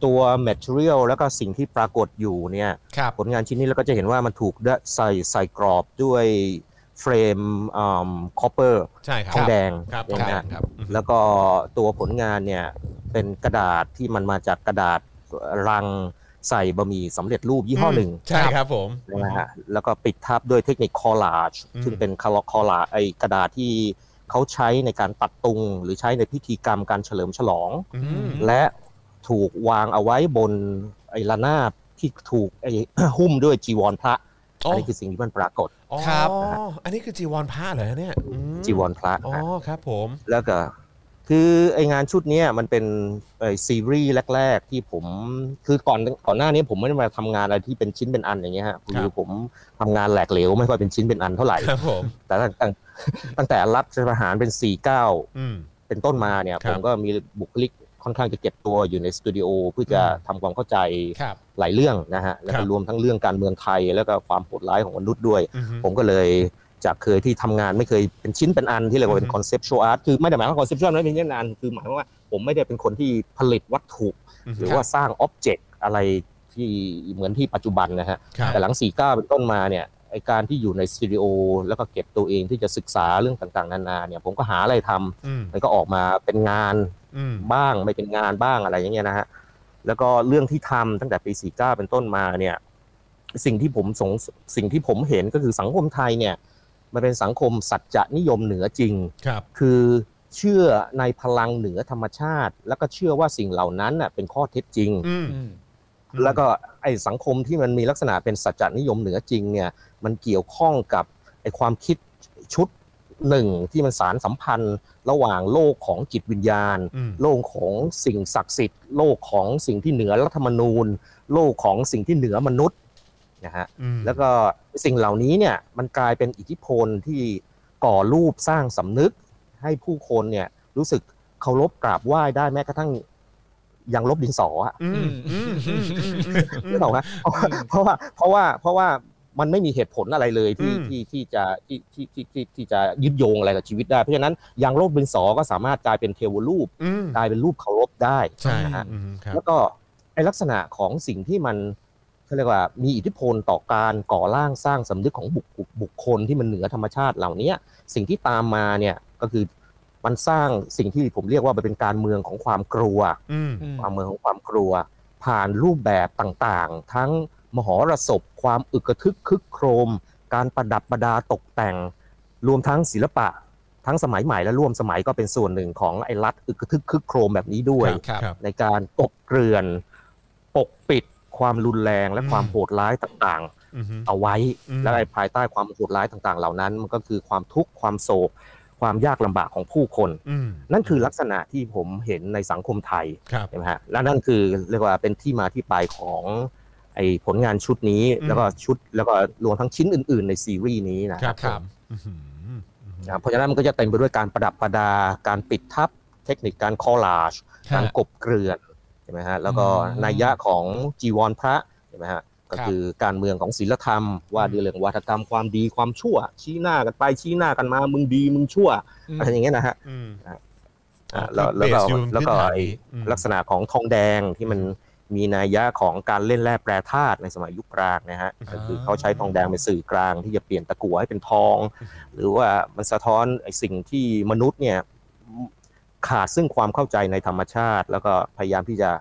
S10: ตัว material แล้วก็สิ่งที่ปรากฏอยู่เนี่ย
S3: ครับ
S10: ผลงานชิ้นนี้เราก็จะเห็นว่ามันถูกใส่ใส่กรอบด้วยเฟรมคอปเปอร์
S2: ใช่ครั
S10: ทองแดง
S2: ครับทอง
S10: นะ
S2: แดง
S10: ฮะ
S2: ครับ
S10: แล้วก็ตัวผลงานเนี่ยเป็นกระดาษที่มันมาจากกระดาษรังใส่บะหมี่สำเร็จรูปยี่ห้อหนึ่ง
S2: ใช่ครับผม
S10: นะฮะแล้วก็ปิดทับด้วยเทคนิคคอลาจ
S2: อืม
S10: ซึ่งเป็นคอลคอลาไอกระดาษที่เขาใช้ในการตัดตุง หรือใช้ในพิธีกรรมการเฉลิมฉลอง
S2: อืม
S10: และถูกวางเอาไว้บนไอ้ระนาบที่ถูกไอ้ หุ้มด้วยจีวรพระ
S2: อ๋ออั
S10: อันนี้คือสิ่งที่มันปรากฏ
S2: อ๋อ
S3: ครับ
S2: อันนี้คือจีวรผ้าเหรอเนี่ยอืม
S10: จีวรพระ
S2: อ๋อ
S10: ฮะ
S2: ครับผม
S10: แล้วก็คือไองานชุดเนี้ยมันเป็นไอซีรีส์แรก ๆ ที่ผมคือก่อนก่อนหน้านี้ผมไม่ได้มาทำงานอะไรที่เป็นชิ้นเป็นอันอย่างเงี้ยฮะคือผมทำงานแหลกเหลวไม่ค่อยเป็นชิ้นเป็นอันเท่าไหร่
S2: ครับผม
S10: แต่ตั้งตั้งตั้งแต่รับรัฐประหารเป็น 49
S2: อืม
S10: เป็นต้นมาเนี่ย
S2: ครับ
S10: ผมก็มีบุคลิกค่อนข้างจะเก็บตัวอยู่ในสตูดิโอเพื่อจะทำความเข้าใจ
S3: ครับ
S10: หลายเรื่องนะฮะแล้ว
S2: ครั
S10: ก็
S2: บ
S10: รวมทั้งเรื่องการเมืองไทย แล้วก็ความโหดร้ายของมนุษย์ด้วย
S2: อือฮึ
S10: ผมก็เลยจากเคยที่ทำงานไม่เคยเป็นชิ้นเป็นอันที่เรียกว่าเป็
S2: อือ
S10: น
S2: ฮึ
S10: คอนเซปชวลอาร์ตคือไม่ได้หมายว่าคอนเซปชวลนั้นเป็นชิ้นเป็นอันคือหมายว่าผมไม่ได้เป็นคนที่ผลิตวัตถุ
S2: อือฮึ
S10: หรือว่าสร้างอ็อบเจกต์อะไรที่เหมือนที่ปัจจุบันนะฮะ
S2: ครับ
S10: แต่หลัง 49 เป็นต้นมาเนี่ยไอการที่อยู่ในสตูดิโอแล้วก็เก็บตัวเองที่จะศึกษาเรื่องต่างๆนานาเนี่ยผมก็หาอะไรทำ
S2: อืม
S10: มันก็ออกมาเป็นงาน
S2: อืม
S10: บ้างไม่เป็นงานบ้างอะไรอย่างเงี้ยนะฮะแล้วก็เรื่องที่ทำตั้งแต่ปี49เป็นต้นมาเนี่ย สิ่งที่ผมสงสิ่งที่ผมเห็นก็คือสังคมไทยเนี่ย มันเป็นสังคมสัจจะนิยมเหนือจริง
S2: ครับ
S10: คือเชื่อในพลังเหนือธรรมชาติ แล้วก็เชื่อว่าสิ่งเหล่านั้นน่ะเป็นข้อเท็จจริง
S2: อืม
S3: อืม
S10: แล้วก็ไอ้สังคมที่มันมีลักษณะเป็นสัจจนิยมเหนือจริงเนี่ยมันเกี่ยวข้องกับไอ้ความคิดชุด หนึ่งที่มันสารสัมพันธ์ระหว่างโลกของจิตวิญญาณ
S2: อืม
S10: โลกของสิ่งศักดิ์สิทธิ์โลกของสิ่งที่เหนือรัฐธรรมนูญ โลกของสิ่งที่เหนือมนุษย์นะฮะ
S2: อืม
S10: แล้วก็สิ่งเหล่านี้เนี่ยมันกลายเป็นอิทธิพลที่ก่อรูปสร้างสำนึก ให้ผู้คนเนี่ยรู้สึกเคารพกราบไหว้ได้แม้กระทั่งยังลบดินสออะ
S2: อืมอืมอืมอืมอืม
S10: นึกออกไหมเพราะว่าเพราะว่าเพราะว่ามันไม่มีเหตุผลอะไรเลยที่
S2: อืม
S10: ที่ที่จะที่ที่ที่ที่ที่จะยึดโยงอะไรกับชีวิตได้เพราะฉะนั้นยังลบดินสอก็สามารถกลายเป็นเทวรูป
S2: อืม
S10: กลายเป็นรูปเคารพได้
S2: ใช่
S10: นะฮะ
S2: อืมครับ
S10: แล้วก็ไอลักษณะของสิ่งที่มันเขาเรียกว่ามีอิทธิพลต่อการก่อร่างสร้างสำนึกของบุคบุคคลที่มันเหนือธรรมชาติเหล่านี้สิ่งที่ตามมาเนี่ยก็คือมันสร้างสิ่งที่ผมเรียกว่ามันเป็นการเมืองของความกลัว
S2: อืม
S10: ความเมืองของความกลัว ผ่านรูปแบบต่างๆ ทั้งมหรสพความอึกระทึกคึกโครม การประดับประดาตกแต่ง รวมทั้งศิลปะ ทั้งสมัยใหม่และร่วมสมัยก็เป็นส่วนหนึ่งของไอ้รัฐอึกระทึกคึกโครมแบบนี้ด้วย
S2: ครับครับ
S10: ในการกบเกลื่อน ปกปิด ความรุนแรงและ
S2: อืม
S10: ความโหดร้ายต่าง
S2: อืม
S10: ๆ เอาไว้
S2: อืม
S10: และไอ้ภายใต้ความโหดร้ายต่างๆ เหล่านั้น มันก็คือความทุกข์ความโศก ความยากลำบากของผู้คน
S2: อืม
S10: นั่นคือลักษณะที่ผมเห็นในสังคมไทย
S2: ครับ
S10: ใช่ไหมฮะและนั่นคือเรียกว่าเป็นที่มาที่ไปของไอผลงานชุดนี้
S2: อืม
S10: แล้วก็ชุดแล้วก็รวมทั้งชิ้นอื่น ๆ ในซีรีส์นี้นะครับ ผม
S2: อืมอืม
S10: นะครับเพราะฉะนั้นมันก็จะเต็มไปด้วยการประดับประดา การปิดทับ เทคนิคการคอลลาจ
S3: ฮะ
S10: การกบเกลื่อนใช่ไหมฮะแล้วก็
S3: อืม
S10: นัยยะของจีวรพระใช่ไหมฮะก็
S3: ครับ
S10: คือการเมืองของศีลธรรม ว่าด้วยเรื่องวัฒกรรมความดีความชั่ว ชี้หน้ากันไปชี้หน้ากันมามึงดีมึงชั่วอะไรอย่างเงี้ยนะฮะ
S2: อืม
S10: อ่ะแล้วแล้วก็
S2: เบสอยู่บน
S10: แล้วก็
S2: พื้นฐาน
S10: ไอ้
S2: นี้อืม
S10: ลักษณะของทองแดงที่มันมีนัยยะของการเล่นแร่แปรธาตุในสมัยยุคกลางนะฮะก็คือเขาใช้ทองแดงเป็นสื่อกลางที่จะเปลี่ยนตะกั่วให้เป็นทอง หรือว่ามันสะท้อนไอ้สิ่งที่มนุษย์เนี่ยขาดซึ่งความเข้าใจในธรรมชาติ แล้วก็พยายามที่จะ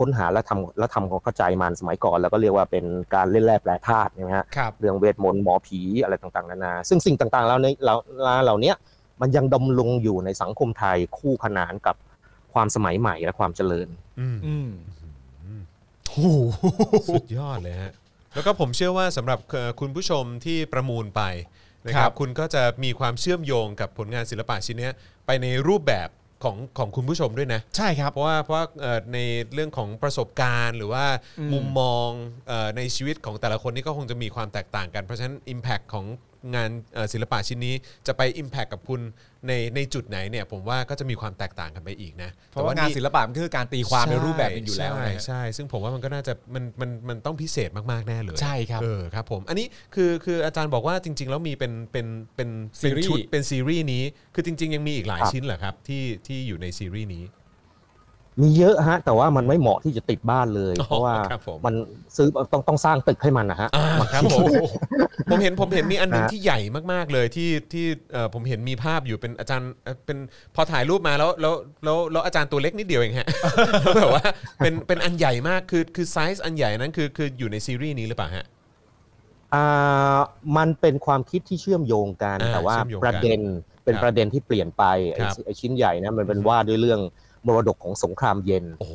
S10: ค้นหาและทำและทำความเข้าใจมันสมัยก่อน แล้วก็เรียกว่าเป็นการเล่นแร่แปรธาตุใช่ไหมฮะ
S3: ครับ
S10: เรื่องเวทมนต์หมอผีอะไรต่างๆนานา ซึ่งสิ่งต่างๆ แล้วในเราเหล่าเนี้ยมันยังดำรงอยู่ในสังคมไทยคู่ขนานกับความสมัยใหม่และความเจริญ
S2: อืม
S3: อืม
S2: สุดยอดเลยฮะ แล้วก็ผมเชื่อว่าสำหรับเอ่อคุณผู้ชมที่ประมูลไปนะค
S3: ค
S2: รั
S3: รับ บ
S2: คุณก็จะมีความเชื่อมโยงกับผลงานศิลปะชิ้นเนี้ยไปในรูปแบบของของคุณผู้ชมด้วยนะ
S3: ใช่ครับ
S2: เพราะว่าเพราะว่าเอ่อในเรื่องของประสบการณ์ หรือว่า
S3: อืม
S2: มุมมองเอ่อในชีวิตของแต่ละคนนี่ก็คงจะมีความแตกต่างกัน เพราะฉะนั้น Impact ของงานเอ่อศิลปะชิ้นนี้จะไป Impact กับคุณในในจุดไหนเนี่ยผมว่าก็จะมีความแตกต่างกันไปอีกนะ
S3: เพราะว่างาน
S2: แต่
S3: ศิลปะมันคือการตีความในรูปแบบมันอยู่แล้ว
S2: ใช่
S3: นะ
S2: ใช่ใช่ซึ่งผมว่ามันก็น่าจะมันมันมันต้องพิเศษมากๆแน่เลย
S3: ใช่ครับ
S2: เออครับผมอันนี้คือคืออาจารย์บอกว่าจริง ๆ แล้วมีเป็นเป็นเป็น
S3: ซีรี
S2: เป็น
S3: ส์
S2: ชุดเป็นซีรีส์นี้คือจริง ๆ ยังมีอีกหลาย
S10: ครับ
S2: ชิ้นเหรอครับที่ที่อยู่ในซีรีส์นี้
S10: มีเยอะฮะ แต่ว่ามันไม่เหมาะที่จะติดบ้านเลย
S2: อ๋อ
S10: เพราะว่า
S2: ครับผม
S10: มันซื้อต้องต้องสร้างตึกให้มันนะฮะ
S2: อ่าครับผมผมเห็นผมเห็นมีอันหนึง
S10: นะ
S2: ที่ใหญ่มากๆเลยที่ที่เอ่อผมเห็นมีภาพอยู่เป็นอาจารย์เอ่อเป็นพอถ่ายรูปมาแล้วแล้วแล้วแล้วอาจารย์ตัวเล็กนิดเดียวเองฮะ แล้วแบบว่าเป็นเป็นอันใหญ่มากคือคือไซส์อันใหญ่นั้นคือคืออยู่ในซีรีส์นี้หรือเปล่าฮะ
S10: อ่ามันเป็นความคิดที่เชื่อมโยงกัน
S2: อ่า
S10: แต่ว่า
S2: เชื่อมโยงกัน
S10: ประเด็นเป็น
S2: ครับ
S10: ประเด็นที่เปลี่ยนไปไอ้
S2: ครับ
S10: ไอชิ้นใหญ่นะมันเป็นว่าด้วยเรื่องมรดกของสงครามเย็น
S2: โอ้โห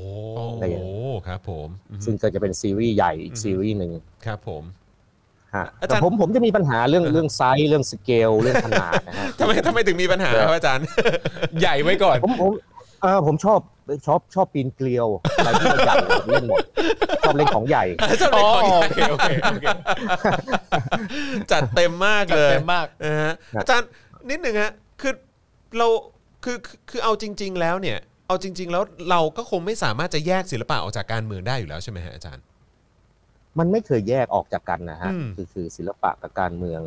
S10: อะไรอย่างนั้น
S2: ครับผมอืม
S10: ซึ่งก็จะเป็นซีรีส์ใหญ่อี
S2: อื
S10: ก
S2: ม
S10: ซีรีส์หนึ่ง
S2: ครับผม
S10: ฮะ
S2: อาจารย์
S10: แต่ผมผมจะมีปัญหาเรื่อง
S2: เออ
S10: เรื่องไซส์เรื่องสเกลเรื่องขนาดนะฮะ
S2: ทำไมทำไมถึงมีปัญหา
S10: ค
S2: ค
S10: รั
S2: รับ บอาจารย์
S3: ใหญ่ไว้ก่อน
S10: ผมผมเออผมชอบชอบชอบปีนเกลียวอะไรที่มันใหญ่ผมเล่นหมดชอบเล่นของใหญ่
S2: อาจารย์ไม่ขอ
S3: อ๋อ
S2: อ
S3: โอเคโอเคโอเค
S2: จัดเต็มมากเลย
S3: จัดเต็มมาก
S2: นะฮะ
S10: ครับ
S2: อาจารย์นิดหนึ่งฮะคือเราคือคือคือเอาจริง ๆ แล้วเนี่ยเอาจริง ๆ แล้วเราก็คงไม่สามารถจะแยกศิลปะออกจากการเมืองได้อยู่แล้วใช่ไหมฮะอาจารย์
S10: มันไม่เคยแยกออกจากกันนะฮะ
S2: อืม
S10: คือคือศิลปะกับการเมือง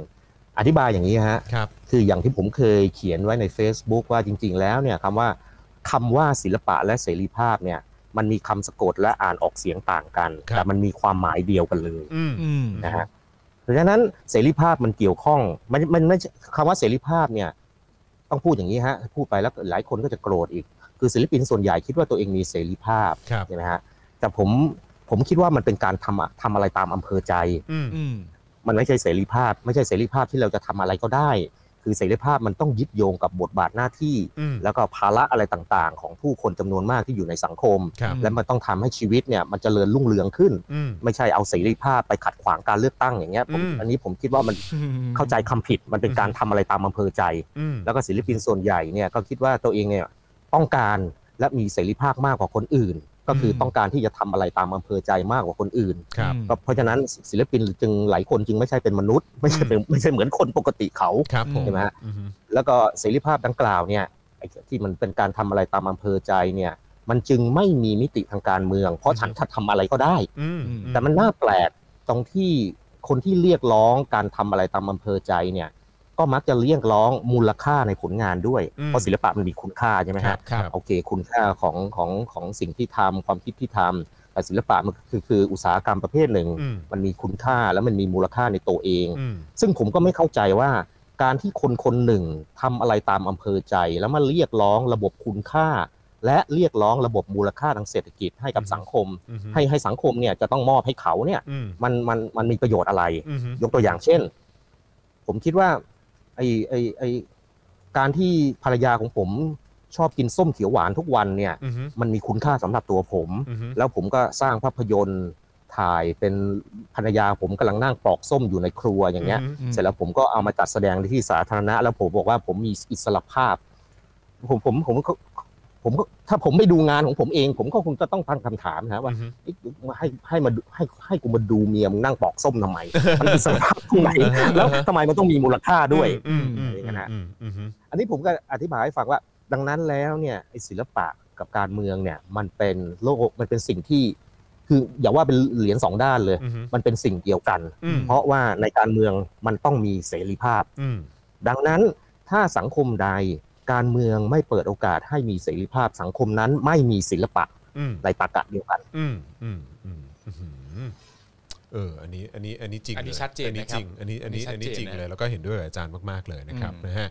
S10: อธิบายอย่างนี้ฮะ
S2: ครับ
S10: คืออย่างที่ผมเคยเขียนไว้ใน Facebook ว่าจริง ๆ แล้วเนี่ยคำว่าคำว่าศิลปะและเสรีภาพเนี่ย มันมีคำสะกดและอ่านออกเสียงต่างกัน แต่มันมีความหมายเดียวกันเลย
S2: อืม
S3: อืม
S10: นะฮะเพราะฉะนั้นเสรีภาพมันเกี่ยวข้องมันมันไม่คำว่าเสรีภาพเนี่ยต้องพูดอย่างนี้ฮะพูดไปแล้วหลายคนก็จะโกรธอีก คือศิลปินส่วนใหญ่คิดว่าตัวเองมีเสรีภาพ
S2: ครับ
S10: ใช่ไหมฮะแต่ผมผมคิดว่ามันเป็นการทำอะทำอะไรตามอำเภอใจ
S2: อืม
S3: อืม
S10: มันไม่ใช่เสรีภาพ ไม่ใช่เสรีภาพที่เราจะทำอะไรก็ได้ คือเสรีภาพมันต้องยึดโยงกับบทบาทหน้าที่
S2: อืม
S10: แล้วก็ภาระอะไรต่างๆ ของผู้คนจำนวนมากที่อยู่ในสังคม
S2: ครับ
S10: และมันต้องทำให้ชีวิตเนี่ยมันจเจริญรุ่งเรืองขึ้น
S2: อืม
S10: ไม่ใช่เอาเสรีภาพไปขัดขวางการเลือกตั้งอย่างเงี้ยผม
S2: อืม
S10: อันนี้ผมคิดว่ามันเข้าใจคำผิดมันเป็นการทำอะไรตามอำเภอใจ
S2: อืม
S10: แล้วก็ศิลปินส่วนใหญ่เนี่ยก็คิดว่าตัวเองเนี่ยต้องการและมีเสรีภาพมากกว่าคนอื่น ก็คืออ
S3: ม
S10: ต้องการที่จะทำอะไรตามอำเภอใจมากกว่าคนอื่น
S2: ครับ
S10: ก็เพราะฉะนั้นศิลปินจึงหลายคนจึงไม่ใช่เป็นมนุษย์ ไม่ใช่เป็นไม่ใช่เหมือนคนปกติเขา
S2: ครับผม
S10: ใช่ไหมฮะ
S2: อือฮึ
S10: แล้วก็เสรีภาพดังกล่าวเนี่ยไอ้ที่มันเป็นการทำอะไรตามอำเภอใจเนี่ยมันจึงไม่มีมิติทางการเมือง เพราะฉันจะทำอะไรก็ได้
S2: อืม
S3: อืม
S10: แต่มันน่าแปลกตรงที่คนที่เรียกร้องการทำอะไรตามอำเภอใจเนี่ยก็มักจะเรียกร้องมูลค่าในผลงานด้วย
S2: อืม
S10: เพราะศิลปะมันมีคุณค่าใช่ไหม
S2: ครั
S10: ฮะ
S2: บครับ
S10: โอเค คุณค่าของของของสิ่งที่ทำความคิดที่ทำแต่ศิลปะมันก็คือคืออุตสาหกรรมประเภทหนึ่ง
S2: อืม
S10: มันมีคุณค่าและมันมีมูลค่าในตัวเอง
S2: อืม
S10: ซึ่งผมก็ไม่เข้าใจว่าการที่คนคนหนึ่งทำอะไรตามอำเภอใจ แล้วมาเรียกร้องระบบคุณค่า และเรียกร้องระบบมูลค่าทางเศรษฐกิจให้กับสังคม
S2: อือฮึ
S10: ให้ให้สังคมเนี่ยจะต้องมอบให้เขาเนี่ย
S2: อืม
S10: มันมันมันมีประโยชน์อะไร
S2: อือฮึ
S10: ยกตัวอย่างเช่น ผมคิดว่าไอไอไอการที่ภรรยาของผมชอบกินส้มเขียวหวานทุกวันเนี่ย
S2: อือฮึ
S10: มันมีคุณค่าสำหรับตัวผม
S2: อือฮึ
S10: แล้วผมก็สร้างภาพยนตร์ถ่ายเป็นภรรยาผมกำลังนั่งปอกส้มอยู่ในครัวอย่างเงี้ย
S2: อือฮึ
S10: เสร็จแล้วผมก็เอามาจัดแสดงในที่สาธารณะ แล้วผมบอกว่าผมมีอิสระภาพ ผมผมผมก็ผมก็ถ้าผมไม่ดูงานของผมเอง ผมก็คงจะต้องตั้งคำถามนะว่า
S2: อือฮึ
S10: เอ๊ะให้ให้มาดูให้ให้กูมาดูเมียมึงนั่งปอกส้มทำไม มันอิสระภาพตรงไหนแล้วทำไมมันต้องมีมูลค่าด้วย
S2: อืมอืม
S10: อะไรอย่างนั้นนะ
S2: อืมอืมอืม
S10: อันนี้ผมก็อธิบายให้ฟังว่า ดังนั้นแล้วเนี่ยไอ้ศิลปะกับการเมืองเนี่ย มันเป็นโลกมันเป็นสิ่งที่ คืออย่าว่าเป็นเหรียญสองด้านเลย
S2: อืม
S10: มันเป็นสิ่งเดียวกัน
S2: อืม
S10: เพราะว่าในการเมืองมันต้องมีเสรีภาพ
S2: อืม
S10: ดังนั้นถ้าสังคมใดการเมืองไม่เปิดโอกาสให้มีเสรีภาพ สังคมนั้นไม่มีศิลปะ
S2: อืม
S10: ในตรรกะเดียวกัน
S2: อืมอืมอืมอื้อหือเออ อันนี้ อันนี้ อันนี้จริง
S3: อันนี้
S2: ลย
S3: ชัดเจน
S2: อันนี้
S3: นะครั
S2: จ
S3: บ
S2: ริง อันนี้ อันนี้
S3: อั
S2: อั
S3: น
S2: น
S3: นี้
S2: นี้
S3: ชัดเจน
S2: จริง
S3: นะ
S2: เลย แล้วก็เห็นด้วยกับอาจารย์มากๆเลยนะครับ
S3: อืม
S2: นะฮะ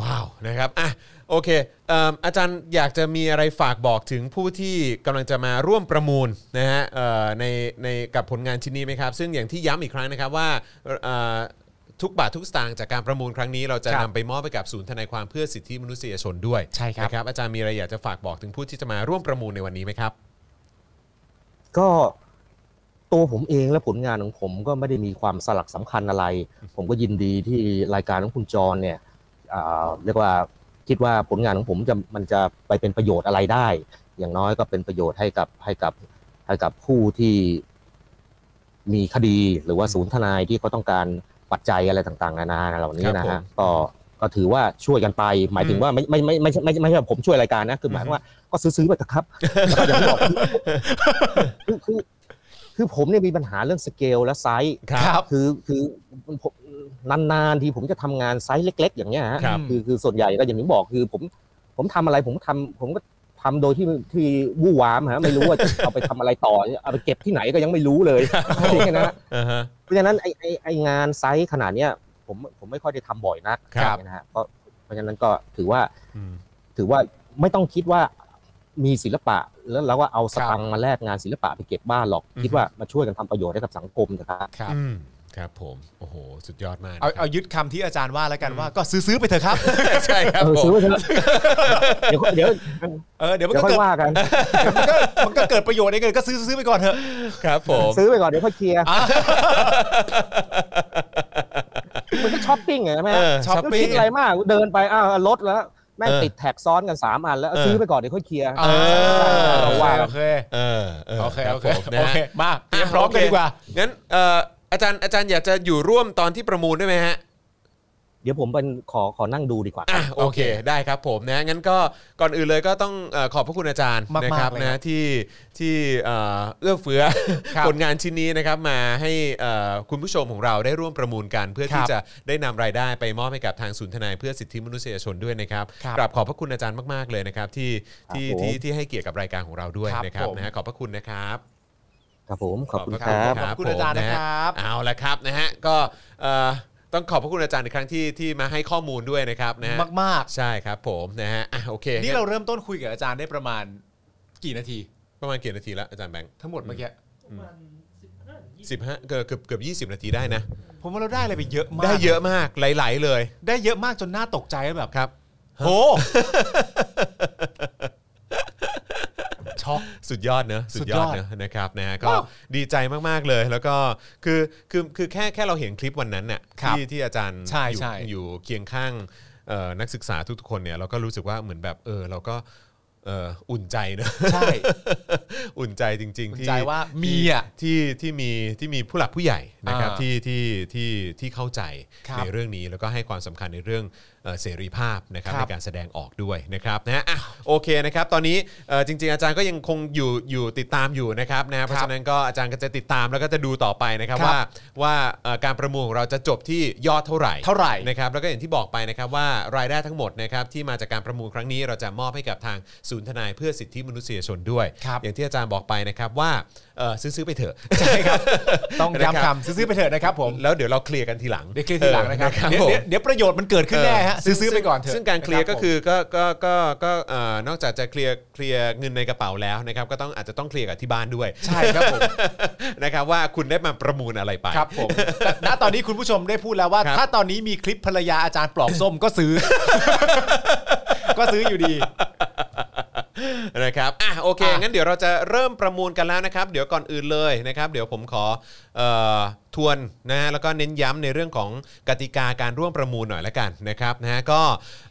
S2: ว้าว นะครับ อ่ะ โอเคเอิ่มอาจารย์อยากจะมีอะไรฝากบอกถึงผู้ที่กำลังจะมาร่วมประมูลนะฮะเอ่อใน ใน กับผลงานชิ้นนี้ไหมครับ ซึ่งอย่างที่ย้ำอีกครั้งนะครับว่าเอ่อทุกบาททุกสตางค์จากการประมูลครั้งนี้ เราจะ
S3: ครับ
S2: นำไปมอบไปกับศูนย์ทนายความเพื่อสิทธิมนุษยชนด้วย
S3: ใช่ครับ
S2: นะครับ อาจารย์มีอะไรอยากจะฝากบอกถึงผู้ที่จะมาร่วมประมูลในวันนี้ไหมครับ
S10: ก็ตัวผมเองและผลงานของผมก็ไม่ได้มีความสลักสำคัญอะไร ผมก็ยินดีที่รายการของคุณจรเนี่ยอ่าเรียกว่าคิดว่าผลงานของผมจะมันจะไปเป็นประโยชน์อะไรได้ อย่างน้อยก็เป็นประโยชน์ให้กับให้กับให้กับผู้ที่มีคดีหรือว่าศูนย์ทนายที่เขาต้องการปัจจัยอะไรต่างๆ นานาเหล่านี้นะ
S2: ครั
S10: ฮะ
S2: บผม
S10: ก็ก็ถือว่าช่วยกันไป หมายถึงว่าไม่ไม่ไม่ไม่ใช่ไม่ใช่ไม่ใช่ว่าผมช่วยรายการนะคือหมายความว่าก็ซื้อๆไปเถอะครับ แล้วก็อย่างที่บอก คือคือคือผมเนี่ยมีปัญหาเรื่องสเกลและไซส์
S2: ครับ
S10: คือคือผมนานๆทีผมจะทำงานไซส์เล็ก ๆ อย่างเงี้ยฮะ
S2: ครับ
S10: คือคือส่วนใหญ่ก็อย่างที่บอกคือผมผมทำอะไรผมทำผมก็ทำโดยที่ที่วู่วามฮะไม่รู้ว่าจะ เอาไปทำอะไรต่อเอาไปเก็บที่ไหนก็ยังไม่รู้เลยจริงๆนะฮะ
S2: อ่าฮะ
S10: เพราะฉะนั้นไอไอไองานไซส์ขนาดเนี้ยผมผมไม่ค่อยได้ทำบ่อยนัก
S2: ครับ
S10: นะฮะก็เพราะฉะนั้นก็ถือว่า
S2: อืม
S10: ถือว่าไม่ต้องคิดว่ามีศิลปะแล้วเราก็เอาสตังค์มาแลกงานศิลปะไปเก็บบ้านหรอก
S2: อืม
S10: คิดว่ามาช่วยกันทำประโยชน์ให้กับสังคมนะครับ
S3: ครับ
S2: อืมครับผมโอ้โห สุดยอดมาก
S3: เอาเอายึดคำที่อาจารย์ว่าแล้วกันว่าก็ซื้อๆไปเถอะครับ
S2: ใช่ครับ
S10: เออ
S2: ผ
S10: ซื้อ
S2: ม
S10: ไว้เถอะเดี๋ยวก็เดี๋ยว
S3: เออเดี๋ยวมัน
S10: เดี๋ย
S3: ก็
S10: วค่อ
S3: เกิ
S10: ย
S3: ด
S10: ว่ากัน
S3: มันก็มันก็เกิดประโยชน์เองก็ซื้อซื้อไปก่อนเถอะ
S2: ครับผม
S10: ซื้อไปก่อนเดี๋ยวค่อยเคลียร์มันก็ช้อปปิ้งไงแม่
S2: เออช้อป
S10: ไม่
S2: ปิ้
S10: คิ
S2: ง
S10: ดอะไรมากเดินไปอ้าวรถแล้วแม่ง
S2: เออ
S10: ติดแท็กซ้อนกันสามอันแล้ว
S2: เออ
S10: ซื้อไปก่อนเดี๋ยวค่อยเคลียร์
S2: เออ
S10: เราว่ากัน
S3: โอเค
S2: เออ
S3: โอเคโอเค
S2: ครับผมนะ
S3: โอ
S2: ฮะ
S3: เคมาเตรียม
S2: ะ
S3: พร้อมกันดีกว่า
S2: โอเคงั้นเอ่ออาจารย์อาจารย์อยากจะอยู่ร่วมตอนที่ประมูลด้วยไหมฮะ
S10: เดี๋ยวผมเป็นขอขอนั่งดูดีกว่า
S2: อ่ะโอเคได้ครับผมนะงั้นก็ก่อนอื่นเลยก็ต้องเอ่อขอบพระคุณอาจารย์
S3: มากๆ
S2: นะครับ
S3: เลยครั
S2: นะ
S3: บ
S2: ที่ที่เอ่อเอื้อเฟื้อ
S3: ครับ
S2: ผลงานชิ้นนี้นะครับมาให้เอ่อคุณผู้ชมของเราได้ร่วมประมูลกัน เพื่อ
S3: ครับ
S2: ที่จะได้นำรายได้ไปมอบให้กับทางศูนย์ทนายเพื่อสิทธิมนุษยชนด้วยนะครับ
S3: ครับ
S2: กราบขอบพระคุณอาจารย์มากๆเลยนะครับที่ที่
S10: ครับผม
S2: ที่ที่ให้เกียรติกับรายการของเราด้วย
S3: ครับ
S2: นะครับ
S3: ผม
S2: นะฮะขอบพระคุณนะครับ
S10: ครับผมขอบคุณ
S2: ข
S10: ครับ
S3: ขอบคุณอาจารย์
S2: ผม
S3: นะครับ
S2: เอาละครับนะฮะก็เอ่อต้องขอบพระคุณอาจารย์อีกครั้งที่ที่มาให้ข้อมูลด้วยนะครับนะฮะ
S3: มาก
S2: ใช่ครับผมนะฮะอ่ะโอเค
S3: ๆ นี่เราเริ่มต้นคุยกับอาจารย์ได้ประมาณกี่นาที
S2: ประมาณกี่นาทีแล้วอาจารย์แบงค์
S3: ทั้งหมดเมื่อกี้
S4: ประมาณสิบห้า
S2: สิบห้าเกือบเกือบเกือบยี่สิบนาทีได้นะ
S3: ผมว่าเราได้อะไรไปเยอะมาก
S2: ได้เยอะมากไหลายๆเลย
S3: ได้เยอะมากจนน่าตกใจแบบ
S2: ครับ
S3: โห ช็อก
S2: สุดยอดเนอะสุดยอด
S3: สุดยอด
S2: เนอะนะครับนะฮะก็
S3: ว้าว
S2: ดีใจมากๆเลย แล้วก็คือคือคือแค่แค่เราเห็นคลิปวันนั้นน่ะ
S3: ครับ
S2: ที่ที่อาจารย์
S3: ใช่
S2: อยู่
S3: ใช่
S2: อยู่เคียงข้างเอ่อนักศึกษาทุกๆคนเนี่ยเราก็รู้สึกว่าเหมือนแบบเออเราก็เอ่ออุ่นใจเนอะ
S3: ใช่
S2: อุ่นใจจริง ๆ ที่
S3: อุ่นใจว่ามีอ่ะ
S2: ที่ที่มีที่มีผู้หลักผู้ใหญ่นะครับ
S3: อ่า
S2: ที่ที่ที่ที่เข้าใจ
S3: ครับ
S2: ในเรื่องนี้แล้วก็ให้ความสำคัญในเรื่องเอ่อเสรีภาพนะครับ
S3: ครั
S2: ใน
S3: บ
S2: การแสดงออกด้วยนะครับนะฮะอ่ะโอเคนะครับตอนนี้เอ่อจริง ๆ อาจารย์ก็ยังคงอยู่อยู่ติดตามอยู่นะครับนะฮะเพราะฉะนั้นก็อาจารย์ก็จะติดตามแล้วก็จะดูต่อไปนะครับ
S3: ครับ
S2: ว่าว่าเอ่อการประมูลของเราจะจบที่ยอดเท่าไหร่
S3: เท่าไหร่
S2: นะครับแล้วก็อย่างที่บอกไปนะครับว่ารายได้ทั้งหมดนะครับที่มาจากการประมูลครั้งนี้เราจะมอบให้กับทางศูนย์ทนายเพื่อสิทธิมนุษยชนด้วย
S3: ครับ
S2: อย่างที่อาจารย์บอกไปนะครับว่าเอ่อซื้อๆไปเถอะ
S3: ใช่ครับ ต้อง
S2: นะ
S3: ย้ำ
S2: ครับ
S3: คำซื้อๆไปเถอะนะครับผม
S2: แล้วเดี๋ยวเราเคลียร์กันทีหลัง
S3: เดี๋ยวเคลียร์ทีหลังนะครับ
S2: เออผ
S3: เดี๋ยว
S2: ม
S3: เดี๋ยวเดี๋ยวประโยชน์มันเกิดขึ้นแน่ฮะ
S2: เซึ่ง
S3: ซื้อๆไปก่อนเถอะ
S2: ซึ่งการเคลียร์
S3: นะบ
S2: ก็
S3: ผม
S2: คือก็ก็ก็ก็เอ่อนอกจากจะเคลียร์เคลียร์เงินในกระเป๋าแล้วนะครับก็ต้องอาจจะต้องเคลียร์กับที่บ้านด้วย
S3: ใช่ครับผม
S2: นะครับว่าคุณได้มาประมูลอะไรไป
S3: ครับผมแต่ณตอนนี้คุณผู้ชมได้พูดแล้วว่า
S2: ครับ
S3: ถ้าตอนนี้มีคลิปภรรยาอาจารย์ปลอกส้มก็ซื้อ ก็ซื้ออยู่ดี
S2: นะครับ อ่ะ โอเค
S3: อ่ะ
S2: งั้นเดี๋ยวเราจะเริ่มประมูลกันแล้วนะครับ เดี๋ยวก่อนอื่นเลยนะครับ เดี๋ยวผมขอเอ่อทวนนะฮะ แล้วก็เน้นย้ำในเรื่องของกติกาการร่วมประมูลหน่อยละกันนะครับ นะฮะ ก็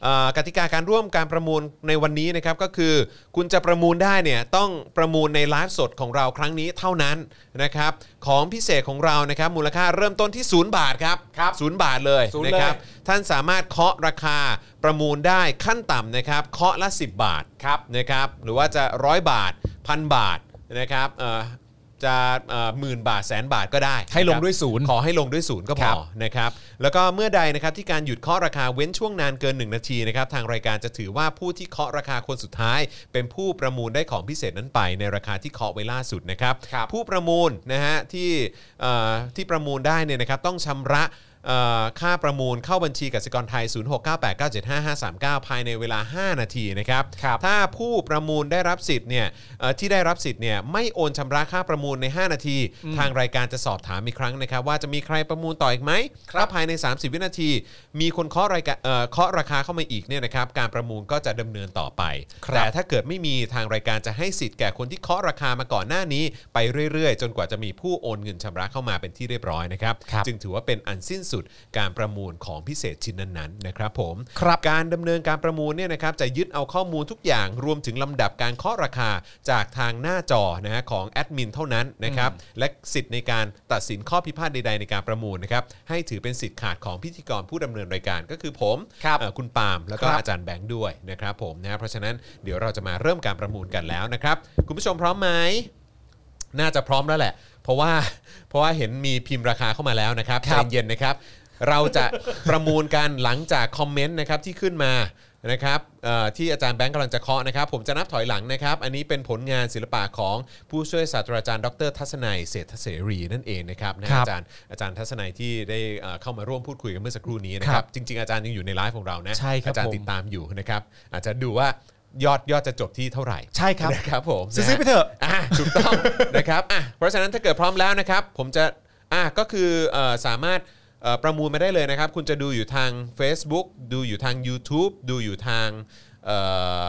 S2: เอ่อกติกาการร่วมการประมูลในวันนี้นะครับ ก็คือคุณจะประมูลได้เนี่ยต้องประมูลในไลฟ์สดของเราครั้งนี้เท่านั้นนะครับ ของพิเศษของเรานะครับ มูลค่าเริ่มต้นที่ 0 บาทครับ
S3: ครับ
S2: ศูนย์บาทเลย
S3: ศูนย์
S2: นะครับ
S3: เลย
S2: ท่านสามารถเคาะราคาประมูลได้ขั้นต่ำนะครับ เคาะละ 10 บาทครับนะครับ หรือว่าจะ 100 บาทพันบาทนะครับเอ่อจะหมื่นบาทแสนบาทก็ได้
S3: ให้ลง
S2: นะครับ
S3: ด้วยศูนย์
S2: ขอให้ลงด้วยศูนย์ก็พ
S3: ครั
S2: อบ นะครับ แล้วก็เมื่อใดนะครับที่การหยุดเคาะราคาเว้นช่วงนานเกิน 1 นาทีนะครับทางรายการจะถือว่าผู้ที่เคาะราคาคนสุดท้าย เป็นผู้ประมูลได้ของพิเศษนั้นไป ในราคาที่เคาะไว้ล่าสุดนะครับ
S3: ครับ
S2: ผู้ประมูลนะฮะที่เอ่อที่ประมูลได้เนี่ยนะครับต้องชำระเอ่อค่าประมูลเข้าบัญชีกสิกรไทย 0698975539 ภายในเวลา 5 นาทีนะครับ
S3: ครับ
S2: ถ้าผู้ประมูลได้รับสิทธิ์เนี่ยเอ่อที่ได้รับสิทธิ์เนี่ยไม่โอนชำระค่าประมูลใน 5 นาที ทางรายการจะสอบถามอีกครั้งนะครับ ว่าจะมีใครประมูลต่ออีกไหม
S3: ครับ
S2: ถ้าภายใน 30 วินาที มีคนเคาะรายการเอ่อเคาะราคาเข้ามาอีกเนี่ยนะครับการประมูลก็จะดำเนินต่อไป แต่ถ้าเกิดไม่มีทางรายการจะให้สิทธิ์แก่คนที่เคาะราคามาก่อนหน้านี้ ไปเรื่อยๆ จนกว่าจะมีผู้โอนเงินชำระเข้ามาเป็นที่เรียบร้อยนะครับ
S3: ครับ
S2: จึงถือว่าเป็นอันสิ้นสุดการประมูลของพิเศษชิ้นนั้นๆนะครับผม
S3: ครับ
S2: การดำเนินการประมูลเนี่ยนะครับจะยึดเอาข้อมูลทุกอย่างรวมถึงลำดับการเคาะราคาจากทางหน้าจอนะฮะของแอดมินเท่านั้นนะครับและสิทธิ์ในการตัดสินข้อพิพาทใด ๆ ในการประมูลนะครับให้ถือเป็นสิทธิ์ขาดของพิธีกรผู้ดำเนินรายการก็คือผม
S3: ครับ
S2: เอ่อคุณปาล์มแล้วก็
S3: ครับ
S2: อาจารย์แบงค์ด้วยนะครับผมนะเพราะฉะนั้นเดี๋ยวเราจะมาเริ่มการประมูลกันแล้วนะครับ คุณผู้ชมพร้อมไหมน่าจะพร้อมแล้วแหละ เพราะว่า เพราะว่าเห็นมีพิมพ์ราคาเข้ามาแล้วนะครับใจเย็นนะครับ เราจะประมูลกันหลังจากคอมเมนต์นะครับที่ขึ้นมานะครับเอ่อที่อาจารย์แบงค์กำลังจะเคาะนะครับ ผมจะนับถอยหลังนะครับ อันนี้เป็นผลงานศิลปะของผู้ช่วยศาสตราจารย์ดรทัศนัยเศรษฐเสรีนั่นเองนะครับนะฮะ
S3: ครับ
S2: อาจารย์อาจารย์ทัศนัยที่ได้เอ่อเข้ามาร่วมพูดคุยกันเมื่อสักครู่นี้นะครับ จริง ๆอาจารย์ยังอยู่ในไลฟ์ของเรานะ
S3: ใช่ครับ
S2: อาจารย์
S3: ผม
S2: ติดตามอยู่นะครับ อาจจะดูว่ายอดยอดจะจบที่เท่าไหร่
S3: ใช่ครับ
S2: นะครับผม
S3: ซื้อๆไปเถอะ
S2: อ่ะถูกต้อง นะครับอ่ะเพราะฉะนั้นถ้าเกิดพร้อมแล้วนะครับ ผมจะอ่ะก็คือเอ่อสามารถเอ่อประมูลมาได้เลยนะครับ คุณจะดูอยู่ทาง Facebook ดูอยู่ทาง YouTube ดูอยู่ทางเอ่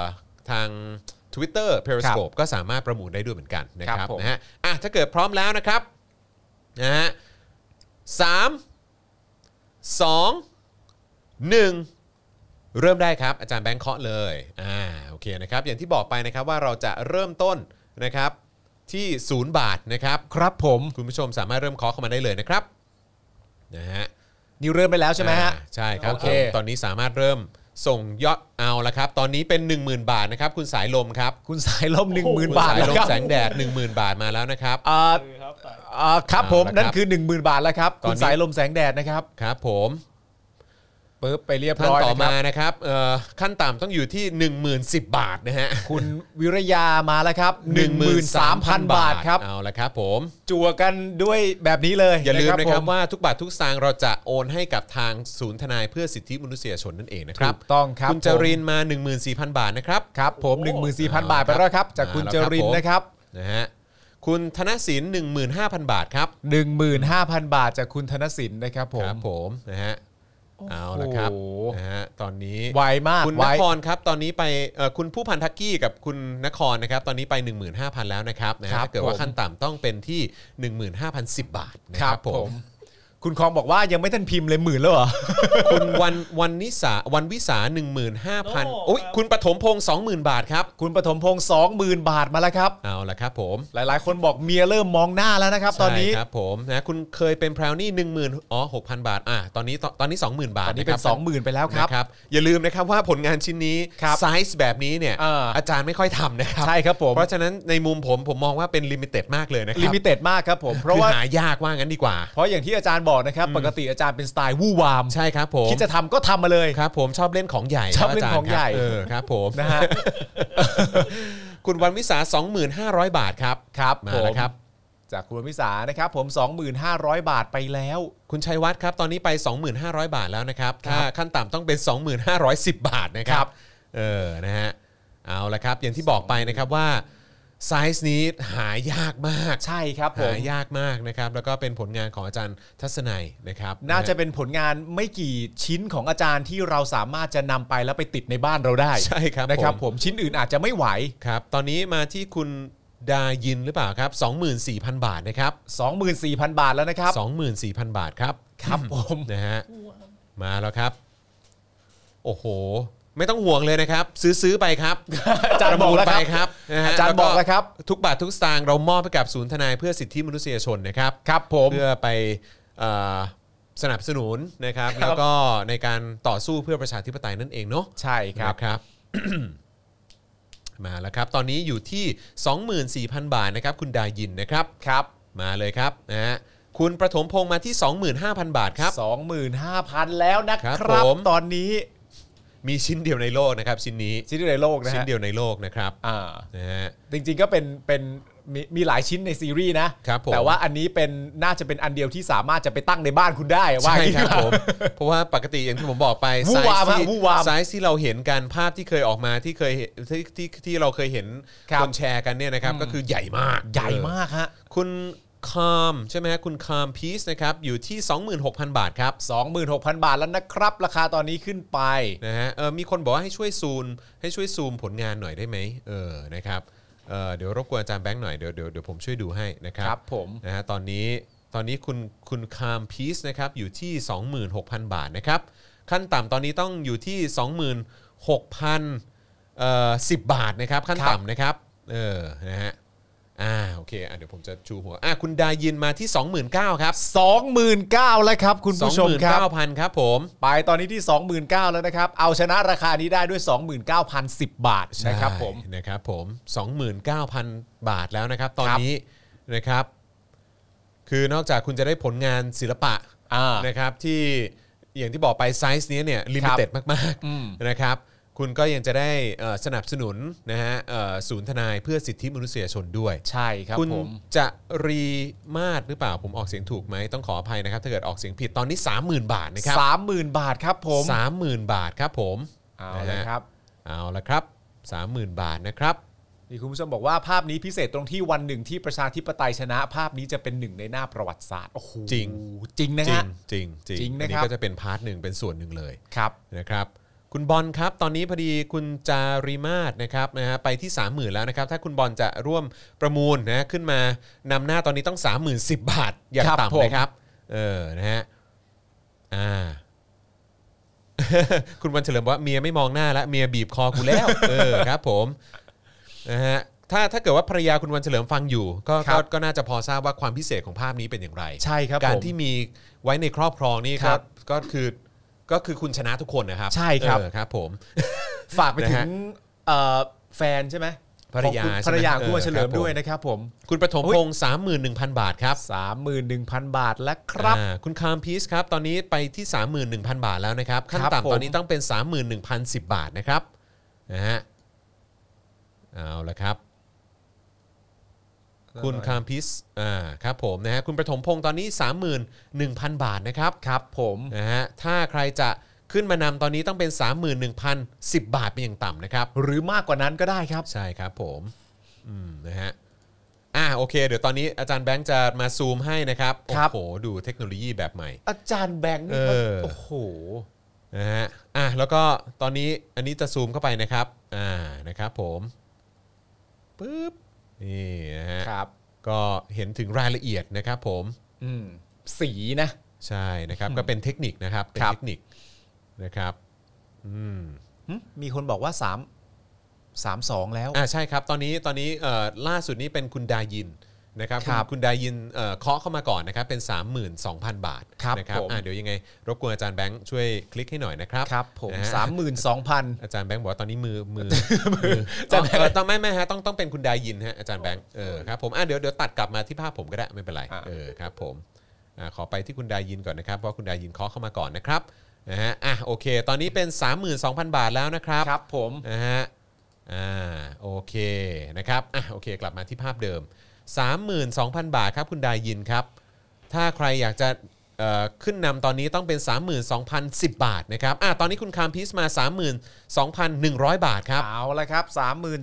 S2: อทาง Twitter Periscope ก็สามารถประมูลได้ด้วยเหมือนกันนะค
S3: ครั
S2: รับบ
S3: ผม
S2: นะฮะอ่ะถ้าเกิดพร้อมแล้วนะครับนะฮะสามสองหนึ่ง เริ่มได้ครับ อาจารย์แบงค์เคาะเลยอ่าโอเคนะครับอย่างที่บอกไปนะครับว่าเราจะเริ่มต้นนะครับที่ศูนย์บาทนะครับ
S3: ครับผม
S2: คุณผู้ชมสามารถเริ่มเคาะเข้ามาได้เลยนะครับนะฮะ
S3: นี่เริ่มไปแล้วใช่ไหมฮะ
S2: อ่าใช่ครับ
S3: โอ
S2: ผ
S3: เค
S2: มตอนนี้สามารถเริ่มส่งยอดเอาละครับ ตอนนี้เป็น 10,000 บาทนะครับคุณสายลมครับ
S3: คุณสายลมหนึ่งหมื่น
S2: คุณ
S3: บาท
S2: สาย
S3: แล้ว
S2: ลม
S3: ครับ
S2: แสงแดด 10,000 บาทมาแล้วนะครับ
S3: อ่า
S4: เลยครับแต่
S3: อ่าครับผม
S2: เอาละครับ
S3: นั่นคือ 1 0,000 บาทแล้วครับ
S2: ตอนนี้
S3: คุณสายลมแสงแดดนะครับ
S2: ครับผม
S3: ปึ๊บไปเรียบ
S2: ท่าน
S3: ร้อย
S2: ต่อ
S3: นะค
S2: มา
S3: รับ
S2: นะครับเอ่อขั้นต่ำต้องอยู่ที่ 10,010 บาทนะฮะ
S3: คุณวิรยามาแล้วครับ 13,000 บาทครับ
S2: เอาละครับผม
S3: จั่วกันด้วยแบบนี้เลย
S2: อย่าลืมนะครับ
S3: ผม
S2: ว่าทุกบาททุกสตางค์เราจะโอนให้กับทางศูนย์ทนายเพื่อสิทธิมนุษยชนนั่นเองนะค
S3: ถู
S2: รับ
S3: กต้องครับ
S2: คุณจรินมา 14,000 บาทนะครับ
S3: ครับผม 14,000 บาทไปแล้วครับ จากคุณ
S2: อ่า
S3: จ
S2: แล้วครับ
S3: ริน
S2: ผม
S3: นะครับ
S2: นะฮะ คุณธนศิลป์15,000 บาทครับ
S3: 15,000 บาทจากคุณธนสินนะครับผ
S2: ค
S3: ม
S2: รับผมนะฮะเอาละครับ
S3: โอ้โห
S2: นะฮะตอนนี้
S3: ไวมาก
S2: คุณ
S3: ไวน
S2: ครครับตอนนี้ไปเอ่อคุณผู้พันทักกี้กับคุณนครนะครับตอนนี้ไป 15,000 แล้วนะครับนะฮะถ้าเกิดว่าขั้นต่ำต้องเป็นที่ 15,010 บาทนะ
S3: ค
S2: ค
S3: รั
S2: รั
S3: บบ ผ
S2: ผม
S3: ม คุณคองบอกว่ายังไม่ทันพิมพ์เลยหมื่นแล้วเหรอ
S2: คุณวันวันนิสาวันวิสา 15,000อุ้ยคุณปฐมพงศ์20,000 บาทครับ
S3: คุณปฐมพงศ์20,000 บาทมาแล้วครับ
S2: เอาละครับผม
S3: หลายๆ คนบอกเมียเริ่มมองหน้าแล้วนะครับ ตอนนี้
S2: ใช่ครับผมนะคุณเคยเป็นแพรวนี่10,000อ๋อ6,000 บาทอ่ะตอนนี้ตตอนนี้ 20,000 บาท
S3: ตอนนี้เป็
S2: ะ
S3: น
S2: ครับ
S3: 20,000 ไปแล้วครับ
S2: นะครับอย่าลืมนะครับว่าผลงานชิ้นนี้
S3: ครับ
S2: ไซส์แบบนี้เนี่ย
S3: เอออ
S2: จารย์ไม่ค่อยทำนะครับ
S3: ใช่ครับผม
S2: เพราะฉะนั้นในมุมผมผมมองว่าเป็นลิมิเต็ดมากเลยนะค
S3: ลิ
S2: รับ
S3: มิเต็ดมากครับผม เพราะ
S2: คือ
S3: ว่า
S2: หายากว่างั้นดีกว่า
S3: เพราะอย่างที่อาจารย์บอกนะครับ ปกติอาจารย์เป็นสไตล์วู่วาม
S2: ใช่ครับผม
S3: คิดจะทำก็ทำมาเลย
S2: ครับผมชอบเล่นของใหญ่
S3: ชอบเล่นของใหญ่
S2: าจารย์ครับเออครับผม
S3: นะฮะ
S2: คุณวันวิสา 2,500 บาทครับ
S3: ครับ
S2: มา
S3: ผม
S2: แล้วครับ
S3: จากคุณวิสานะครับผม 2,500 บาทไปแล้ว
S2: คุณชัยวัฒน์ครับตอนนี้ไป 2,500 บาทแล้วนะครับถ้าขั้นต่ำต้องเป็น 2,510 บาทนะค
S3: ค
S2: รั
S3: รั
S2: บบ เออนะฮะเอาละครับ อย่างที่บอกไปนะครับว่าไซส์นี้หายากมาก
S3: ใช่ครับผ
S2: หาม ยากมากนะครับ แล้วก็เป็นผลงานของอาจารย์ทัศนัยนะครับ
S3: น่าจะเป็นผลงานไม่กี่ชิ้นของอาจารย์ที่เราสามารถจะนำไปแล้วไปติดในบ้านเราได้
S2: ใช่ครับ
S3: นะครับ
S2: ผ
S3: ผม มชิ้นอื่นอาจจะไม่ไหว
S2: ครับ ตอนนี้มาที่คุณดายินหรือเปล่าครับ 24,000 บาทนะครับ
S3: 24,000 บาทแล้วนะครับ
S2: 24,000 บาทครับ
S3: ครับผม
S2: นะฮะมาแล้วครับ โอ้โห ไม่ต้องห่วงเลยนะครับ ซื้อซื้อไปครับ
S3: อาจารย์บอกแล้ว
S2: ปะมูไป
S3: ค
S2: ครับ รับนะฮะ
S3: อาจารย์บอกแล้วครับ
S2: ทุกบาททุกสตางค์เรามอบให้กับศูนย์ทนายเพื่อสิทธิมนุษยชนนะครับ
S3: ครับผม
S2: เพื่อไปเอ่อสนับสนุนนะครับ แล้วก็ในการต่อสู้เพื่อประชาธิปไตยนั่นเองเนาะ
S3: ใช่ครับ
S2: นะครับ มาแล้วครับ ตอนนี้อยู่ที่ 24,000 บาทนะครับ คุณดายินนะครับครับ มาเลยครับนะฮะคุณประถมพงษ์มาที่ 25,000 บาทครับ
S3: 25,000 แล้วนะค
S2: ครั
S3: รั
S2: บบ ผม
S3: ตอนนี้
S2: มีชิ้นเดียวในโลกนะครับ ชิ้นนี้
S3: ชิ้นเดียวในโลกนะ
S2: ชิ้น
S3: ฮะ
S2: เดียวในโลกนะครับ
S3: อ่า
S2: นะฮะ
S3: จริงๆก็เป็นเป็นมีมีหลายชิ้นในซีรีส์นะครับ
S2: ผม
S3: แต่ว่าอันนี้เป็นน่าจะเป็นอันเดียวที่สามารถจะไปตั้งในบ้านคุณได้ว่า
S2: ใช่
S3: อย่างนี้
S2: ครับ
S3: ดีกว่า
S2: ผม เพราะว่าปกติอย่างที่ผมบอกไป
S3: วู่
S2: ไซ
S3: วาม
S2: ส์
S3: ฮะ
S2: ที่
S3: วู่วาม
S2: ไซส์ที่เราเห็นการภาพที่เคยออกมาที่เคยเห็นที่ที่ที่เราเคยเห็น
S3: ครับ
S2: คนแชร์กันเนี่ยนะครับ
S3: อืม
S2: ก็คือใหญ่มาก
S3: ใหญ่
S2: เอ
S3: มากฮะ
S2: อคุณคอมใช่ไหมฮะคุณคอมพีซนะครับ อยู่ที่ 26,000 บาทครับ
S3: 26,000 บาทแล้วนะครับ ราคาตอนนี้ขึ้นไป
S2: นะฮะเออมีคนบอกว่าให้ช่วยซูมให้ช่วยซูมผลงานหน่อยได้ไหมเออนะครับเออเดี๋ยวรบกวนอาจารย์แบงค์หน่อยเดี๋ยวเดี๋ยวเดี๋ยวผมช่วยดูให้นะครับ
S3: ครับผม
S2: นะฮะตอนนี้ตอนนี้คุณคุณคามพีซนะครับอยู่ที่ 26,000 บาทนะครับ ขั้นต่ำตอนนี้ต้องอยู่ที่ 26,000เอ่อ10 บาทนะครับ ขั้นต่ำนะครับเออนะฮะอ่าโอเคอ่ะเดี๋ยวผมจะชูหัวอ่ะคุณดายินมาที่ 29,000ครับ
S3: 29,000แล้วครับคุณผู้ชมครับ
S2: 29,000ครับผม
S3: ไปตอนนี้ที่ 29,000 แล้วนะครับ เอาชนะราคานี้ได้ด้วย 29,010 บาทนะครับผม
S2: ใช่นะครับผม 29,000 บาทแล้วนะครับ ตอนนี้นะครับ คือนอกจากคุณจะได้ผลงานศิลปะ
S3: อ่า
S2: นะครับที่อย่างที่บอกไปไซส์เนี้ยเนี่ยลิมิเต็ดมาก
S3: อืม
S2: ๆนะครับคุณก็ยังจะได้เอ่อสนับสนุนนะฮะเอ่อศูนย์ทนายเพื่อสิทธิมนุษยชนด้วย
S3: ใช่ครับ
S2: คุณ
S3: ผม
S2: จะรีมาศหรือเปล่าผมออกเสียงถูกไหมต้องขออภัยนะครับ ถ้าเกิดออกเสียงผิดตอนนี้ 30,000 บาทนะครับ
S3: 30,000 บาทครับผม
S2: สามหมื่นบาทครับผม
S3: เอาเลยครับ
S2: นะฮะเอาละครับ 30,000 บาทนะครับ
S3: นี่คุณผู้ชมบอกว่าภาพนี้พิเศษตรงที่วันหนึ่งที่ประชาธิปไตยชนะ ภาพนี้จะเป็นหนึ่งในหน้าประวัติศาสตร์โอ้โห
S2: จริง
S3: จริงนะ
S2: จริ
S3: ฮะ
S2: งจริงจริง
S3: จริงนะครับ
S2: อัก็จะเป็นพาร์ทหนึ่งเป็นส่วนหนึ่งเลย
S3: ครับ
S2: นะครับคุณบอลครับ ตอนนี้พอดีคุณจาริมาศนะครับนะฮะไปที่ 30,000 แล้วนะครับ ถ้าคุณบอลจะร่วมประมูลนะขึ้นมานำหน้าตอนนี้ต้อง 30,010 บาท อย่าง
S3: ครับผ
S2: ต่ำ
S3: ม
S2: นะครับ เออนะฮะอ่า คุณวันเฉลิมบอกว่าเมียไม่มองหน้าแล้วเมียบีบคอกูแล้ว เออครับผมนะฮะถ้าถ้าเกิดว่าภรรยาคุณวันเฉลิมฟังอยู่ก็
S3: ครั
S2: ก็
S3: บ
S2: ก็น่าจะพอทราบว่าความพิเศษของภาพนี้เป็นอย่างไร
S3: ใช่ครับ
S2: การ
S3: ผม
S2: ที่มีไว้ในครอบครองนี่
S3: ค
S2: ก็
S3: รับ
S2: ก็คือก็คือคุณชนะทุกคนนะครับ
S3: ใช่ครับ
S2: เออครับผม
S3: ฝากไปถึ
S2: นะฮะ
S3: งเอ่อแฟนใช่ไหม
S2: ภรรยา
S3: ของคุ
S2: ใช่ไหม
S3: ณภรรยาของคุณ
S2: เออ
S3: วันเฉ
S2: ค
S3: ลิ
S2: รั
S3: ม
S2: บผม
S3: ด้วยนะครับผม
S2: คุณประถม
S3: อุ๊ย
S2: พงศ์สามหมื่นหนึ่งพันบาทครับ
S3: 31,000 บาทแล้วครับ
S2: อ่าคุณคามพีซครับ ตอนนี้ไปที่ 31,000 บาทแล้วนะครับ ขั้น
S3: ครับผ
S2: ต่ำ
S3: ม
S2: ตอนนี้ต้องเป็น 31,010 บาทนะครับนะฮะเอาละครับ คุณคามพีซอ่าครับผมนะฮะคุณประถมพงศ์ตอนนี้ 31,000 บาทนะครับ
S3: ครับผม
S2: นะฮะถ้าใครจะขึ้นมานำตอนนี้ต้องเป็น 31,010 บาทเป็นอย่างต่ำนะครับ
S3: หรือมากกว่านั้นก็ได้ครับ
S2: ใช่ครับผม อืมนะฮะ อ่า โอเค เดี๋ยวตอนนี้อาจารย์แบงค์จะมาซูมให้นะครับ โอ้
S3: ครับ
S2: โห ดูเทคโนโลยีแบบใหม่
S3: อาจารย์แบงค์นี่
S2: เอ
S3: ก็
S2: อ
S3: โอ้โห
S2: นะฮะ อ่ะ แล้วก็ตอนนี้อันนี้จะซูมเข้าไปนะครับ อ่า นะครับผมปึ๊บ นี่นะฮะ
S3: ครับ
S2: ก็เห็นถึงรายละเอียดนะครับผม
S3: อืม สีนะ
S2: ใช่นะครับ
S3: อืม
S2: ก็เป็นเทคนิคนะครับ เป็น
S3: ครับ
S2: เทคนิคนะครับ อืม
S3: หึมีคนบอกว่าสามสามสองแล้ว
S2: อ่าใช่ครับ ตอนนี้ตอนนี้เอ่อล่าสุดนี้เป็นคุณดายินนะครับณ
S3: ครับ
S2: คุณดายินเอ่อเคาะเข้ามาก่อนนะครับเป็น 32,000 บาท
S3: ครับ
S2: นะครับ
S3: ผม
S2: อ่าเดี๋ยวยังไง รบกวนอาจารย์แบงค์ช่วยคลิกให้หน่อยนะครับ
S3: ครับผม
S2: นะฮะ
S3: สามหมื่นสองพัน
S2: อาจารย์แบงค์บอกว่าตอนนี้มือมือ มืออ๋อเออต้องไม่ไม่ฮะต้องต้องเป็นคุณดายินฮะอาจารย์แบงค์เออครับผมอ่ะเดี๋ยวเดี๋ยวตัดกลับมาที่ภาพผมก็ได้ไม่เป็นไร
S3: อ่า
S2: เออครับผมอ่าขอไปที่คุณดายินก่อนนะครับเพราะคุณดายินเคาะเข้ามาก่อนนะครับนะฮะอ่ะโอเค ตอนนี้เป็น 32,000 บาทแล้วนะครับ
S3: ครับผม
S2: นะฮะ อ่า โอเคนะครับ อ่ะ โอเค กลับมาที่ภาพเดิม 32,000 บาทครับคุณดายินครับ ถ้าใครอยากจะเอ่อขึ้นนำตอนนี้ต้องเป็น 32,010 บาทนะครับ อ่ะ ตอนนี้คุณคามพีสมา 32,100 บาทครับ
S3: เอาละครับสามหมื่น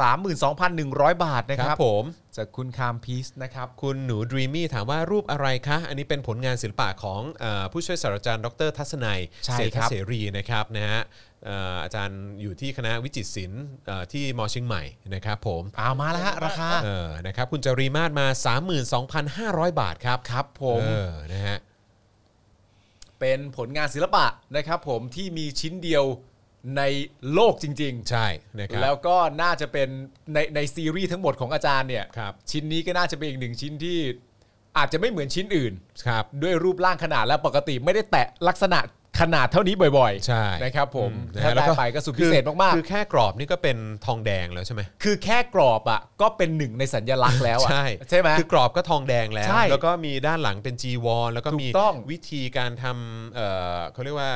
S3: สามหมื่นสองพันหนึ่งร้อยบาทนะ
S2: ค
S3: ค
S2: รั
S3: รั
S2: บบ ผม
S3: จากคุณคามพีซนะครับ
S2: คุณหนูดรีมี่ถามว่ารูปอะไรคะ อันนี้เป็นผลงานศิลปะของเออผู้ช่วยศาสตราจารย์ดร ทัศนัย
S3: ใช่
S2: เศรษฐ
S3: ครับ
S2: เสรีนะครับนะฮะเอ่ออาจารย์อยู่ที่คณะวิจิตรศิลป์เอ่อที่มอเชียงใหม่นะครับผม
S3: เอามาแล้วฮะราคา
S2: เออ นะครับ คุณจรีมาศมา 32,500 บาทครับ ครับผม เออ นะฮะ
S3: เป็นผลงานศิลปะนะครับผมที่มีชิ้นเดียวในโลกจริง
S2: ใช่ นะครับ
S3: ๆ แล้วก็น่าจะเป็นในในซีรีส์ทั้งหมดของอาจารย์เนี่ย
S2: ครับ
S3: ชิ้นนี้ก็น่าจะเป็นอีกหนึ่งชิ้นที่อาจจะไม่เหมือนชิ้นอื่น
S2: ครับ
S3: ด้วยรูปร่างขนาดและปกติไม่ได้แตะลักษณะขนาดเท่านี้บ่อย
S2: ใช่
S3: นะครับผม
S2: อืนะฮะ
S3: ถ้า
S2: แล้ว
S3: ได้ไปก็สุดพิเศษมาก
S2: คือแค่กรอบนี่ก็เป็นทองแดงแล้วใช่ไหม
S3: ๆ คือแค่กรอบอ่ะก็เป็นหนึ่งในสัญลักษณ์แล้วอ่ะ
S2: ใช่
S3: ใช่ไหม
S2: คือกรอบก็ทองแดงแล้ว
S3: ใช่
S2: แล้วก็มีด้านหลังเป็นจีวรแล้วก็มี
S3: ถูกต้อง
S2: วิธีการทำเอ่อเขาเรียกว่า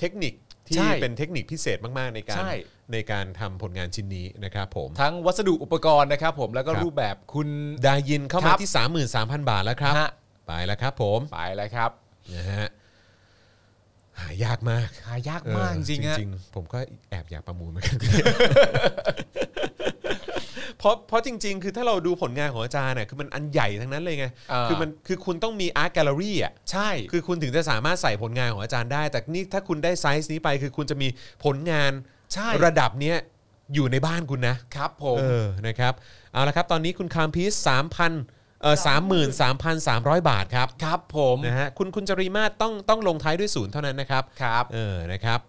S2: เทคนิคที่
S3: ใช่
S2: เป็นเทคนิคพิเศษมาก ๆ ในการ
S3: ใช่
S2: ในการทำผลงานชิ้นนี้นะครับผม
S3: ทั้งวัสดุอุปกรณ์นะครับผมแล้วก็
S2: ครับ
S3: รูปแบบคุณ
S2: ดายินเข้า
S3: ค
S2: มา
S3: รับ
S2: ที่ 33,000 บาทแล้วครับ
S3: ฮะ
S2: ไปแล้วครับผม
S3: ไปแล้วครับ
S2: นะฮะหายากมาก
S3: หายาก
S2: เออ
S3: มากจริงๆฮะ
S2: จริงๆผมก็แอบอยากประมูลเหมือนกัน เพราะเพราะจริง ๆ คือถ้าเราดูผลงานของอาจารย์น่ะคือมันอันใหญ่ทั้งนั้นเลยไง
S3: เออ
S2: คือมันคือคุณต้องมีอาร์ตแกลเลอรี่อ่ะ
S3: ใช่
S2: คือคุณถึงจะสามารถใส่ผลงานของอาจารย์ได้ แต่นี่ถ้าคุณได้ไซส์นี้ไป คือคุณจะมีผลงาน
S3: ใช่
S2: ระดับเนี้ยอยู่ในบ้านคุณนะ
S3: ครับผม
S2: เออ นะครับ เอาละครับ ตอนนี้คุณคามพีสสามพันเออสามหมื่นสามพันสามร้อยบาทครับ ครับผมนะฮะ คุณคุณจรีมาศต้องต้องลงท้ายด้วยศูนย์เท่านั้นนะครับ
S3: ครับ
S2: เออ นะครับ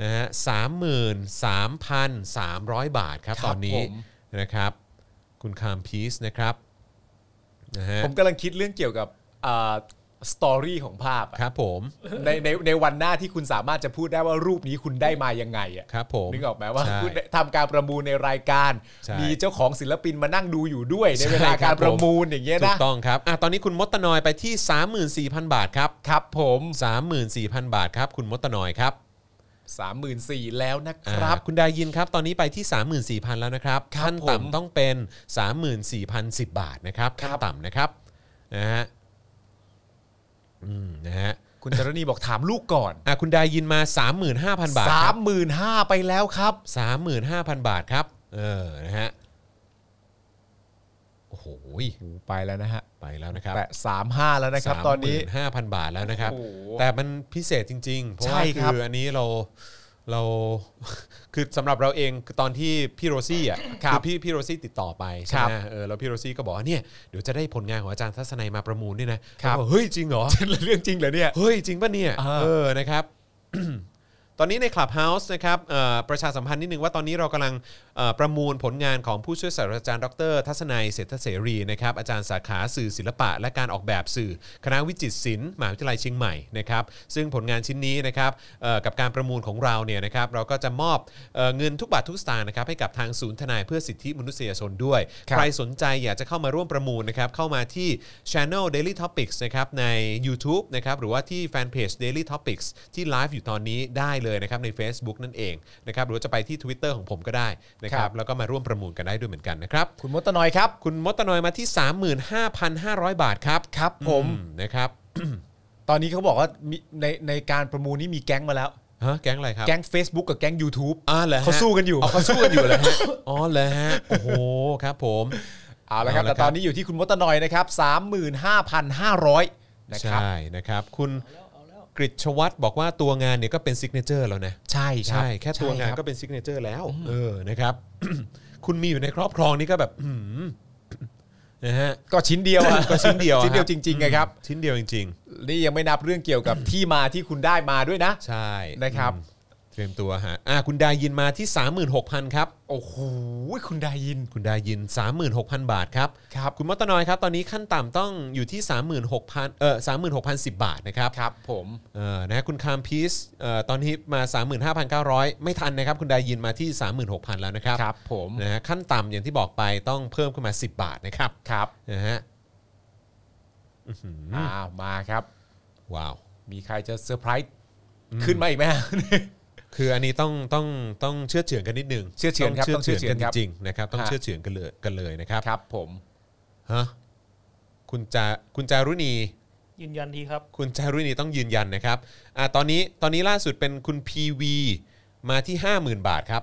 S2: นะฮะสามหมื่นสามพันสามร้อยบาทครับ
S3: ครับ
S2: ตอนนี้
S3: ผม
S2: นะครับ คุณคามพีสนะครับ นะฮะ
S3: ผมกำลังคิดเรื่องเกี่ยวกับสตอรี่ของภาพอะ
S2: ครับผม
S3: ในในในวันหน้าที่คุณสามารถจะพูดได้ว่ารูปนี้คุณได้มายังไงอ่ะ
S2: ครับผม
S3: นึกออกไหมว่า
S2: ใช่
S3: คุณทำการประมูลในรายการ
S2: ใช่
S3: มีเจ้าของศิลปินมานั่งดูอยู่ด้วย ในเวลา
S2: ใช่ครับ
S3: การประ
S2: ผม
S3: มูลอย่างเงี้ย
S2: ถู
S3: นะ
S2: กต้องครับอ่ะตอนนี้คุณมดตะนอยไปที่ 34,000 บาทครับ ครับผม 34,000 บาทครับ คุณมดตะนอยครับ
S3: 34,000แล้วนะค
S2: ค
S3: รั
S2: รับ บคุณดายินครับ ตอนนี้ไปที่ 34,000 แล้วนะครับ
S3: ครับ
S2: ขั้น
S3: ผม
S2: ต่ำต้องเป็น 34,010 บาทนะครับ
S3: ครั
S2: ขั้น
S3: บ
S2: ต่ำนะครับนะฮะอืมนะฮะ
S3: คุณจรณีบอกถามลูกก่อน
S2: อ่ะคุณดายินมา 35,000 บาทครับ
S3: 35,000 ไปแล้วครับ
S2: 35,000 บาทครับ เออนะฮะโอ้โห
S3: ไปแล้วนะฮะ
S2: ไปแล้วนะครับ
S3: แตะ35 แล้วนะครับ ตอนนี้
S2: 5,000 บาทแล้วนะครับ
S3: โอ้โห
S2: แต่มันพิเศษจริง ๆ เพราะ
S3: ใช่
S2: ว่า
S3: ครั
S2: คือ
S3: บ
S2: อันนี้เราเรา คือสำหรับเราเองคือตอนที่พี่โรซี่อ่ะคือพี่พี่โรซี่ติดต่อไปใช่ไหมเออแล้วพี่โรซี่ก็บอกว่าเนี่ยเดี๋ยวจะได้ผลงานของอาจารย์ทัศนัยมาประมูลด้วยนะเราก็เฮ้ยจริงเหรอ
S3: เรื่องจริงเหรอเนี่ย
S2: เฮ้ยจริงป่ะเนี่ย
S3: อ่า
S2: เออนะครับ ตอนนี้ใน Clubhouse นะครับเอ่อประชาสัมพันธ์นิดนึงว่าตอนนี้เรากำลังเอ่อประมูลผลงานของผู้ช่วยศาสตราจารย์ดร ทัศนัยเศรษฐเสรีนะครับอาจารย์สาขาสื่อศิลปะ และการออกแบบสื่อคณะวิจิตรศิลป์มหาวิทยาลัยเชียงใหม่นะครับซึ่งผลงานชิ้นนี้นะครับเอ่อกับการประมูลของเราเนี่ยนะครับเราก็จะมอบเอ่อเงินทุกบาททุกสตางค์นะครับให้กับทางศูนย์ทนายเพื่อสิทธิมนุษยชนด้วย
S3: ครับ
S2: ใครสนใจอยากจะเข้ามาร่วมประมูลนะครับเข้ามาที่ Channel Daily Topics นะครับใน YouTube นะครับหรือว่าที่แฟนเพจ Daily Topics ที่ไลฟ์อยู่ตอนนี้ได้เลยนะครับใน Facebook นั่นเองนะครับหรือว่าจะไปที่ Twitter ของผมก็ได้นะค
S3: ครั
S2: รับบ แล้วก็มาร่วมประมูลกันได้ด้วยเหมือนกันนะครับ
S3: คุณมดตะนอยครับ
S2: คุณมดตะนอยมาที่ 35,500 บาทครับ
S3: ครับผม
S2: อืนะครับ
S3: ตอนนี้เขาบอกว่ามีในในการประมูลนี่มีแก๊งมาแล้ว
S2: ฮะแก๊งอะไรครับ
S3: แก๊ง Facebook กับแก๊ง YouTube
S2: อ่าเหรอฮะ
S3: เขาสู้กันอยู่
S2: เขาสู้กันอยู่เลยฮะอ๋อเหรอฮะโอ้โหครับผม
S3: เอาละครับ
S2: เอาละครับ
S3: แต่ตอนนี้อยู่ที่คุณมดตะนอยนะครับ 35,500นะครับ
S2: ใช่นะครับ คุณกริชวัตรบอกว่าตัวงานเนี่ยก็เป็นซิกเนเจอร์แล้วนะ
S3: ใช่
S2: ใช่แค่ตัวงาน
S3: รับ
S2: ก็เป็นซิกเนเจอร์แล้วเออนะครับ คุณมีอยู่ในครอบครองนี่ก็แบบ อื้อหือนะฮะ
S3: ก็ชิ้นเดียวอะ
S2: ก็ชิ้นเดียวอะ
S3: ชิ้นเดียวจริงๆไงครับ
S2: ชิ้นเดียวจริง
S3: นี่ยังไม่นับเรื่องเกี่ยวกับที่มาที่คุณได้มาด้วยนะ
S2: ๆ ใช่
S3: นะครับ
S2: อืมเตรียมตัวฮะอ่ะคุณดายินมาที่ 36,000ครับ
S3: โอ้โหคุณได้ยิน
S2: คุณดายิน 36,000 บาทครับ
S3: ครับ
S2: คุณมตนอยครับ ตอนนี้ขั้นต่ำต้องอยู่ที่ 36,000เออ36,010 บาทนะครับ
S3: ครับผม
S2: เออนะฮะคุณคามพีซเอ่อตอนนี้มา 35,900 ไม่ทันนะครับ คุณดายินมาที่ 36,000 แล้วนะครับ
S3: ครับผม
S2: นะฮะขั้นต่ำอย่างที่บอกไปต้องเพิ่มขึ้นมา 10 บาทนะครับ
S3: ครับ
S2: นะฮะอื้อหือ
S3: อ้าวมาครับ
S2: ว้าว
S3: มีใครจะเซอร์ไพรส์ขึ้นมาอีกไหมฮะ
S2: คืออันนี้ต้องต้องต้องเชื่อเฉือนกันนิดนึง
S3: เชื่อเฉือนครับต้องเชื่อเฉือนครับ
S2: จริงๆนะครับต้อง
S3: ฮะ
S2: เชื่อเฉือนกันเลยกันเลยนะครับ
S3: ครับผม
S2: ฮะคุณจาคุณจารุณี
S4: ยืนยันทีครับ
S2: คุณจารุณีต้องยืนยันนะครับอ่าตอนนี้ตอนนี้ล่าสุดเป็นคุณ PV มาที่ 50,000 บาทครับ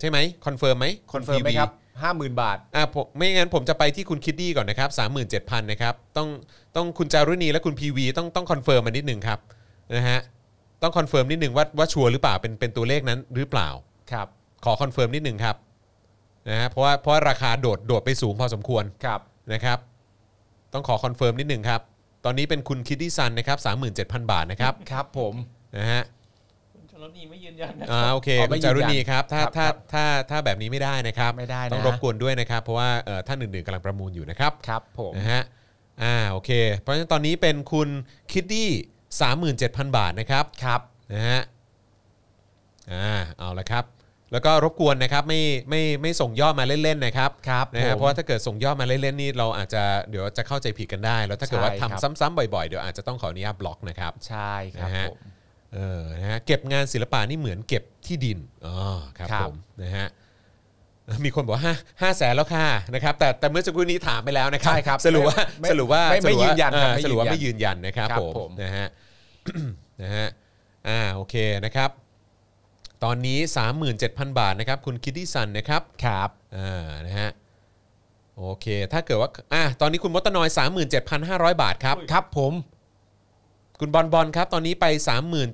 S2: ใช่ไหมคอนเฟิร์มไหม
S3: คอนเฟิร์มไหม
S2: ณ PV
S3: ครับห้าหมื่นบาท
S2: อ่ะผมไม่งั้นผมจะไปที่คุณคิดดี้ก่อนนะครับ37,000นะครับต้องต้องคุณจารุณีและคุณพีวีต้องต้องคอนเฟิร์มมานิดหนึ่งครับนะฮะต้องคอนเฟิร์มนิดหนึ่งว่าว่าชัวร์หรือเปล่าเป็นเป็นตัวเลขนั้นหรือเปล่า
S3: ครับ
S2: ขอคอนเฟิร์มนิดหนึ่งครับนะฮะเพราะว่าเพราะว่าราคาโดดโดดไปสูงพอสมควร
S3: ครับ
S2: นะครับ ต้องขอคอนเฟิร์มนิดหนึ่งครับ ตอนนี้เป็นคุณคิดดี้ซันนะครับ37,000 บาทนะครับ
S3: ครับผม
S2: นะฮะ
S4: คุณชลนีไม่ยืนยันนะ
S2: อ่าโอเค
S3: อ๋อไม่
S2: คุณจารุณี
S3: ยืนยัน
S2: ครับถ้า
S3: ครับ
S2: ถ้า
S3: ครับ
S2: ถ้าถ้าแบบนี้ไม่ได้นะครับ
S3: ไม่ได้นะ
S2: ต้องรบกวนด้วยนะครับเพราะว่าเอ่อท่านอื่นๆกำลังประมูลอยู่นะครับ
S3: ครับผม
S2: นะฮะ อ่า โอเค เพราะฉะนั้นตอนนี้เป็นคุณคิดดี้สามหมื่นเจ็ดพันบาทนะครับ
S3: ครับ
S2: นะฮะ อ่า เอาละครับ แล้วก็รบกวนนะครับ ไม่ ไม่ ไม่ส่งยอดมาเล่นๆนะครับ
S3: ครับ
S2: นะฮะ
S3: ผม
S2: เพราะว่าถ้าเกิดส่งยอดมาเล่นๆนี่เราอาจจะ เดี๋ยวจะเข้าใจผิดกันได้ แล้วถ้าเกิดว่า
S3: ใช่ครับ
S2: ทำซ้ำๆบ่อยๆ เดี๋ยวอาจจะต้องขออนุญาตบล็อกนะครับ
S3: ใช่ครับ
S2: นะฮะ
S3: ผม
S2: เออ นะฮะ เก็บงานศิลปะนี่เหมือนเก็บที่ดิน อ๋อ ครับ
S3: ครับ
S2: ผม นะฮะ มีคนบอกว่าห้าห้าแสนแล้วค่ะนะครับ แต่แต่เมื่อสักครู่นี้ถามไปแล้วนะครับ
S3: ใช่ครับ
S2: สรุปว่า
S3: ไม่
S2: สรุปว่า
S3: ไม่ไม่
S2: สรุปว่า
S3: ยืนยันครับ
S2: อ่า
S3: ไม่ยืนยัน
S2: สรุปว่าไม่ยืนยันนะครับ
S3: ครับ
S2: ผม
S3: ผม
S2: นะฮะ นะฮะ อ่า โอเคนะครับ ตอนนี้ 37,000 บาทนะครับ คุณคิดดี้ซันนะครับ
S3: ครับ
S2: อ่า นะฮะ โอเค ถ้าเกิดว่า อ่า ตอนนี้คุณมดตนอย 37,500 บาทครับ
S3: ครับผม
S2: คุณบอลบอลครับ ตอนนี้ไป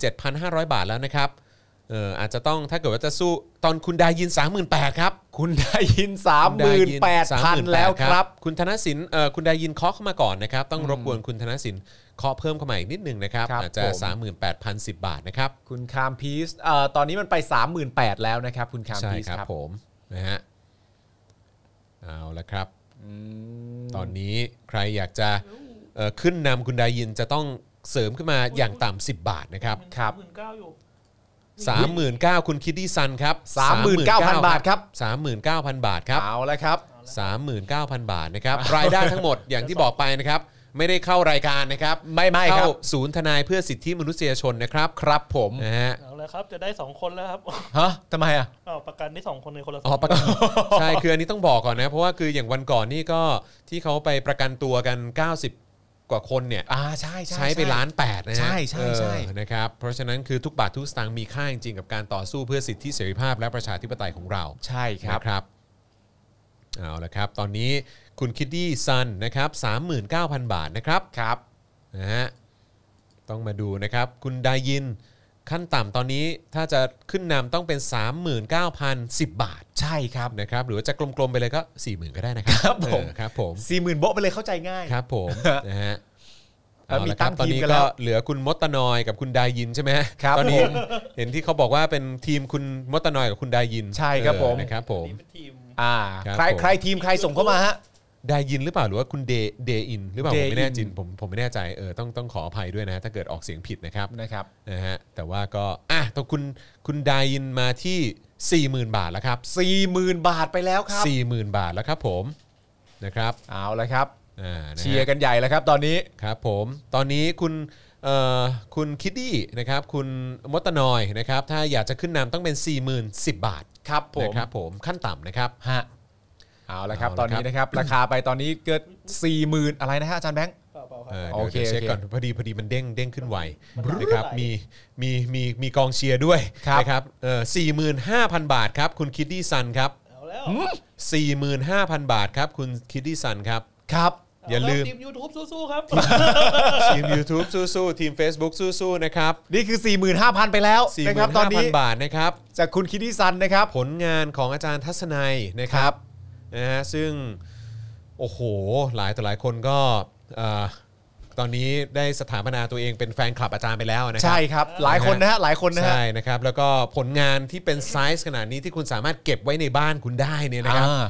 S2: 37,500 บาทแล้วนะครับ เอออาจจะต้องถ้าเกิดว่าจะสู้ตอนคุณดายิน 38,000ครับ
S3: คุณได้ยินสามหมื่นแปดพัน
S2: 38,000
S3: แล้วครับ
S2: คุณธนสินเอ่อคุณดายินเคาะเข้ามาก่อนนะครับ ต้องรบกวนคุณธนสินเคาะเพิ่มเข้ามาอีกนิดนึงนะครับ
S3: ครับ
S2: อาจจะ
S3: ผม
S2: 38,010 บาทนะครับ
S3: คุณคามพีซเอ่อตอนนี้มันไปสามหมื่นแปดแล้วนะครับ คุณคาม
S2: ใช่
S3: พีซ
S2: ครับ
S3: ครับ
S2: ผมนะฮะเอาละครับ
S3: อืม
S2: ตอนนี้ใครอยากจะเอ่อขึ้นนำคุณดายินจะต้องเสริมขึ้นมาอย่างต่ำ10 บาทนะครับ
S4: หมื่นเก้าอยู่
S2: 39,000คุณคิดดี้ซันครับ
S3: สามหมื่นเก้าพันบาทครับ
S2: 39,000 บาทครับ
S3: เอาละครับ
S2: 39,000 บาทนะครับ รายได้ทั้งหมดอย่างที่บอกไปนะครับ ไม่ได้เข้ารายการนะครับ
S3: ไม่ไม่ครับ
S2: เข้าศูนย์ทนายเพื่อสิทธิมนุษยชนนะครับ
S3: ครับผม
S2: นะฮะ
S4: เอาแล้วครับ จะได้สองคนแล้วครับ
S3: ฮะทำไมอ่ะ
S4: อ้าวประกันได้สองคนในคนละส
S2: อ๋
S4: อ
S2: อง ประกัน ใช่คืออันนี้ต้องบอกก่อนนะเพราะว่าคืออย่างวันก่อนนี่ก็ที่เขาไปประกันตัวกัน 90 กว่าคนเนี่ย
S3: อ่าใช่ใช่
S2: ใช้ไปล้านแปดนะฮะ
S3: ใช่ใช่ใช่
S2: เออนะครับเพราะฉะนั้นคือทุกบาททุกสตางค์มีค่าจริงๆกับการต่อสู้เพื่อสิทธิเสรีภาพและประชาธิปไตยของเรา
S3: ใช่ครับ
S2: นะครับเอาละครับ ตอนนี้คุณคิดดี้ซันนะครับ39,000 บาทนะครับ
S3: ครับ
S2: นะฮะต้องมาดูนะครับ คุณดายินขั้นต่ำตอนนี้ถ้าจะขึ้นนำต้องเป็น 39,010 บาท
S3: ใช่ครับ
S2: นะครับหรือว่าจะกลมๆไปเลยก็ 40,000 ก็ได้นะครับ
S3: ครับผม
S2: เออครับผม
S3: สี่หมื่นโบะไปเลยเข้าใจง่าย
S2: ครับ ผมนะฮะ
S3: เออมีตั้ง
S2: ตอน
S3: ทีม
S2: นี้
S3: กันแล้
S2: ก็
S3: ว
S2: เหลือคุณมดตนอยกับคุณดายินใช่ไหมฮะ
S3: ครับ
S2: ตอนนี้
S3: ผม
S2: เห็นที่เขาบอกว่าเป็นทีมคุณมดตนอยกับคุณดายิน
S3: ใช่ครับผม
S2: เออนะครับผม
S4: นี่เป็นทีม
S3: อ่า
S2: ครับ
S3: ใคร
S2: ผม
S3: ใครทีมใครส่งเข้ามาฮะ
S2: ได้ยินหรือเปล่าหรือว่าคุณเดเดอินหรือเปล่าผม
S3: Day
S2: ไม่แน่ใจ
S3: in
S2: ผมผมไม่แน่ใจเออต้องต้องขออภัยด้วยนะ ถ้าเกิดออกเสียงผิดนะครับ
S3: นะครับ
S2: นะฮะแต่ว่าก็อ่ะตองคุณคุณไดยินมาที่ 40,000 บาทแล้วครับ
S3: สี่หมื่นบาทไปแล้วครับ
S2: 40,000 บาทแล้วครับผมนะครับ
S3: เอาละครับ
S2: อ่านะฮะ
S3: เชียร์กันใหญ่แล้วครับ ตอนนี้
S2: ครับผมตอนนี้คุณเอ่อคุณคิดดี้นะครับคุณมดตะนอยนะครับถ้าอยากจะขึ้นนำต้องเป็น 40,010 บาท
S3: ครับผม
S2: นะครับผมขั้นต่ำนะครับ
S3: ฮะ เอาละครับ
S2: เอาละครับ
S3: ตอนนี้นะครับ ราคาไปตอนนี้เกิดสี่หมื่นอะไรนะฮะอาจารย์แบงค์
S4: เปล่าเปล่าครั
S2: เออบ เดี๋ยวเดี๋ย
S3: โอเค
S2: วเช็ค
S3: โอเค
S2: ก่อนพอดีพอดีมันเด้งเด้งขึ้นไว
S4: มันไหล
S2: นะครับ
S4: ไหล
S2: มีมีมีมีกองเชียร์ด้วย
S3: ครับ
S2: นะครับเออสี่หมื่นห้าพันบาทครับ คุณคิดดี้ซันครับ
S4: เอาแล้ แล้ว
S2: 45,000 บาทครับ คุณคิดดี้ซันครับ
S3: ครับ
S2: อย่าลืม
S4: ทีม YouTube สู้ๆครับ
S2: ทีม YouTube สู้ๆทีม Facebook สู้ๆนะครับ
S3: นี่คือ 45,000 ไปแล้วนะครับตอนนี้
S2: 45,000 บาทนะครับ
S3: จากคุณคิดดิซันนะครับ
S2: ผลงานของอาจารย์ทัศนัยนะครับนะฮะซึ่ง โอ้โห หลายต่อหลายคนก็เอ่อตอนนี้ได้สถาปนาตัวเองเป็นแฟนคลับอาจารย์ไปแล้วนะครั
S3: ใช่ครับ หลายคนนะฮะหลายคนนะฮะ
S2: ใช่นะครับแล้วก็ผลงานที่เป็นไซส์ขนาดนี้ที่คุณสามารถเก็บไว้ในบ้านคุณได้เนี่ยนะครับ
S3: อ่า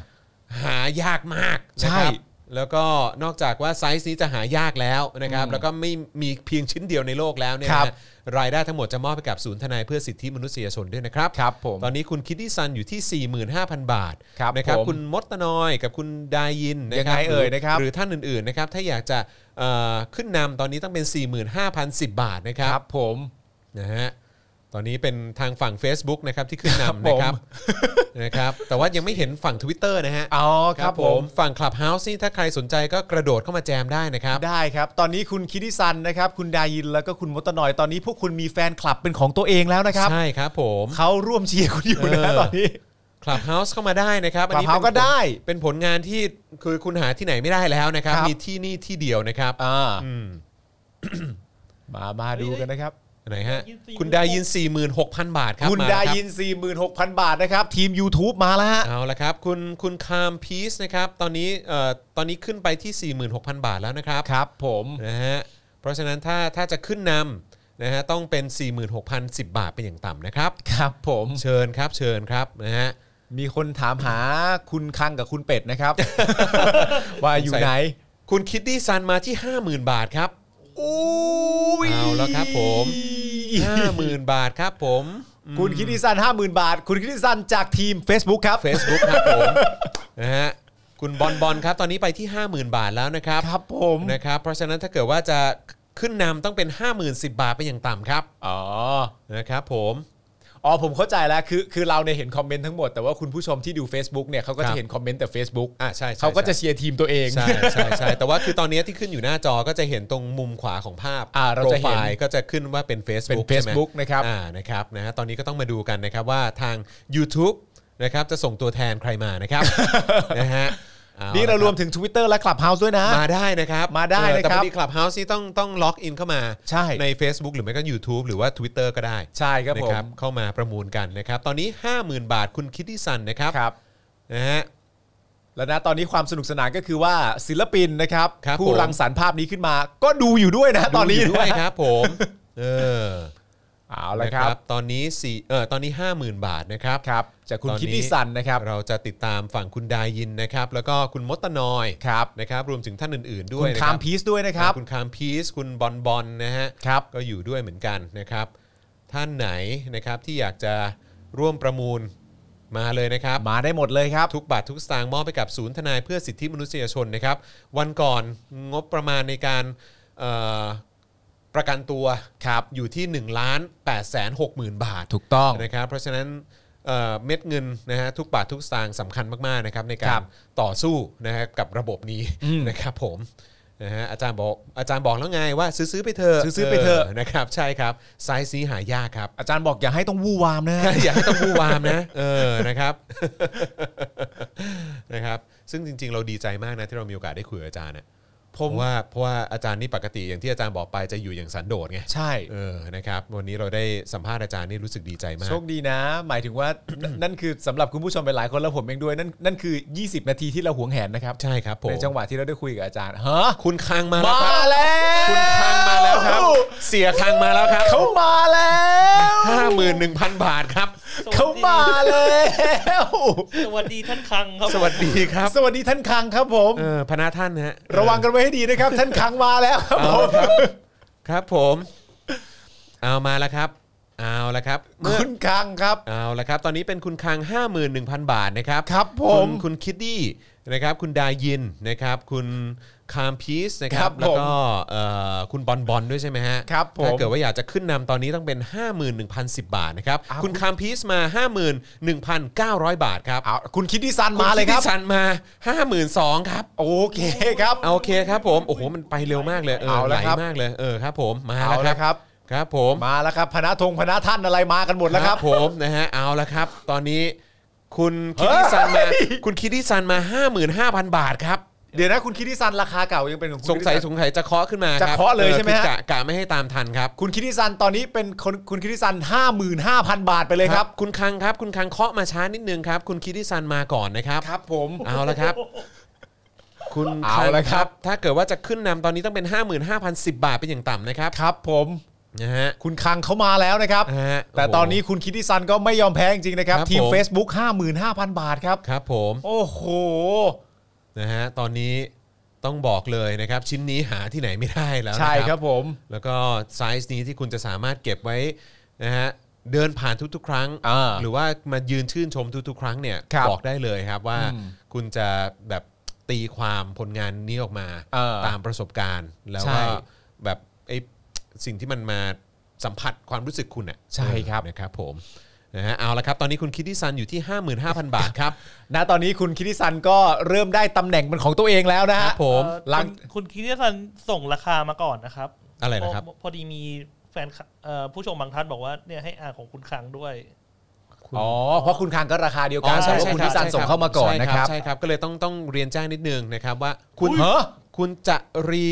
S2: หายากมากนะครับ
S3: ใช่
S2: แล้วก็นอกจากว่าไซส์นี้จะหายากแล้วนะครับแล้วก็ไม่มีเพียงชิ้นเดียวในโลกแล้วเนี่ย
S3: ครับ
S2: นะรายได้ทั้งหมดจะมอบให้กับศูนย์ทนายเพื่อสิทธิมนุษยชนด้วยนะครับ
S3: ครับผม
S2: ตอนนี้คุณคิดดี้ซันอยู่ที่ 45,000 บาท
S3: ครับ
S2: นะครับ
S3: ผม
S2: คุณมดตะนอยกับคุณดายินนะครั
S3: ยังไงเอ่ยนะครับ
S2: หรือท่านอื่นๆนะครับถ้าอยากจะเอ่อขึ้นนำตอนนี้ต้องเป็น 45,010 บาทนะครับ
S3: ครับผม
S2: นะฮะ ตอนนี้เป็นทางฝั่ง Facebook นะครับที่ขึ้น
S3: ครับ
S2: นำนะครับ
S3: ผ
S2: นะครับ แต่ว่ายังไม่เห็นฝั่ง Twitter นะฮะ
S3: อ๋อครับผม
S2: ฝั่ง Clubhouse นี่ถ้าใครสนใจก็กระโดดเข้ามาแจมได้นะครับ
S3: ได้ครับ ตอนนี้คุณคิดิซันนะครับ คุณดายินแล้วก็คุณมดตะนอย ตอนนี้พวกคุณมีแฟนคลับเป็นของตัวเองแล้วนะครับ
S2: ใช่ครับผม
S3: เขาร่วมเชียร์คุณอยู่นะ
S2: เออ
S3: ตอนนี้
S2: Clubhouse เข้ามาได้นะครับอันนี้เป็นผ
S3: Clubhouse
S2: ล
S3: ก็ได้
S2: เป็นผลงานที่คือคุณหาที่ไหนไม่ได้แล้วนะครับ
S3: ครับ
S2: มีที่นี่ที่เดียวนะครับ
S3: อ่า
S2: อืม
S3: มามาดูกันนะครับ
S2: ไหนฮะ คุณได้ยิน 46,000 บาทครับ
S3: คุณ
S2: มาแล้ว
S3: ดา
S2: รับ
S3: ยิน 46,000 บาทนะครับ ทีม YouTube มาแล้วฮะ
S2: เอาละครับคุณคุณคามพีซนะครับตอนนี้เอ่อตอนนี้ขึ้นไปที่ 46,000 บาทแล้วนะครับ
S3: ครับผม
S2: นะฮะเพราะฉะนั้นถ้าถ้าจะขึ้นนำนะฮะต้องเป็น 46,010 บาทเป็นอย่างต่ำนะครับ
S3: ครับผม
S2: เชิญครับเชิญครับนะฮะ
S3: มีคนถามหาคุณคังกับคุณ เป็ดนะครับ ว่าอยู่ไหน
S2: คุณคิดดี้ซันมาที่ 50,000 บาทครับ
S3: อุ้ย
S2: เอาแล้วครับผม 50,000 บาทครับผม
S3: คุณคิดดิสัน50,000 บาท คุณคิดดิสันจากทีม Facebook ครับ
S2: Facebook ครับผมนะฮะคุณบอลบอลครับตอนนี้ไปที่ 50,000 บาทแล้วนะครับ
S3: ครับผม
S2: นะครับเพราะฉะนั้นถ้าเกิดว่าจะขึ้นนำต้องเป็น 50,010 บาทเป็นอย่างต่ำครับ
S3: อ๋อ
S2: นะครับผม
S3: อ๋อผมเข้าใจแล้วคือคือเราเนี่ยเห็นคอมเมนต์ทั้งหมดแต่ว่าคุณผู้ชมที่ดู Facebook เนี่ยเขาก็
S2: ครั
S3: จะ
S2: บ
S3: เห็นคอมเมนต์แต่ Facebook
S2: อ่ะใช่ใช่
S3: เขาก็จะ
S2: ใช่
S3: เชียร์ทีมตัวเอง
S2: ใช่ใช่ใช่แต่ว่าคือตอนนี้ที่ขึ้นอยู่หน้าจอก็จะเห็นตรงมุมขวาของภาพ
S3: อ่าเรา
S2: โปร
S3: จะ
S2: ไฟ
S3: เห็น
S2: ล์ก็จะขึ้นว่าเป็น
S3: เป็
S2: Facebook
S3: น Facebook
S2: ใช่ไหม
S3: นะครับ
S2: อ่านะครับนะฮะตอนนี้ก็ต้องมาดูกันนะครับว่าทาง YouTube นะครับจะส่งตัวแทนใครมา นะครับ นะฮะอละ
S3: นี่เรารวมถึง Twitter และ Clubhouse ด้วยนะ
S2: มาได้นะครับ
S3: มาได้
S2: เออ
S3: นะครับ
S2: แต่พอดีคลับเฮาส์นี่ต้องต้องล็อกอินเข้ามา
S3: ใช่
S2: Facebook หรือไม่ก็ YouTube หรือว่า Twitter ก็ได้
S3: ใช่ครับ
S2: นะ
S3: ผม
S2: เข้ามาประมูลกันนะครับ ตอนนี้ 50,000 บาทคุณคิตตี้ซันนะครับ
S3: ครับ
S2: นะฮะ
S3: แล้วนะตอนนี้ความสนุกสนานก็คือว่าศิลปินนะครับ
S2: ครับ
S3: ผู้
S2: ผม
S3: รังสรรค์ภาพนี้ขึ้นมา ก็ดูอยู่ด้วยนะตอนนี้
S2: ดูยู่ด้วย
S3: นะครับ
S2: ผมเออ
S3: เอาละครับ
S2: นะตอนนี้สี่เออตอนนี้ 50,000 บาทนะครับ
S3: ครับจากคุณ
S2: ตอ
S3: คิดดิสันนะครับ
S2: เราจะติดตามฝั่งคุณดายินนะครับ แล้วก็คุณมดตะนอย
S3: ครับ
S2: นะครับ รวมถึงท่านอื่น ๆ ด้
S3: คุ
S2: วย
S3: ณ
S2: นะ
S3: คา
S2: รั
S3: ม
S2: บ
S3: พีซด้วยนะครับ
S2: คุณคามพีซคุณบอลบอลนะฮะ
S3: ครับ
S2: ก็อยู่ด้วยเหมือนกันนะครับ ท่านไหนนะครับที่อยากจะร่วมประมูลมาเลยนะครับ
S3: มาได้หมดเลยครับ
S2: ทุกบาททุกสตางค์มอบไปกับศูนย์ทนายเพื่อสิทธิมนุษยชนนะครับ วันก่อนงบประมาณในการเอ่อประกันตัวครับอยู่ที่1นึ่งล้านแปดแสนหกหมื่นบาท
S3: ถูกต้อง
S2: นะครับ เพราะฉะนั้นเอ่อเม็ดเงินนะฮะทุกบาททุกสตางค์สำคัญมากๆนะครับในกา
S3: ครั
S2: ร
S3: บ
S2: ต่อสู้นะฮะกับระบบนี้
S3: อืม
S2: นะครับผมนะฮะอาจารย์บอกอาจารย์บอกแล้วไงว่าซื้อซื้อไปเถอะ
S3: ซื้อๆไปเถอะ
S2: นะครับใช่ครับไซส์นี้หายากครับ
S3: อาจารย์บอกอย่าให้ต้องวู่วามนะ
S2: อย่าให้ต้องผู้วามนะ เออ นะครับ นะครับ ซึ่งจริง ๆ เราดีใจมากนะที่เรามีโอกาสได้คุยกับอาจารย์เนี่ยผมว่าเพราะว่าอาจารย์นี่ปกติอย่างที่อาจารย์บอกไปจะอยู่อย่างสันโดษไง
S3: ใช่
S2: เออ นะครับ วันนี้เราได้สัมภาษณ์อาจารย์นี่รู้สึกดีใจมาก
S3: โชคดีนะ หมายถึงว่า นั่นนั่นคือสำหรับคุณผู้ชมไปหลายคนแล้วผมเองด้วย นั่นนั่นคือ 20 นาทีที่เราหวงแหนนะครับ
S2: ใช่ครับผม
S3: ในจังหวะที่เราได้คุยกับอาจารย์ฮะ
S2: คุณคังมาแล้ว
S3: มา
S2: ครับคุณ
S3: แล้ว
S2: คังมาแล้วครับ เสียคังมาแล้วครับ
S3: เขามาแล้ว
S2: ห้าหมื่นหนึ่งพันบาทครับ
S4: สวัสดี
S3: เขามาแล้ว
S4: สวัสดีท่านคังครับ
S2: สวัสดีครับ
S3: สวัสดีท่านคังครับผม
S2: เออ พนาท่านนะฮะ
S3: ระวังกันไว้ให้ดี นะครับ ท่านคังมาแล้วครับ
S2: เอา
S3: ผ
S2: ละค
S3: ม
S2: รับ ครับผม เอามาแล้วครับ เอาละครับเมื่อ
S3: คุณคังครับ
S2: เอาละครับ ตอนนี้เป็นคุณคัง 51,000 บาทนะครับ
S3: ครับผม
S2: ณคุณคิดดี้นะครับ คุณดายินนะครับ คุณคามพีซนะค
S3: ครั
S2: รับ
S3: บผม
S2: แล้วก็เอ่อคุณบอลบอลด้วยใช่ไหมฮะ
S3: ครับผม
S2: ถ้าเกิดว่าอยากจะขึ้นนำตอนนี้ต้องเป็น 51,010 บาทนะครับ
S3: อ้าว
S2: คุณคามพีซมา 51,900 บาทครับ
S3: เอาคุณคิดดิซันมาเลยครับ
S2: ณดดิสันมา 52,000ครับ
S3: โอเคครับ
S2: โอเคครับผม โอ้โห มันไปเร็วมากเลย เออ
S3: เอา
S2: ไหล
S3: ละครับ
S2: มากเลย เออครับ ผม มา
S3: เอา
S2: แล้
S3: ละ
S2: ว
S3: ค
S2: ครับ
S3: รับ
S2: ครับผม
S3: มาแล้วครับพนะธงพนะท่านอะไรมากันหมดแล้วครับ
S2: ผมนะฮะเอาละครับ ตอนนี้ คุณคิดดิซันมาคุณคิดดิซันมา 55,000 บาทครับ
S3: เดี๋ยวนะคุณคิดดิซันราคาเก่ายังเป็นของคุณ
S2: สงสัย
S3: คิดดิ
S2: ส
S3: ซัน
S2: งสัยจะเคาะขึ้นมา
S3: จะ
S2: รับ
S3: เคาะเลย
S2: ออ
S3: ใช่ไหม
S2: คื
S3: ฮะ
S2: อกะกะไม่ให้ตามทันครับ
S3: คุณคิดดิซันตอนนี้เป็นคนคุณคิดดิซันห้าหมื่นห้าพันบาทไปเลยครับ
S2: คุณคังครับ คุณคังเคาะมาช้านิดนึงครับ คุณคิดดิซันมาก่อนนะครับ
S3: ครับผม
S2: เอาละครับ คุณ
S3: เอา
S2: ง
S3: ละครับ
S2: ถ้าเกิดว่าจะขึ้นนำตอนนี้ต้องเป็น 55,010 บาทเป็นอย่างต่ำนะครับ
S3: ครับผม
S2: นะฮะ
S3: คุณคังเขามาแล้วนะครับ
S2: นะฮะ
S3: แต่ตอนนี้
S2: โ
S3: คุณคิดดิซันก็ไม่ยอมแพ้จริงๆนะครับ
S2: ครับ
S3: ทีม
S2: ผม
S3: Facebook 55,000 บาทครับ
S2: โหครับผม
S3: โอ้โห
S2: นะฮะตอนนี้ต้องบอกเลยนะครับ ชิ้นนี้หาที่ไหนไม่ได้แล้วนะ
S3: ใช่ครับผม
S2: แล้วก็ไซส์นี้ที่คุณจะสามารถเก็บไว้นะฮะเดินผ่านทุกๆ ครั้ง
S3: อ่า
S2: หรือว่ามายืนชื่นชมทุกๆ ครั้งเนี่ย
S3: ครับ
S2: อกได้เลยครับว่า
S3: อืม
S2: คุณจะแบบตีความผลงานนี้ออกมา
S3: เออ
S2: ตามประสบการณ์ แล้ว
S3: ใช่
S2: ก็แบบไอ้สิ่งที่มันมาสัมผัสความรู้สึกคุณอ่ะ
S3: ใช่ครับ
S2: เออนะครับผมนะฮะเอาละครับ ตอนนี้คุณคิดที่ซันอยู่ที่ 55,000 บาทครับ
S3: ณตอนนี้คุณคิดดิซันก็เริ่มได้ตำแหน่งเป็นของตัวเองแล้วนะ
S2: ค
S3: ฮะ
S2: รับผม
S4: เอ่อ
S3: หลัง
S4: คุณคุณคิดว่าซันส่งราคามาก่อนนะครับ
S2: อะไรนะครับ
S4: พอพอดีมีแฟนคลับเอ่อผู้ชมบางท่านบอกว่าเนี่ยให้อ่านของคุณคังด้วย
S3: อ๋อ เพราะคุณคังก็ราคาเดียวกัน
S2: อ๋อ
S3: แต่
S2: ใช่
S3: ว่า
S2: ใช่
S3: คุณ
S2: รั
S3: คิ
S2: บ
S3: ดดิซัน
S2: ใช่
S3: ส่งเข้ามาก่อน
S2: ใช่
S3: นะครับ
S2: ใช่ครับก็เลยต้องต้องเรียนแจ้งนิดนึงนะครับว่าคุณ
S3: เหรอ
S2: คุณจะรี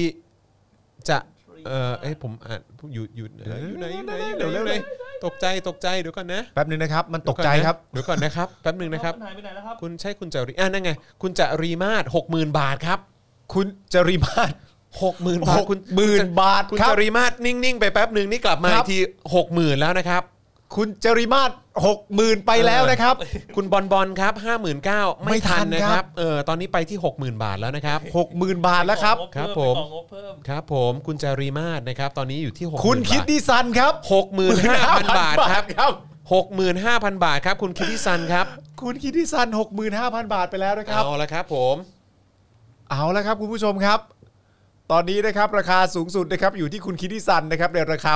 S2: จะเออเอ้ยผมอ่านอยู่อยู่เอ่ออยู่ไหนอยู่ไหนอยู่ไหนอยู่ไหนตกใจตกใจเดี๋ยวก่อนนะ
S3: แป๊บนึงนะครับ มันตกใจครับ
S2: เดี๋ยวก่อนนะครับแป๊บหนึงนะครับ
S4: หายไปไหนแล้วครับ
S2: คุณใช่คุณจะรีอ่ะนั่นไง คุณจะรีมาศหกหมื่นบาทครับ
S3: คุณจริมาศ
S2: หกหมื่นบาท
S3: หก
S2: คุณ
S3: หมื่นบาท
S2: คุณ
S3: ครับ
S2: จะรีมาศนิ่งๆไปแป๊บหนึ่งนี่กลับมาอี
S3: ครับ
S2: กทีหกหมื่นแล้วนะครับ
S3: คุณจริมาศหกหมื่นไปแล้วนะครับ
S2: คุณบอลบอลครับห้าหมื่นเก้า
S3: ไม่
S2: ไม่
S3: ทั
S2: ทั
S3: น
S2: นนะค
S3: ครั
S2: รับ บเออตอนนี้ไปที่หกหมื่นบาทแล้วนะครับ
S3: หกหมื่นบาทแล้วครับ
S2: ครับ
S4: ขอ
S2: ผม
S4: งงบเพิ่ม
S2: ครับผมคุณจารีมาศนะครับ ตอนนี้อยู่ที่6
S3: คุณคิดดิซันครับ
S2: หกหมื่นห้าพันบาทครับ
S3: ครับ
S2: หกหมื่นห้าพันบาทครับ คุณคิดดิซันครับ
S3: คุณคิดดิซันหกหมื่นห้าพันบาทไปแล้วนะครับ
S2: เอาละครับผม
S3: เอาละครับคุณผู้ชมครับ ตอนนี้นะครับราคาสูงสุดนะครับอยู่ที่คุณคิดดิซันนะครับในราค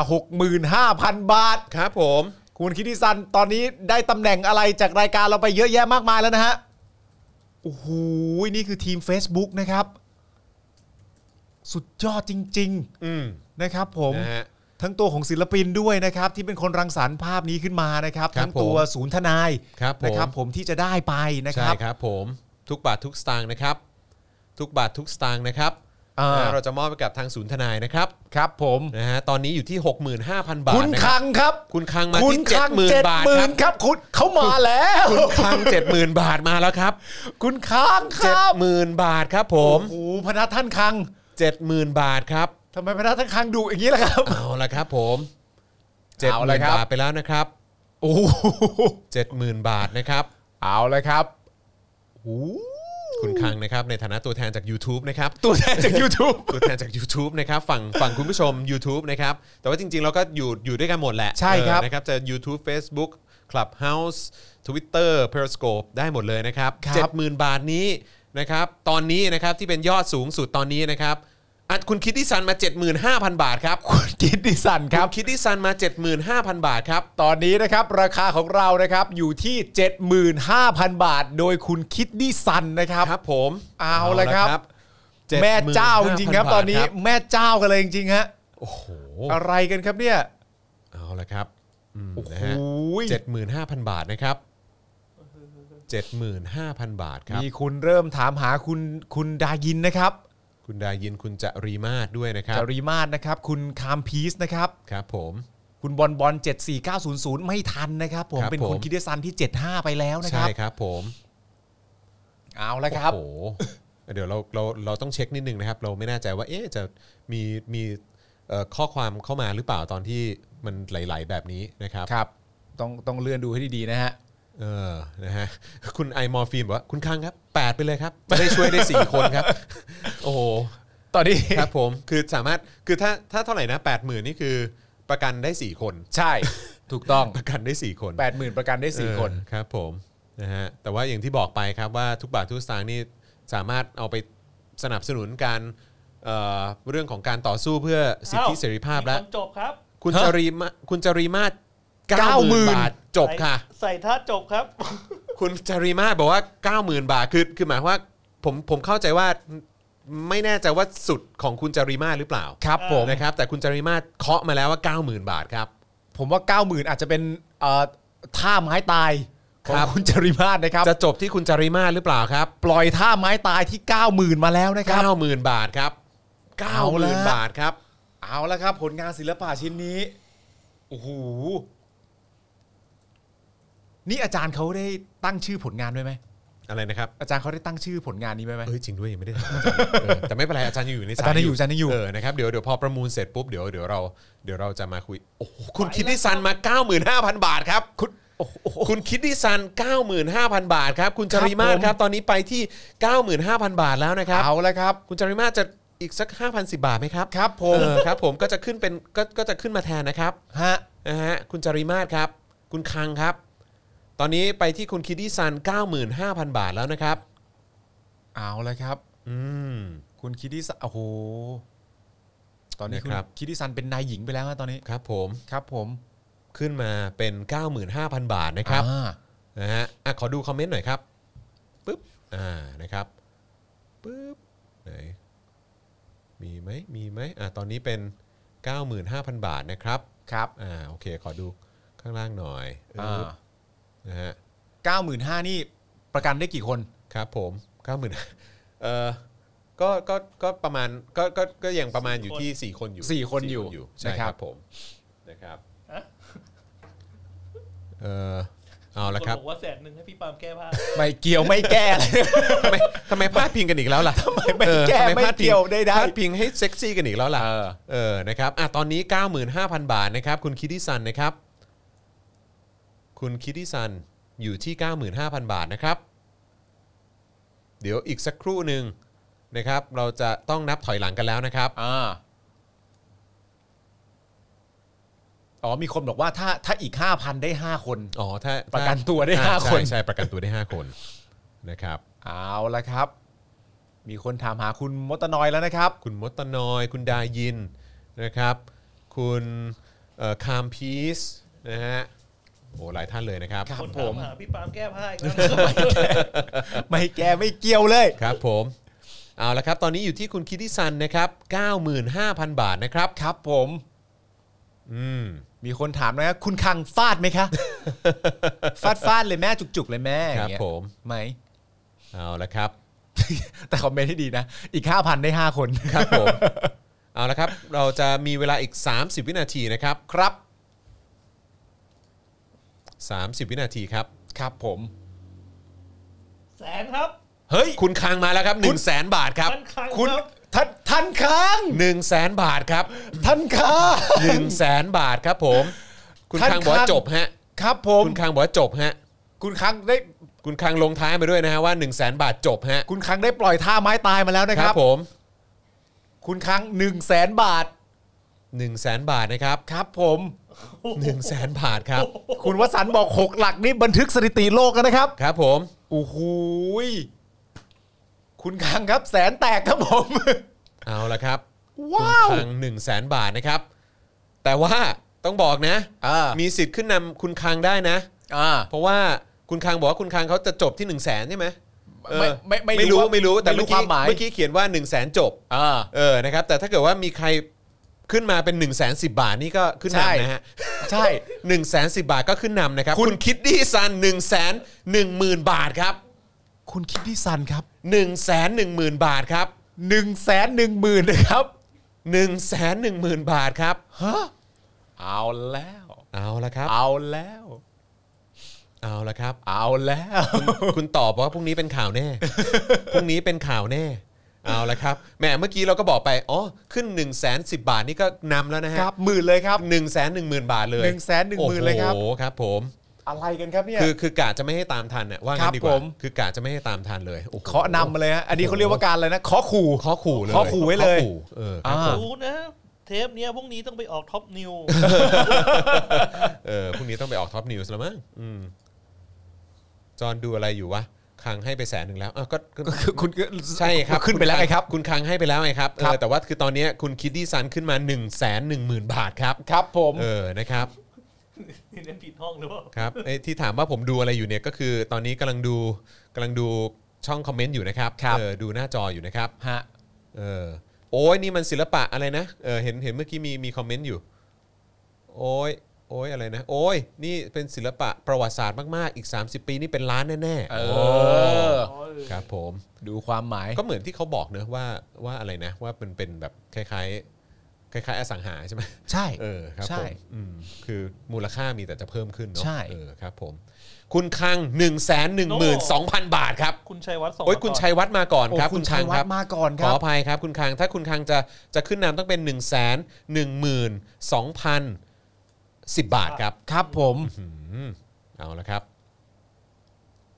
S3: า 65,000 บาท
S2: ครับผม
S3: คุณคิดดิซันตอนนี้ได้ตำแหน่งอะไรจากรายการเราไปเยอะแยะมากมายแล้วนะฮะโอ้โหนี่คือทีม Facebook นะครับ สุดยอดจริง
S2: อืม
S3: ๆ นะครับผม
S2: นะฮะ
S3: ทั้งตัวของศิลปินด้วยนะครับ ที่เป็นคนรังสรรค์ภาพนี้ขึ้นมานะครับ
S2: ครับ
S3: ทั้งตัวศูนย์ทนาย
S2: ครับผม
S3: นะครับ ผมที่จะได้ไปนะค
S2: ใช่
S3: รับ
S2: ครับผมทุกบาททุกสตางค์นะครับ ทุกบาททุกสตางค์นะครับ
S3: อ่าน
S2: ะเราจะมอบไปกับทางศูนย์ทนายนะครับ
S3: ครับผม
S2: นะฮะตอนนี้อยู่ที่ 65,000 บาท
S3: คุณ
S2: นะรั
S3: คั
S2: บ
S3: งครับ
S2: คุณคังมา
S3: คุณ
S2: ที่เจ็ดหมื่นบาท
S3: 70,000
S2: ครับ
S3: ครับคุณเขามาแล้ว
S2: คุณคังเจ็ดหมื่นบาทมาแล้วครับ
S3: คุณคังค
S2: เจ็ด
S3: รับ
S2: หมื่นบาทครับผ
S3: โอ้
S2: ม
S3: โหพนักท่านคัง
S2: เจ็ดหมื่นบาทครับ
S3: ทำไมพนักท่านคังดุอย่างนี้ล่ะครับ
S2: เอาละครับผมเจ็ด
S3: เอา
S2: หมื่
S3: ละ
S2: น
S3: ครับ
S2: บาทไปแล้วนะครับ
S3: โอ้โห
S2: เจ็ดหมื่นบาทนะครับ
S3: เอาเลยครับโอ้โห
S2: คุณคังนะครับ ในฐานะตัวแทนจาก YouTube นะครับ
S3: ตัวแทน จาก YouTube
S2: ตัวแทนจาก YouTube นะครับฝั่งฝั่งคุณผู้ชม YouTube นะครับ แต่ว่าจริงๆ เราก็อยู่อยู่ด้วยกันหมดแหละ
S3: ใช่ครับ
S2: เออนะครับจะ YouTube Facebook Clubhouse Twitter Periscope ได้หมดเลยนะครับ
S3: ครับ
S2: เจ็ดหมื่นบาทนี้นะครับ ตอนนี้นะครับที่เป็นยอดสูงสุดตอนนี้นะครับอ่ะคุณคิดดิซันมา 75,000 บาทครับ
S3: คุณกิตติสันครับ
S2: ณคิดดิซันมา 75,000 บาทครับ
S3: ตอนนี้นะครับราคาของเรานะครับอยู่ที่ 75,000 บาท โดยคุณคิดดิซันนะครับ
S2: ครับผม
S3: เอาละครับ
S2: 75,000
S3: แม่เจ้าจริงๆครับ ตอนนี้
S2: ครับ
S3: แม่เจ้ากันเลยจริงๆฮะ
S2: โอ้โห
S3: อะไรกันครับเนี่ย
S2: เอาละครับอืม
S3: โอ้โห
S2: นะฮะเจ็ดหมื่นห้าพันบาทนะครับเจ็ดหมื่นห้าพันบาทครับ
S3: มีคุณเริ่มถามหาคุณคุณดายินนะครับ
S2: คุณดายินคุณจะรีมาศด้วยนะครับ
S3: จารีมาศนะครับ คุณคามพีซนะครับ
S2: ครับผม
S3: คุณบอลบอล74900 ไม่ทันนะครับ ผม
S2: ครับ
S3: เป็น
S2: ผม
S3: คุณคิดเดซันที่ 75 ไปแล้วนะค
S2: ใช่
S3: รับ
S2: ครับผม
S3: เอาละครับ
S2: โอ้โหเดี๋ยวเราเราเราต้องเช็คนิดนึงนะครับ เราไม่แน่ใจว่าเอ๊ะจะมีมีเอ่อข้อความเข้ามาหรือเปล่าตอนที่มันไหลๆแบบนี้นะครับ
S3: ครับ ต้องต้องเลื่อนดูให้ดีๆนะฮะ
S2: เออ นะ ฮะ คุณไอมอร์ฟีนบอกว่า คุณคังครับ 8 ไปเลยครับ จะได้ช่วยได้ 4 คนครับ โอ้โห
S3: ตอนนี้
S2: ครับผม คือสามารถ คือถ้า ถ้าเท่าไหร่นะ 8 0,000 นี่คือประกันได้ 4 คน
S3: ใช่ ถูกต้อง
S2: ประกันได้ 4 คน
S3: 80,000 ประกันได้
S2: เออ
S3: 4 คน
S2: ครับผม นะฮะ แต่ว่าอย่างที่บอกไปครับว่าทุกบาททุกสตางค์นี่สามารถเอาไปสนับสนุนการเอ่อเรื่องของการต่อสู้เพื่อสิทธิเสรีภาพแล้ว
S4: มีคนจบครับ
S2: คุณจรีมาคุณจรีมาศ
S3: 90,000
S2: บาทจบค่ะ
S4: ใส่ใส่ท่าจบครับ
S2: คุณจารีมาศบอกว่า 90,000 บาท คือ คือหมายความว่า ผม ผมเข้าใจว่า ไม่แน่ใจว่าสุดของคุณจารีมาศหรือเปล่า
S3: ครับผม
S2: นะครับ แต่คุณจารีมาศเคาะมาแล้วว่า 90,000 บาทครับ
S3: ผมว่า 90,000 อาจจะเป็นเอ่อท่าไม้ตาย ของคุณจริมาศนะครับ
S2: จะจบที่คุณจาริมาศหรือเปล่าครับ
S3: ปล่อยท่าไม้ตายที่ 90,000 มาแล้วนะครับ
S2: 90,000 บาทครับ
S3: เอาละ
S2: 90,000 บาทครับ
S3: เอาละครับ ผลงานศิลปะชิ้นนี้โอ้โหนี่อาจารย์เขาได้ตั้งชื่อผลงานด้วยไหม
S2: อะไรนะครับ
S3: อาจารย์เขาได้ตั้งชื่อผลงานนี้ไว้ไหม
S2: เอ้ยจริงด้วยยังไม่ได้ถามเออแต่ไม่เป็นไรอาจารย์ยังอยู่ในสาย
S3: อาจารย์ยังอยู่อาจารย์ยังอยู่
S2: เออนะครับเดี๋ยวเดี๋ยวพอประมูลเสร็จปุ๊บเดี๋ยวเดี๋ยวเราเดี๋ยวเราจะมาคุยโอ้โหคุณคิดดิซันมา 95,000 บาทครับคุณคุณคิดดิซัน95,000 บาทครับ คุณจาริมาศครับตอนนี้ไปที่ 95,000 บาทแล้วนะครับ
S3: เอาละครับ
S2: คุณจาริมาจะอีกสัก 5,010 บาทไหมครับ
S3: ครับผม
S2: เออครับผมก็จะขึ้นเป็นก็ก็จะขึ้นมาแทนนะครับ
S3: ฮะ
S2: นะฮะคุณจาริมาศครับ คุณคังครับ ตอนนี้ไปที่คุณคิดดี้ซัน 95,000 บาทแล้วนะครับ
S3: เอาละครับ
S2: อืม
S3: คุณคิดดิสันโอ้โหตอนนี้คุณ
S2: นะครับ
S3: คิดดิสันเป็นนายหญิงไปแล้วนะตอนนี้
S2: ครับผม
S3: ครับ ผม
S2: ขึ้นมาเป็น 95,000 บาทนะครับ
S3: อ่า
S2: นะฮะอ่ะขอดูคอมเมนต์หน่อยครับปึ๊บอ่านะครับปึ๊บไหนมีไหมมีไหมอ่ะตอนนี้เป็น 95,000 บาทนะครับ
S3: ครับ
S2: อ่าโอเค ขอดูข้างล่างหน่อย
S3: อ่
S2: ปึ๊บ
S3: า
S2: นะฮะ
S3: เก้าหมื่นห้านี่ประกันได้กี่คน
S2: ครับผม90,000เอ่ อก็ก็ก็ประมาณก็ก็ก็ยังประมาณอยู่ที่ 4 คนอยู่
S3: สี่คนอยู่
S2: ใช่
S3: นะ
S2: ค
S3: ครั
S2: รับบ ผมนะครับเออเอาละครับ
S4: นบอกว่าแสนหนึ่งให้พี่ปาล์มแก้ผ้า
S3: ไม่เกี่ยวไม่แก้เลย
S2: ทำไมทำไมพลาดพิงกันอีกแล้วล่ะทำไม
S3: ไม่แก้ไม่เกี่ยวได้ได้
S2: พลาดพิงให้เซ็กซี่กันอีกแล้วล่ะเออนะครับอ่ะตอนนี้ 95,000 บาทนะครับ คุณคิดดิซันนะครับ คุณคิดดิซันอยู่ที่ 95,000 บาทนะครับ เดี๋ยวอีกสักครู่หนึ่งนะครับ เราจะต้องนับถอยหลังกันแล้วนะครับ
S3: อ่าอ๋อมีคนบอกว่าถ้าถ้าอีกห้าพันได้ห้าคน
S2: อ๋อถ้า
S3: ประกันตัวได้
S2: อ่
S3: ห้า
S2: ใช่
S3: คน
S2: ใช่ประกันตัวได้ 5 คนนะครับ
S3: เอาละครับ มีคนถามหาคุณมดตะนอยแล้วนะครับ
S2: คุณมดตะนอย คุณดายินนะครับ คุณเอ่อคามพีซนะฮะโอ้หลายท่านเลยนะครับ
S3: ครับ
S4: คน
S3: ผ
S4: ถาม
S3: ม
S4: หาพี่ปาล์มแก้ผ้าอีกแล้ว
S3: ไม่แก้ไม่เกี่ยวเลย
S2: ครับผมเอาละครับ ตอนนี้อยู่ที่คุณคิติซันนะครับ95,000 บาทนะครับ
S3: ครับผม
S2: อืม
S3: มีคนถามนะครับคุณคังฟาดไหม คะ ฟาดฟาดเลยแม่จุกๆเลยแม่อ
S2: ค
S3: ย่า
S2: รับ
S3: งเงี้ย
S2: ผม
S3: ไหม
S2: เอาละครับ
S3: แต่คอมเมนต์ให้ดีนะ อีก 5,000 ได้ 5 คน
S2: ครับผม เอาละครับ เราจะมีเวลาอีก 30 วินาทีนะครับ ครับ 30 วินาทีครับ
S3: ครับผม
S4: แสนครับ
S3: เฮ้ย
S2: คุณคังมาแล้วครับ 1 0 0 0 0แบาทครับ
S4: มันคัง
S3: คุณ
S4: ครับ
S3: ท่านท่านคัง
S2: 1 0 0 0 0แบาทครับ
S3: ท่านคัง
S2: 1 0 0 0 0 0 บาทครับผม คุณคังบอก
S3: ท่านคั
S2: ว่าง จบฮะ
S3: ครับผม
S2: คุณคังบอกว่าจบฮะ
S3: คุณคังได้
S2: คุณคังลงท้ายไปด้วยนะฮะว่า 1 0 0 0 0แบาทจบฮะ
S3: คุณคังได้ปล่อยท่าไม้ตายมาแล้วนะ
S2: ค
S3: ค
S2: รั
S3: รั
S2: บบ ผม
S3: คุณคัง1 0 0 0 0แสนบาท
S2: 1 0 0 0 0 0 บาทนะครับ
S3: ครับผม
S2: 1 0 0 0 0 0 บาทครับ
S3: คุณวสันต์บอก 6 หลักนี่ บันทึกสถิติโลกแล้วนะครับ
S2: ครับผม
S3: โอ้โหยคุณคังครับแสนแตกครับผม
S2: เอาละครับ คุณ
S3: ว้าว
S2: คัง1 0 0 0 0 0 บาทนะครับ แต่ว่าต้องบอกนะ
S3: อ่า
S2: มีสิทธิ์ขึ้นนำคุณคังได้นะ
S3: อ่า
S2: เพราะว่าคุณคังบอกว่าคุณคังเขาจะจบที่ 1 0 0 0 0แสนใช่ไหมเออ
S3: ไม่ไม่
S2: ไม่รู้
S3: ว่า
S2: ไม่รู้แต่เมื่อ
S3: ค
S2: กี้
S3: วามหมาย
S2: เมื่อกี้เขียนว่า 1 0 0 0 0แสนจบ
S3: อ่า
S2: เออนะครับแต่ถ้าเกิดว่ามีใครขึ้นมาเป็น 1 0 0 0 0แสนสิบาทนี่ก็ขึ้น
S3: ใช่
S2: นำนะฮะ
S3: ใช่
S2: หนึ่งแสนสิบาทก็ขึ้นนำนะครับ คุณคิดดีซัน1นึ่งแสนหนึ่งหมื่นบาทครับ
S3: คุณคิดดิซันครับ
S2: 1นึ่งแสนหนึ่งหมื่นบาทครับ
S3: 1นึ่งแสนหนึ่งหมื่นนะครับ
S2: 1นึ่งแสนหนึ่งหมื่นบาทครับ
S3: ฮะเอาแล้ว
S2: เอาละครับ
S3: เอาแล้ว
S2: เอาละครับ
S3: เอาแล้ว
S2: คุณตอบว่าพรุ่งนี้เป็นข่าวแน่พ รุ่งนี้เป็นข่าวแน่ เอาละครับ แหม เมื่อกี้เราก็บอกไป อ๋อ ขึ้น1นึ่งแสนสิบาทนี่ก็นำแล้วนะฮะ
S3: ครับหมื่นเลยครับ
S2: หนึ่งแสนหนึ่งหมื่นบาทเลย
S3: หนึ่งแสนหนึ่งหมื่นเลยครับ
S2: โอ้โห ครับผม
S3: อะไรกันครับเนี่ย
S2: คือ คือกะจะไม่ให้ตามทันเนี่ยว่างั้นดีก
S3: ครับผ
S2: ว่า
S3: ม
S2: คือกะจะไม่ให้ตามทันเลยโอ้โห
S3: เคาะนำมาเลยฮะอันนี้เขาเรียกว่าการอะไรนะเคาะขู่
S2: ข้อขู่เลย
S3: ข้อขู่ไว้เล
S2: ข้
S3: ย
S2: อขู่เออครับ
S3: อ่า
S2: ผม
S4: รู้นะ เทปเนี้ยพรุ่งนี้ต้องไปออกท็อป นิว
S2: เออ พรุ่งนี้ต้องไปออกท็อปนิวส์แล้วมั้ง อืม จอนดูอะไรอยู่วะคังให้ไปแสนหนึ่งแล้วอ้าวก็ก็
S3: คือคุณก็
S2: ใช่ครับ
S3: ขึ้นไปแล้วไงครับ
S2: คุณคังให้ไปแล้วไงครับ
S3: ครั
S2: เอบ อแต่ว่าคือตอนเนี้ยคุณคิดดี้ซันขึ้นมา 1 1 0 0 0 0 บาทครับ
S3: ครับผม
S2: เออนะครับ
S4: นี่เนี่ยผิดห้องหรือเปล่า
S2: ครับไอ้ที่ถามว่าผมดูอะไรอยู่เนี่ยก็คือตอนนี้กำลังดูกำลังดูช่องคอมเมนต์อยู่นะครับเออดูหน้าจออยู่นะครับ
S3: ฮะ
S2: เออโอ้ยนี่มันศิลปะอะไรนะเออเห็นเห็นเมื่อกี้มีมีคอมเมนต์อยู่ โอ้ย โอ้ยอะไรนะ โอ้ยนี่เป็นศิลปะประวัติศาสตร์มากๆ อีก 30 ปีนี่เป็นล้านแน่ๆ
S3: เอ
S2: โ
S3: อ
S2: ครับผม
S3: ดูความหมาย
S2: ก็เหมือนที่เขาบอกเนอะว่าว่าอะไรนะ ว่าเป็นเป็นแบบคล้ายๆ คล้ายๆ อสังหาใช่ไหม
S3: ใช่
S2: เออครับผ
S3: ใช่
S2: มอืมคือมูลค่ามีแต่จะเพิ่มขึ้นเนาะ
S3: ใช่
S2: เออครับผม คุณคัง 1 1 2 0 0 0 บาทครับ
S4: คุณชัยวัฒน์ส่ง
S2: โอ้ยคุณชัยวัฒน์มาก่อน
S3: โอ้
S2: ครับ
S3: คุณ
S2: คั
S3: ชัย
S2: ง
S3: วั
S2: ค
S3: ฒ
S2: รับ
S3: น์มาก่อนค
S2: ข
S3: รั
S2: อบ อภัยครับคุณคัง ถ้าคุณคังจะจะขึ้นนำต้องเป็น 1 1 1 0 0 0 10 บาทครับ
S3: ครับผม
S2: อืมเอาละครับ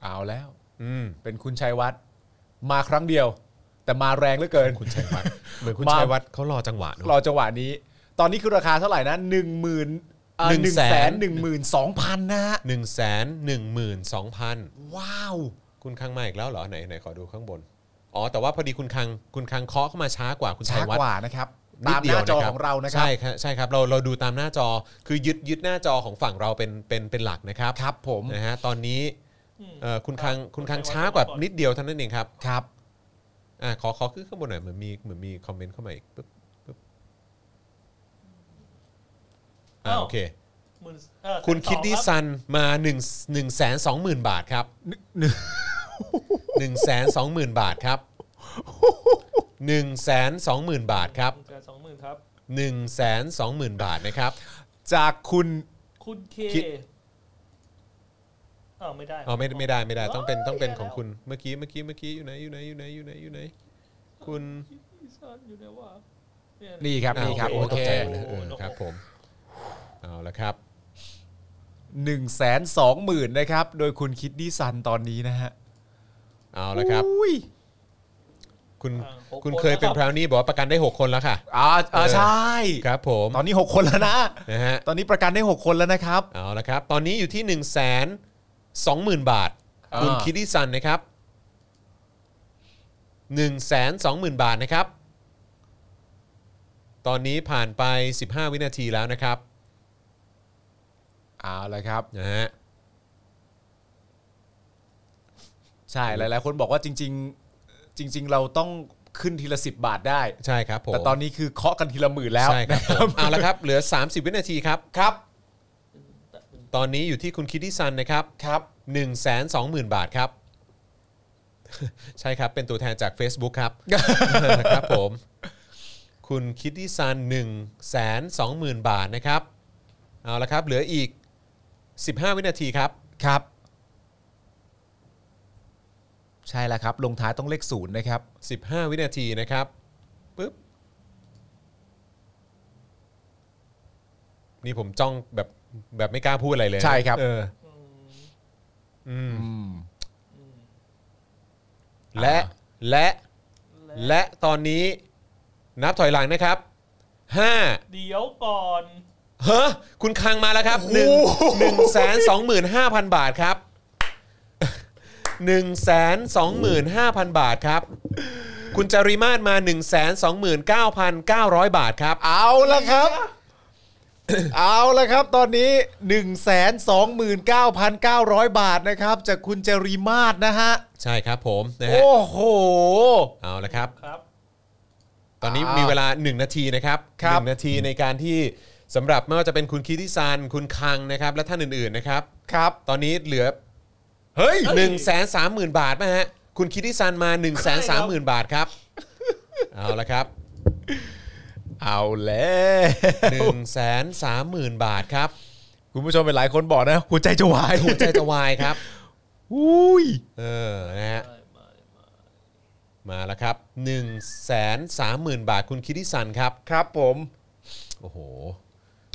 S3: เอาแล้ว
S2: อืม
S3: เป็นคุณชัยวัฒน์มาครั้งเดียว แต่มาแรงเหลือเกิน
S2: คุณชัยวัฒน์เหมือนคุณ
S3: มา
S2: ชัยวัฒน์เขารอจังหวะเน
S3: รอ
S2: อะ
S3: จังหวะนี้ ตอนนี้คือราคาเท่าไหร่นะหนึ่งหมื่น
S2: ห
S3: ห
S2: นึ่
S3: นึ่
S2: ง
S3: ง
S2: แส
S3: แส
S2: น
S3: นหนึ่งหมื่นสองพันนะฮะ
S2: หนึ่งแสนหนึ่งหมื่นสองพัน
S3: ว้าว
S2: คุณคังมาอีกแล้วเหรอไหนไหนขอดูข้างบน อ๋อ แต่ว่าพอดีคุณคังคุณคังเคาะเข้ามาช้ากว่าคุณชั
S3: ช้าย
S2: วัฒ
S3: ก
S2: น์
S3: ว่านะครับ
S2: นิด
S3: ตาม
S2: เดี
S3: ห
S2: ยว
S3: น้าจอ
S2: คบ
S3: ของเรานะครับ
S2: ใช่ครับใช่ครับเราเราดูตามหน้าจอคือยึดยึดหน้าจอของฝั่งเราเป็นเป็นเป็นหลักนะครับ
S3: ครับผม
S2: นะฮะตอนนี้
S4: อืม
S2: เอ่อคุณคังคุณคังช้ากว่านิดเดียวเท่านั้นเองครับ
S3: ครับ
S2: อ่าขอขอขึ้นข้างบนหน่อยเหมือนมีเหมือนมีคอมเมนต์เข้ามาอีกปึ๊บปึ๊บอ่าโอเค
S4: หมื่นเอ่อ
S2: คุณ
S4: แสน
S2: คิ
S4: สอง
S2: ดดี้ซันมา1 1 2 0 0 0 0 บาทครับ1 2 0 0 0 0 บาทครับ1 2 0 0 0 0 บาทค
S4: ค
S2: รั
S4: รั
S2: บบ
S4: หนึ่งแสนสองหมื่นค
S2: 1 2 0 0 0 0
S4: รับ
S2: บาทนะครับ
S3: จากคุณ
S4: คุณเค
S2: คิด
S4: อ้าวไม่ได้
S2: อ๋อไม่ไม่ได้ไม่ได้ต้องเป็นต้องเป็นของคุณเมื่อกี้เมื่อกี้เมื่อกี้อยู่ไหนอยู่ไหนอยู่ไหนอยู่ไหนอยู่ไหนคุณ
S4: อีสานอยู่ไหนวะเย
S3: นี่ครับ
S2: อ่า
S3: นี่ครับ
S2: โอ
S3: โอ
S2: เคตก
S3: เค
S2: ใจหมดเลยเออครับผมเอาละครับ
S3: หนึ่งแสนสองหมื่นนะครับ โดยคุณคิดดีซันตอนนี้นะฮะ
S2: เอาละครับ
S3: อุ้ย
S2: คุณ
S4: อ่าหก
S2: คุณ
S4: คน
S2: เคยเป็นพราวนี่บอกว่าประกันได้ 6 คนแล้วค่ะ
S3: อ่าอ่าใช่
S2: ครับผม
S3: ตอนนี้ 6 คนแล้วนะ
S2: นะฮะ
S3: ตอนนี้ประกันได้ 6 คนแล้วนะครับ
S2: เอาละครับ ตอนนี้อยู่ที่ 1 2 0 0 0 0 บาท
S3: อ่า
S2: คุณคิดดิซันนะครับ 1 2 0 0 0 0 บาทนะครับ ตอนนี้ผ่านไป 15 วินาทีแล้วนะครับ
S3: เอาละครับ
S2: นะฮะ
S3: ใช่หลายๆ คนบอกว่าจริง ๆ จริง ๆ เราต้องขึ้นทีละ 10 บาทได้
S2: ใช่ครับผม
S3: แต่ตอนนี้คือเคาะกันทีละหมื่นแล้ว
S2: ใช่ครับผมเอาละครับ เหลือ 30 วินาทีครับ
S3: ครับ
S2: ตอนนี้อยู่ที่คุณคิดดิซันนะครับ
S3: ครับ
S2: 1 2 0 0 0 0 บาทครับ ใช่ครับ เป็นตัวแทนจาก Facebook ครับ ครับผม คุณคิดดิซัน1 2 0 0 0 0 บาทนะครับ เอาละครับ เหลืออีก 15 วินาทีครับ
S3: ครับ ใช่แล้วครับ ลงท้ายต้องเลขศูนย์นะครับ
S2: 15 วินาทีนะครับปึ๊บนี่ผมจ้องแบบแบบไม่กล้าพูดอะไรเลยนะ
S3: ใช่ครับ
S2: เอออืม
S3: อืม
S2: และ
S3: อ่า
S2: และ และตอนนี้นับถอยหลังนะครับ 5
S4: เดี๋ยวก่อน
S2: เฮ้อคุณคังมาแล้วครับ1 1 2 5 0 0 0 บาท ครับ 1 2 2 5 0 0 0 บาทครับ คุณจาริมาศมา 1 2 9 9 0 0 บาทครับ
S3: เอาละครับ เอาละครับ ตอนนี้ 1 2 9 9 0 0 บาทนะครับ จากคุณจรีมาศนะฮะ
S2: ใช่ครับผมนะฮะ
S3: โอ้โห
S2: เอาละครับ
S4: ครับ
S2: ตอนนี้
S3: อ่ามี
S2: มีเวลา 1 นาทีนะครับ
S3: ครับ
S2: หนึ่งนาทีในการที่สำหรับไม่ว่าจะเป็นคุณคิติซานคุณคังนะครับ และท่านอื่นๆนะครับ
S3: ครับ
S2: ตอนนี้เหลือ
S3: เฮ้ย
S2: หนึ่งแสนสามหมื่นบาทไหมฮะ คุณคิดที่ซันมา1นึ่งแสนสามหมื่นบาทครับ เอาละครับ
S3: เอาแล้ว
S2: 1นึ่งแสนสามหมื่นบาทครับ
S3: คุณผู้ชมเป็นหลายคนบอกนะ หัวใจจะวาย
S2: หัวใจจะวายครับ
S3: อุ้ย
S2: เออนะฮะมาแล้วครับ1นึ่งแสนสามหมื่นบาทคุณคิดที่ซันครับ
S3: ครับผม
S2: โอ้โห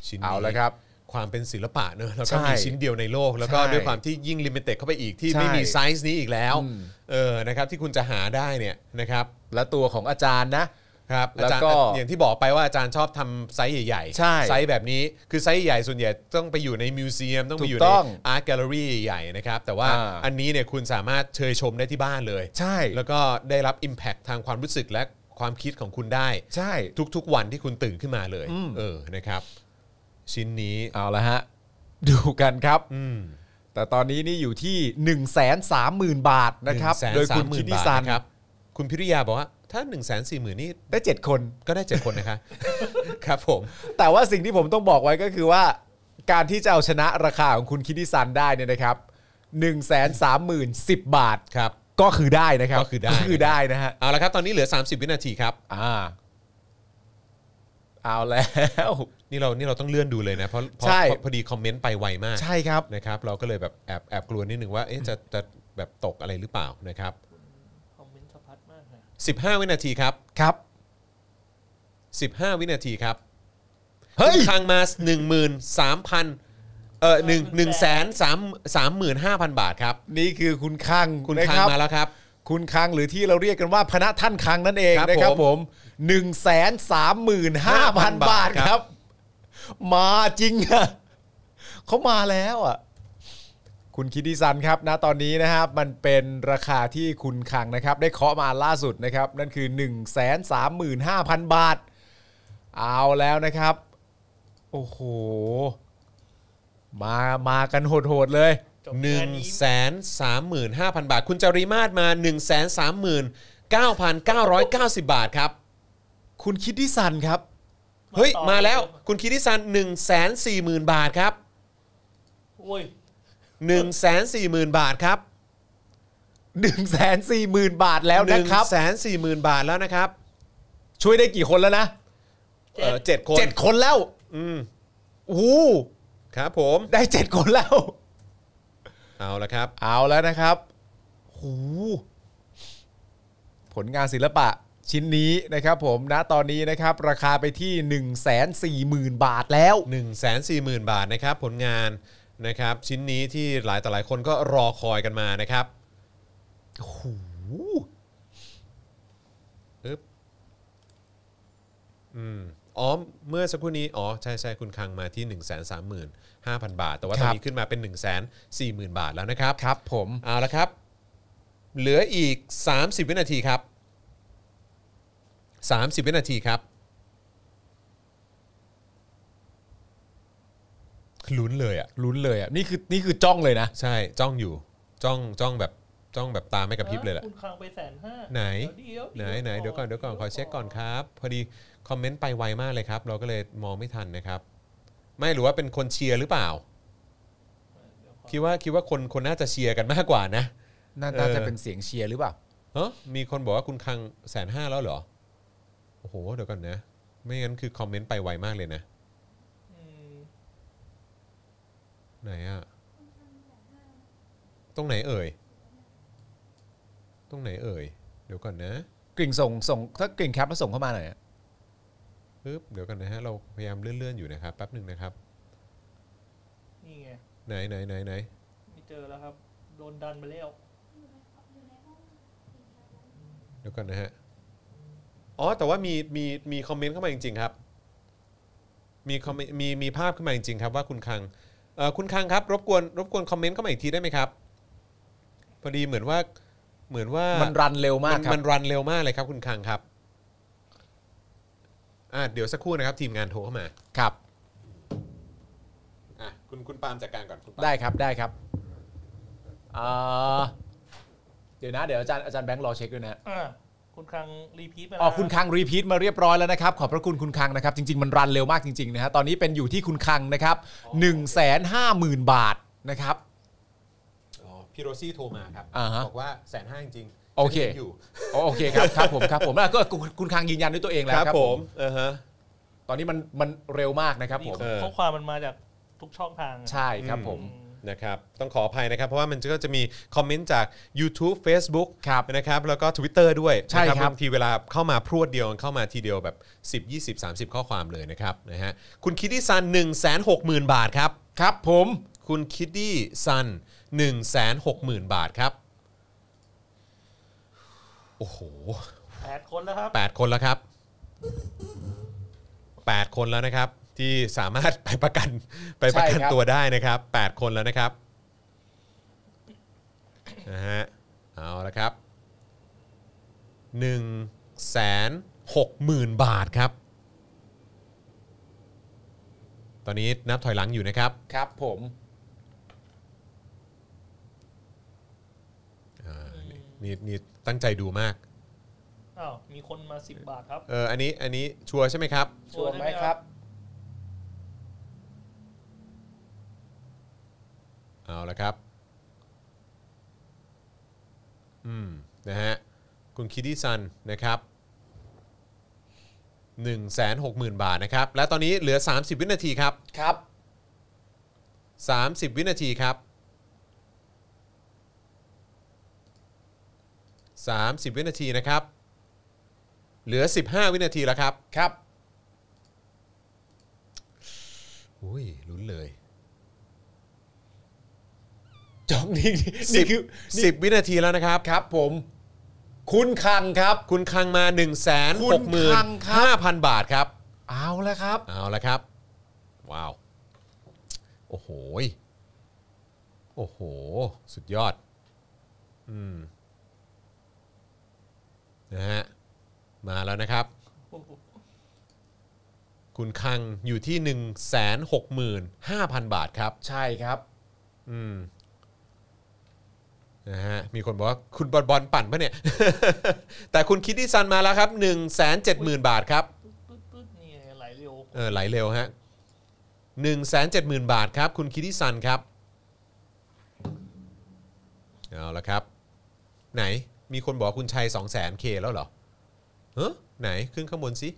S2: ชิ้นนี้
S3: เอาละครับ
S2: ความเป็นศิลปะเนอะแล้วก็
S3: ใช่
S2: มีชิ้นเดียวในโลก แล้วก็
S3: ใช่
S2: ด้วยความที่ยิ่งลิมิเต็ดเข้าไปอีกที่
S3: ใช่
S2: ไม่มีไซส์นี้อีกแล้ว
S3: อืม
S2: เออนะครับที่คุณจะหาได้เนี่ยนะครับ
S3: และตัวของอาจารย์นะ
S2: ครับ
S3: แล้วก็
S2: อาจารย์อย่างที่บอกไปว่าอาจารย์ชอบทำไซส์ใหญ่
S3: ใช่
S2: ไซส์แบบนี้คือไซส์ใหญ่ส่วนใหญ่ต้องไปอยู่ในมิวเซียมต้องไปอยู่
S3: ถู
S2: ใน
S3: กต้อง
S2: อาร์ตแกลเลอรี่ใหญ่ๆนะครับ แต่ว่า
S3: อ่า
S2: อันนี้เนี่ยคุณสามารถเชยชมได้ที่บ้านเลย
S3: ใช่
S2: แล้วก็ได้รับ Impact ทางความรู้สึกและความคิดของคุณได้
S3: ใช่
S2: ทุกๆวันที่คุณตื่นขึ้นมาเลย
S3: อืม
S2: เออนะครับ ชิ้นนี้
S3: เอาละฮ ะ ดูกันครับ
S2: อืม
S3: แต่ตอนนี้นี่อยู่ที่ 1 3 0 0 0 0 บาทนะครับ
S2: 130,000
S3: โดยคุณคิดดิซัน
S2: บาทะครับคุณพิริยาบอกว่าถ้า1นึ่งแสนสี่หมื่นนี่
S3: ได้ 7 คน
S2: ก็ได้เจ็ดคนนะคะ ครับผม
S3: แต่ว่าสิ่งที่ผมต้องบอกไว้ก็คือว่า การที่จะเอาชนะราคาของคุณคิดิซันได้เนี่ยนะครับ1นึ่งแสนสามหมื่นสิบบาท
S2: ครับ
S3: ก็คือได้นะครับ
S2: ก็คือได้
S3: ก็คือได้นะฮะ
S2: เอาละครับ ตอนนี้เหลือ 30 วินาทีครับ
S3: อ่า เอาแล้ว
S2: นี่เรานี่เราต้องเลื่อนดูเลยนะเพราะเพราะ
S3: ใช่
S2: เพราะพอดีคอมเมนต์ไปไวมาก
S3: ใช่ครับ
S2: นะครับ เราก็เลยแบบแอบแอบกลัวนิดนึงว่าเอ๊ะจะจะแบบตกอะไรหรือเปล่านะครับ
S4: คอมเมนต์สะพัดมากเลย
S2: 15 วินาทีครับ
S3: ครับ
S2: 15 วินาทีครับ
S3: เฮ้ย
S2: ทางมา13,000เอ่อ1 1 3 35,000 บาทครับ
S3: นี่คือคุณคัง
S2: คุณ
S3: นะ
S2: ค้าง
S3: รับ
S2: มาแล้วครับ
S3: คุณคังหรือที่เราเรียกกันว่าพระท่านคังนั่นเอง
S2: ครับ
S3: นะครับ
S2: ผ
S3: ผม ม1นึ่งแสนสามหมื่นห้าพันบาท
S2: ค
S3: ค
S2: รั
S3: รับ บ มาจริงอะเขามาแล้วอ่ะ คุณคิดดิซันครับนะตอนนี้นะครับมันเป็นราคาที่คุณคังนะครับ ได้เคาะมาล่าสุดนะครับ นั่นคือ 1 3 5 0 0 0 บาท เอาแล้วนะครับ โอ้โห มามากันโหดๆเลย
S4: จบ
S2: 1
S4: งานนี้
S2: 3 5 0 0 0 บาท คุณจารีมาศมา 1 3 9 9 9 0 บาทครับ
S3: คุณคิดดิซันครับ
S2: เฮ้ย
S4: ต่อ
S2: มาแล้วคุณคิดดิซัน1 4 0 0 0 0 บาทครับ
S4: โอ้ย
S2: 1 4 0 0 0 0 บาทครับ
S3: 1 4 0 0 0 0 บาทแล้วนะครับ
S2: 1 4 0 0 0 0 บาทแล้วนะครับ
S3: ช่วยได้กี่คนแล้วนะ
S2: เออเจ็ดคน
S3: เจ็ดคนแล้ว
S2: อืม
S3: โอ้โห
S2: ครับผม
S3: ได้เจ็ดคนแล้ว
S2: เอาละครับ
S3: เอาแล้วนะครับหูผลงานศิลปะชิ้นนี้นะครับผมนะตอนนี้นะครับ ราคาไปที่ 140,000 บาทแล้ว
S2: 140,000 บาทนะครับ ผลงานนะครับ ชิ้นนี้ที่หลายต่อหลายคนก็รอคอยกันมานะครับหูอึ๊บอืมอ๋อเมื่อสักครู่นี้ อ๋อ ใช่ใช่คุณคังมาที่ 1 3 5 0 0 0 บาท แต่ว่าตอน
S3: ครับ
S2: นี้ขึ้นมาเป็น 1 4 0 0 0 0 บาทแล้วนะครับ
S3: ครับผม
S2: เอาละครับ เหลืออีก 30 วินาทีครับ 30 วินาทีครับลุ้นเลยอ่ะ
S3: ลุ้นเลยอ่ะ นี่คือนี่คือจ้องเลยนะ
S2: ใช่จ้องอยู่จ้องจ้องแบบจ้องแบบตาไม่กระพริบเลยแหละ
S4: คุณคังไปแสนห้า
S2: ไหน
S4: เดี๋ยว
S2: ไหนไหนเดี๋ยวก่อนเดี๋ยวก่อนขอเช็คก่อนครับ พอดีคอมเมนต์ไปไวมากเลยครับ เราก็เลยมองไม่ทันนะครับ ไม่หรือว่าเป็นคนเชียร์หรือเปล่า คิดว่าคิดว่าคนคนน่าจะเชียร์กันมากกว่านะ
S3: น่าน่าจะเป็นเสียงเชียร์หรือเปล่า
S2: เอ้อมีคนบอกว่าคุณคังแสนห้าแล้วเหรอ โอ้โห เดี๋ยวก่อนนะ ไม่งั้นคือคอมเมนต์ไปไวมากเลยนะ
S4: อืม
S2: ไหนอะตรงไหนเอ่ย ตรงไหนเอ่ย เดี๋ยวก่อนนะ
S3: กลิ่งส่งส่งถ้ากลิ่งแคปมาส่งเข้ามาหน่อยอะ
S2: ปึ๊บเดี๋ยวก่อนนะฮะ เราพยายามเลื่อนๆอยู่นะครับ แป๊บหนึ่งนะครับ
S4: นี่ไง
S2: ไหนไหนไหนไหน
S4: ไม่เจอแล้วครับ โดนดันไปแล้ว
S2: เดี๋ยวก่อนนะฮะ อ๋อ แต่ว่ามีมีมีคอมเมนต์เข้ามาจริงๆครับ มีคอมเมนต์มีมีภาพขึ้นมาจริงๆครับว่าคุณคังเอ่อคุณคังครับ รบกวนรบกวนคอมเมนต์เข้ามาอีกทีได้ไหมครับ พอดีเหมือนว่าเหมือนว่า
S3: มันรันเร็วมากครั
S2: มั
S3: บ
S2: นรันเร็วมากเลยครับคุณคังครับอ่ะเดี๋ยวสักครู่นะครับ ทีมงานโทรเข้ามา
S3: ครับ
S2: อ่ะคุณคุณปาล์มจัดการก่อนคุณปาล์ม
S3: ได้ครับได้ครับเอ่อเดี๋ยวนะ เดี๋ยวอาจารย์อาจารย์แบงค์รอเช็คด้วยนะฮะ
S4: อ่าคุณคังรีพีทไปแล้ว
S3: อ๋อคุณคังรีพีทมาเรียบร้อยแล้วนะครับ ขอบพระคุณคุณคังนะครับ จริง ๆ มันรันเร็วมากจริง ๆ นะฮะตอนนี้เป็นอยู่ที่คุณคังนะครับ1นึ่งแสนห้าหมื่นบาทนะครับ
S2: อ๋อพี่โรซี่โทรมาครับ
S3: อ่าฮะ
S2: บอกว่าแสนห้าจริงๆ
S3: โอเค
S2: ฉันห็นอยู่
S3: อ๋อโอเคครับครับผมครับผมแล้วก็คุณคุณคังยืนยันด้วยตัวเองแล้ว
S2: ค
S3: ค
S2: รั
S3: รั
S2: บบ ผ
S3: ผม ม
S2: เออฮะ
S3: ตอนนี้มันมันเร็วมากนะครับผม
S2: เออ
S4: ข้อความมันมาจากทุกช่องทางอะ
S3: ใช่ครับผม
S4: อืม
S2: นะครับต้องขออภัยนะครับ เพราะว่ามันก็จะมีคอมเมนต์จาก YouTube Facebook
S3: ครับ
S2: นะครับแล้วก็ Twitter ด้วย
S3: ใช่
S2: นะครับ บางทีเวลาเข้ามาพรวดเดียวเข้ามาทีเดียวแบบ 10 20 30 ข้อความเลยนะครับนะฮะคุณคิดที่ซัน1 6 0 0 0 0 บาทครับ
S3: ครับผม
S2: คุณคิดดี้ซัน1 6 0 0 0 0 บาทครับ โอ้โห
S4: แปดคนแล้วครับ
S2: 8คนแล้วครับ 8 คนแล้วนะครับ ที่สามารถไปประกัน ไปประกัน
S3: ใช่ครับ
S2: ตัวได้นะครับ 8 คนแล้วนะครับนะฮะเอาละครับ 1 6 0 0 0 0 บาทครับ ตอนนี้นับถอยหลังอยู่นะครับ
S3: ครับผม
S2: อ่านี่นี่นี่ตั้งใจดูมาก
S4: อ้าว มีคนมาสิบบาทครับ
S2: เออ อันนี้ อันนี้ชัวร์ใช่ไหมครับ
S3: ชัวร์ไหมครับ
S2: เอาละครับ อืม นะฮะ คุณคิดดี้ซันนะครับ 160,000 บาทนะครับ และตอนนี้เหลือ 30 วินาทีครับ
S3: ครับ
S2: 30 วินาทีครับ 30 วินาทีนะครับ เหลือ 15 วินาทีแล้วครับ ครับอุ้ยลุ้นเลย
S3: จองนี่
S2: สิ
S3: นี่
S2: บ
S3: คือ
S2: สิบวินาทีแล้วนะครับ
S3: ครับผม คุณคังครับ
S2: คุณคังมา 1 6 5
S3: คุณคังครับ
S2: 0 0 0 บาทครับ
S3: เอาแล้วครับ
S2: เอาละครับ ว้าว โอ้โหยโอ้โห สุดยอด อืม นะฮะ มาแล้วนะครับ คุณคังอยู่ที่ 165,000 บาทครับ
S3: ใช่ครับ
S2: อืม นะฮะ มีคนบอกว่า คุณบอลบอลปั่นปะเนี่ย แต่คุณคิดดี้ซันมาแล้วครับ 170,000 บาทครับ
S4: ปึ๊ดปึ๊ดปึ๊ดนี่ไงไหลเร็ว
S2: เออไหลเร็วฮะหนึ่งแสนเจ็ดหมื่นบาทครับ คุณคิติซันครับ เอาละครับ ไหนมีคนบอกคุณชัยสองแสนเคแล้วเหรอเฮ้ไหนขึ้นข้างบนสิ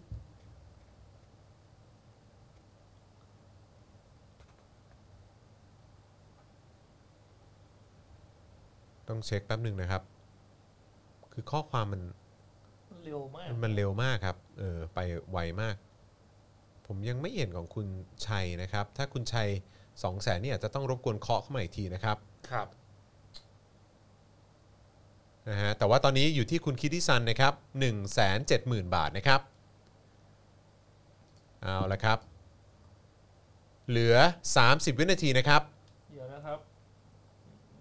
S2: ต้องเช็คแป๊บหนึ่งนะครับ คือข้อความมัน
S4: เร็วมาก
S2: มันเร็วมากครับ เออ ไปไวมาก ผมยังไม่เห็นของคุณชัยนะครับ ถ้าคุณชัยสองแสนเนี่ยจะต้องรบกวนเคาะเข้ามาอีกทีนะครับ
S3: ครับ
S2: นะฮะ แต่ว่าตอนนี้อยู่ที่คุณคิติซันนะครับ1 7 0 0 0 0 บาทนะครับ เอาละครับ เหลือ 30 วินาทีนะครับ
S4: เดี๋ยวนะครับ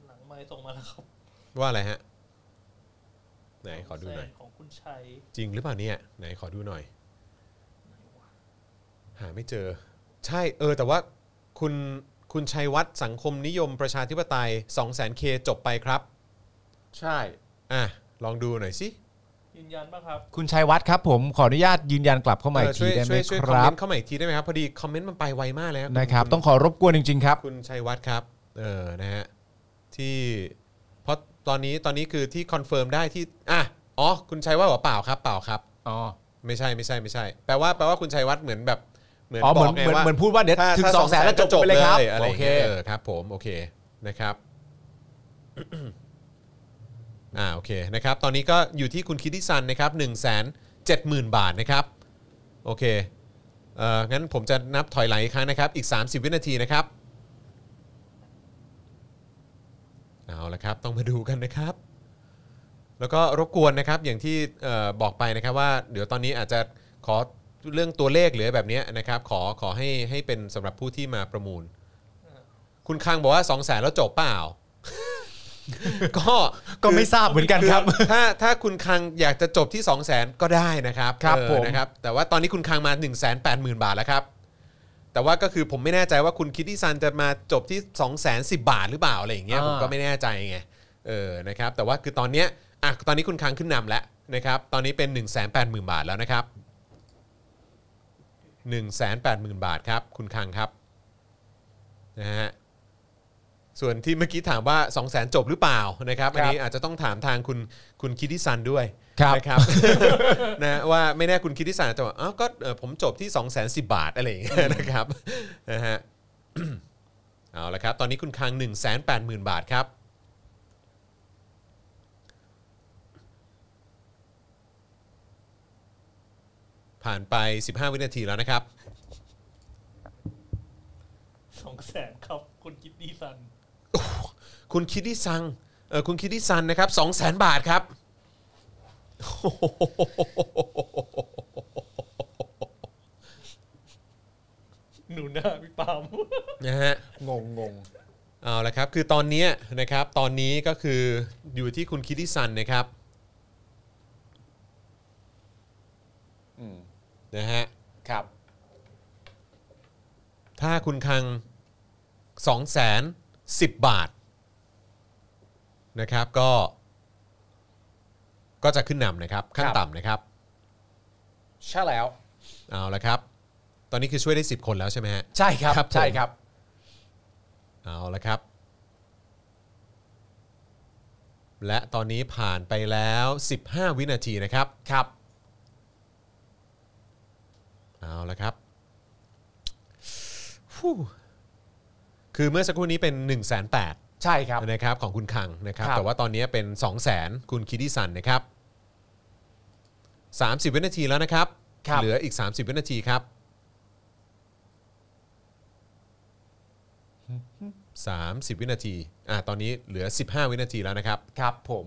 S4: หลังไม้ส่งมาแล้วครับ
S2: ว่าอะไรฮะ ไหนขอดูหน่อย
S4: แสของคุณชัย
S2: จริงหรือเปล่าเนี่ย ไหนขอดูหน่อย หาไม่เจอ ใช่เออ แต่ว่าคุณคุณชัยวัฒน์สังคมนิยมประชาธิปไตย 2 0 0 0 0 0 k จบไปครับ
S3: ใช่
S2: อ่ะ ลองดูหน่อยสิ
S4: ยืนยันป่ะครับ
S3: คุณชัยวัฒน์ครับผมขออนุญาตยืนยันกลับเข้ามาอี
S2: เอก อ
S3: ที
S2: ช่วย
S3: ได้ไห
S2: ช่
S3: ม
S2: วยช่วย
S3: ค
S2: คอม
S3: รั
S2: เม
S3: บ
S2: นต์เข้ามาอีกทีได้ไหมครับ พอดีคอมเมนต์มันไปไวมากเลยครับ
S3: นะครับ
S2: ณ
S3: ต้องขอรบกวนจริง ๆ ครับ
S2: คุณชัยวัฒน์ครับ เออนะฮะที่เพราะตอนนี้ตอนนี้คือที่คอนเฟิร์มได้ที่อ่ะอ๋อคุณชัยวัฒน์บอกเปล่าครับเปล่าครับ
S3: อ๋อ
S2: ไม่ใช่ไม่ใช่ไม่ใช่ แปลว่าแปลว่าคุณชัยวัฒน์เหมือนแบบเหมือน
S3: อ๋อเห
S2: บ
S3: มื
S2: อ
S3: อน
S2: กไง
S3: เหมือน
S2: ว่า
S3: เหมือนพูดว่าเดี๋ยว
S2: ถ้า
S3: ถึง
S2: ถ้า
S3: สองแสนแล้วจบ
S2: 200,000
S3: ไปเลยครับ
S2: อะไร
S3: โอ
S2: อย่าง
S3: เค
S2: เงี้ยเออครับผมโอเคนะครับ อ่าโอเคนะครับ ตอนนี้ก็อยู่ที่คุณคิติซันนะครับ1 7 0 0 0 0 บาทนะครับ โอเคเอ่องั้นผมจะนับถอยหลังอีกครั้งนะครับ อีก 30 วินาทีนะครับ เอาละครับ ต้องมาดูกันนะครับ แล้วก็รบกวนนะครับอย่างที่เอ่อบอกไปนะครับว่า เดี๋ยวตอนนี้อาจจะขอเรื่องตัวเลขหรือแบบเนี้ยนะครับ ขอขอให้ให้เป็นสำหรับผู้ที่มาประมูล คุณคังบอกว่า2องแสนแล้วจบเปล่า ก็
S3: ก็ไม่ทราบเหมือนกันครับ
S2: อถ้าถ้าคุณคังอยากจะจบที่ 2 0 0แสนก็ได้นะครับ
S3: ครับ
S2: เออ
S3: ผม
S2: นะครับแต่ว่าตอนนี้คุณคังมา 1 8 0 0 0 0 บาทแล้วครับ แต่ว่าก็คือผมไม่แน่ใจว่าคุณคิดที่ซันจะมาจบที่ 2 0 0แสนสิบาทหรือเปล่าอะไรอย่างเงี้ย
S3: อ่า
S2: ผมก็ไม่แน่ใจไงเออนะครับแต่ว่าคือตอนเนี้ยอ่ะตอนนี้คุณคังขึ้นนำแล้วนะครับตอนนี้เป็น 1 8 0 0 0 0 บาทแล้วนะครับ 1 8 0 0 0 0 บาทครับ คุณคังครับนะฮะส่วนที่เมื่อกี้ถามว่า 2 0 0แสนจบหรือเปล่านะครับอันนี้อาจจะต้องถามทางคุณคุณคิดที่ซันด้วย
S3: ครับ
S2: นะครับ นะว่าไม่แน่คุณคิดที่สารจะบอกอ้าวก็เอ่อผมจบที่ 2 1 0 0 0บาทอะไรอย่างเงี้ยนะครับ นะฮะ เอาละครับ ตอนนี้คุณคัง 1 8 0 0 0 0 บาทครับ ผ่านไป 15 วินาทีแล้วนะครับ
S4: สองแสนครับ คุณกิตตี้ซัน
S2: คุณคิดที่ซังเออคุณคิดที่ซันนะครับ 2 0 0 0 0 0 บาทครับ
S4: หนูหน้าพี่ปาล์ม
S2: นะฮะ
S3: งงงง
S2: เอาละครับ คือตอนเนี้ยนะครับ ตอนนี้ก็คืออยู่ที่คุณคิติซันนะครับนะฮะ
S3: ครับ
S2: ถ้าคุณคัง2องแสนสิบบาทนะครับ ก็ ก็จะขึ้นนำนะครับ ขั้น
S3: ครับ
S2: ต่ำนะครับ
S3: ใช่แล้ว
S2: เอาละครับ ตอนนี้คือช่วยได้ 10 คนแล้วใช่ไหมฮะ
S3: ใช่ครับ
S2: ครับผม
S3: ใช่ครับ
S2: เอาละครับ และตอนนี้ผ่านไปแล้ว 15 วินาทีนะครับครับ เอาละครับฟู่คือเมื่อสักครู่นี้เป็น 1 8 0 0 0 0
S3: ใช่ครับ
S2: นะครับของคุณคังนะครับ
S3: ครับ
S2: แต่ว่าตอนนี้เป็น 2 0 0 0 0 0 คุณคิดิสันนะครับ 30 วินาทีแล้วนะครับ เหลืออีก 30 วินาทีครับ 30 วินาทีอ่าตอนนี้เหลือ 15 วินาทีแล้วนะครับ
S3: ครับผม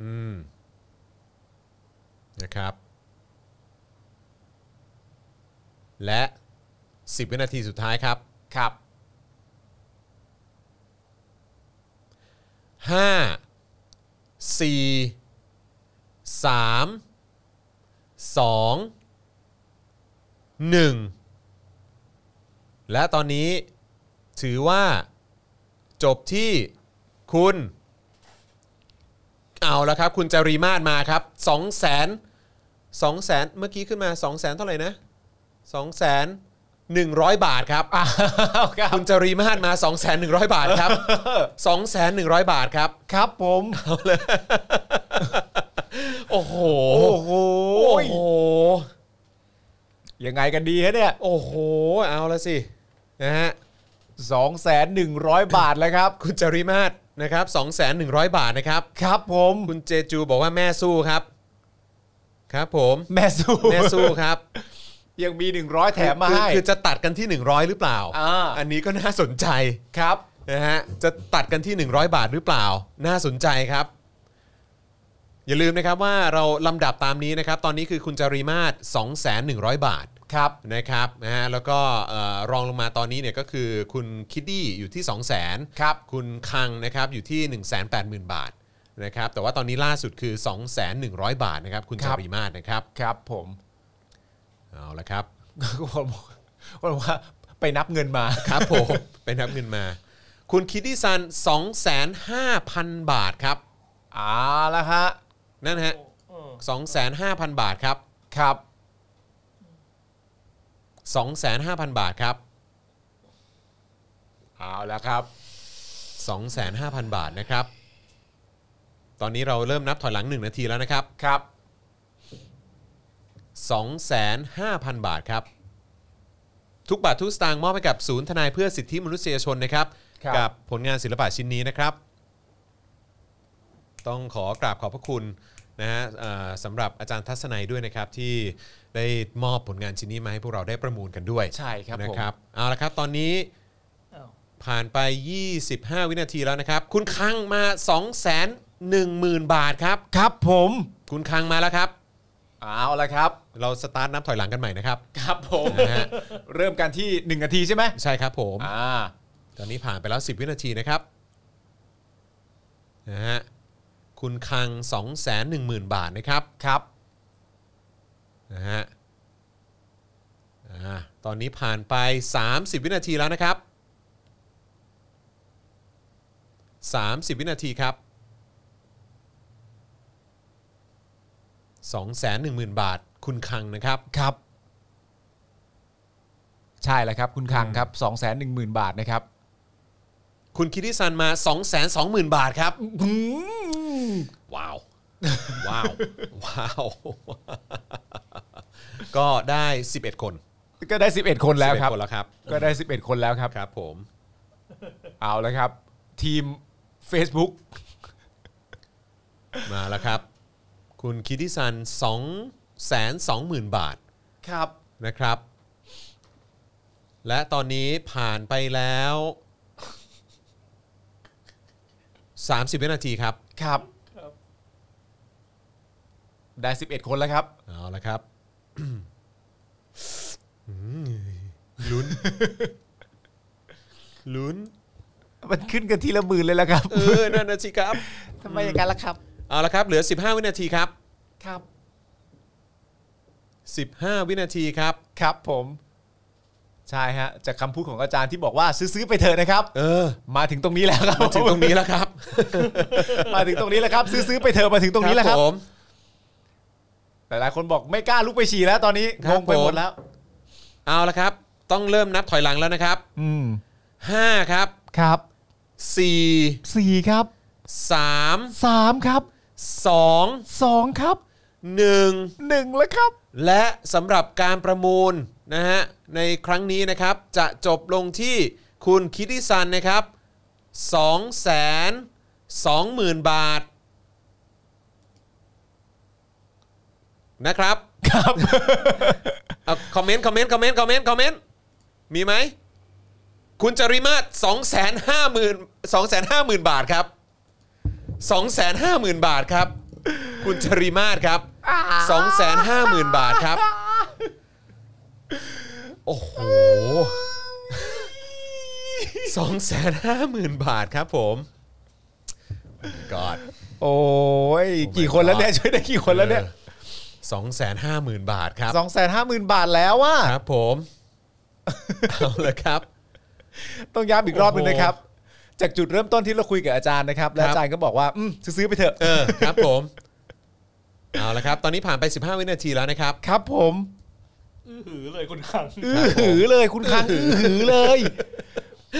S2: อืมนะครับ และ 10 วินาทีสุดท้ายครับ
S3: ครับ
S2: ห้าสี่สามสองหนึ่งและตอนนี้ถือว่าจบที่คุณ เอาแล้วครับ คุณจารีมาศมาครับ2 0 0 0 0 2 0 0 0 0เมื่อกี้ขึ้นมา 2 0 0 0 0 0เท่าไหร่นะ2 0 0 0 0 100 บาทครับ คุณจารีมาศมา 2 1 0 0 บาทครับ 2,100 บาทครับ
S3: ครับผม
S2: โอ้โห
S3: โอ้โห
S2: โอ้โห
S3: ยังไงกันดีฮะเนี่ย
S2: โอ้โห เอาละสิ นะฮะ
S3: สองแสนหนึ่งร้อยบาทแล้วครับ
S2: คุณจาริมาศนะครับ2,100 บาทนะครับ
S3: ครับผม
S2: คุณเจจูบอกว่าแม่สู้ครับ ครับผม
S3: แม่สู้
S2: แม่สู้ครับ
S3: ยังมีหนึ่งร้อยแถมมา
S2: คือ
S3: ให้
S2: คือจะตัดกันที่ 100 หรือเปล่า
S3: อ่า
S2: นนี้ก็น่าสนใจ
S3: ครับ
S2: นะฮะจะตัดกันที่ 100 บาทหรือเปล่า น่าสนใจครับ อย่าลืมนะครับว่าเราลำดับตามนี้นะครับ ตอนนี้คือคุณจารีมาศ2,100 บาท
S3: ครับ
S2: นะครับนะฮะแล้วก็เอ่อรองลงมาตอนนี้เนี่ยก็คือคุณคิดดี้อยู่ที่ 200,000
S3: ครับ
S2: คุณคังนะครับอยู่ที่ 180,000 บาทนะครับแต่ว่าตอนนี้ล่าสุดคือ 2,100 บาทนะครับ คุณ
S3: ครั
S2: จา
S3: บ
S2: รีมาศนะครับ
S3: ครับผม
S2: เอาละครับ
S3: คนบอกคนบอกว่าไปนับเงินมา
S2: ครับผม ไปนับเงินมา คุณคิดดี้ซัน2,500 บาทครับ
S3: เอาละฮะ
S2: นั่นฮะ
S4: เออ
S2: 25,000 บาทครับ
S3: ครับ
S2: 25,000 บาทครับ
S3: เอาละครับ
S2: 25,000 บาทนะครับ ตอนนี้เราเริ่มนับถอยหลัง 1 นาทีแล้วนะครับ
S3: ครับ
S2: 25,000 บาทครับ ทุกบาททุกสตางค์มอบให้กับศูนย์ทนายเพื่อสิทธิมนุษยชนนะครับ
S3: ครับ
S2: กับผลงานศิลปะชิ้นนี้นะครับ ต้องขอกราบขอบพระคุณนะฮะเอ่อสำหรับอาจารย์ทัศนัยด้วยนะครับ ที่ได้มอบผลงานชิ้นนี้มาให้พวกเราได้ประมูลกันด้วย
S3: ใช่ครับ
S2: นะ
S3: ผม
S2: ครับเอาละครับตอนนี้
S4: อ้าว
S2: ผ่านไป 25 วินาทีแล้วนะครับ คุณคังมา 2 1 0 0 0 0 บาทครับ
S3: ครับผม
S2: คุณคังมาแล้วครับ
S3: เอาละครับ
S2: เราสตาร์ทนับถอยหลังกันใหม่นะครับ
S3: ครับผม
S2: นะฮะ
S3: เริ่มกันที่หนึ่งนาทีใช่ไหม
S2: ใช่ครับผม
S3: อ่า
S2: ตอนนี้ผ่านไปแล้ว 10 วินาทีนะครับนะฮะคุณคัง 2 1 0 0 0 0 บาทนะครับ
S3: ครับ
S2: นะฮะอ่าตอนนี้ผ่านไป 30 วินาทีแล้วนะครับ 30 วินาทีครับ 210,000 บาท คุณคังนะครับ
S3: ครับ ใช่แล้วครับ คุณคังครับสองแสนหนึ่งหมื่นบาทนะครับ
S2: คุณคิติซันมา 220,000 บาทครับ
S3: อืม
S2: ว้าว ว้าว ว้าว ก็ได้ 11 คน
S3: ก็ได้สิบเอ็ดคนแล้วครั
S2: 11ค
S3: บ
S2: นแล้วครับ
S3: ก็ได้สิบเอ็ดคนแล้วครับ
S2: ครับผม
S3: เอาละครับ ทีม Facebook
S2: มาแล้วครับ คุณคิติซัน2 2 0 0 0 0 บาท
S3: ครับ
S2: นะครับ และตอนนี้ผ่านไปแล้ว 30 วินาทีครับ
S3: ครับ ได้ 11 คนแล้วครับ
S2: เอาละ ครับอืมลุ้น ลุ้น
S3: มันขึ้นกันทีละหมื่นเลยแล้วครับ
S2: เออ นั่นนะสิครับ
S3: ทำไมอย่างนั้นล่ะครับ
S2: เอาละครับ เหลือ 15 วินาทีครั
S3: ครับ
S2: บ 15 วินาทีครับ
S3: ครับผม ใช่ฮะ จากคำพูดของอาจารย์ที่บอกว่าซื้อๆไปเถอะนะครับ
S2: เออ
S3: มาถึงตรงนี้แล้วครับ
S2: มาถึงตรงนี้แล้วครับ
S3: มาถึงตรงนี้แล้วครับ ซื้อๆไปเถอะมาถึงตรงนี้แล้วครับ
S2: ผม
S3: แต่หลายคนบอกไม่กล้าลุกไปฉี่แล้วตอนนี้
S2: ครับ
S3: งงไปหม
S2: ผ
S3: ด
S2: ม
S3: แล้ว
S2: เอาละครับ ต้องเริ่มนับถอยหลังแล้วนะครับ
S3: อืม
S2: 5 ครับ
S3: ครับ
S2: สี่
S3: สี่ครับ
S2: สาม
S3: สามครับ
S2: สอง
S3: สองครับ
S2: หนึ่ง
S3: หนึ่งแล้วครับ
S2: และสำหรับการประมูลนะฮะในครั้งนี้นะครับจะจบลงที่คุณคิติซันนะครับ2 2 0 0 0 0 บาทนะครับครับเอาคอมเมนต์คอมเมนต์คอมเมนต์คอมเมนต์คอมเมนต์มีไหม คุณจริมาศ2 5 0 0 0 0 2 5 0 0 0 0 บาทครับ 250,000 บาทครับ คุณจริมาศครับ 250,000 บาทครับ โอ้โห 250,000 บาทครับผมกอด
S3: โอ้ย
S2: Oh my
S3: กี่คนแล้วเนี่ย
S2: God
S3: ช่วยได้กี่คนแล้วเนี่ย
S2: 250,000 บาทครับ
S3: สองแสนห้าหมื่นบาทแล้วว่า
S2: ครับผม เอาละครับ
S3: ต้องย้ำอีกรอบหนึ่ง
S2: โอ้โห
S3: นะครับ จากจุดเริ่มต้นที่เราคุยกับอาจารย์นะครับ แล้ว
S2: ครับ
S3: อาจารย์ก็บอกว่า อืมซื้อๆไปเถอะ
S2: เออครับผม เอาละครับ ตอนนี้ผ่านไป 15 วินาทีแล้วนะครับ
S3: ครับผม
S4: อื้อหือเลยคุณขัง
S3: อื้อหือเลยคุณคังอื้อหือเลย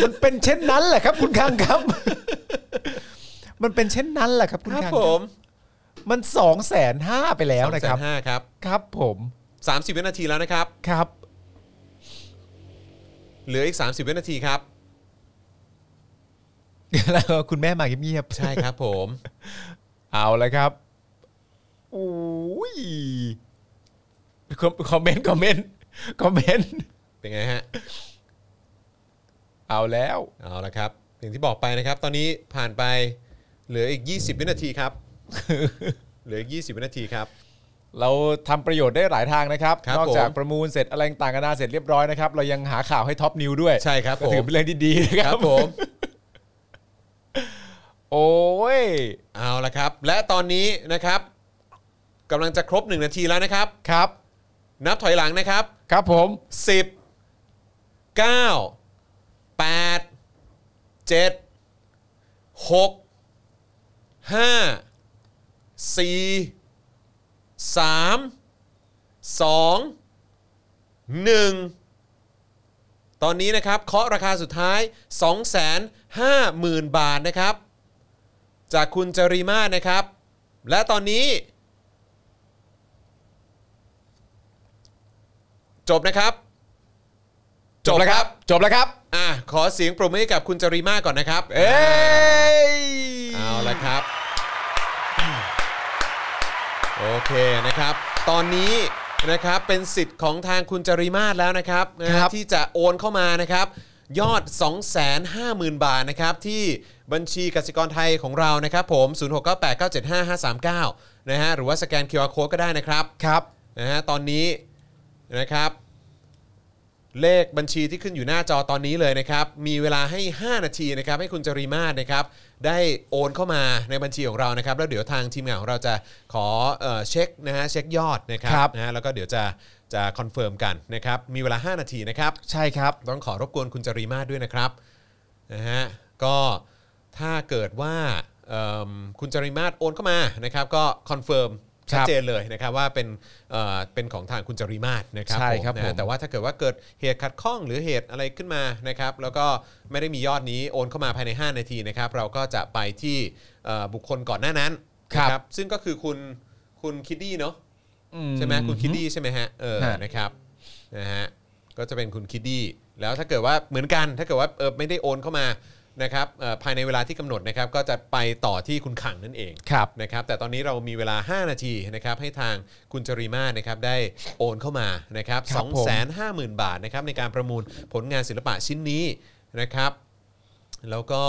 S3: มันเป็นเช่นนั้นแหละครับ คุณคังครับ มันเป็นเช่นนั้นแหละครับ คุณ
S2: ครับ
S3: คัง
S2: ผม
S3: มันสองแสนห้าไปแล้วนะครับ
S2: 250,000ครับ
S3: ครับผม
S2: 30 วินาทีแล้วนะครับ
S3: ครับ
S2: เหลืออีก 30 วินาทีครับ
S3: แล้วคุณแม่มาเงียบๆ
S2: ใช่ครับผม
S3: เอาแล้วครับอุ้ยคอมคอมเมนต์ คอมเมนต์ คอมเมนต์
S2: เป็นไงฮะ
S3: เอาแล้ว
S2: เอาละครับ อย่างที่บอกไปนะครับ ตอนนี้ผ่านไปเหลืออีก 20 วินาทีครับ เหลืออีก 20 วินาทีครับ
S3: เราทำประโยชน์ได้หลายทางนะครับ
S2: ครับ
S3: นอกจาก
S2: ผม
S3: ประมูลเสร็จอะไรต่างกันานาเสร็จเรียบร้อยนะครับ เรายังหาข่าวให้ท็อปนิวด้วย
S2: ใช่ครับ
S3: ก็
S2: ผ
S3: ถือ
S2: ม
S3: เป็นเรื่องที่ดีนะ
S2: ค
S3: ค
S2: รั
S3: รั
S2: บบ ผม
S3: โอ้ย
S2: เอาละครับ และตอนนี้นะครับกำลังจะครบ 1 นาทีแล้วนะครับ
S3: ครับ
S2: นับถอยหลังนะครับ
S3: ครับผม
S2: 10 9 8 7 6 5 4 3 2 1 ตอนนี้นะครับเคาะราคาสุดท้าย 250,000 บาทนะครับ จากคุณจริมาศนะครับ และตอนนี้ จบนะครับ จบแล้วครับ
S3: จบแล้วครับ
S2: อ่ะขอเสียงปรบมือให้กับคุณจริมาก่อนนะครับ
S3: เอ้
S2: เอ๊ะ
S3: ย
S2: เอาละครับ โอเคนะครับ ตอนนี้นะครับเป็นสิทธิ์ของทางคุณจริมาศแล้วนะครับนะฮะที่จะโอนเข้ามานะครับ ยอด 250,000 บาทนะครับที่บัญชีกสิกรไทยของเรานะครับผม 0698975539 นะฮะหรือว่าสแกน QR Code ก็ได้นะครับ
S3: ครับ
S2: นะฮะตอนนี้นะครับ เลขบัญชีที่ขึ้นอยู่หน้าจอตอนนี้เลยนะครับ มีเวลาให้ 5 นาทีนะครับ ให้คุณจริมาศนะครับ ได้โอนเข้ามาในบัญชีของเรานะครับ แล้วเดี๋ยวทางทีมงานของเราจะขอเออเช็คนะฮะเช็คยอดนะครั
S3: ครับ
S2: นะฮะแล้วก็เดี๋ยวจะจะคอนเฟิร์มกันนะครับ มีเวลา 5 นาทีนะครับ
S3: ใช่ครับ
S2: ต้องขอรบกวนคุณจริมาศด้วยนะครับนะฮะก็ถ้าเกิดว่าเอิ่มคุณจริมาศโอนเข้ามานะครับ ก็คอนเฟิร์มชัดเจนเลยนะครับว่าเป็นเอ่อเป็นของทางคุณจริมาศนะครับ
S3: ใช่ครับ
S2: นะ
S3: ผ
S2: ฮะ
S3: ม
S2: แต่ว่าถ้าเกิดว่าเกิดเหตุขัดข้องหรือเหตุอะไรขึ้นมานะครับ แล้วก็ไม่ได้มียอดนี้โอนเข้ามาภายใน 5 นาทีนะครับ เราก็จะไปที่เอ่อบุคคลก่อนหน้านั้นนะซึ่งก็คือคุณคุณคิดดี้เนาะ ใช่ไหมคุณคิดดี้ใช่ไหมฮะเออ
S3: ฮะ
S2: นะครับนะฮะก็จะเป็นคุณคิดดี้แล้วถ้าเกิดว่าเหมือนกันถ้าเกิดว่าเออไม่ได้โอนเข้ามานะครับเอ่อภายในเวลาที่กำหนดนะครับ ก็จะไปต่อที่คุณขังนั่นเอง
S3: ครับ
S2: นะครับ แต่ตอนนี้เรามีเวลา 5 นาทีนะครับให้ทางคุณจริมานะครับได้โอนเข้ามานะครับ
S3: ค
S2: ส
S3: รั
S2: อบ ง
S3: ผม
S2: แสนห้าหมื่นบาทนะครับในการประมูลผลงานศิลปะชิ้นนี้นะครับ แล้วก็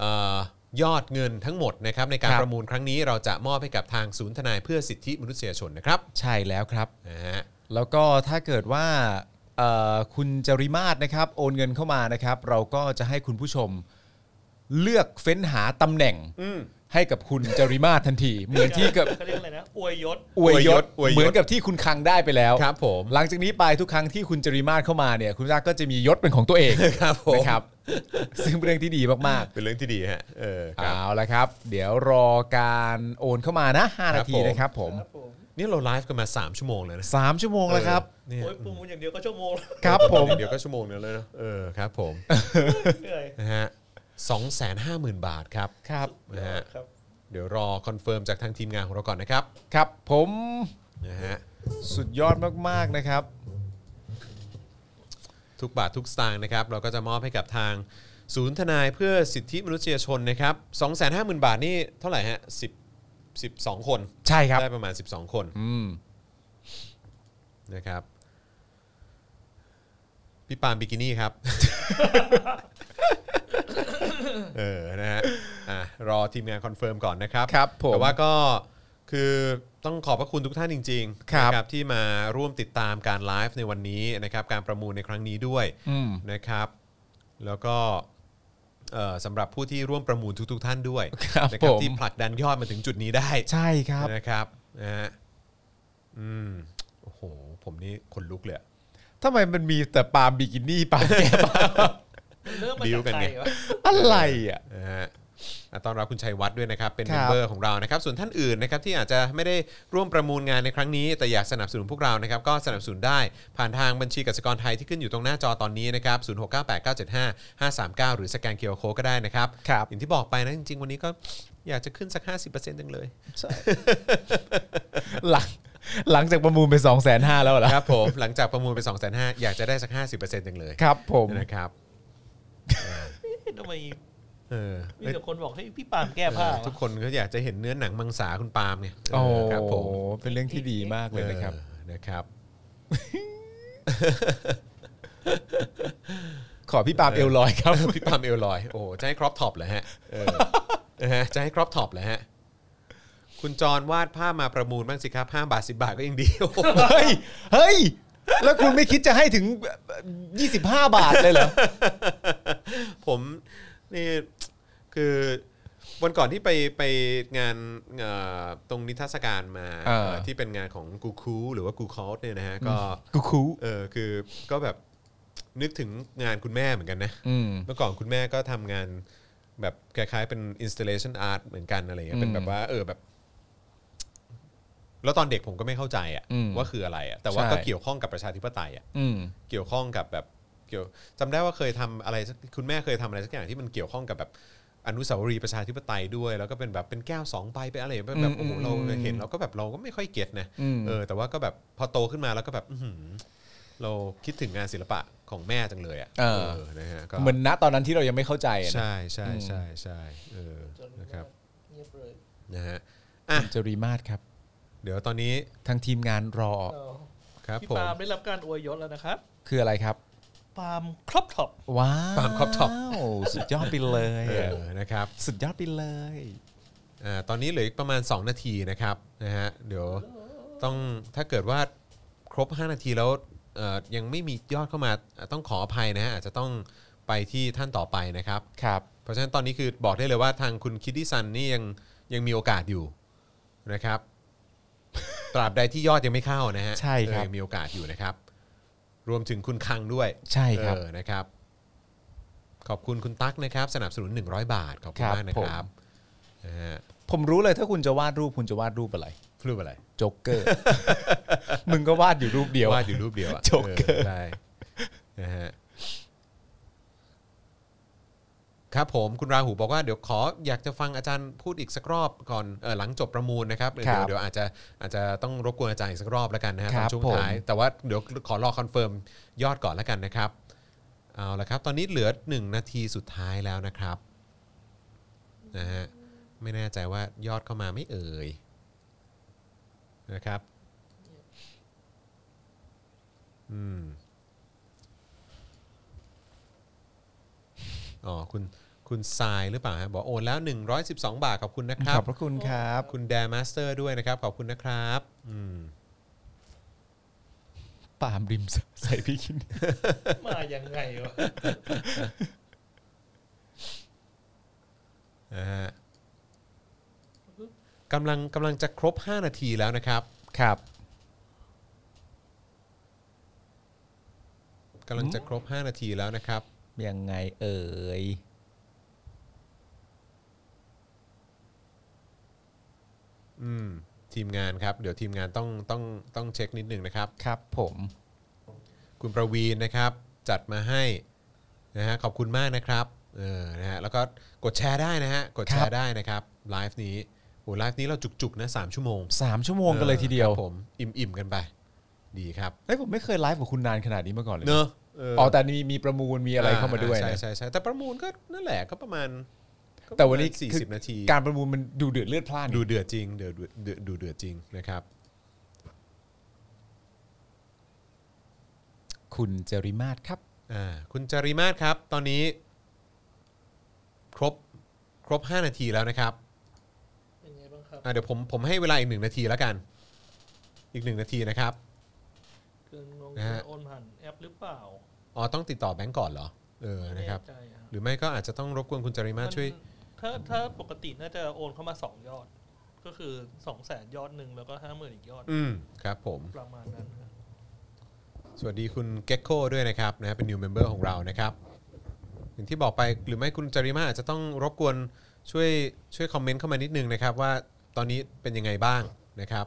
S2: เอ่อยอดเงินทั้งหมดนะครับในการ
S3: ครับ
S2: ประมูลครั้งนี้เราจะมอบให้กับทางศูนย์ทนายเพื่อสิทธิมนุษยชนนะครับ
S3: ใช่แล้วครับ
S2: นะฮะ
S3: แล้วก็ถ้าเกิดว่าเอ่อคุณจริมาศนะครับ โอนเงินเข้ามานะครับ เราก็จะให้คุณผู้ชมเลือกเฟ้นหาตำแหน่ง
S2: อืม
S3: ให้กับคุณจริมาศทันที เหมือนที่กับ
S4: เขาเรียกอะไรนะ อวยยศ
S3: อวยยศ
S2: อวยยศ
S3: เหมือนกับที่คุณคังได้ไปแล้ว
S2: ครับผม
S3: หลังจากนี้ไปทุกครั้งที่คุณจริมาศเข้ามาเนี่ยคุณจริมาศก็จะมียศเป็นของตัวเอง
S2: ครับผม
S3: นะครับ ซึ่งเป็นเรื่องที่ดีมาก
S2: เป็นเรื่องที่ดีฮะเออ
S3: ๆ
S2: ครับ
S3: เอาละครับ เดี๋ยวรอการโอนเข้ามานะ 5 นาทีนะครับ ผม
S2: นี่เราไลฟ์กันมา 3 ชั่วโมงเลยนะ
S3: สามชั่วโมงแล้วครับ
S2: เออเนี่ย
S4: โอ้ยปูมูลอย่างเดียวก็ชั่วโมงแล้ว
S3: ครับผม
S2: เดี๋ยวก็ชั่วโมงนึงแล้วเนอะเออครับผม
S4: เหนื่อย
S2: นะฮะ 250,000 บาทครับ
S3: ครับ
S2: นะฮะเดี๋ยวรอคอนเฟิร์มจากทางทีมงานของเราก่อนนะครับ
S3: ครับผม
S2: นะฮะ
S3: สุดยอดมากๆนะครับ
S2: ทุกบาททุกสตางค์นะครับเราก็จะมอบให้กับทางศูนย์ทนายเพื่อสิทธิมนุษยชนนะครับ250,000 บาทนี่เท่าไหร่ฮะ10 12 คน
S3: ใช่ครับ
S2: ได้ประมาณ 12 คน
S3: อืม
S2: นะครับพี่ปาล์มบิกินี่ ครับ เออ นะฮะ อ่ะ รอทีมงานคอนเฟิร์มก่อนนะครับ
S3: ครับผม
S2: แต่ว่าก็คือต้องขอบพระคุณทุกท่านจริงๆ
S3: ครับ
S2: นะที่มาร่วมติดตามการไลฟ์ในวันนี้นะครับ การประมูลในครั้งนี้ด้วย
S3: อืม
S2: นะครับ แล้วก็เอ่อสำหรับผู้ที่ร่วมประมูลทุกๆ ท่านด้วย
S3: ครับ
S2: นะ
S3: ผม
S2: ที่ผลักดันยอดมาถึงจุดนี้ได้
S3: ใช่ครับ
S2: นะครับนะฮะอืมโอ้โห ผมนี่ขนลุกเลยอะ
S3: ทำไมมันมีแต่ปาล์มบิกินี่ปาล์มแก้ปาล์ม
S4: เรื่องมัน
S2: บิ้ว
S4: จาก
S2: กัน
S4: ใคร
S2: ไง
S4: วะ
S3: อะไรอ่ะ
S2: นะฮะอ่ะต้อนรับคุณชัยวัฒน์ด้วยนะครับ เป็น
S3: ค
S2: เม
S3: รับ
S2: มเบอร์ของเรานะครับ ส่วนท่านอื่นนะครับที่อาจจะไม่ได้ร่วมประมูลงานในครั้งนี้ แต่อยากสนับสนุนพวกเรานะครับ ก็สนับสนุนได้ผ่านทางบัญชีกสิกรไทยที่ขึ้นอยู่ตรงหน้าจอตอนนี้นะครับ 0698975539 หรือสแกนเคอร์โคก็ได้นะครับ
S3: ครับ
S2: อย่างที่บอกไปนะจริงๆ วันนี้ก็อยากจะขึ้นสัก 50%จังเลย
S3: หลังหลังจากประมูลไป2องแสนห้าแล้วเหรอ
S2: ครับผม หลังจากประมูลไป2 5 0 0 0อยากจะได้สัก 50%จังเลย
S3: ครับผม
S2: นะครับ
S4: ทำไม
S2: เออ
S4: มีแต่คนบอกให้พี่ปาล์มแก้ผ้า
S2: เออทุกคนก็อยากจะเห็นเนื้อหนังมังสาคุณปาล์มไง
S3: โอ้โห
S2: ครับผม
S3: เป็นเรื่องที่ดีมากเลยนะครับ
S2: ออนะครับ
S3: ขอพี่ปาล์มเอลลอยครับ
S2: พี่ปาล์มเอลลอย โอ้โหจะให้ครอปท็อปเหรอฮะเออนะฮะจะให้ครอปท็อปเหรอฮะ คุณจรวาดภาพมาประมูลบ้างสิครับห้าบาทสิบาทก็ยังดีโอ้โห
S3: เฮ้ย เฮ้ย แล้วคุณไม่คิดจะให้ถึง 25 บาทเลยเหรอ
S2: ผมนี่คือวันก่อนที่ไปไปงานเอ่อตรงนิทรรศการมา
S3: เออ
S2: เอ่อที่เป็นงานของกูคูหรือว่ากูคอสเนี่ยนะฮะก็
S3: กูคู
S2: เออคือก็แบบนึกถึงงานคุณแม่เหมือนกันนะ
S3: อืม
S2: เมื่อก่อนคุณแม่ก็ทำงานแบบคล้ายๆเป็น installation art เหมือนกันอะไรเงี้ย
S3: อืม
S2: เป็นแบบว่าเออแบบ แล้วตอนเด็กผมก็ไม่เข้าใจอะ
S3: อืม
S2: ว่าคืออะไรอะแต่ว่า
S3: ใช่
S2: ก็เกี่ยวข้องกับประชาธิปไตยอะ
S3: อืม
S2: เกี่ยวข้องกับแบบเกี่ยวจำได้ว่าเคยทำอะไรสักคุณแม่เคยทำอะไรสักอย่างที่มันเกี่ยวข้องกับแบบอนุสาวรีย์ประชาธิปไตยด้วย แล้วก็เป็นแบบเป็นแก้วสองใบเป็นอะไรเป็นแบบ
S3: อื
S2: โอ้
S3: ม
S2: โหเรา
S3: อืม
S2: เห็นเราก็แบบเราก็ไม่ค่อยเก็ตนะ
S3: อืม
S2: เออ แต่ว่าก็แบบพอโตขึ้นมาแล้วก็แบบ อื้อหือเราคิดถึงงานศิลปะของแม่จังเลยอะ
S3: เออ
S2: เออนะฮะก็
S3: เหมือนณตอนนั้นที่เรายังไม่เข้าใจอะนะ
S2: ใช่ใช่ใช่ใช่เออนะครับ
S4: เงียบเลย
S2: นะฮะอ่ะ
S3: จรีมาศครับ
S2: เดี๋ยวตอนนี้
S3: ทางทีมงานรอ
S4: เออ
S2: ครับ
S4: พี่
S2: ผม
S4: ปาล์มได้รับการอวยยศแล้วนะครับ
S3: คืออะไรครับ
S4: ปาล์มครอบท็อป
S3: ว้าว
S2: ปาล์มครอบท็อป
S3: สุดยอดไปเลย
S2: เอ
S3: อะ
S2: อนะครับ
S3: สุดยอดไปเลย
S2: อ่าตอนนี้เหลืออีกประมาณ 2 นาทีนะครับนะฮะเดี๋ยวต้องถ้าเกิดว่าครบ 5 นาทีแล้วเอ่อยังไม่มียอดเข้ามาอ่ะต้องขออภัยนะฮะอาจจะต้องไปที่ท่านต่อไปนะครับ
S3: ครับ
S2: เพราะฉะนั้นตอนนี้คือบอกได้เลยว่าทางคุณคิดดี้ซันนี่ยังยังมีโอกาสอยู่นะครับ ตราบใดที่ยอดยังไม่เข้านะฮะ
S3: ใช่ครับ
S2: เออยังมีโอกาสอยู่นะครับ รวมถึงคุณคังด้วย
S3: ใช่ครับ
S2: เออนะครับ ขอบคุณคุณตั๊กนะครับ สนับสนุน 100 บาท ขอบคุณ
S3: ครับ
S2: มากนะค
S3: ผ
S2: รับ
S3: ม
S2: นะฮะ
S3: ผมรู้เลยถ้าคุณจะวาดรูปคุณจะวาดรูปอะไร
S2: รูปอะไร
S3: โจ๊กเกอร์ มึงก็วาดอยู่รูปเดียว
S2: วาดอยู่รูปเดียวอะ
S3: โจ๊กเกอร์
S2: ใช่นะฮะครับผมคุณราหูบอกว่าเดี๋ยวขออยากจะฟังอาจารย์พูดอีกสักรอบก่อนเออหลังจบประมูลนะครับ
S3: ครั
S2: เดี๋ยว
S3: บ
S2: เดี๋ยวอาจจะอาจจะต้องรบกวนอาจารย์อีกสักรอบแล้วกันนะฮะ
S3: ค
S2: ต
S3: รั
S2: อบ นช่วงท้าย
S3: ผม
S2: แต่ว่าเดี๋ยวขอรอคอนเฟิร์มยอดก่อนแล้วกันนะครับเอาละครับ ตอนนี้เหลือหนึ่งนาทีสุดท้ายแล้วนะครับนะฮะ ไม่แน่ใจว่ายอดเข้ามาไม่เอ่ยนะครับ อืม อ๋อ คุณคุณทรายหรือเปล่าฮะบอกโอนแล้ว 112 บาทขอบคุณนะครั
S3: ข
S2: บ
S3: อบพระคุณครับ
S2: คุณแดมาสเตอร์ด้วยนะครับ ขอบคุณนะครับ อืม
S3: ปาล์มริม ใส่พี่กิน
S4: มาอย่างไงวะ
S2: นะฮะกำลังกำลังจะครบ 5 นาทีแล้วนะครับ
S3: ครับ
S2: กำลังจะครบ 5 นาทีแล้วนะครับ
S3: ยังไงเอ่ย
S2: อืมทีมงานครับ เดี๋ยวทีมงานต้องต้องต้องเช็คนิดหนึ่งนะครับ
S3: ครับผม
S2: คุณประวีนนะครับ จัดมาให้นะฮะขอบคุณมากนะครับ เออนะฮะแล้วก็กดแชร์ได้นะฮะกดแชร์ได้นะครับไลฟ์นี้โหไลฟ์นี้เราจุกๆนะสามชั่วโมง
S3: สามชั่วโมงกันเลยทีเดี
S2: ค
S3: ยว
S2: รับผมอิ่มๆกันไป ดีครับ
S3: เฮ้ยผมไม่เคยไลฟ์กับคุณนานขนาดนี้มาก่อนเลย
S2: เนอะเ
S3: อ๋อแต่มีมีประมูลมีอะไรเข้ามาด้วย
S2: ใช่
S3: นะ
S2: ใช่ใช่แต่ประมูลก็นั่นแหละก็ประมาณก็ประมาณ
S3: แต่วันนี้
S2: สี่
S3: คือ
S2: สิบนาที
S3: การประมูลมันดูเดือดเลือดพล่าน
S2: ดูเดือดจริงเดือดเดือดดูเดือดจริงนะครับ
S3: คุณเจริมาศครับ
S2: อ่าคุณจาริมาศครับ ตอนนี้ ครบครบ 5 นาทีแล้วนะครับ
S4: เป็นไงบ้างครับ
S2: อ่าเดี๋ยวผมผมให้เวลาอีกหนึ่งนาทีแล้วกัน อีกหนึ่งนาทีนะครับ
S4: คือนง
S2: นะฮะ
S4: โอนผ่านแอปหรือเปล่า
S2: อ๋อต้องติดต่อแบงก์ก่อนเหรอเออ
S4: ไม่
S2: นะครับ
S4: แใจอะ
S2: หรือไม่ก็อาจจะต้องรบกวนคุณจาริมาศช่วย
S4: ถ้าถ้าปกติน่าจะโอนเข้ามาสองยอด ก็คือสองแสนยอดหนึ่งแล้วก็ห้าหมื่นอีกยอด
S2: อืมครับผม
S4: ประมาณนั้นครับ
S2: สวัสดีคุณเก็กโคด้วยนะครับนะฮะเป็น new member ของเรานะครับอย่างที่บอกไปหรือไม่คุณจาริมาอาจจะต้องรบกวนช่วยช่วยคอมเมนต์เข้ามานิดนึงนะครับ ว่าตอนนี้เป็นยังไงบ้างนะครับ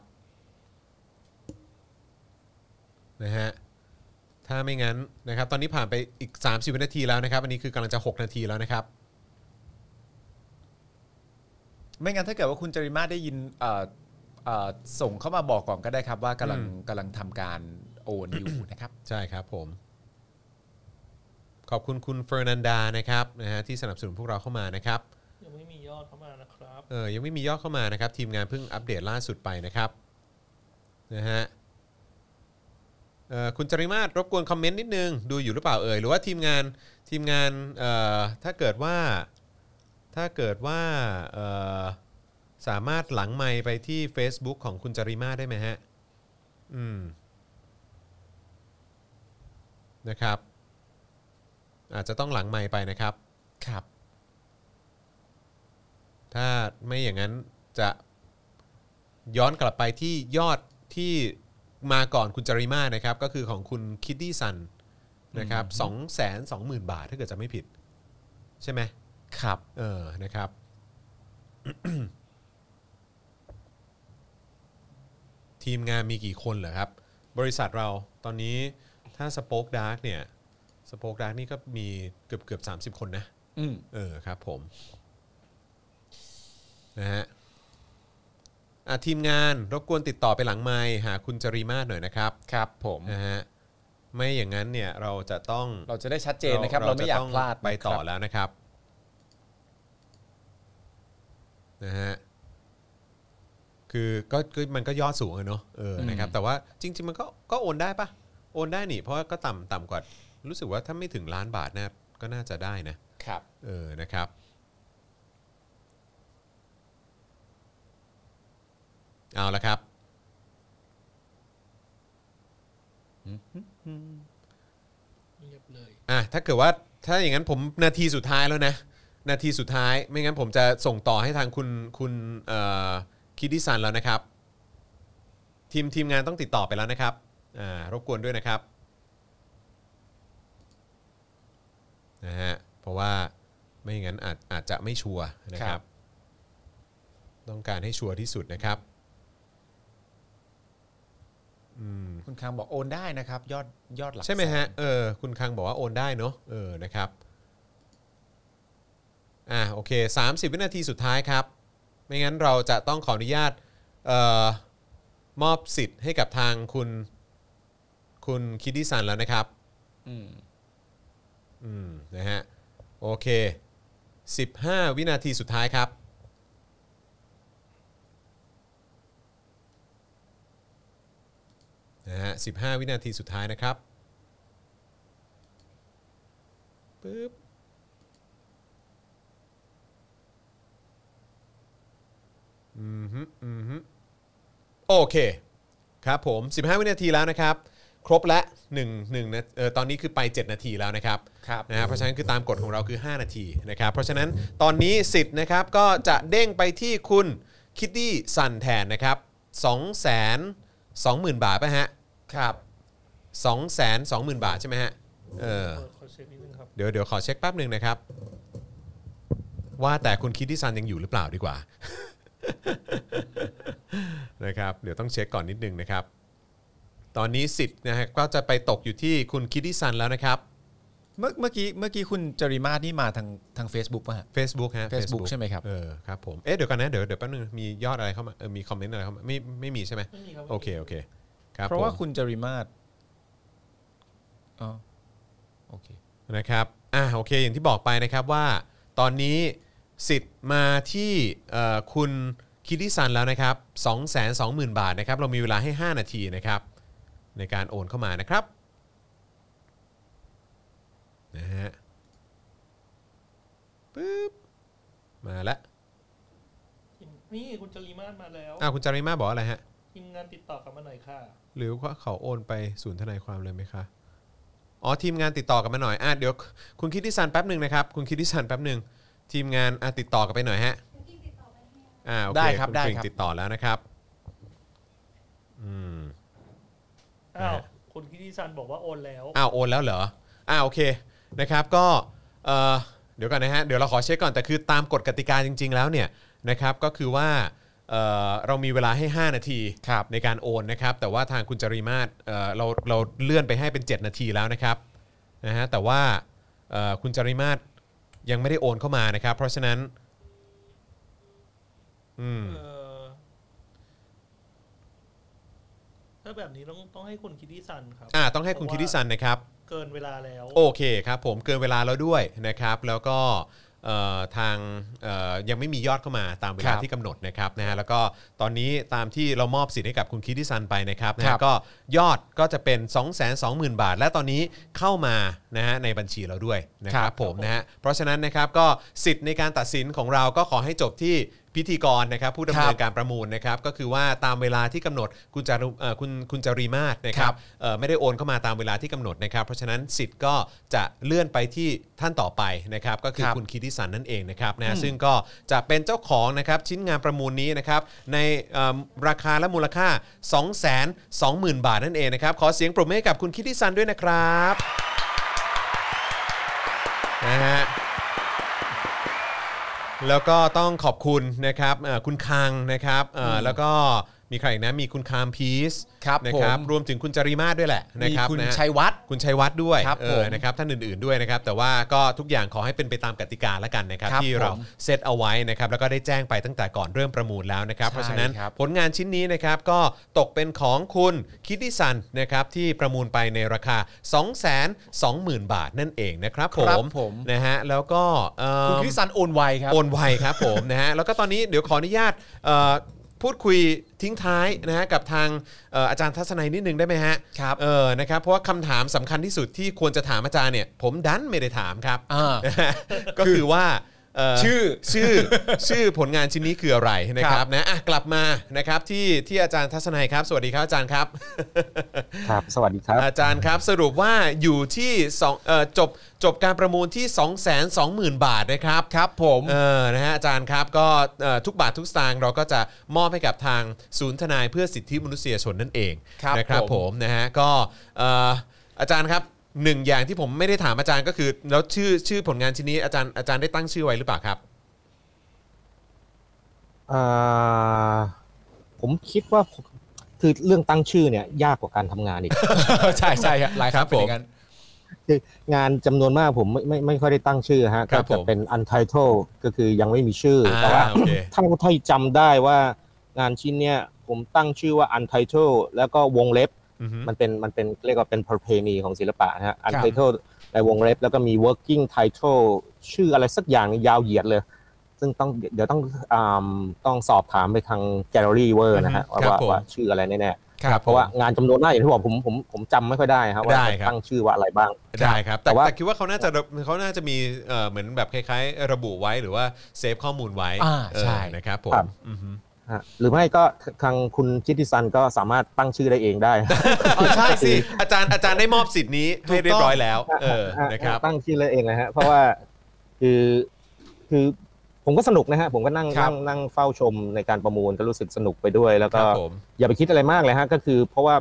S2: นะฮะถ้าไม่งั้นนะครับ ตอนนี้ผ่านไปอีก 30วินาทีแล้วนะครับ อันนี้คือกำลังจะ 6 นาทีแล้วนะครับ
S3: ไม่งั้นถ้าเกิดว่าคุณจริมาศได้ยินเอ่อเอ่อส่งเข้ามาบอกก่อนก็ได้ครับว่ากำลัง
S2: อืม
S3: กำลังทำการโอน อยู่ นะครับ
S2: ใช่ครับผม ขอบคุณคุณเฟอร์นันดานะครับนะฮะที่สนับสนุนพวกเราเข้ามานะครับ
S4: ยังไม่มียอดเข้ามานะครับ
S2: เออยังไม่มียอดเข้ามานะครับ ทีมงานเพิ่งอัปเดตล่าสุดไปนะครับนะฮะเอ่อคุณจริมาศรบกวนคอมเมนต์นิดนึง ดูอยู่หรือเปล่าเอ่ยหรือว่าทีมงานทีมงานเอ่อถ้าเกิดว่าถ้าเกิดว่าเอ่อสามารถหลังไมค์ไปที่ Facebook ของคุณจริมาศได้ไหมฮะอืมนะครับ อาจจะต้องหลังไมค์ไปนะครับ
S3: ครับ
S2: ถ้าไม่อย่างนั้นจะย้อนกลับไปที่ยอดที่มาก่อนคุณจาริมานะครับ ก็คือของคุณคิตตี้ซันนะครับสองแสนสองหมื่นบาท ถ้าเกิดจะไม่ผิด ใช่ไหม
S3: ครับ
S2: เออนะครับ ทีมงานมีกี่คนเหรอครับ บริษัทเราตอนนี้ถ้าสป็อคดาร์กเนี่ยสป็อคดาร์กนี่ก็มีเกือบเกือบสามสิบคนนะ
S3: อืม
S2: เออครับผมนะฮะอ่ะทีมงานรบกวนติดต่อไปหลังไมค์หาคุณจริมาศหน่อยนะครับ
S3: ครับผม
S2: นะฮะไม่อย่างนั้นเนี่ยเราจะต้อง
S3: เราจะได้ชัดเจนนะครับ เราไม่อยาก
S2: จะต้ง
S3: พลาด
S2: ไปต่อ
S3: นะครับ
S2: แล้วนะครับนะฮะคือก็คือมันก็ยอดสูงอะเนอะเออนะครับแต่ว่าจริง ๆ มันก็ก็โอนได้ปะโอนได้นี่ เพราะว่าก็ต่ำต่ำกว่า รู้สึกว่าถ้าไม่ถึงล้านบาทน่าก็น่าจะได้นะ
S3: ครับ
S2: เออ นะครับ เอาละครับ
S4: เงียบเลย
S2: อ่ะ ถ้าเกิดว่า ถ้าอย่างนั้นผมนาทีสุดท้ายแล้วนะ นาทีสุดท้าย ไม่งั้นผมจะส่งต่อให้ทางคุณคุณเอ่อคิดดิซันแล้วนะครับ ทีมทีมงานต้องติดต่อไปแล้วนะครับ อ่า รบกวนด้วยนะครับ นะฮะ เพราะว่าไม่อย่างนั้นอาจอาจจะไม่ชัวร์นะค
S3: ครั
S2: รับ
S3: บ
S2: ต้องการให้ชัวร์ที่สุดนะครับ อืม
S3: คุณคังบอกโอนได้นะครับ ยอดยอดหลัก
S2: ใช่ไหมฮะ เออ คุณคังบอกว่าโอนได้เนอะเออ นะครับ อ่ะ โอเค 30 วินาทีสุดท้ายครับ ไม่งั้นเราจะต้องขออนุญาต เอ่อ มอบสิทธิ์ให้กับทางคุณ คุณคิดดิสันแล้วนะครับ
S3: อืม
S2: อืม นะฮะ โอเค 15 วินาทีสุดท้ายครับ นะฮะ15 วินาทีสุดท้ายนะครับ ปึ๊บ อืมฮึอืมฮึโอเค ครับผม 15 วินาทีแล้วนะครับ ครบละ1 1นะเออตอนนี้คือไป 7 นาทีแล้วนะครับ
S3: ครับ
S2: นะฮะเพราะฉะนั้นคือตามกฎของเราคือ 5 นาทีนะครับ เพราะฉะนั้นตอนนี้สิทธิ์นะครับก็จะเด้งไปที่คุณคิตตี้สันแทนนะครับ2 2 0 0 0 0 บาทป่ะฮะ ครับ2 2 0 0 0 0 บาทใช่ไหมฮะ เออ
S4: เปิดขอเช็คนิดนึงครับ
S2: เดี๋ยวเดี๋ยวขอเช็คแป๊บหนึ่งนะครับ ว่าแต่คุณคิดที่ซันยังอยู่หรือเปล่าดีกว่า นะครับ เดี๋ยวต้องเช็คก่อนนิดนึงนะครับ ตอนนี้สิทธิ์นะฮะก็จะไปตกอยู่ที่คุณคิดที่ซันแล้วนะครับ
S3: เมื่อเมื่อกี้เมื่อกี้คุณจริมาศนี่มาทางทาง Facebook ป่ะฮะ
S2: Facebook ฮะ
S3: Facebook ใช่ไหมครับ
S2: เออครับผมเอ๊ะเดี๋ยวกันนะเดี๋ยวเดี๋ยวแป๊บนึงมียอดอะไรเข้ามาเออมีคอมเมนต์อะไรเข้ามาไม่ไม่มีใช่ไหม
S4: ไม่มีครับ
S2: โอเคโอเคครับ
S3: เพราะว่า
S2: ผม
S3: คุณจริมาศอ๋อโอเค
S2: นะครับ อ่า โอเค อย่างที่บอกไปนะครับว่า ตอนนี้สิทธิ์มาที่เอ่อคุณคิติซันแล้วนะครับ 220,000 บาทนะครับ เรามีเวลาให้ 5 นาทีนะครับ ในการโอนเข้ามานะครับ นะฮะ ปึ๊บ มาแล้ว
S4: นี่คุณจริมาศมาแล้ว
S2: อ้าว คุณจาริมาบอกอะไรฮะ
S4: ทีมงานติดต่อกลับมาหน่อยค่ะ
S2: หรือว่าเขาโอนไปศูนย์ทนายความเลยไหมคะ อ๋อทีมงานติดต่อกลับมาหน่อยอ่ะเดี๋ยวคุณคิดดิซันแป๊บหนึ่งนะครับ คุณคิดดิซันแป๊บหนึ่งทีมงานอ่ะติดต่อกลับไปหน่อยฮะอ่าโอเค
S3: ได้ครับ
S2: ณกง
S3: ได้ครับ
S2: ติดต่อแล้วนะครับ อืม
S4: อ้า
S2: นะ
S4: ว
S2: ฮะ
S4: คุณคิติซันบอกว่าโอนแล้ว
S2: อ้าวโอนแล้วเหรออ้าวโอเคนะครับก็เอ่อเดี๋ยวก่อนนะฮะเดี๋ยวเราขอเช็คก่อนแต่คือตามกฎกติกาจริง ๆ แล้วเนี่ยนะครับก็คือว่าเอ่อเรามีเวลาให้ 5 นาทีในการโอนนะครับแต่ว่าทางคุณจริมาศเอ่อเราเราเลื่อนไปให้เป็น 7 นาทีแล้วนะครับนะฮะแต่ว่าเอ่อคุณจริมาศยังไม่ได้โอนเข้ามานะครับ เพราะฉะนั้นอืม
S4: เออถ้าแบบนี้ต้องต้องให้คุณคิติซันครับ
S2: อ่าต้องให้คุณ
S4: เพ
S2: คิ
S4: ราะ
S2: ติ
S4: ว่า
S2: สันนะครับ
S4: เกินเวลาแล้ว
S2: โอเคครับผมเกินเวลาแล้วด้วยนะครับ แล้วก็เอ่อทางเอ่อยังไม่มียอดเข้ามาตามเวลา
S3: ครับ
S2: ที่กำหนดนะครับนะฮะแล้วก็ตอนนี้ตามที่เรามอบสิทธิ์ให้กับคุณคิติซันไปนะครับนะ
S3: ครั
S2: ฮะ
S3: บ
S2: ก็ยอดก็จะเป็น 2 2 0 0 0 0 บาท และตอนนี้เข้ามานะฮะในบัญชีเราด้วยนะครับผมนะฮะเพราะฉะนั้นนะครับก็สิทธิ์ในการตัดสินของเราก็ขอให้จบที่พิธีกรนะครับผู้ดำเนินการประมูลนะครับก็คือว่าตามเวลาที่กำหนดคุณจารุเอ่อคุณคุณจารีมาศนะครับ เอ่อไม่ได้โอนเข้ามาตามเวลาที่กำหนดนะครับ เพราะฉะนั้นสิทธิ์ก็จะเลื่อนไปที่ท่านต่อไปนะครับ ก็คือ
S3: ครับ
S2: คุณคิติสันนั่นเองนะครับนะฮะซึ่งก็จะเป็นเจ้าของนะครับชิ้นงานประมูลนี้นะครับในเอ่อราคาและมูลค่า 2 2 0 0 0 0 บาทนั่นเองนะครับ ขอเสียงปรบมือให้กับคุณคิติสันด้วยนะครับนะฮะ แล้วก็ต้องขอบคุณนะครับเอ่อคุณคังนะครับเอ่ออแล้วก็มีใครอีกนะมีคุณคามพีซ
S3: ครับ
S2: นะครับ
S3: ผม
S2: รวมถึงคุณจริมาศด้วยแหละนะ
S3: มี
S2: รับ
S3: คุณ
S2: นะฮะ
S3: ชัยวัฒน์
S2: คุณชัยวัฒน์ด้วย
S3: ครับ
S2: เอ
S3: ผ
S2: อ
S3: ม
S2: นะครับท่านอื่นๆด้วยนะครับ แต่ว่าก็ทุกอย่างขอให้เป็นไปตามกติกาละกันนะครับ
S3: ครับ
S2: ที่เรา
S3: ผม
S2: เซตเอาไว้นะครับ แล้วก็ได้แจ้งไปตั้งแต่ก่อนเริ่มประมูลแล้วนะครับเพ
S3: ใช่
S2: ราะฉะนั้น
S3: ครับ
S2: ผลงานชิ้นนี้นะครับก็ตกเป็นของคุณคิติสันนะครับที่ประมูลไปในราคา 2 2 0 0 0 0 บาทนั่นเองนะครับผ
S3: ครับ
S2: ม
S3: ผม
S2: นะฮะแล้วก็เอิ่ม
S3: คุณคริสซันโอนไวครับ
S2: โอนไวครับผม นะฮะแล้วก็ตอนนี้เดี๋ยวขออนุญาตเอ่อพูดคุยทิ้งท้ายนะฮะกับทางเอ่ออาจารย์ทัศนัยนิดนึงได้ไหมฮะ
S3: ครับ
S2: เออนะครับเพราะว่าคำถามสำคัญที่สุดที่ควรจะถามอาจารย์เนี่ย ผมดันไม่ได้ถามครับ
S3: อ่า
S2: ก็คือว่าเอ่อ
S3: ชื่อ
S2: ชื่อชื่อผลงานชิ้นนี้คืออะไรนะค
S3: ค
S2: รั
S3: รั
S2: บบ นะอ่ะกลับมานะครับที่ที่อาจารย์ทัศนัยครับ สวัสดีครับอาจารย์ครับ
S10: ครับ สวัสดีครับ
S2: อาจารย์ครับสรุปว่าอยู่ที่สองเอ่อจบจบการประมูลที่ 2 2 0 0 0 0 บาทนะครับครับผมเออนะฮะอาจารย์ครับก็เอ่อทุกบาททุกสตางค์เราก็จะมอบให้กับทางศูนย์ทนายเพื่อสิทธิมนุษยชนนั่นเอง
S3: ครับ
S2: นะครับ
S3: ผม
S2: ผมนะฮะก็เอ่ออาจารย์ครับหนึ่งอย่างที่ผมไม่ได้ถามอาจารย์ก็คือ แล้วชื่อชื่อผลงานชิ้นนี้อาจารย์อาจารย์ได้ตั้งชื่อไว้หรือเปล่าครับ
S10: อ่าผมคิดว่าคือเรื่องตั้งชื่อเนี่ยยากกว่าการทำงานอีก
S3: ใช่ใช่ครับหลายค
S2: ครั
S3: รั้
S2: บ
S3: งเป็นอย่างนั้น
S10: คืองานจำนวนมากผมไม่ไม่ไม่ค่อยได้ตั้งชื่อฮะ
S2: ครั
S10: ก็
S2: บผม
S10: จะเป็น untitled ก็คือยังไม่มีชื่ออา แต่ว่า
S2: โอเค
S10: เท่าที่จำได้ว่างานชิ้นเนี่ยผมตั้งชื่อว่า untitled แล้วก็วงเล็บ
S2: อือฮึ
S10: มันเป็นมันเป็นเรียกว่าเป็นประเพณีของศิลปะนะฮะ untitled ในวงเล็บแล้วก็มี working title ชื่ออะไรสักอย่างยาวเหยียดเลย ซึ่งต้องเดี๋ยวต้องอ่าต้องสอบถามไปทาง gallery เวอร์นะฮะ
S2: อือ
S10: ว่า
S2: ฮึครับผม
S10: ว่าว่าชื่ออะไรแน่
S2: ครับ
S10: ๆ
S2: เพ
S10: เพ
S2: ราะ
S10: ราะ
S2: ว่า
S10: ว่างานจำนวนมากอย่างที่บอกผมผมผมจำไม่ค่อยได้ฮะว่า
S2: ได้ครับ
S10: ตั้งชื่อว่าอะไรบ้าง
S2: ได้ครับแต่
S10: แต่ว่า
S2: แต่คิดว่าเขาน่าจะเขาน่าจะมีเอ่อเหมือนแบบคล้ายๆ ระบุไว้หรือว่าเซฟข้อมูลไว้
S3: อ่าใช่
S2: เออนะครับผมอือฮึ
S10: ฮะหรือไม่ก็ทางคุณจิตติซันก็สามารถตั้งชื่อได้เองได้
S2: อ๋อใช่สิ อาจารย์อาจารย์ได้มอบสิทธิ์นี้ให้เรียบร้อยแล้ว เออนะครับ
S10: ตั้งชื่อเลยเองนะฮะเพราะว่าคือคือผมก็สนุกนะฮะผมก็นั่ง
S2: ครับ
S10: นั่งนั่งเฝ้าชมในการประมูลก็รู้สึกสนุกไปด้วย แล้ว
S2: ค
S10: ก็
S2: รับผม
S10: อย่าไปคิดอะไรมากเลยฮะก็คือ เพราะว่า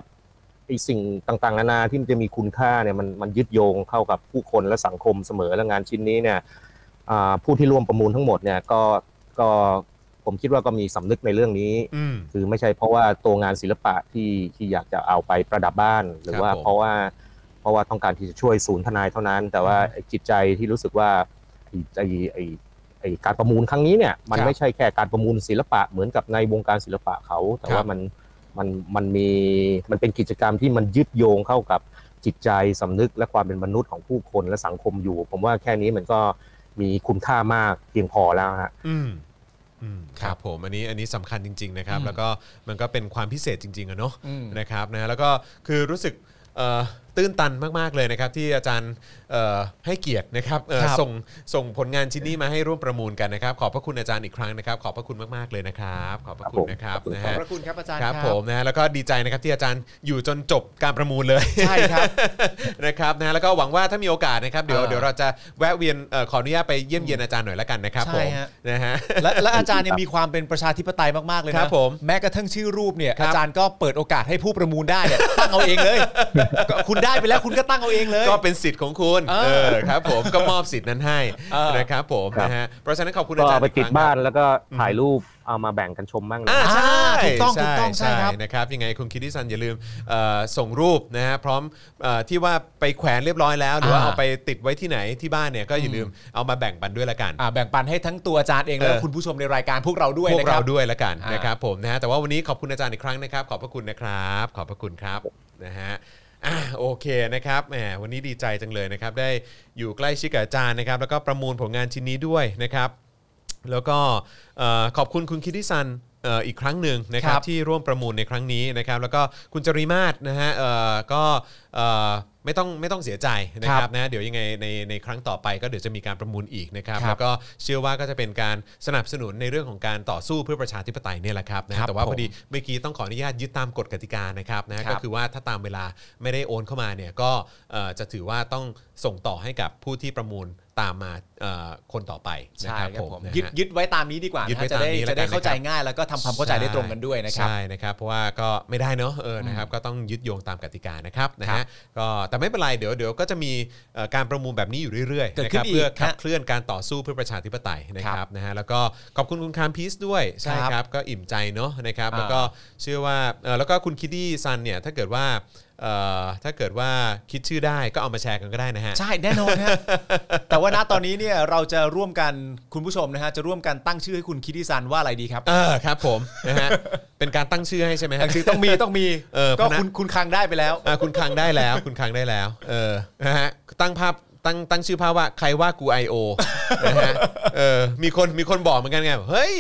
S10: ไอสิ่งต่างๆนานาที่มันจะมีคุณค่าเนี่ยมันมันยึดโยงเข้ากับผู้คนและสังคมเสมอและงานชิ้นนี้เนี่ยอ่าผู้ที่ร่วมประมูลทั้งหมดเนี่ยก็ก็ผมคิดว่าก็มีสำนึกในเรื่องนี้
S2: อืม
S10: คือไม่ใช่เพราะว่าตัวงานศิลปะที่ที่อยากจะเอาไปประดับบ้าน หรือว่า
S2: ครับผม
S10: เพราะว่า เพราะว่าต้องการที่จะช่วยศูนย์ทนายเท่านั้น แต่ว่าไอ้จิตใจที่รู้สึกว่าไอ้ไอ้ไอ้ไอ้การประมูลครั้งนี้เนี่ยมัน
S2: ครับ
S10: ไม่ใช่แค่การประมูลศิลปะเหมือนกับในวงการศิลปะเขา แต่
S2: ครับ
S10: ว่ามันมันมันมีมันเป็นกิจกรรมที่มันยึดโยงเข้ากับจิตใจสำนึกและความเป็นมนุษย์ของผู้คนและสังคมอยู่ ผมว่าแค่นี้มันก็มีคุณค่ามากเพียงพอแล้วฮะ
S2: อืมอืมครับผมอันนี้อันนี้สำคัญจริง ๆ นะครับ แล้วก็มันก็เป็นความพิเศษจริงๆอะเนาะ
S3: อืม
S2: นะครับนะแล้วก็คือรู้สึกเอ่อตื้นตันมาก ๆ เลยนะครับ ที่อาจารย์เอ่อให้เกียรตินะครับเอ่อ
S3: ครับ
S2: ส่งส่งผลงานชิ้นนี้มาให้ร่วมประมูลกันนะครับ ขอบพระคุณอาจารย์อีกครั้งนะครับ ขอบพระคุณมากๆเลยนะครับ ขอบพระคุณนะครับ
S10: ค
S2: นะ
S3: ขอบ
S10: รับผม
S2: ฮะ
S3: พระคุณครับอาจารย์
S2: ครับผมนะแล้วก็ดีใจนะครับที่อาจารย์อยู่จนจบการประมูลเลย
S3: ใช่ครับ
S2: นะครับนะแล้วก็หวังว่าถ้ามีโอกาสนะครับเดี๋ยว
S3: เออ
S2: เดี๋ยวเราจะแวะเวียนเอ่อขออนุญาตไปเยี่ยมเยียนอาจารย์หน่อยละกันนะครับ
S3: ใช่
S2: ผม
S3: ฮะ
S2: นะฮะ
S3: และและอาจารย์เนี่ยมีความเป็นประชาธิปไตยมาก ๆ เลย
S2: ครั
S3: นะ
S2: บผม
S3: แม้กระทั่งชื่อรูปเนี่ย
S2: ครับ
S3: อาจารย์ก็เปิดโอกาสให้ผู้ประมูลได้เนี่ยตั้งเอาเอง เลยก็คุณได้ไปแล้วคุณก็ตั้งเอาเองเลย
S2: ก็เป็นสิทธิ์ของคุณ
S3: เออ
S2: เออครับผมก็มอบสิทธิ์นั้นให้
S3: เออ
S2: นะครับผม
S10: ครับ
S2: นะฮะเพราะฉะนั้นขอบคุณ
S10: ก็
S2: อาจาร
S10: เอา
S2: ย์
S10: ไปติด
S2: อีกครั้ง
S10: บ้า
S2: ครับ
S10: นแล้วก็ถ่ายรูปเอามาแบ่งกันชมบ้างนะ
S2: อ่าใช่
S3: ถูกต้องถูกต้องใช่ครับ
S2: นะครับยังไงคุณคิดดิซันอย่าลืมเอ่อส่งรูปนะฮะพร้อมเอ่อที่ว่าไปแขวนเรียบร้อยแล้ว หรือว่าเอาไปติดไว้ที่ไหนที่บ้านเนี่ยก็อย่าลืมเอามาแบ่งปันด้วยละกัน
S3: อ่าแบ่งปันให้ทั้งตัวอาจารย์เองแล้ว
S2: เออ
S3: คุณผู้ชมในรายการพวกเราด้วย
S2: พว
S3: นะ
S2: ก
S3: ค
S2: เรา
S3: รับ
S2: ด้วยละกัน
S3: อ่าน
S2: นะครับผมนะฮะแต่ว่าวันนี้ขอบคุณอาจารย์อีกครั้งนะครับ ขอบพระคุณนะครับ ขอบพระคุณครับนะฮะอ่ะโอเคนะครับแหมวันนี้ดีใจจังเลยนะครับ ได้อยู่ใกล้ชิดกับอาจารย์นะครับ แล้วก็ประมูลผลงานชิ้นนี้ด้วยนะครับ แล้วก็เอ่อขอบคุณคุณคิติซันเอ่ออีกครั้งหนึ่งนะครับ
S3: ครับ
S2: ที่ร่วมประมูลในครั้งนี้นะครับ แล้วก็คุณจริมาศนะฮะเอ่อก็เอ่อไม่ต้องไม่ต้องเสียใจนะค
S3: ครั
S2: รับบ นะเดี๋ยวยังไงในในครั้งต่อไปก็เดี๋ยวจะมีการประมูลอีกนะครับ
S3: ครับ
S2: แล้วก็เชื่อว่าก็จะเป็นการสนับสนุนในเรื่องของการต่อสู้เพื่อประชาธิปไตยเนี่ยแหละครับนะฮะ
S3: ครับ
S2: แต่ว่า
S3: ผม
S2: พอดีเมื่อกี้ต้องขออนุญาตยึดตามกฎกติกานะครับนะฮะ
S3: ครับ
S2: ก็คือว่าถ้าตามเวลาไม่ได้โอนเข้ามาเนี่ยก็เอ่อจะถือว่าต้องส่งต่อให้กับผู้ที่ประมูลตามมาเอ่อคนต่อไปนะ
S3: ใช่
S2: ครับ
S3: ครับ
S2: ผม
S3: ผม
S2: นะฮะ
S3: ยึดยึดไว้ตามนี้ดีกว่า
S2: ยึด
S3: นะ
S2: ไว้
S3: ฮะจะ
S2: ตาม
S3: ได้
S2: นี้แล้ว
S3: จะได้
S2: กันนะค
S3: เข้า
S2: รับ
S3: ใจง่ายแล้วก็ทำความเข้าใจได้ตรงกันด้วยนะครับ
S2: ใช่นะครับเพราะว่าก็ไม่ได้เนอะเออนะครับก็ต้องยึดโยงตามกติกานะครับนะ
S3: ครั
S2: ฮะ
S3: บ
S2: ก็แต่ไม่เป็นไรเดี๋ยวเดี๋ยวก็จะมีเอ่อการประมูลแบบนี้อยู่เรื่อย
S3: เกิ
S2: ๆ
S3: ด
S2: นะ
S3: ขึ้
S2: คน รับ
S3: อีก
S2: เพื่อขับ
S3: ฮะ
S2: เคลื่อนการต่อสู้เพื่อประชาธิปไตยนะค
S3: ค
S2: รั
S3: รั
S2: บบ นะฮะแล้วก็ขอบคุณคุณคามพีซด้วยใช่
S3: ครับ
S2: ครับก็อิ่มใจเนอะนะครับ
S3: อ่า
S2: แล้วก็เชื่อว่าเอ่อแล้วก็คุณคิดดี้ซันเนี่ยถ้าเกิดว่าเอ่อถ้าเกิดว่าคิดชื่อได้ก็เอามาแชร์กันก็ได้นะฮะ
S3: ใช่แน่นอนฮะ แต่ว่าณตอนนี้เนี่ยเราจะร่วมกันคุณผู้ชมนะฮะจะร่วมกันตั้งชื่อให้คุณคิดดิซันว่าอะไรดีครับ
S2: เออครับผมนะฮะเป็นการตั้งชื่อให้ใช่ไหมฮะ
S3: ตั้งชื่อต้องมีต้องมี
S2: เออ
S3: ก็
S2: พนัก
S3: คุณคุณคังได้ไปแล้ว
S2: อ่ะคุณคังได้แล้วคุณคังได้แล้วเออนะฮะตั้งภาพตั้งตั้งชื่อภาพว่าใครว่ากู I.O. นะฮะเออมีคนมีคนบอกเหมือนกันไงเฮ้ย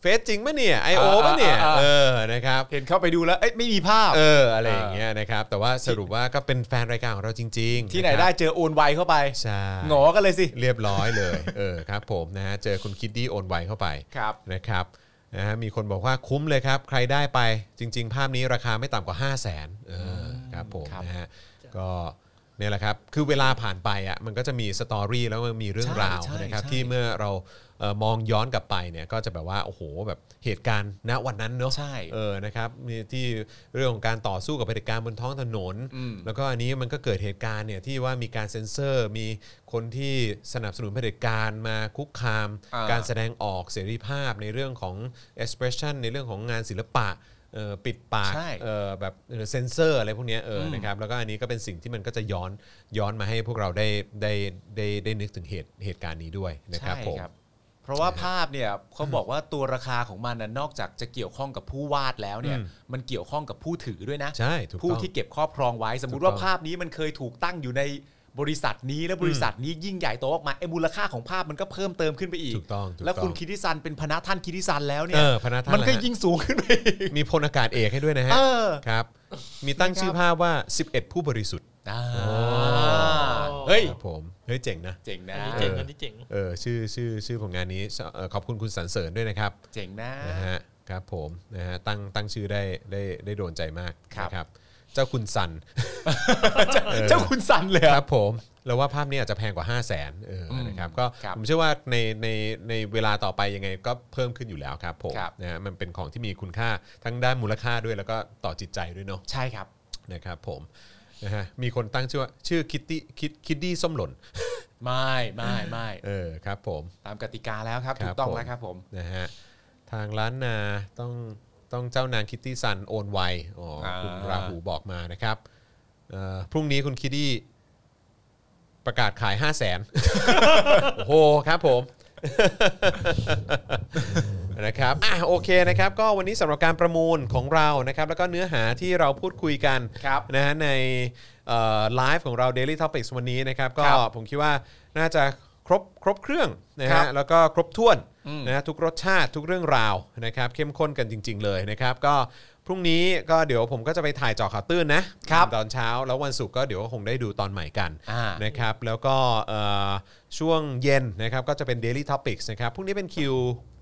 S2: เฟซจริงปะเนี่ย I.O. ปะเนี่ย
S3: อ่า
S2: เอ
S3: อ่าอ่า
S2: อนะครับ
S3: เห็นเข้าไปดูแล้วเอ้ยไม่มีภาพ
S2: เอออะไรอย่างเงี้ยนะครับแต่ว่าสรุปว่าก็เป็นแฟนรายการของเราจริงๆ
S3: ที่ไหน
S2: นะครับ
S3: ได้เจอโอนไวเข้าไป
S2: ใช่
S3: หงอกันเลยสิ
S2: เรียบร้อยเลยเออครับผมนะฮะเจอคุณคิดดี้โอนไวเข้าไป
S3: ครับ
S2: นะครับนะฮะมีคนบอกว่าคุ้มเลยครับ ใครได้ไปจริง ๆ ภาพนี้ราคาไม่ต่ำกว่า 5 0 0 0 0 0เออครับผม
S3: ครับ
S2: นะฮะก็เนี่ยแหละครับคือเวลาผ่านไปอ่ะมันก็จะมีสตอรี่แล้วมันมีเรื่องราว
S3: ใช่ใช่
S2: นะครับ
S3: ใช่
S2: ที่เมื่อเราเอ่อมองย้อนกลับไปเนี่ยก็จะแบบว่าโอ้โหแบบเหตุการณ์ณวันนั้นเนอะ
S3: ใช่
S2: เออนะครับมีที่เรื่องของการต่อสู้กับเผด็จการบนท้องถนน
S3: อืม
S2: แล้วก็อันนี้มันก็เกิดเหตุการณ์เนี่ยที่ว่ามีการเซ็นเซอร์มีคนที่สนับสนุนเผด็จการมาคุกคาม
S3: อ่า
S2: การแสดงออกเสรีภาพในเรื่องของ expression ในเรื่องของงานศิลปะเอ่อปิดปาก
S3: ใช่
S2: เอ่อแบบเซนเซอร์อะไรพวกเนี้ยเอออ
S3: ม
S2: นะครับแล้วก็อันนี้ก็เป็นสิ่งที่มันก็จะย้อนย้อนมาให้พวกเราได้ได้ได้ได้นึกถึงเหตุเหตุการณ์นี้ด้วยนะครับ
S3: ใช่
S2: ผม
S3: ครับ เพราะว่าภาพเนี่ยเขาบอกว่าตัวราคาของมันน่ะนอกจากจะเกี่ยวข้องกับผู้วาดแล้วเนี่ย
S2: อืม
S3: มันเกี่ยวข้องกับผู้ถือด้วยนะ
S2: ใช่ถูก
S3: ผู้
S2: ต้อง
S3: ที่เก็บครอบครองไว้ สมมุติ
S2: ถู
S3: ว่าก
S2: ต้อง
S3: ภาพนี้มันเคยถูกตั้งอยู่ในบริษัทนี้แล้วบริษัทนี้ยิ่งใหญ่โตออกมาไอ้มูลค่าของภาพมันก็เพิ่มเติมขึ้นไปอีก
S2: ถูกต้องถูกต้อง
S3: แล้วคุณคิดิซันเป็นพนักท่านคิดิซันแล้วเนี่
S2: เอย อพนักท่าน
S3: มันก็
S2: แล้วฮะ
S3: ยิ่งสูงขึ้นไปอีก
S2: มีพลอากาศเอกให้ด้วยนะฮะ
S3: เออ
S2: ครับมีตั้งชื่อภาพว่า 11 ผู้บริสุทธิ์
S3: อ่า
S4: อ
S3: เฮ้ย
S2: ครับผมเฮ้ยเจ๋งนะ
S3: เจ๋งนะ
S4: อันนี้เจ๋งอันนี้เจ๋ง
S2: เออชื่อชื่อชื่อผลงานนี้เอ่อขอบคุณคุณสรรเสริญด้วยนะครับ
S3: เจ๋งนะ
S2: นะฮะครับผมนะฮะตั้งตั้งชื่อได้ได้ได้โดนใจมาก
S3: ครับ
S2: นะเจ้าคุณสัน
S3: เจ้า
S2: เออ
S3: เจ้าคุณสันเลย
S2: ค
S3: ค
S2: รั
S3: รับ
S2: บผมเราว่าภาพนี้อาจจะแพงกว่า 5 0 0 0 0นเอออ
S3: ม
S2: นะครับก็
S3: ครับ
S2: ผมเชื่อว่าในในในเวลาต่อไปยังไงก็เพิ่มขึ้นอยู่แล้วครับผม
S3: ครับ
S2: นะฮะมันเป็นของที่มีคุณค่าทั้งด้านมูลค่าด้วยแล้วก็ต่อจิตใจด้วยเนาะ
S3: ใช่ครับ
S2: นะครับผมนะฮะมีคนตั้งชื่อว่าชื่อคิตตี้คิดคิดดี้ส้มหล่น
S3: ไม่ไม่ไม่
S2: เออครับผม
S3: ตามกติกาแล้วครับ
S2: ครับ
S3: ถูกต้อง
S2: ผม
S3: แล้วครับผม
S2: นะฮะทางร้านนาต้องต้องเจ้านางคิตตี้ซันโอนไวอ๋ออา คุณราหูบอกมานะครับ เอ่อพรุ่งนี้คุณคิดดี้ประกาศขาย 5 0 0 0 0น โอ้โหครับผม นะครับอ่ะโอเคนะครับ ก็วันนี้สำหรับการประมูลของเรานะครับ แล้วก็เนื้อหาที่เราพูดคุยกันนะฮะในไลฟ์ของเรา Daily Topics วันนี้นะครับ ก็
S3: ครับ
S2: ผมคิดว่าน่าจะครบครบเครื่องนะ
S3: ครั
S2: ฮะ
S3: บ
S2: แล้วก็ครบถ้วนนะฮะทุกรสชาติทุกเรื่องราวนะครับ เข้มข้นกันจริง ๆ เลยนะครับ ก็พรุ่งนี้ก็เดี๋ยวผมก็จะไปถ่ายเจอข่าวตื้นนะตอนเช้าแล้ววันศุกร์ก็เดี๋ยวคงได้ดูตอนใหม่กัน
S3: อ่า
S2: นะครับแล้วก็เอ่อช่วงเย็นนะครับก็จะเป็น Daily Topics นะครับพรุ่งนี้เป็นคิว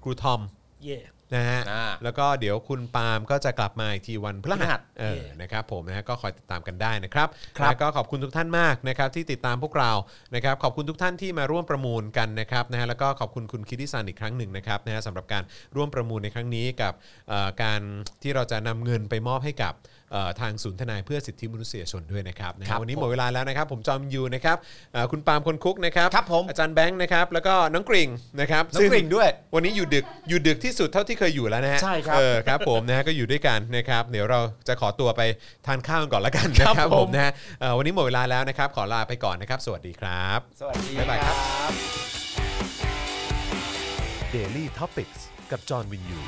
S2: ครูทอม
S4: เย่
S2: นะฮะ
S3: อ่า
S2: แล้วก็เดี๋ยวคุณปาล์มก็จะกลับมาอีกทีวันพฤ
S3: พฤหั
S2: หัส
S3: ส
S2: เออนะครับผมนะฮะก็คอยติดตามกันได้นะครับ
S3: ครับ
S2: แล้วก็ขอบคุณทุกท่านมากนะครับที่ติดตามพวกเรานะครับขอบคุณทุกท่านที่มาร่วมประมูลกันนะครับนะฮะแล้วก็ขอบคุณคุณคิดดิซันอีกครั้งหนึ่งนะครับนะฮะสำหรับการร่วมประมูลในครั้งนี้กับเอ่อการที่เราจะนำเงินไปมอบให้กับเอ่อทางศูนย์ทนายเพื่อสิทธิมนุษยชนด้วยนะครับนะฮะวันนี้หมดเวลาแล้วนะครับผมจอมยูนะครับเอ่อคุณปาล์มคนคุกนะครับ
S3: ครับผม
S2: อาจารย์แบงค์นะครับแล้วก็น้องกริ่งนะครับ
S3: น้องกริ่ง
S2: ซึ่
S3: ด้วย
S2: วันนี้อยู่ดึกอยู่ดึกที่สุดเท่าที่เคยอยู่แล้วนะฮะ
S3: ใช่ครับ
S2: เออครับ ผมนะฮะก็อยู่ด้วยกันนะครับ เดี๋ยวเราจะขอตัวไปทานข้าวกันก่อนละกันนะครับ
S3: ครับ
S2: ผ
S3: ผม ม
S2: นะฮะเอ่อวันนี้หมดเวลาแล้วนะครับ ขอลาไปก่อนนะครับ สวัสดีครับ
S3: สวัสดี
S2: บ๊ายบายค
S3: ค
S2: รั
S3: รับ บ
S1: Daily t o p i c กกับจอห์นวินยู